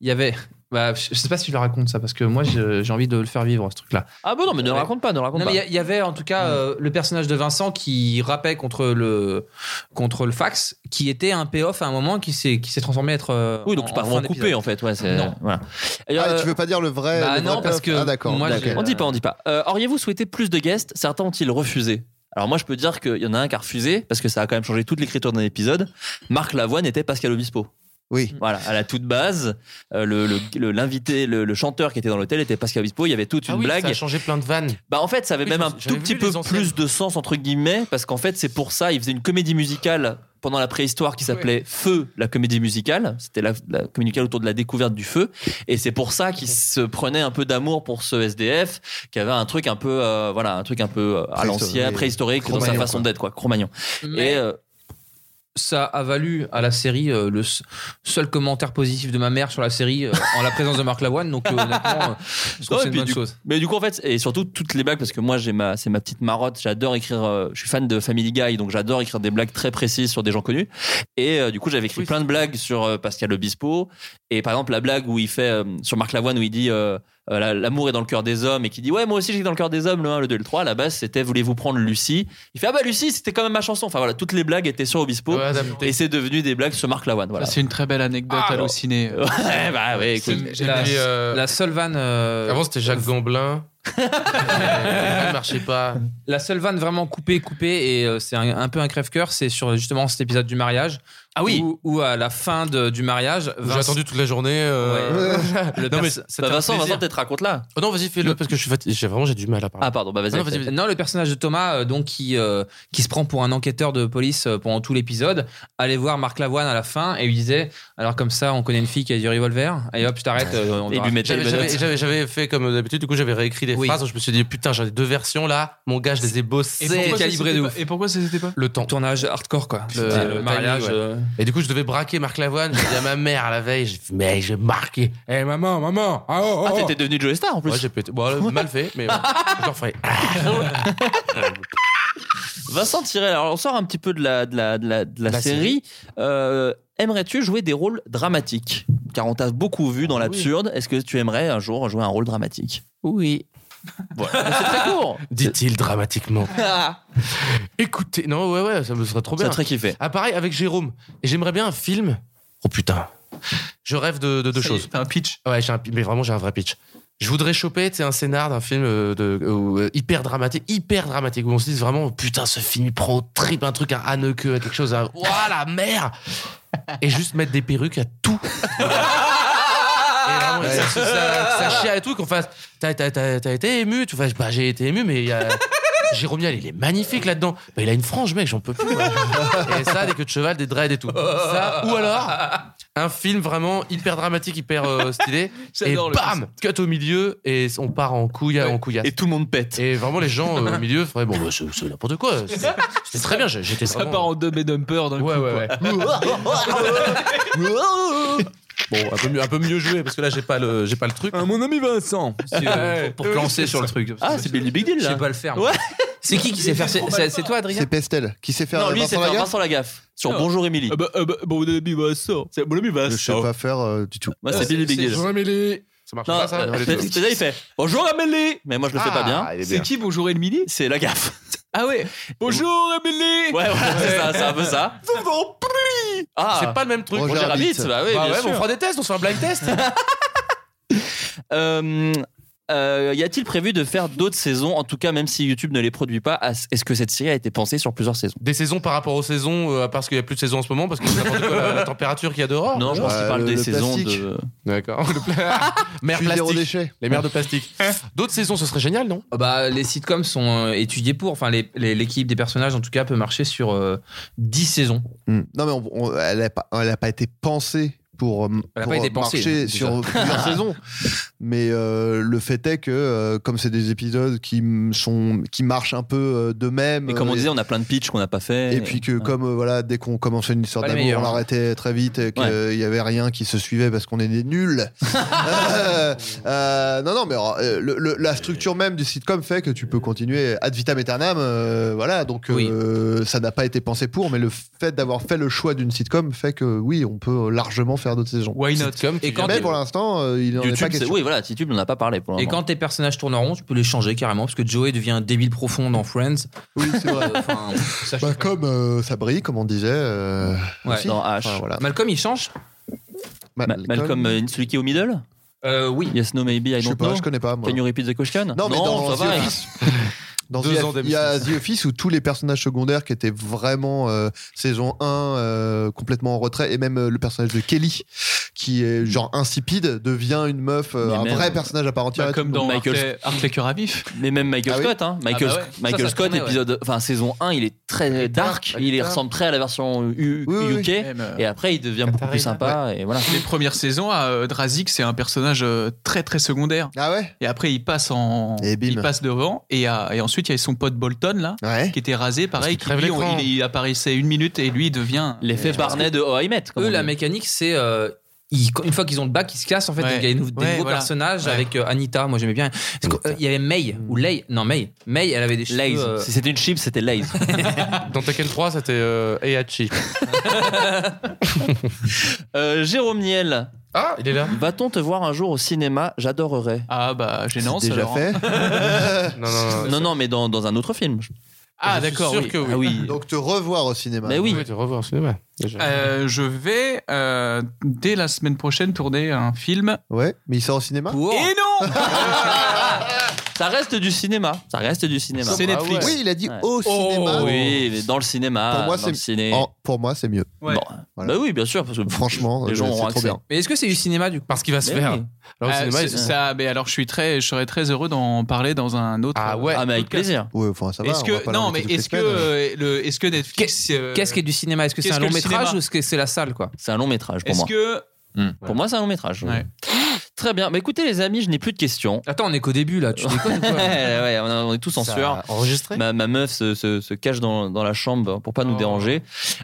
S8: il y avait. Bah, je je sais pas si je le raconte ça parce que moi je- j'ai envie de le faire vivre ce truc-là.
S9: Ah bon, bah. non, mais ne le
S8: Ouais.
S9: raconte pas, ne le raconte
S8: Non,
S9: pas.
S8: mais il y a- il y, avait en tout cas euh, le personnage de Vincent qui rappait contre le contre le fax, qui était un payoff à un moment qui s'est qui s'est transformé à être euh,
S9: Oui, donc
S8: en-
S9: c'est pas
S8: en
S9: vraiment
S8: fin d'épisode.
S9: coupé en fait. Ouais, c'est-
S8: Non.
S9: voilà. Et,
S10: Ah,
S9: euh,
S10: tu veux pas dire le vrai
S8: bah
S10: le vrai
S8: non, parce
S10: payoff
S8: que
S10: Ah, d'accord.
S8: moi,
S10: d'accord.
S8: j'ai-
S9: On dit pas, on dit pas. Euh, Auriez-vous souhaité plus de guests Certains ont-ils refusé Alors moi, je peux dire qu'il y en a un qui a refusé parce que ça a quand même changé toute l'écriture d'un épisode. Marc Lavoine était Pascal Obispo. Mm.
S10: Oui.
S9: Voilà, à la toute base, euh, le- le- le- l'invité, le, le chanteur qui était dans l'hôtel était Pascal Obispo. Il y avait toute
S4: Ah
S9: hein. une
S4: oui,
S9: blague.
S4: Ça a changé plein de vannes.
S9: Bah en fait, ça avait
S4: Oui,
S9: même
S4: je-
S9: un
S4: j'avais
S9: tout petit
S4: vu
S9: peu
S4: les anciennes.
S9: plus de sens entre guillemets parce qu'en fait, c'est pour ça il faisait une comédie musicale pendant la préhistoire qui s'appelait Feu, la comédie musicale. C'était la, la comédie musicale autour de la découverte du feu et c'est pour ça qu'il se prenait un peu d'amour pour ce SDF qui avait un truc un peu euh, voilà, un truc un peu euh, à
S8: Préhistorique.
S9: l'ancien, préhistorique dans sa
S8: Cro-Magnon,
S9: façon
S8: quoi.
S9: d'être quoi, Cro-Magnon. Et euh,
S8: ça a valu à la série euh, le s- seul commentaire positif de ma mère sur la série euh, en la présence de Marc Lavoine. Donc, euh, honnêtement, euh, je trouve que c'est
S9: Non, et
S8: une
S9: puis
S8: bonne
S9: du-
S8: chose.
S9: Mais du coup, en fait, et surtout toutes les blagues, parce que moi, j'ai ma, c'est ma petite marotte. J'adore écrire. euh, je suis fan de Family Guy, donc j'adore écrire des blagues très précises sur des gens connus. Et euh, du coup, j'avais écrit plein de blagues sur euh, Pascal Obispo. Et par exemple, la blague où il fait euh, sur Marc Lavoine où il dit euh, euh, la- l'amour est dans le cœur des hommes et qui dit ouais, moi aussi j'ai dans le cœur des hommes le 1, le 2, le 3. À la base, c'était voulez-vous prendre Lucie Il fait ah bah Lucie, c'était quand même ma chanson. Enfin voilà, toutes les blagues étaient sur Obispo et c'est Ah, devenu des blagues sur Marc Lavoine. Voilà.
S11: Ça, C'est une très belle anecdote à l'ociné.
S9: Ouais, bah ouais, écoute.
S11: C'est-
S8: La,
S11: j'ai- euh,
S8: la seule vanne. euh,
S4: Avant, c'était Jacques Gamblin.
S8: ne marchait pas. La seule vanne vraiment coupée, coupée, et euh, c'est un, un peu un crève-cœur, c'est sur justement cet épisode du mariage. Ah oui Où, où à la fin de- du mariage.
S4: J'ai attendu toute la journée.
S8: Ouais.
S4: euh,
S8: Le
S4: non, mais
S8: perso-
S4: c'était un plaisir.
S9: Bah, peut-être raconte là.
S4: Oh non, vas-y, fais-le parce que je suis fatigué. J'ai vraiment j'ai du mal à parler.
S9: Ah pardon, bah
S4: vas-y,
S8: Non,
S4: vas-y, vas-y.
S8: Non, le personnage de Thomas, euh, donc qui euh, qui se prend pour un enquêteur de police euh, pendant tout l'épisode, allait voir Marc Lavoine à la fin et lui disait alors comme ça, on connaît une fille qui a du revolver. Et hop, je t'arrête. euh, on t'arrête.
S4: J'avais- j'avais- J'avais j'avais fait comme d'habitude, du coup j'avais réécrit des phrases, je me suis dit putain, j'en ai deux versions là, mon gars, je les ai bossées.
S11: Et pourquoi ça, c'était pas-
S4: Et pourquoi c'était pas Le temps.
S8: Tournage hardcore quoi.
S4: Le,
S8: Putain,
S4: le
S8: le mariage,
S4: timing, ouais.
S8: euh.
S4: Et du coup, je devais braquer Marc Lavoine. J'ai dit à ma mère à la veille, j'ai fait, mais je vais marquer. Eh maman, maman. Ah, oh,
S9: Ah,
S4: oh, oh.
S9: t'étais devenu Joe Star en plus.
S4: Ouais, j'ai pété. Bon, ah, alors, mal fait, mais ouais, je le referai.
S9: Vincent Tirel, alors on sort un petit peu de la, de la, de la, de la
S4: La
S9: série. Euh, Aimerais-tu jouer des rôles dramatiques Car on t'a beaucoup vu
S4: Ah
S9: dans l'absurde. Est-ce que tu aimerais un jour jouer un rôle dramatique Oui. Voilà. Mais C'est très court.
S4: Dit-il dramatiquement. Écoutez, non, ouais, ouais, ça me serait trop
S9: Ça
S4: bien.
S9: serait kiffé.
S4: Ah, pareil, avec Jérôme. Et j'aimerais bien un film. Oh putain. Je rêve de de deux choses.
S11: un pitch
S4: Ouais, j'ai un, pi- mais vraiment, j'ai un vrai pitch. Je voudrais choper tu sais, un scénar d'un film euh, de, euh, hyper dramatique, hyper dramatique, où on se dise vraiment, putain, ce film, il prend au trip un truc, un Haneke, quelque chose, un. Ouah, la merde Et juste mettre des perruques à tout. Et vraiment,
S5: Ouais.
S4: ça, ça- ça chiale et tout, qu'on fasse. T'as, t'as- t'as- t'as été ému, tu fais, bah, j'ai été ému, mais il y a- Jérôme Niel, il est magnifique là-dedans. Bah, il a une frange, mec, j'en peux plus. moi. Et ça, des queues de cheval, des dreads et tout. Ça, ou alors, un film vraiment hyper dramatique, hyper euh, stylé. et
S9: J'adore le
S4: bam, cut au milieu et on part en couille, en couillasse. Et
S9: tout le monde pète.
S4: Et vraiment, les gens euh, au milieu feraient bon, bah, c'est c'est n'importe quoi. C'était c'était très bien, j'ai- j'étais
S11: Ça
S4: vraiment-
S11: part en dumb et dumper d'un coup. Ouais,
S4: Bon, un peu mieux, un peu mieux joué parce que là, j'ai pas le, j'ai pas le truc.
S8: Ah, mon ami Vincent,
S4: si, euh,
S8: pour, pour te lancer sur le truc.
S9: Ah, c'est Billy Big Deal
S8: Je
S9: là.
S8: sais pas le faire.
S9: Ouais.
S8: moi. C'est qui qui sait faire C'est c'est- c'est toi, Adrien
S10: C'est Pestel qui sait faire
S9: Non, lui,
S10: Vincent
S9: c'est faire
S10: Lagaffe
S9: Vincent Lagaffe. Sur Bonjour Émilie.
S8: euh,
S11: Bon, mon ami Vincent. Ah bah, C'est mon ami
S10: Je sais
S9: Oh.
S10: pas faire euh, du tout.
S9: Moi, Bah, c'est Billy Big Deal.
S4: Amélie. Ça marche
S9: Non,
S4: pas ça
S9: euh,
S4: Allez,
S9: c'est- c'est là, il fait Bonjour Amélie Mais moi, je le fais
S4: Ah,
S9: pas bien.
S4: il est bien.
S11: Qui bonjour Émilie
S9: C'est Lagaffe.
S11: Ah ouais. Bonjour Émilie
S9: Ouais, voilà, c'est ça, c'est un peu ça. Ah.
S4: C'est pas le même truc.
S9: Roger Rabbit, bah oui, bien
S4: ouais,
S9: sûr.
S4: mais on fera des tests, on se fait un blind test.
S9: Euh, euh, y a-t-il prévu de faire d'autres saisons En tout cas, même si YouTube ne les produit pas, as- est-ce que cette série a été pensée sur plusieurs saisons
S4: Des saisons par rapport aux saisons, euh, parce qu'il y a plus de saisons en ce moment, parce que c'est n'importe quoi la, la température qu'il y a dehors.
S9: Non, je pense
S10: Ouais,
S9: qu'il parle
S10: le-
S9: des
S10: le
S9: saisons
S10: plastique.
S9: de.
S4: D'accord. Le pla- Mer
S10: Puis zéro
S4: plastique.
S10: déchet.
S4: Les mers de plastique. D'autres saisons, ce serait génial, non
S8: Bah, les sitcoms sont euh, étudiés pour. Enfin, les- les- l'équipe des personnages, en tout cas, peut marcher sur euh, 10 saisons.
S10: Hmm. Non, mais on- on- elle n'a pas, elle a pas été pensée pour, euh,
S8: Elle a
S10: pour
S8: pas été pensée,
S10: marcher
S8: déjà.
S10: sur plusieurs saisons. Mais euh, le fait est que, euh, comme c'est des épisodes qui, m- sont, qui marchent un peu euh, d'eux-mêmes.
S9: Et comme on
S10: euh,
S9: disait, on a plein de pitchs qu'on n'a pas fait.
S10: et puis que comme euh, voilà dès qu'on commençait une histoire
S8: Pas les
S10: d'amour on
S8: meilleurs, hein.
S10: l'arrêtait très vite et qu'il y avait rien qui se suivait parce qu'on est des nuls Euh, euh, non non mais euh, le- le- la structure même du sitcom fait que tu peux continuer ad vitam aeternam euh, voilà donc euh, ça n'a pas été pensé pour mais le fait d'avoir fait le choix d'une sitcom fait que oui on peut largement faire d'autres saisons
S11: Why not
S4: Et
S8: quand
S10: mais
S8: t'es-
S10: pour l'instant euh, il en est pas
S9: YouTube, c'est-
S10: question
S9: oui, voilà, YouTube, on n'en a pas parlé pour
S8: Et
S9: l'instant.
S8: quand tes personnages tourneront, tu peux les changer carrément, parce que Joey devient un débile profond dans Friends. Euh,
S10: oui c'est vrai
S8: Enfin, ça, je
S10: Bah,
S8: sais pas.
S10: comme euh, ça brille comme on disait euh,
S8: Ouais.
S10: aussi.
S9: Dans H.
S10: Enfin, voilà.
S8: Malcolm, il change
S10: Ma-
S9: Ma- Malcolm, euh, celui qui est au middle
S8: Euh, Oui.
S9: Yes, no, maybe, I
S10: je
S9: don't
S10: sais pas
S9: know.
S10: je connais pas moi
S9: Can you repeat the question
S10: Non, mais dans
S9: ça
S10: The
S9: va.
S10: Office, dans
S4: Deux
S10: The-
S4: ans
S10: il y a The Office où tous les personnages secondaires qui étaient vraiment euh, saison 1 euh, complètement en retrait et même euh, le personnage de Kelly qui qui
S11: Mm.
S10: est genre insipide devient une meuf, euh,
S9: Mais
S10: un
S9: même-
S10: vrai personnage à part entière.
S9: Bah,
S10: et
S9: comme
S10: tout.
S9: dans Michael-
S11: Hartley cœur à vif.
S9: Mais même Michael
S10: Ah oui
S9: Scott, hein.
S10: Ah
S9: Michael,
S10: bah ouais.
S9: Michael
S10: Ça, ça
S9: Scott,
S10: tournait, ouais.
S9: épisode, enfin saison 1, il est très dark,
S10: dark,
S9: il
S10: il est
S9: ressemble très à la version U- UK,
S4: bah.
S9: et après il devient beaucoup plus sympa, et voilà.
S11: Les premières saisons, à euh, Drazik, c'est un personnage euh, très très secondaire.
S10: Ah ouais
S11: Et après, il passe en, il passe devant, et, à- et ensuite il y a son pote Bolton là, qui était rasé, pareil, qui,
S8: crève
S11: lui, on-
S8: l'écran.
S11: il, il apparaît une minute et lui il devient euh,
S9: l'effet Barnet de How I Met.
S8: Eux, la mécanique, c'est euh, ils- une fois qu'ils ont le bac, ils se cassent en fait.
S11: Ouais.
S8: Donc, il y a une- des
S11: Ouais,
S8: nouveaux
S11: voilà.
S8: personnages
S11: Ouais.
S8: avec euh, Anita. Moi, j'aimais bien. Parce que, euh, Il y avait May ou Lay. Non, May. May, elle avait des cheveux.
S4: Lays.
S8: euh,
S4: Si
S9: c'était une chip, c'était Lays.
S4: Dans Tekken 3, c'était euh, Heihachi.
S9: Euh, Jérôme Niel.
S4: Ah, il est là.
S9: Va-t-on te voir un jour au cinéma J'adorerais.
S11: Ah bah gênant,
S9: C'est
S11: ça,
S9: déjà
S11: alors,
S9: fait.
S11: hein.
S4: non, non,
S9: non, non, mais dans, dans un autre film.
S11: Ah
S9: Je suis
S11: d'accord,
S9: sûr
S11: oui.
S9: que oui. Ah oui.
S10: Donc bah, te revoir au cinéma.
S9: Mais oui.
S4: Tu revois au cinéma. déjà.
S11: Euh, je vais euh, dès la semaine prochaine tourner un film.
S10: Ouais, mais il sort au cinéma.
S8: Oh.
S11: Et non
S9: Ça reste du cinéma. Ça reste du cinéma.
S11: C'est Netflix. Oh,
S10: Oui, il a dit au cinéma.
S9: Oh Oui, mais dans le cinéma.
S10: Pour moi,
S9: dans le ciné.
S10: c'est en- pour moi, c'est mieux.
S9: Bon. Bah oui, bien sûr, parce que
S10: franchement, euh,
S9: les gens
S10: c'est
S9: auront
S10: trop
S9: accès.
S10: bien.
S8: Mais est-ce que c'est du cinéma du coup Parce qu'il va
S9: se Mais faire. oui. Alors, au
S11: Ah,
S9: cinéma,
S11: c'est-
S9: ils-
S11: ça, mais alors je suis très, je serais très heureux d'en parler dans un autre. Ah
S9: ouais. Ah, mais avec plaisir.
S10: Ouais, enfin, ça va.
S11: Est-ce
S10: on va
S11: que
S10: pas
S11: non, mais
S10: l'inviter
S11: est-ce que
S10: toutes les semaines. hein.
S11: euh, le, est-ce que Netflix, euh,
S8: hein. Qu'est-ce qui est du cinéma Est-ce que c'est
S11: qu'est-ce
S8: un long
S11: que le
S8: métrage
S11: cinéma
S8: ou est-ce que c'est la salle quoi
S9: C'est un long métrage pour
S11: Est-ce
S9: moi. Hmm.
S11: que
S9: Pour moi, c'est un long métrage.
S11: Ouais.
S9: Très bien. Bah écoutez, les amis, je n'ai plus de questions.
S8: Attends, on est qu'au début là. Tu déconnes ou quoi
S9: Ouais, ouais, on on est tous en
S8: Ça a
S9: sueur.
S8: enregistré
S9: ma, ma meuf se, se- se cache dans, dans la chambre pour pas nous déranger.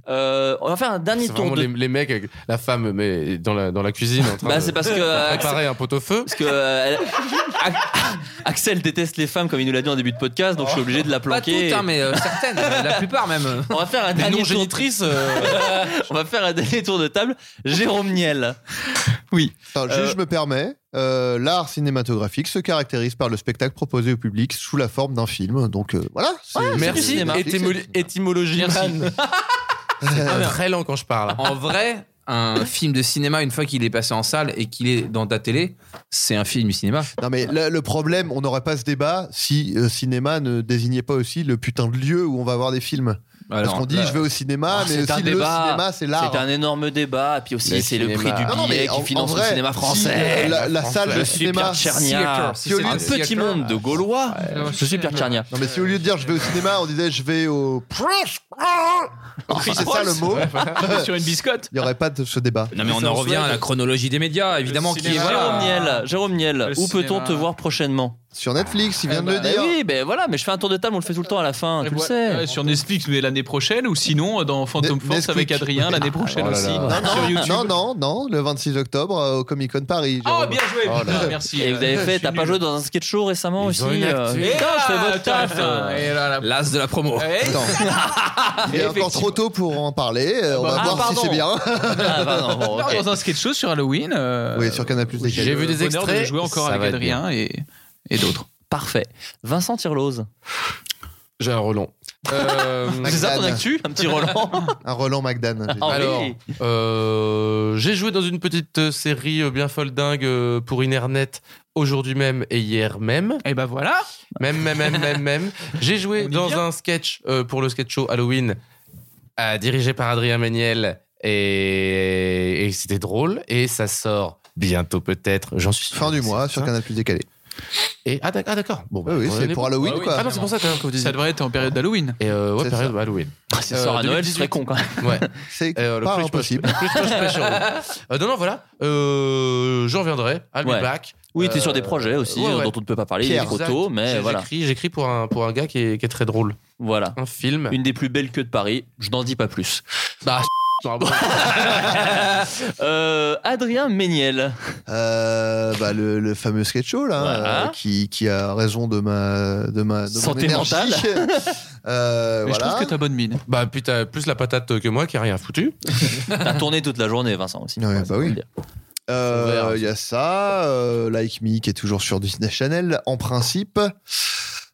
S9: Euh, on va faire un dernier
S4: C'est
S9: tour
S4: vraiment
S9: de.
S4: les, les mecs, avec la femme mais dans la, dans la cuisine. En train
S9: Bah,
S4: de-
S9: c'est parce que,
S4: de
S9: euh,
S4: préparer un pot-au-feu.
S9: Parce que euh, elle- Ac- Axel déteste les femmes comme il nous l'a dit en début de podcast, donc je suis obligé de la
S8: Pas
S9: planquer.
S8: toutes, hein, mais euh, certaines, euh, la plupart même.
S9: On va faire un dernier tour. on va faire un dernier tour de table. Jérôme Niel.
S11: Oui.
S10: Attends, juste, je me permets. euh, L'art cinématographique se caractérise par le spectacle proposé au public sous la forme d'un film. Donc euh, voilà. c'est- c'est du
S4: Merci,
S10: cinéma.
S4: étymolo- étymologie. man.
S9: Ah,
S8: C'est
S4: pas Euh, très lent quand je parle.
S8: En vrai, un film de cinéma, une fois qu'il est passé en salle et qu'il est dans ta télé, c'est un film du cinéma.
S10: Non mais le, le problème, on n'aurait pas ce débat si euh, cinéma ne désignait pas aussi le putain de lieu où on va voir des films. Parce
S9: Alors,
S10: qu'on dit
S9: là-
S10: je vais au cinéma,
S9: Oh,
S10: Ah, mais
S9: c'est un
S10: aussi le
S9: débat.
S10: cinéma, c'est l'art.
S9: C'est un énorme débat. Puis aussi,
S10: Le
S9: c'est le prix
S10: cinéma.
S9: du
S10: Non, non, mais
S9: billet
S10: en-
S9: qui
S10: en
S9: finance
S10: vrai,
S9: le cinéma
S10: si,
S9: français.
S10: euh, la- la salle de
S9: Je suis
S10: cinéma-
S9: Pierre Tchernia.
S10: Si, euh, si,
S9: Un
S10: si, euh,
S9: petit
S10: si, euh,
S9: monde de Gaulois.
S10: Ouais,
S9: Je suis Pierre Tchernia.
S10: Non mais si au lieu de dire je vais au cinéma, on disait je vais au Prince. c'est ça le mot.
S11: Sur une biscotte.
S10: Il n'y aurait pas de ce débat.
S8: Non mais on en revient à la chronologie des médias, évidemment. Qui est,
S9: Jérôme
S8: voilà.
S9: Niel, Jérôme Niel,
S8: Le
S9: où peut-on
S8: cinéma.
S9: te voir prochainement
S10: Sur Netflix, il
S9: Eh
S10: vient de
S9: bah,
S10: le dire.
S9: Oui, ben voilà, mais je fais un tour de table, on le fait tout le temps à la fin, tu le sais.
S11: Ouais, sur Netflix, mais l'année prochaine, ou sinon euh, dans Phantom
S10: Netflix.
S11: Force avec Adrien l'année prochaine
S10: Oh là
S11: aussi.
S10: là.
S11: Sur YouTube.
S10: Non, non, non, le 26 octobre euh, au Comic Con Paris.
S9: Ah,
S11: Oh,
S10: Jérôme.
S11: bien joué,
S10: Oh là
S11: putain,
S10: là.
S11: merci.
S9: Et vous avez fait, t'as pas joué dans un sketch show récemment aussi
S10: ont une
S9: euh,
S10: actu.
S9: putain,
S10: Et
S9: je fais
S10: là,
S9: votre taf
S11: putain,
S9: euh.
S11: et là, là.
S8: L'as de la promo.
S10: Attends. Il est encore trop tôt pour en parler. euh, On va
S9: Ah,
S10: voir
S9: pardon.
S10: si c'est bien.
S9: Ah, pardon, bon,
S11: Non,
S9: ok.
S11: Dans un sketch show sur Halloween. euh,
S10: oui, sur Canal Plus.
S11: J'ai vu des extraits. de jouer encore avec Adrien et, et d'autres.
S9: Parfait. Vincent Tirlose.
S4: J'ai un Euh, relon.
S9: C'est ça ton actu Un petit Roland
S10: Un Roland McDan. j'ai dit.
S9: Ah oui.
S4: Alors, euh, j'ai joué dans une petite euh, série euh, bien folle dingue euh, pour Inernet aujourd'hui même et hier même.
S11: Et ben voilà.
S4: Même, même, même, même, même. J'ai joué dans un sketch euh, pour le sketch show Halloween euh, dirigé par Adrien Méniel et, et c'était drôle et ça sort bientôt peut-être. J'en suis sûr.
S10: Fin du mois sur Canal Plus décalé.
S4: Et, ah d'ac- ah, d'accord. Bon, bah,
S10: Oui, oui,
S4: on
S10: c'est
S4: est
S10: pour
S4: bon.
S10: Halloween,
S4: Ah oui,
S10: quoi.
S4: Ah non, c'est pour ça d'ailleurs, que vous disiez.
S11: Ça devrait être en période d'Halloween.
S4: Et euh, ouais,
S10: C'est
S4: période Halloween.
S9: Ah, C'est sort à Noël, c'est très con quand même.
S4: Ouais.
S10: C'est
S4: Euh, le
S10: pas
S4: plus proche-
S10: impossible.
S4: plus proche pêche, hein. Euh, non, non, voilà. Euh, J'en reviendrai. I'll be
S9: Ouais.
S4: back.
S9: Oui, t'es
S4: Euh,
S9: sur des projets aussi
S4: ouais, ouais.
S9: dont on ne peut pas parler, il est
S4: Pierre.
S9: trop
S4: Exact.
S9: tôt, mais
S4: J'ai-
S9: voilà.
S4: J'écris j'écris pour un, pour un gars qui est, qui est très drôle.
S9: Voilà.
S4: Un film.
S9: Une des plus belles queues de Paris, je n'en dis pas plus.
S4: Bah, non, bon.
S9: Euh, Adrien Méniel.
S10: Euh, bah, le, le fameux sketch show là,
S9: Voilà.
S10: euh, qui, qui a raison de ma de ma de mon
S9: Santé
S10: énergie.
S9: mentale.
S10: Euh,
S11: Mais je
S10: voilà.
S11: trouve que t'as bonne mine.
S4: bah, puis t'as plus la patate que moi qui a rien foutu.
S9: T'as tourné toute la journée, Vincent aussi.
S10: Ouais, bah oui.
S9: dire.
S10: Euh,
S4: Ouvert.
S10: Il y a ça, euh, Like Me qui est toujours sur Disney Channel en principe.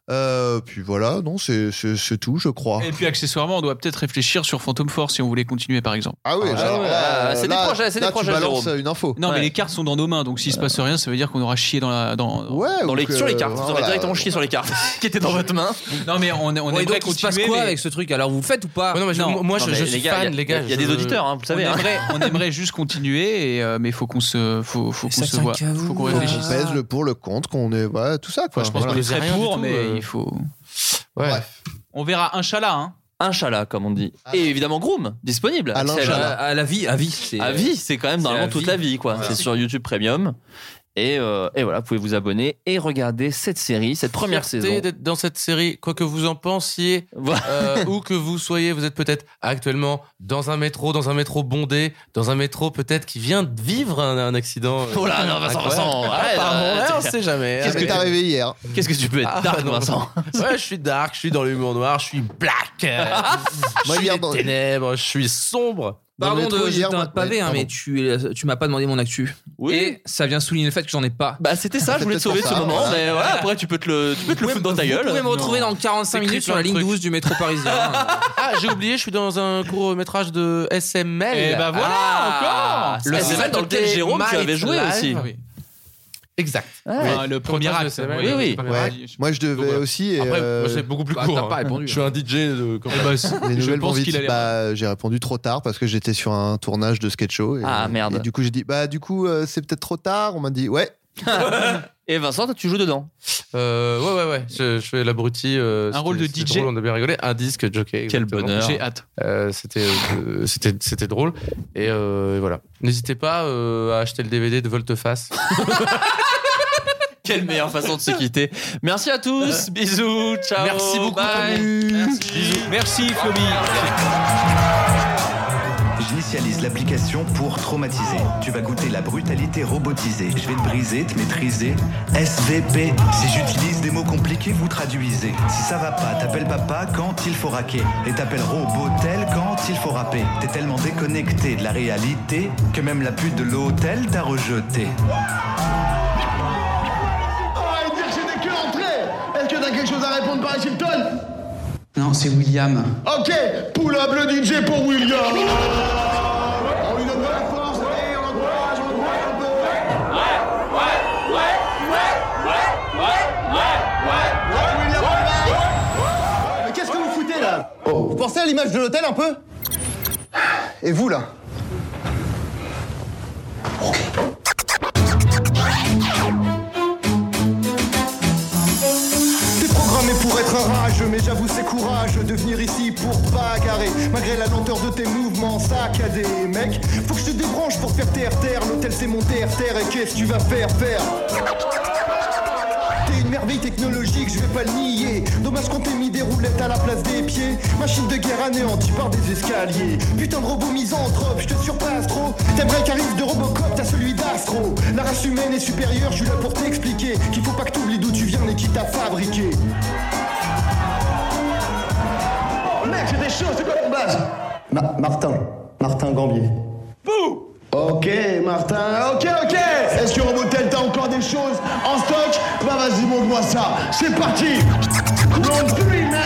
S10: Euh, puis voilà, non, c'est c'est- c'est tout, je crois.
S11: Et puis accessoirement, on doit peut-être réfléchir sur Phantom Force si on voulait continuer par exemple.
S10: Ah oui, alors, euh, là- là, tu balances
S11: Jérôme.
S10: une info.
S11: Non, mais les cartes sont dans nos mains, donc s'il se passe rien, ça veut dire qu'on aura chié dans la. Dans,
S10: ouais, euh,
S9: Dans les- sur les cartes, vous aurez directement chié sur les cartes qui étaient dans votre main.
S11: Non, mais on, on
S8: Ouais,
S11: aimerait
S8: donc, il se
S11: continuer,
S8: passe quoi
S11: mais-
S8: avec ce truc Alors, vous le faites ou pas
S11: Ouais, non, mais je- moi, je-
S9: mais
S11: je
S9: les
S11: suis
S9: gars,
S11: fan,
S9: il y a-
S11: les gars,
S9: Il y a des
S11: je-
S9: auditeurs, hein, vous savez.
S11: On
S9: hein.
S11: aimerait, on aimerait juste continuer, et, euh, mais il faut qu'on se, faut, faut qu'on se voit, faut qu'on réfléchisse.
S10: On pèse le pour, le contre, qu'on est. Voilà, tout ça, quoi.
S11: je pense
S10: Voilà.
S11: qu'on est très pour, mais il faut.
S10: Bref.
S11: On verra, Inch'Allah. Hein.
S9: Inch'Allah, comme on dit.
S11: Ah,
S9: Et évidemment, Groom, disponible.
S10: À l'inchallah.
S9: à la vie, à vie. C'est, à vie, c'est quand même
S8: c'est
S9: normalement
S8: à
S9: toute
S8: vie.
S9: la vie, quoi.
S8: Voilà.
S9: C'est sur YouTube Premium. Et, euh, et voilà, vous pouvez vous abonner et regarder cette série, cette première
S4: Fierté
S9: saison.
S4: d'être dans cette série, quoi que vous en pensiez,
S9: Voilà.
S4: euh, où que vous soyez, vous êtes peut-être actuellement dans un métro, dans un métro bondé, dans un métro peut-être qui vient de vivre un, un accident.
S9: Oh là, non, Vincent, euh,
S4: Incroyable.
S9: Vincent, arrête,
S4: Apparemment,
S9: arrête.
S4: ouais, on sait jamais.
S10: Qu'est-ce que t'as rêvé hier
S9: Qu'est-ce que tu peux être
S4: Ah,
S9: dark,
S4: non.
S9: Vincent
S4: Ouais, je suis dark, je suis dans l'humour noir, je suis black. euh,
S9: Ah,
S4: je suis
S10: hier,
S4: des
S10: dans-
S4: ténèbres, je suis sombre.
S8: Pardon
S10: Dans le
S8: de
S10: métro hier,
S8: jeter un
S10: moi-
S8: pavé, hein,
S10: pardon.
S8: mais tu, euh, tu m'as pas demandé mon actu.
S9: Oui.
S8: Et ça vient souligner le fait que j'en ai pas.
S9: Bah, c'était ça, je voulais te
S10: C'est peut-être
S9: sauver de
S10: pour
S9: ce
S10: ça,
S9: moment,
S10: voilà.
S9: mais voilà, après, tu peux te le, tu peux te le foutre dans ta gueule.
S8: Vous pouvez me retrouver dans 45
S4: T'écris
S8: minutes sur la
S4: plein de
S8: ligne
S4: trucs.
S8: 12 du métro parisien.
S4: Ah, j'ai oublié, je suis dans un court métrage de SML.
S11: Et bah voilà,
S4: Ah,
S11: encore
S9: Le
S4: SML
S9: SML dans lequel
S4: côté
S9: Jérôme, tu
S4: Might
S9: avais joué
S4: Live.
S9: aussi.
S11: Oui.
S4: Exact.
S8: Ah.
S11: Enfin, le premier
S4: Reportage de
S11: acte.
S4: SML,
S9: oui,
S4: le
S9: oui.
S4: premier acte.
S10: Ouais. Moi, je devais aussi. et,
S4: Après,
S10: euh,
S4: moi, c'est beaucoup plus
S8: bah,
S4: court.
S8: t'as pas
S4: hein.
S8: répondu,
S4: Je suis un DJ de. quand même.
S11: Eh ben, c'est-
S10: Les
S11: je
S10: nouvelles vont
S11: pense
S10: vite.
S11: qu'il allait.
S10: Bah, j'ai répondu trop tard parce que j'étais sur un tournage de sketch show. Et,
S9: Ah, merde.
S10: et du coup, j'ai dit, bah, du coup, euh, c'est peut-être trop tard. On m'a dit, ouais.
S9: Et Vincent, toi, tu joues dedans.
S4: Euh, ouais, ouais, ouais. Je, je fais l'abruti. euh,
S11: Un
S4: c'était-
S11: rôle de
S4: c'était
S11: DJ.
S4: drôle, on a bien rigolé. Un disque jockey.
S9: Quel
S4: exactement.
S9: bonheur.
S11: J'ai hâte.
S4: Euh, c'était, euh, c'était, c'était drôle. Et euh, voilà. N'hésitez pas euh, à acheter le DVD de Volteface.
S9: Quelle meilleure façon de se quitter. Merci à tous, bisous, ciao.
S11: Merci beaucoup,
S9: bye.
S11: Tommy. Bisous. Merci, Floby.
S7: J'initialise l'application pour traumatiser. Tu vas goûter la brutalité robotisée. Je vais te briser, te maîtriser. SVP. Si j'utilise des mots compliqués, vous traduisez. Si ça va pas, t'appelles papa quand il faut raquer. Et t'appelles robotel quand il faut rapper. T'es tellement déconnecté de la réalité que même la pute de l'hôtel t'a rejeté.
S11: Non, c'est William.
S6: Ok, pull up le DJ pour William.
S7: Mais qu'est-ce que vous foutez là Vous pensez à l'image de l'hôtel un peu Et vous là
S6: T'es programmé pour être un rage, mais j'avoue c'est courage de venir ici pour bagarrer. Malgré la lenteur de tes mouvements saccadés, mec, faut que je te débranche pour faire taire terre. L'hôtel c'est mon terre terre et qu'est-ce que tu vas faire faire T'es une merveille technologique, je vais pas le nier. Dommage qu'on t'ait mis des roulettes à la place des pieds. Machine de guerre anéantie par des escaliers. Putain de robot misanthrope, je te surpasse trop. T'aimerais qu'arrive de Robocop, t'as celui d'Astro. La race humaine est supérieure, je suis là pour t'expliquer qu'il faut pas que t'oublies d'où tu viens et qui t'a fabriqué. Oh mec, j'ai des choses, c'est quoi ton blaze
S7: Martin, Martin Gambier.
S6: Ok, Martin, ok, ok Est-ce que Robotel, t'as encore des choses en stock Bah vas-y, montre-moi ça, c'est parti Round three, man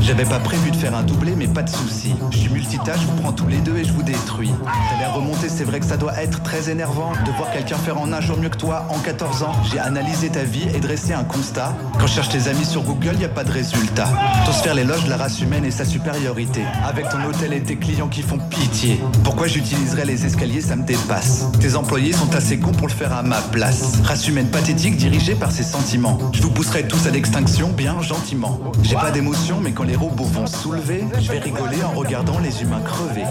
S7: J'avais pas prévu de faire un doublé, mais pas de souci. Je suis multitâche, je vous prends tous les deux et je vous détruis. T'as l'air remonté, c'est vrai que ça doit être très énervant de voir quelqu'un faire en un jour mieux que toi en 14 ans. J'ai analysé ta vie et dressé un constat. Quand je cherche tes amis sur Google, y a pas de résultat. T'oses faire l'éloge de la race humaine et sa supériorité. Avec ton hôtel et tes clients qui font pitié. Pourquoi j'utiliserais les escaliers, ça me dépasse. Tes employés sont assez cons pour le faire à ma place. Race humaine pathétique dirigée par ses sentiments. Je vous pousserai tous à l'extinction bien gentiment. J'ai pas d'émotion, mais quand les robots vont soulever, je vais rigoler en regardant les humains crever.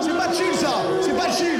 S6: C'est pas chill, ça C'est pas chill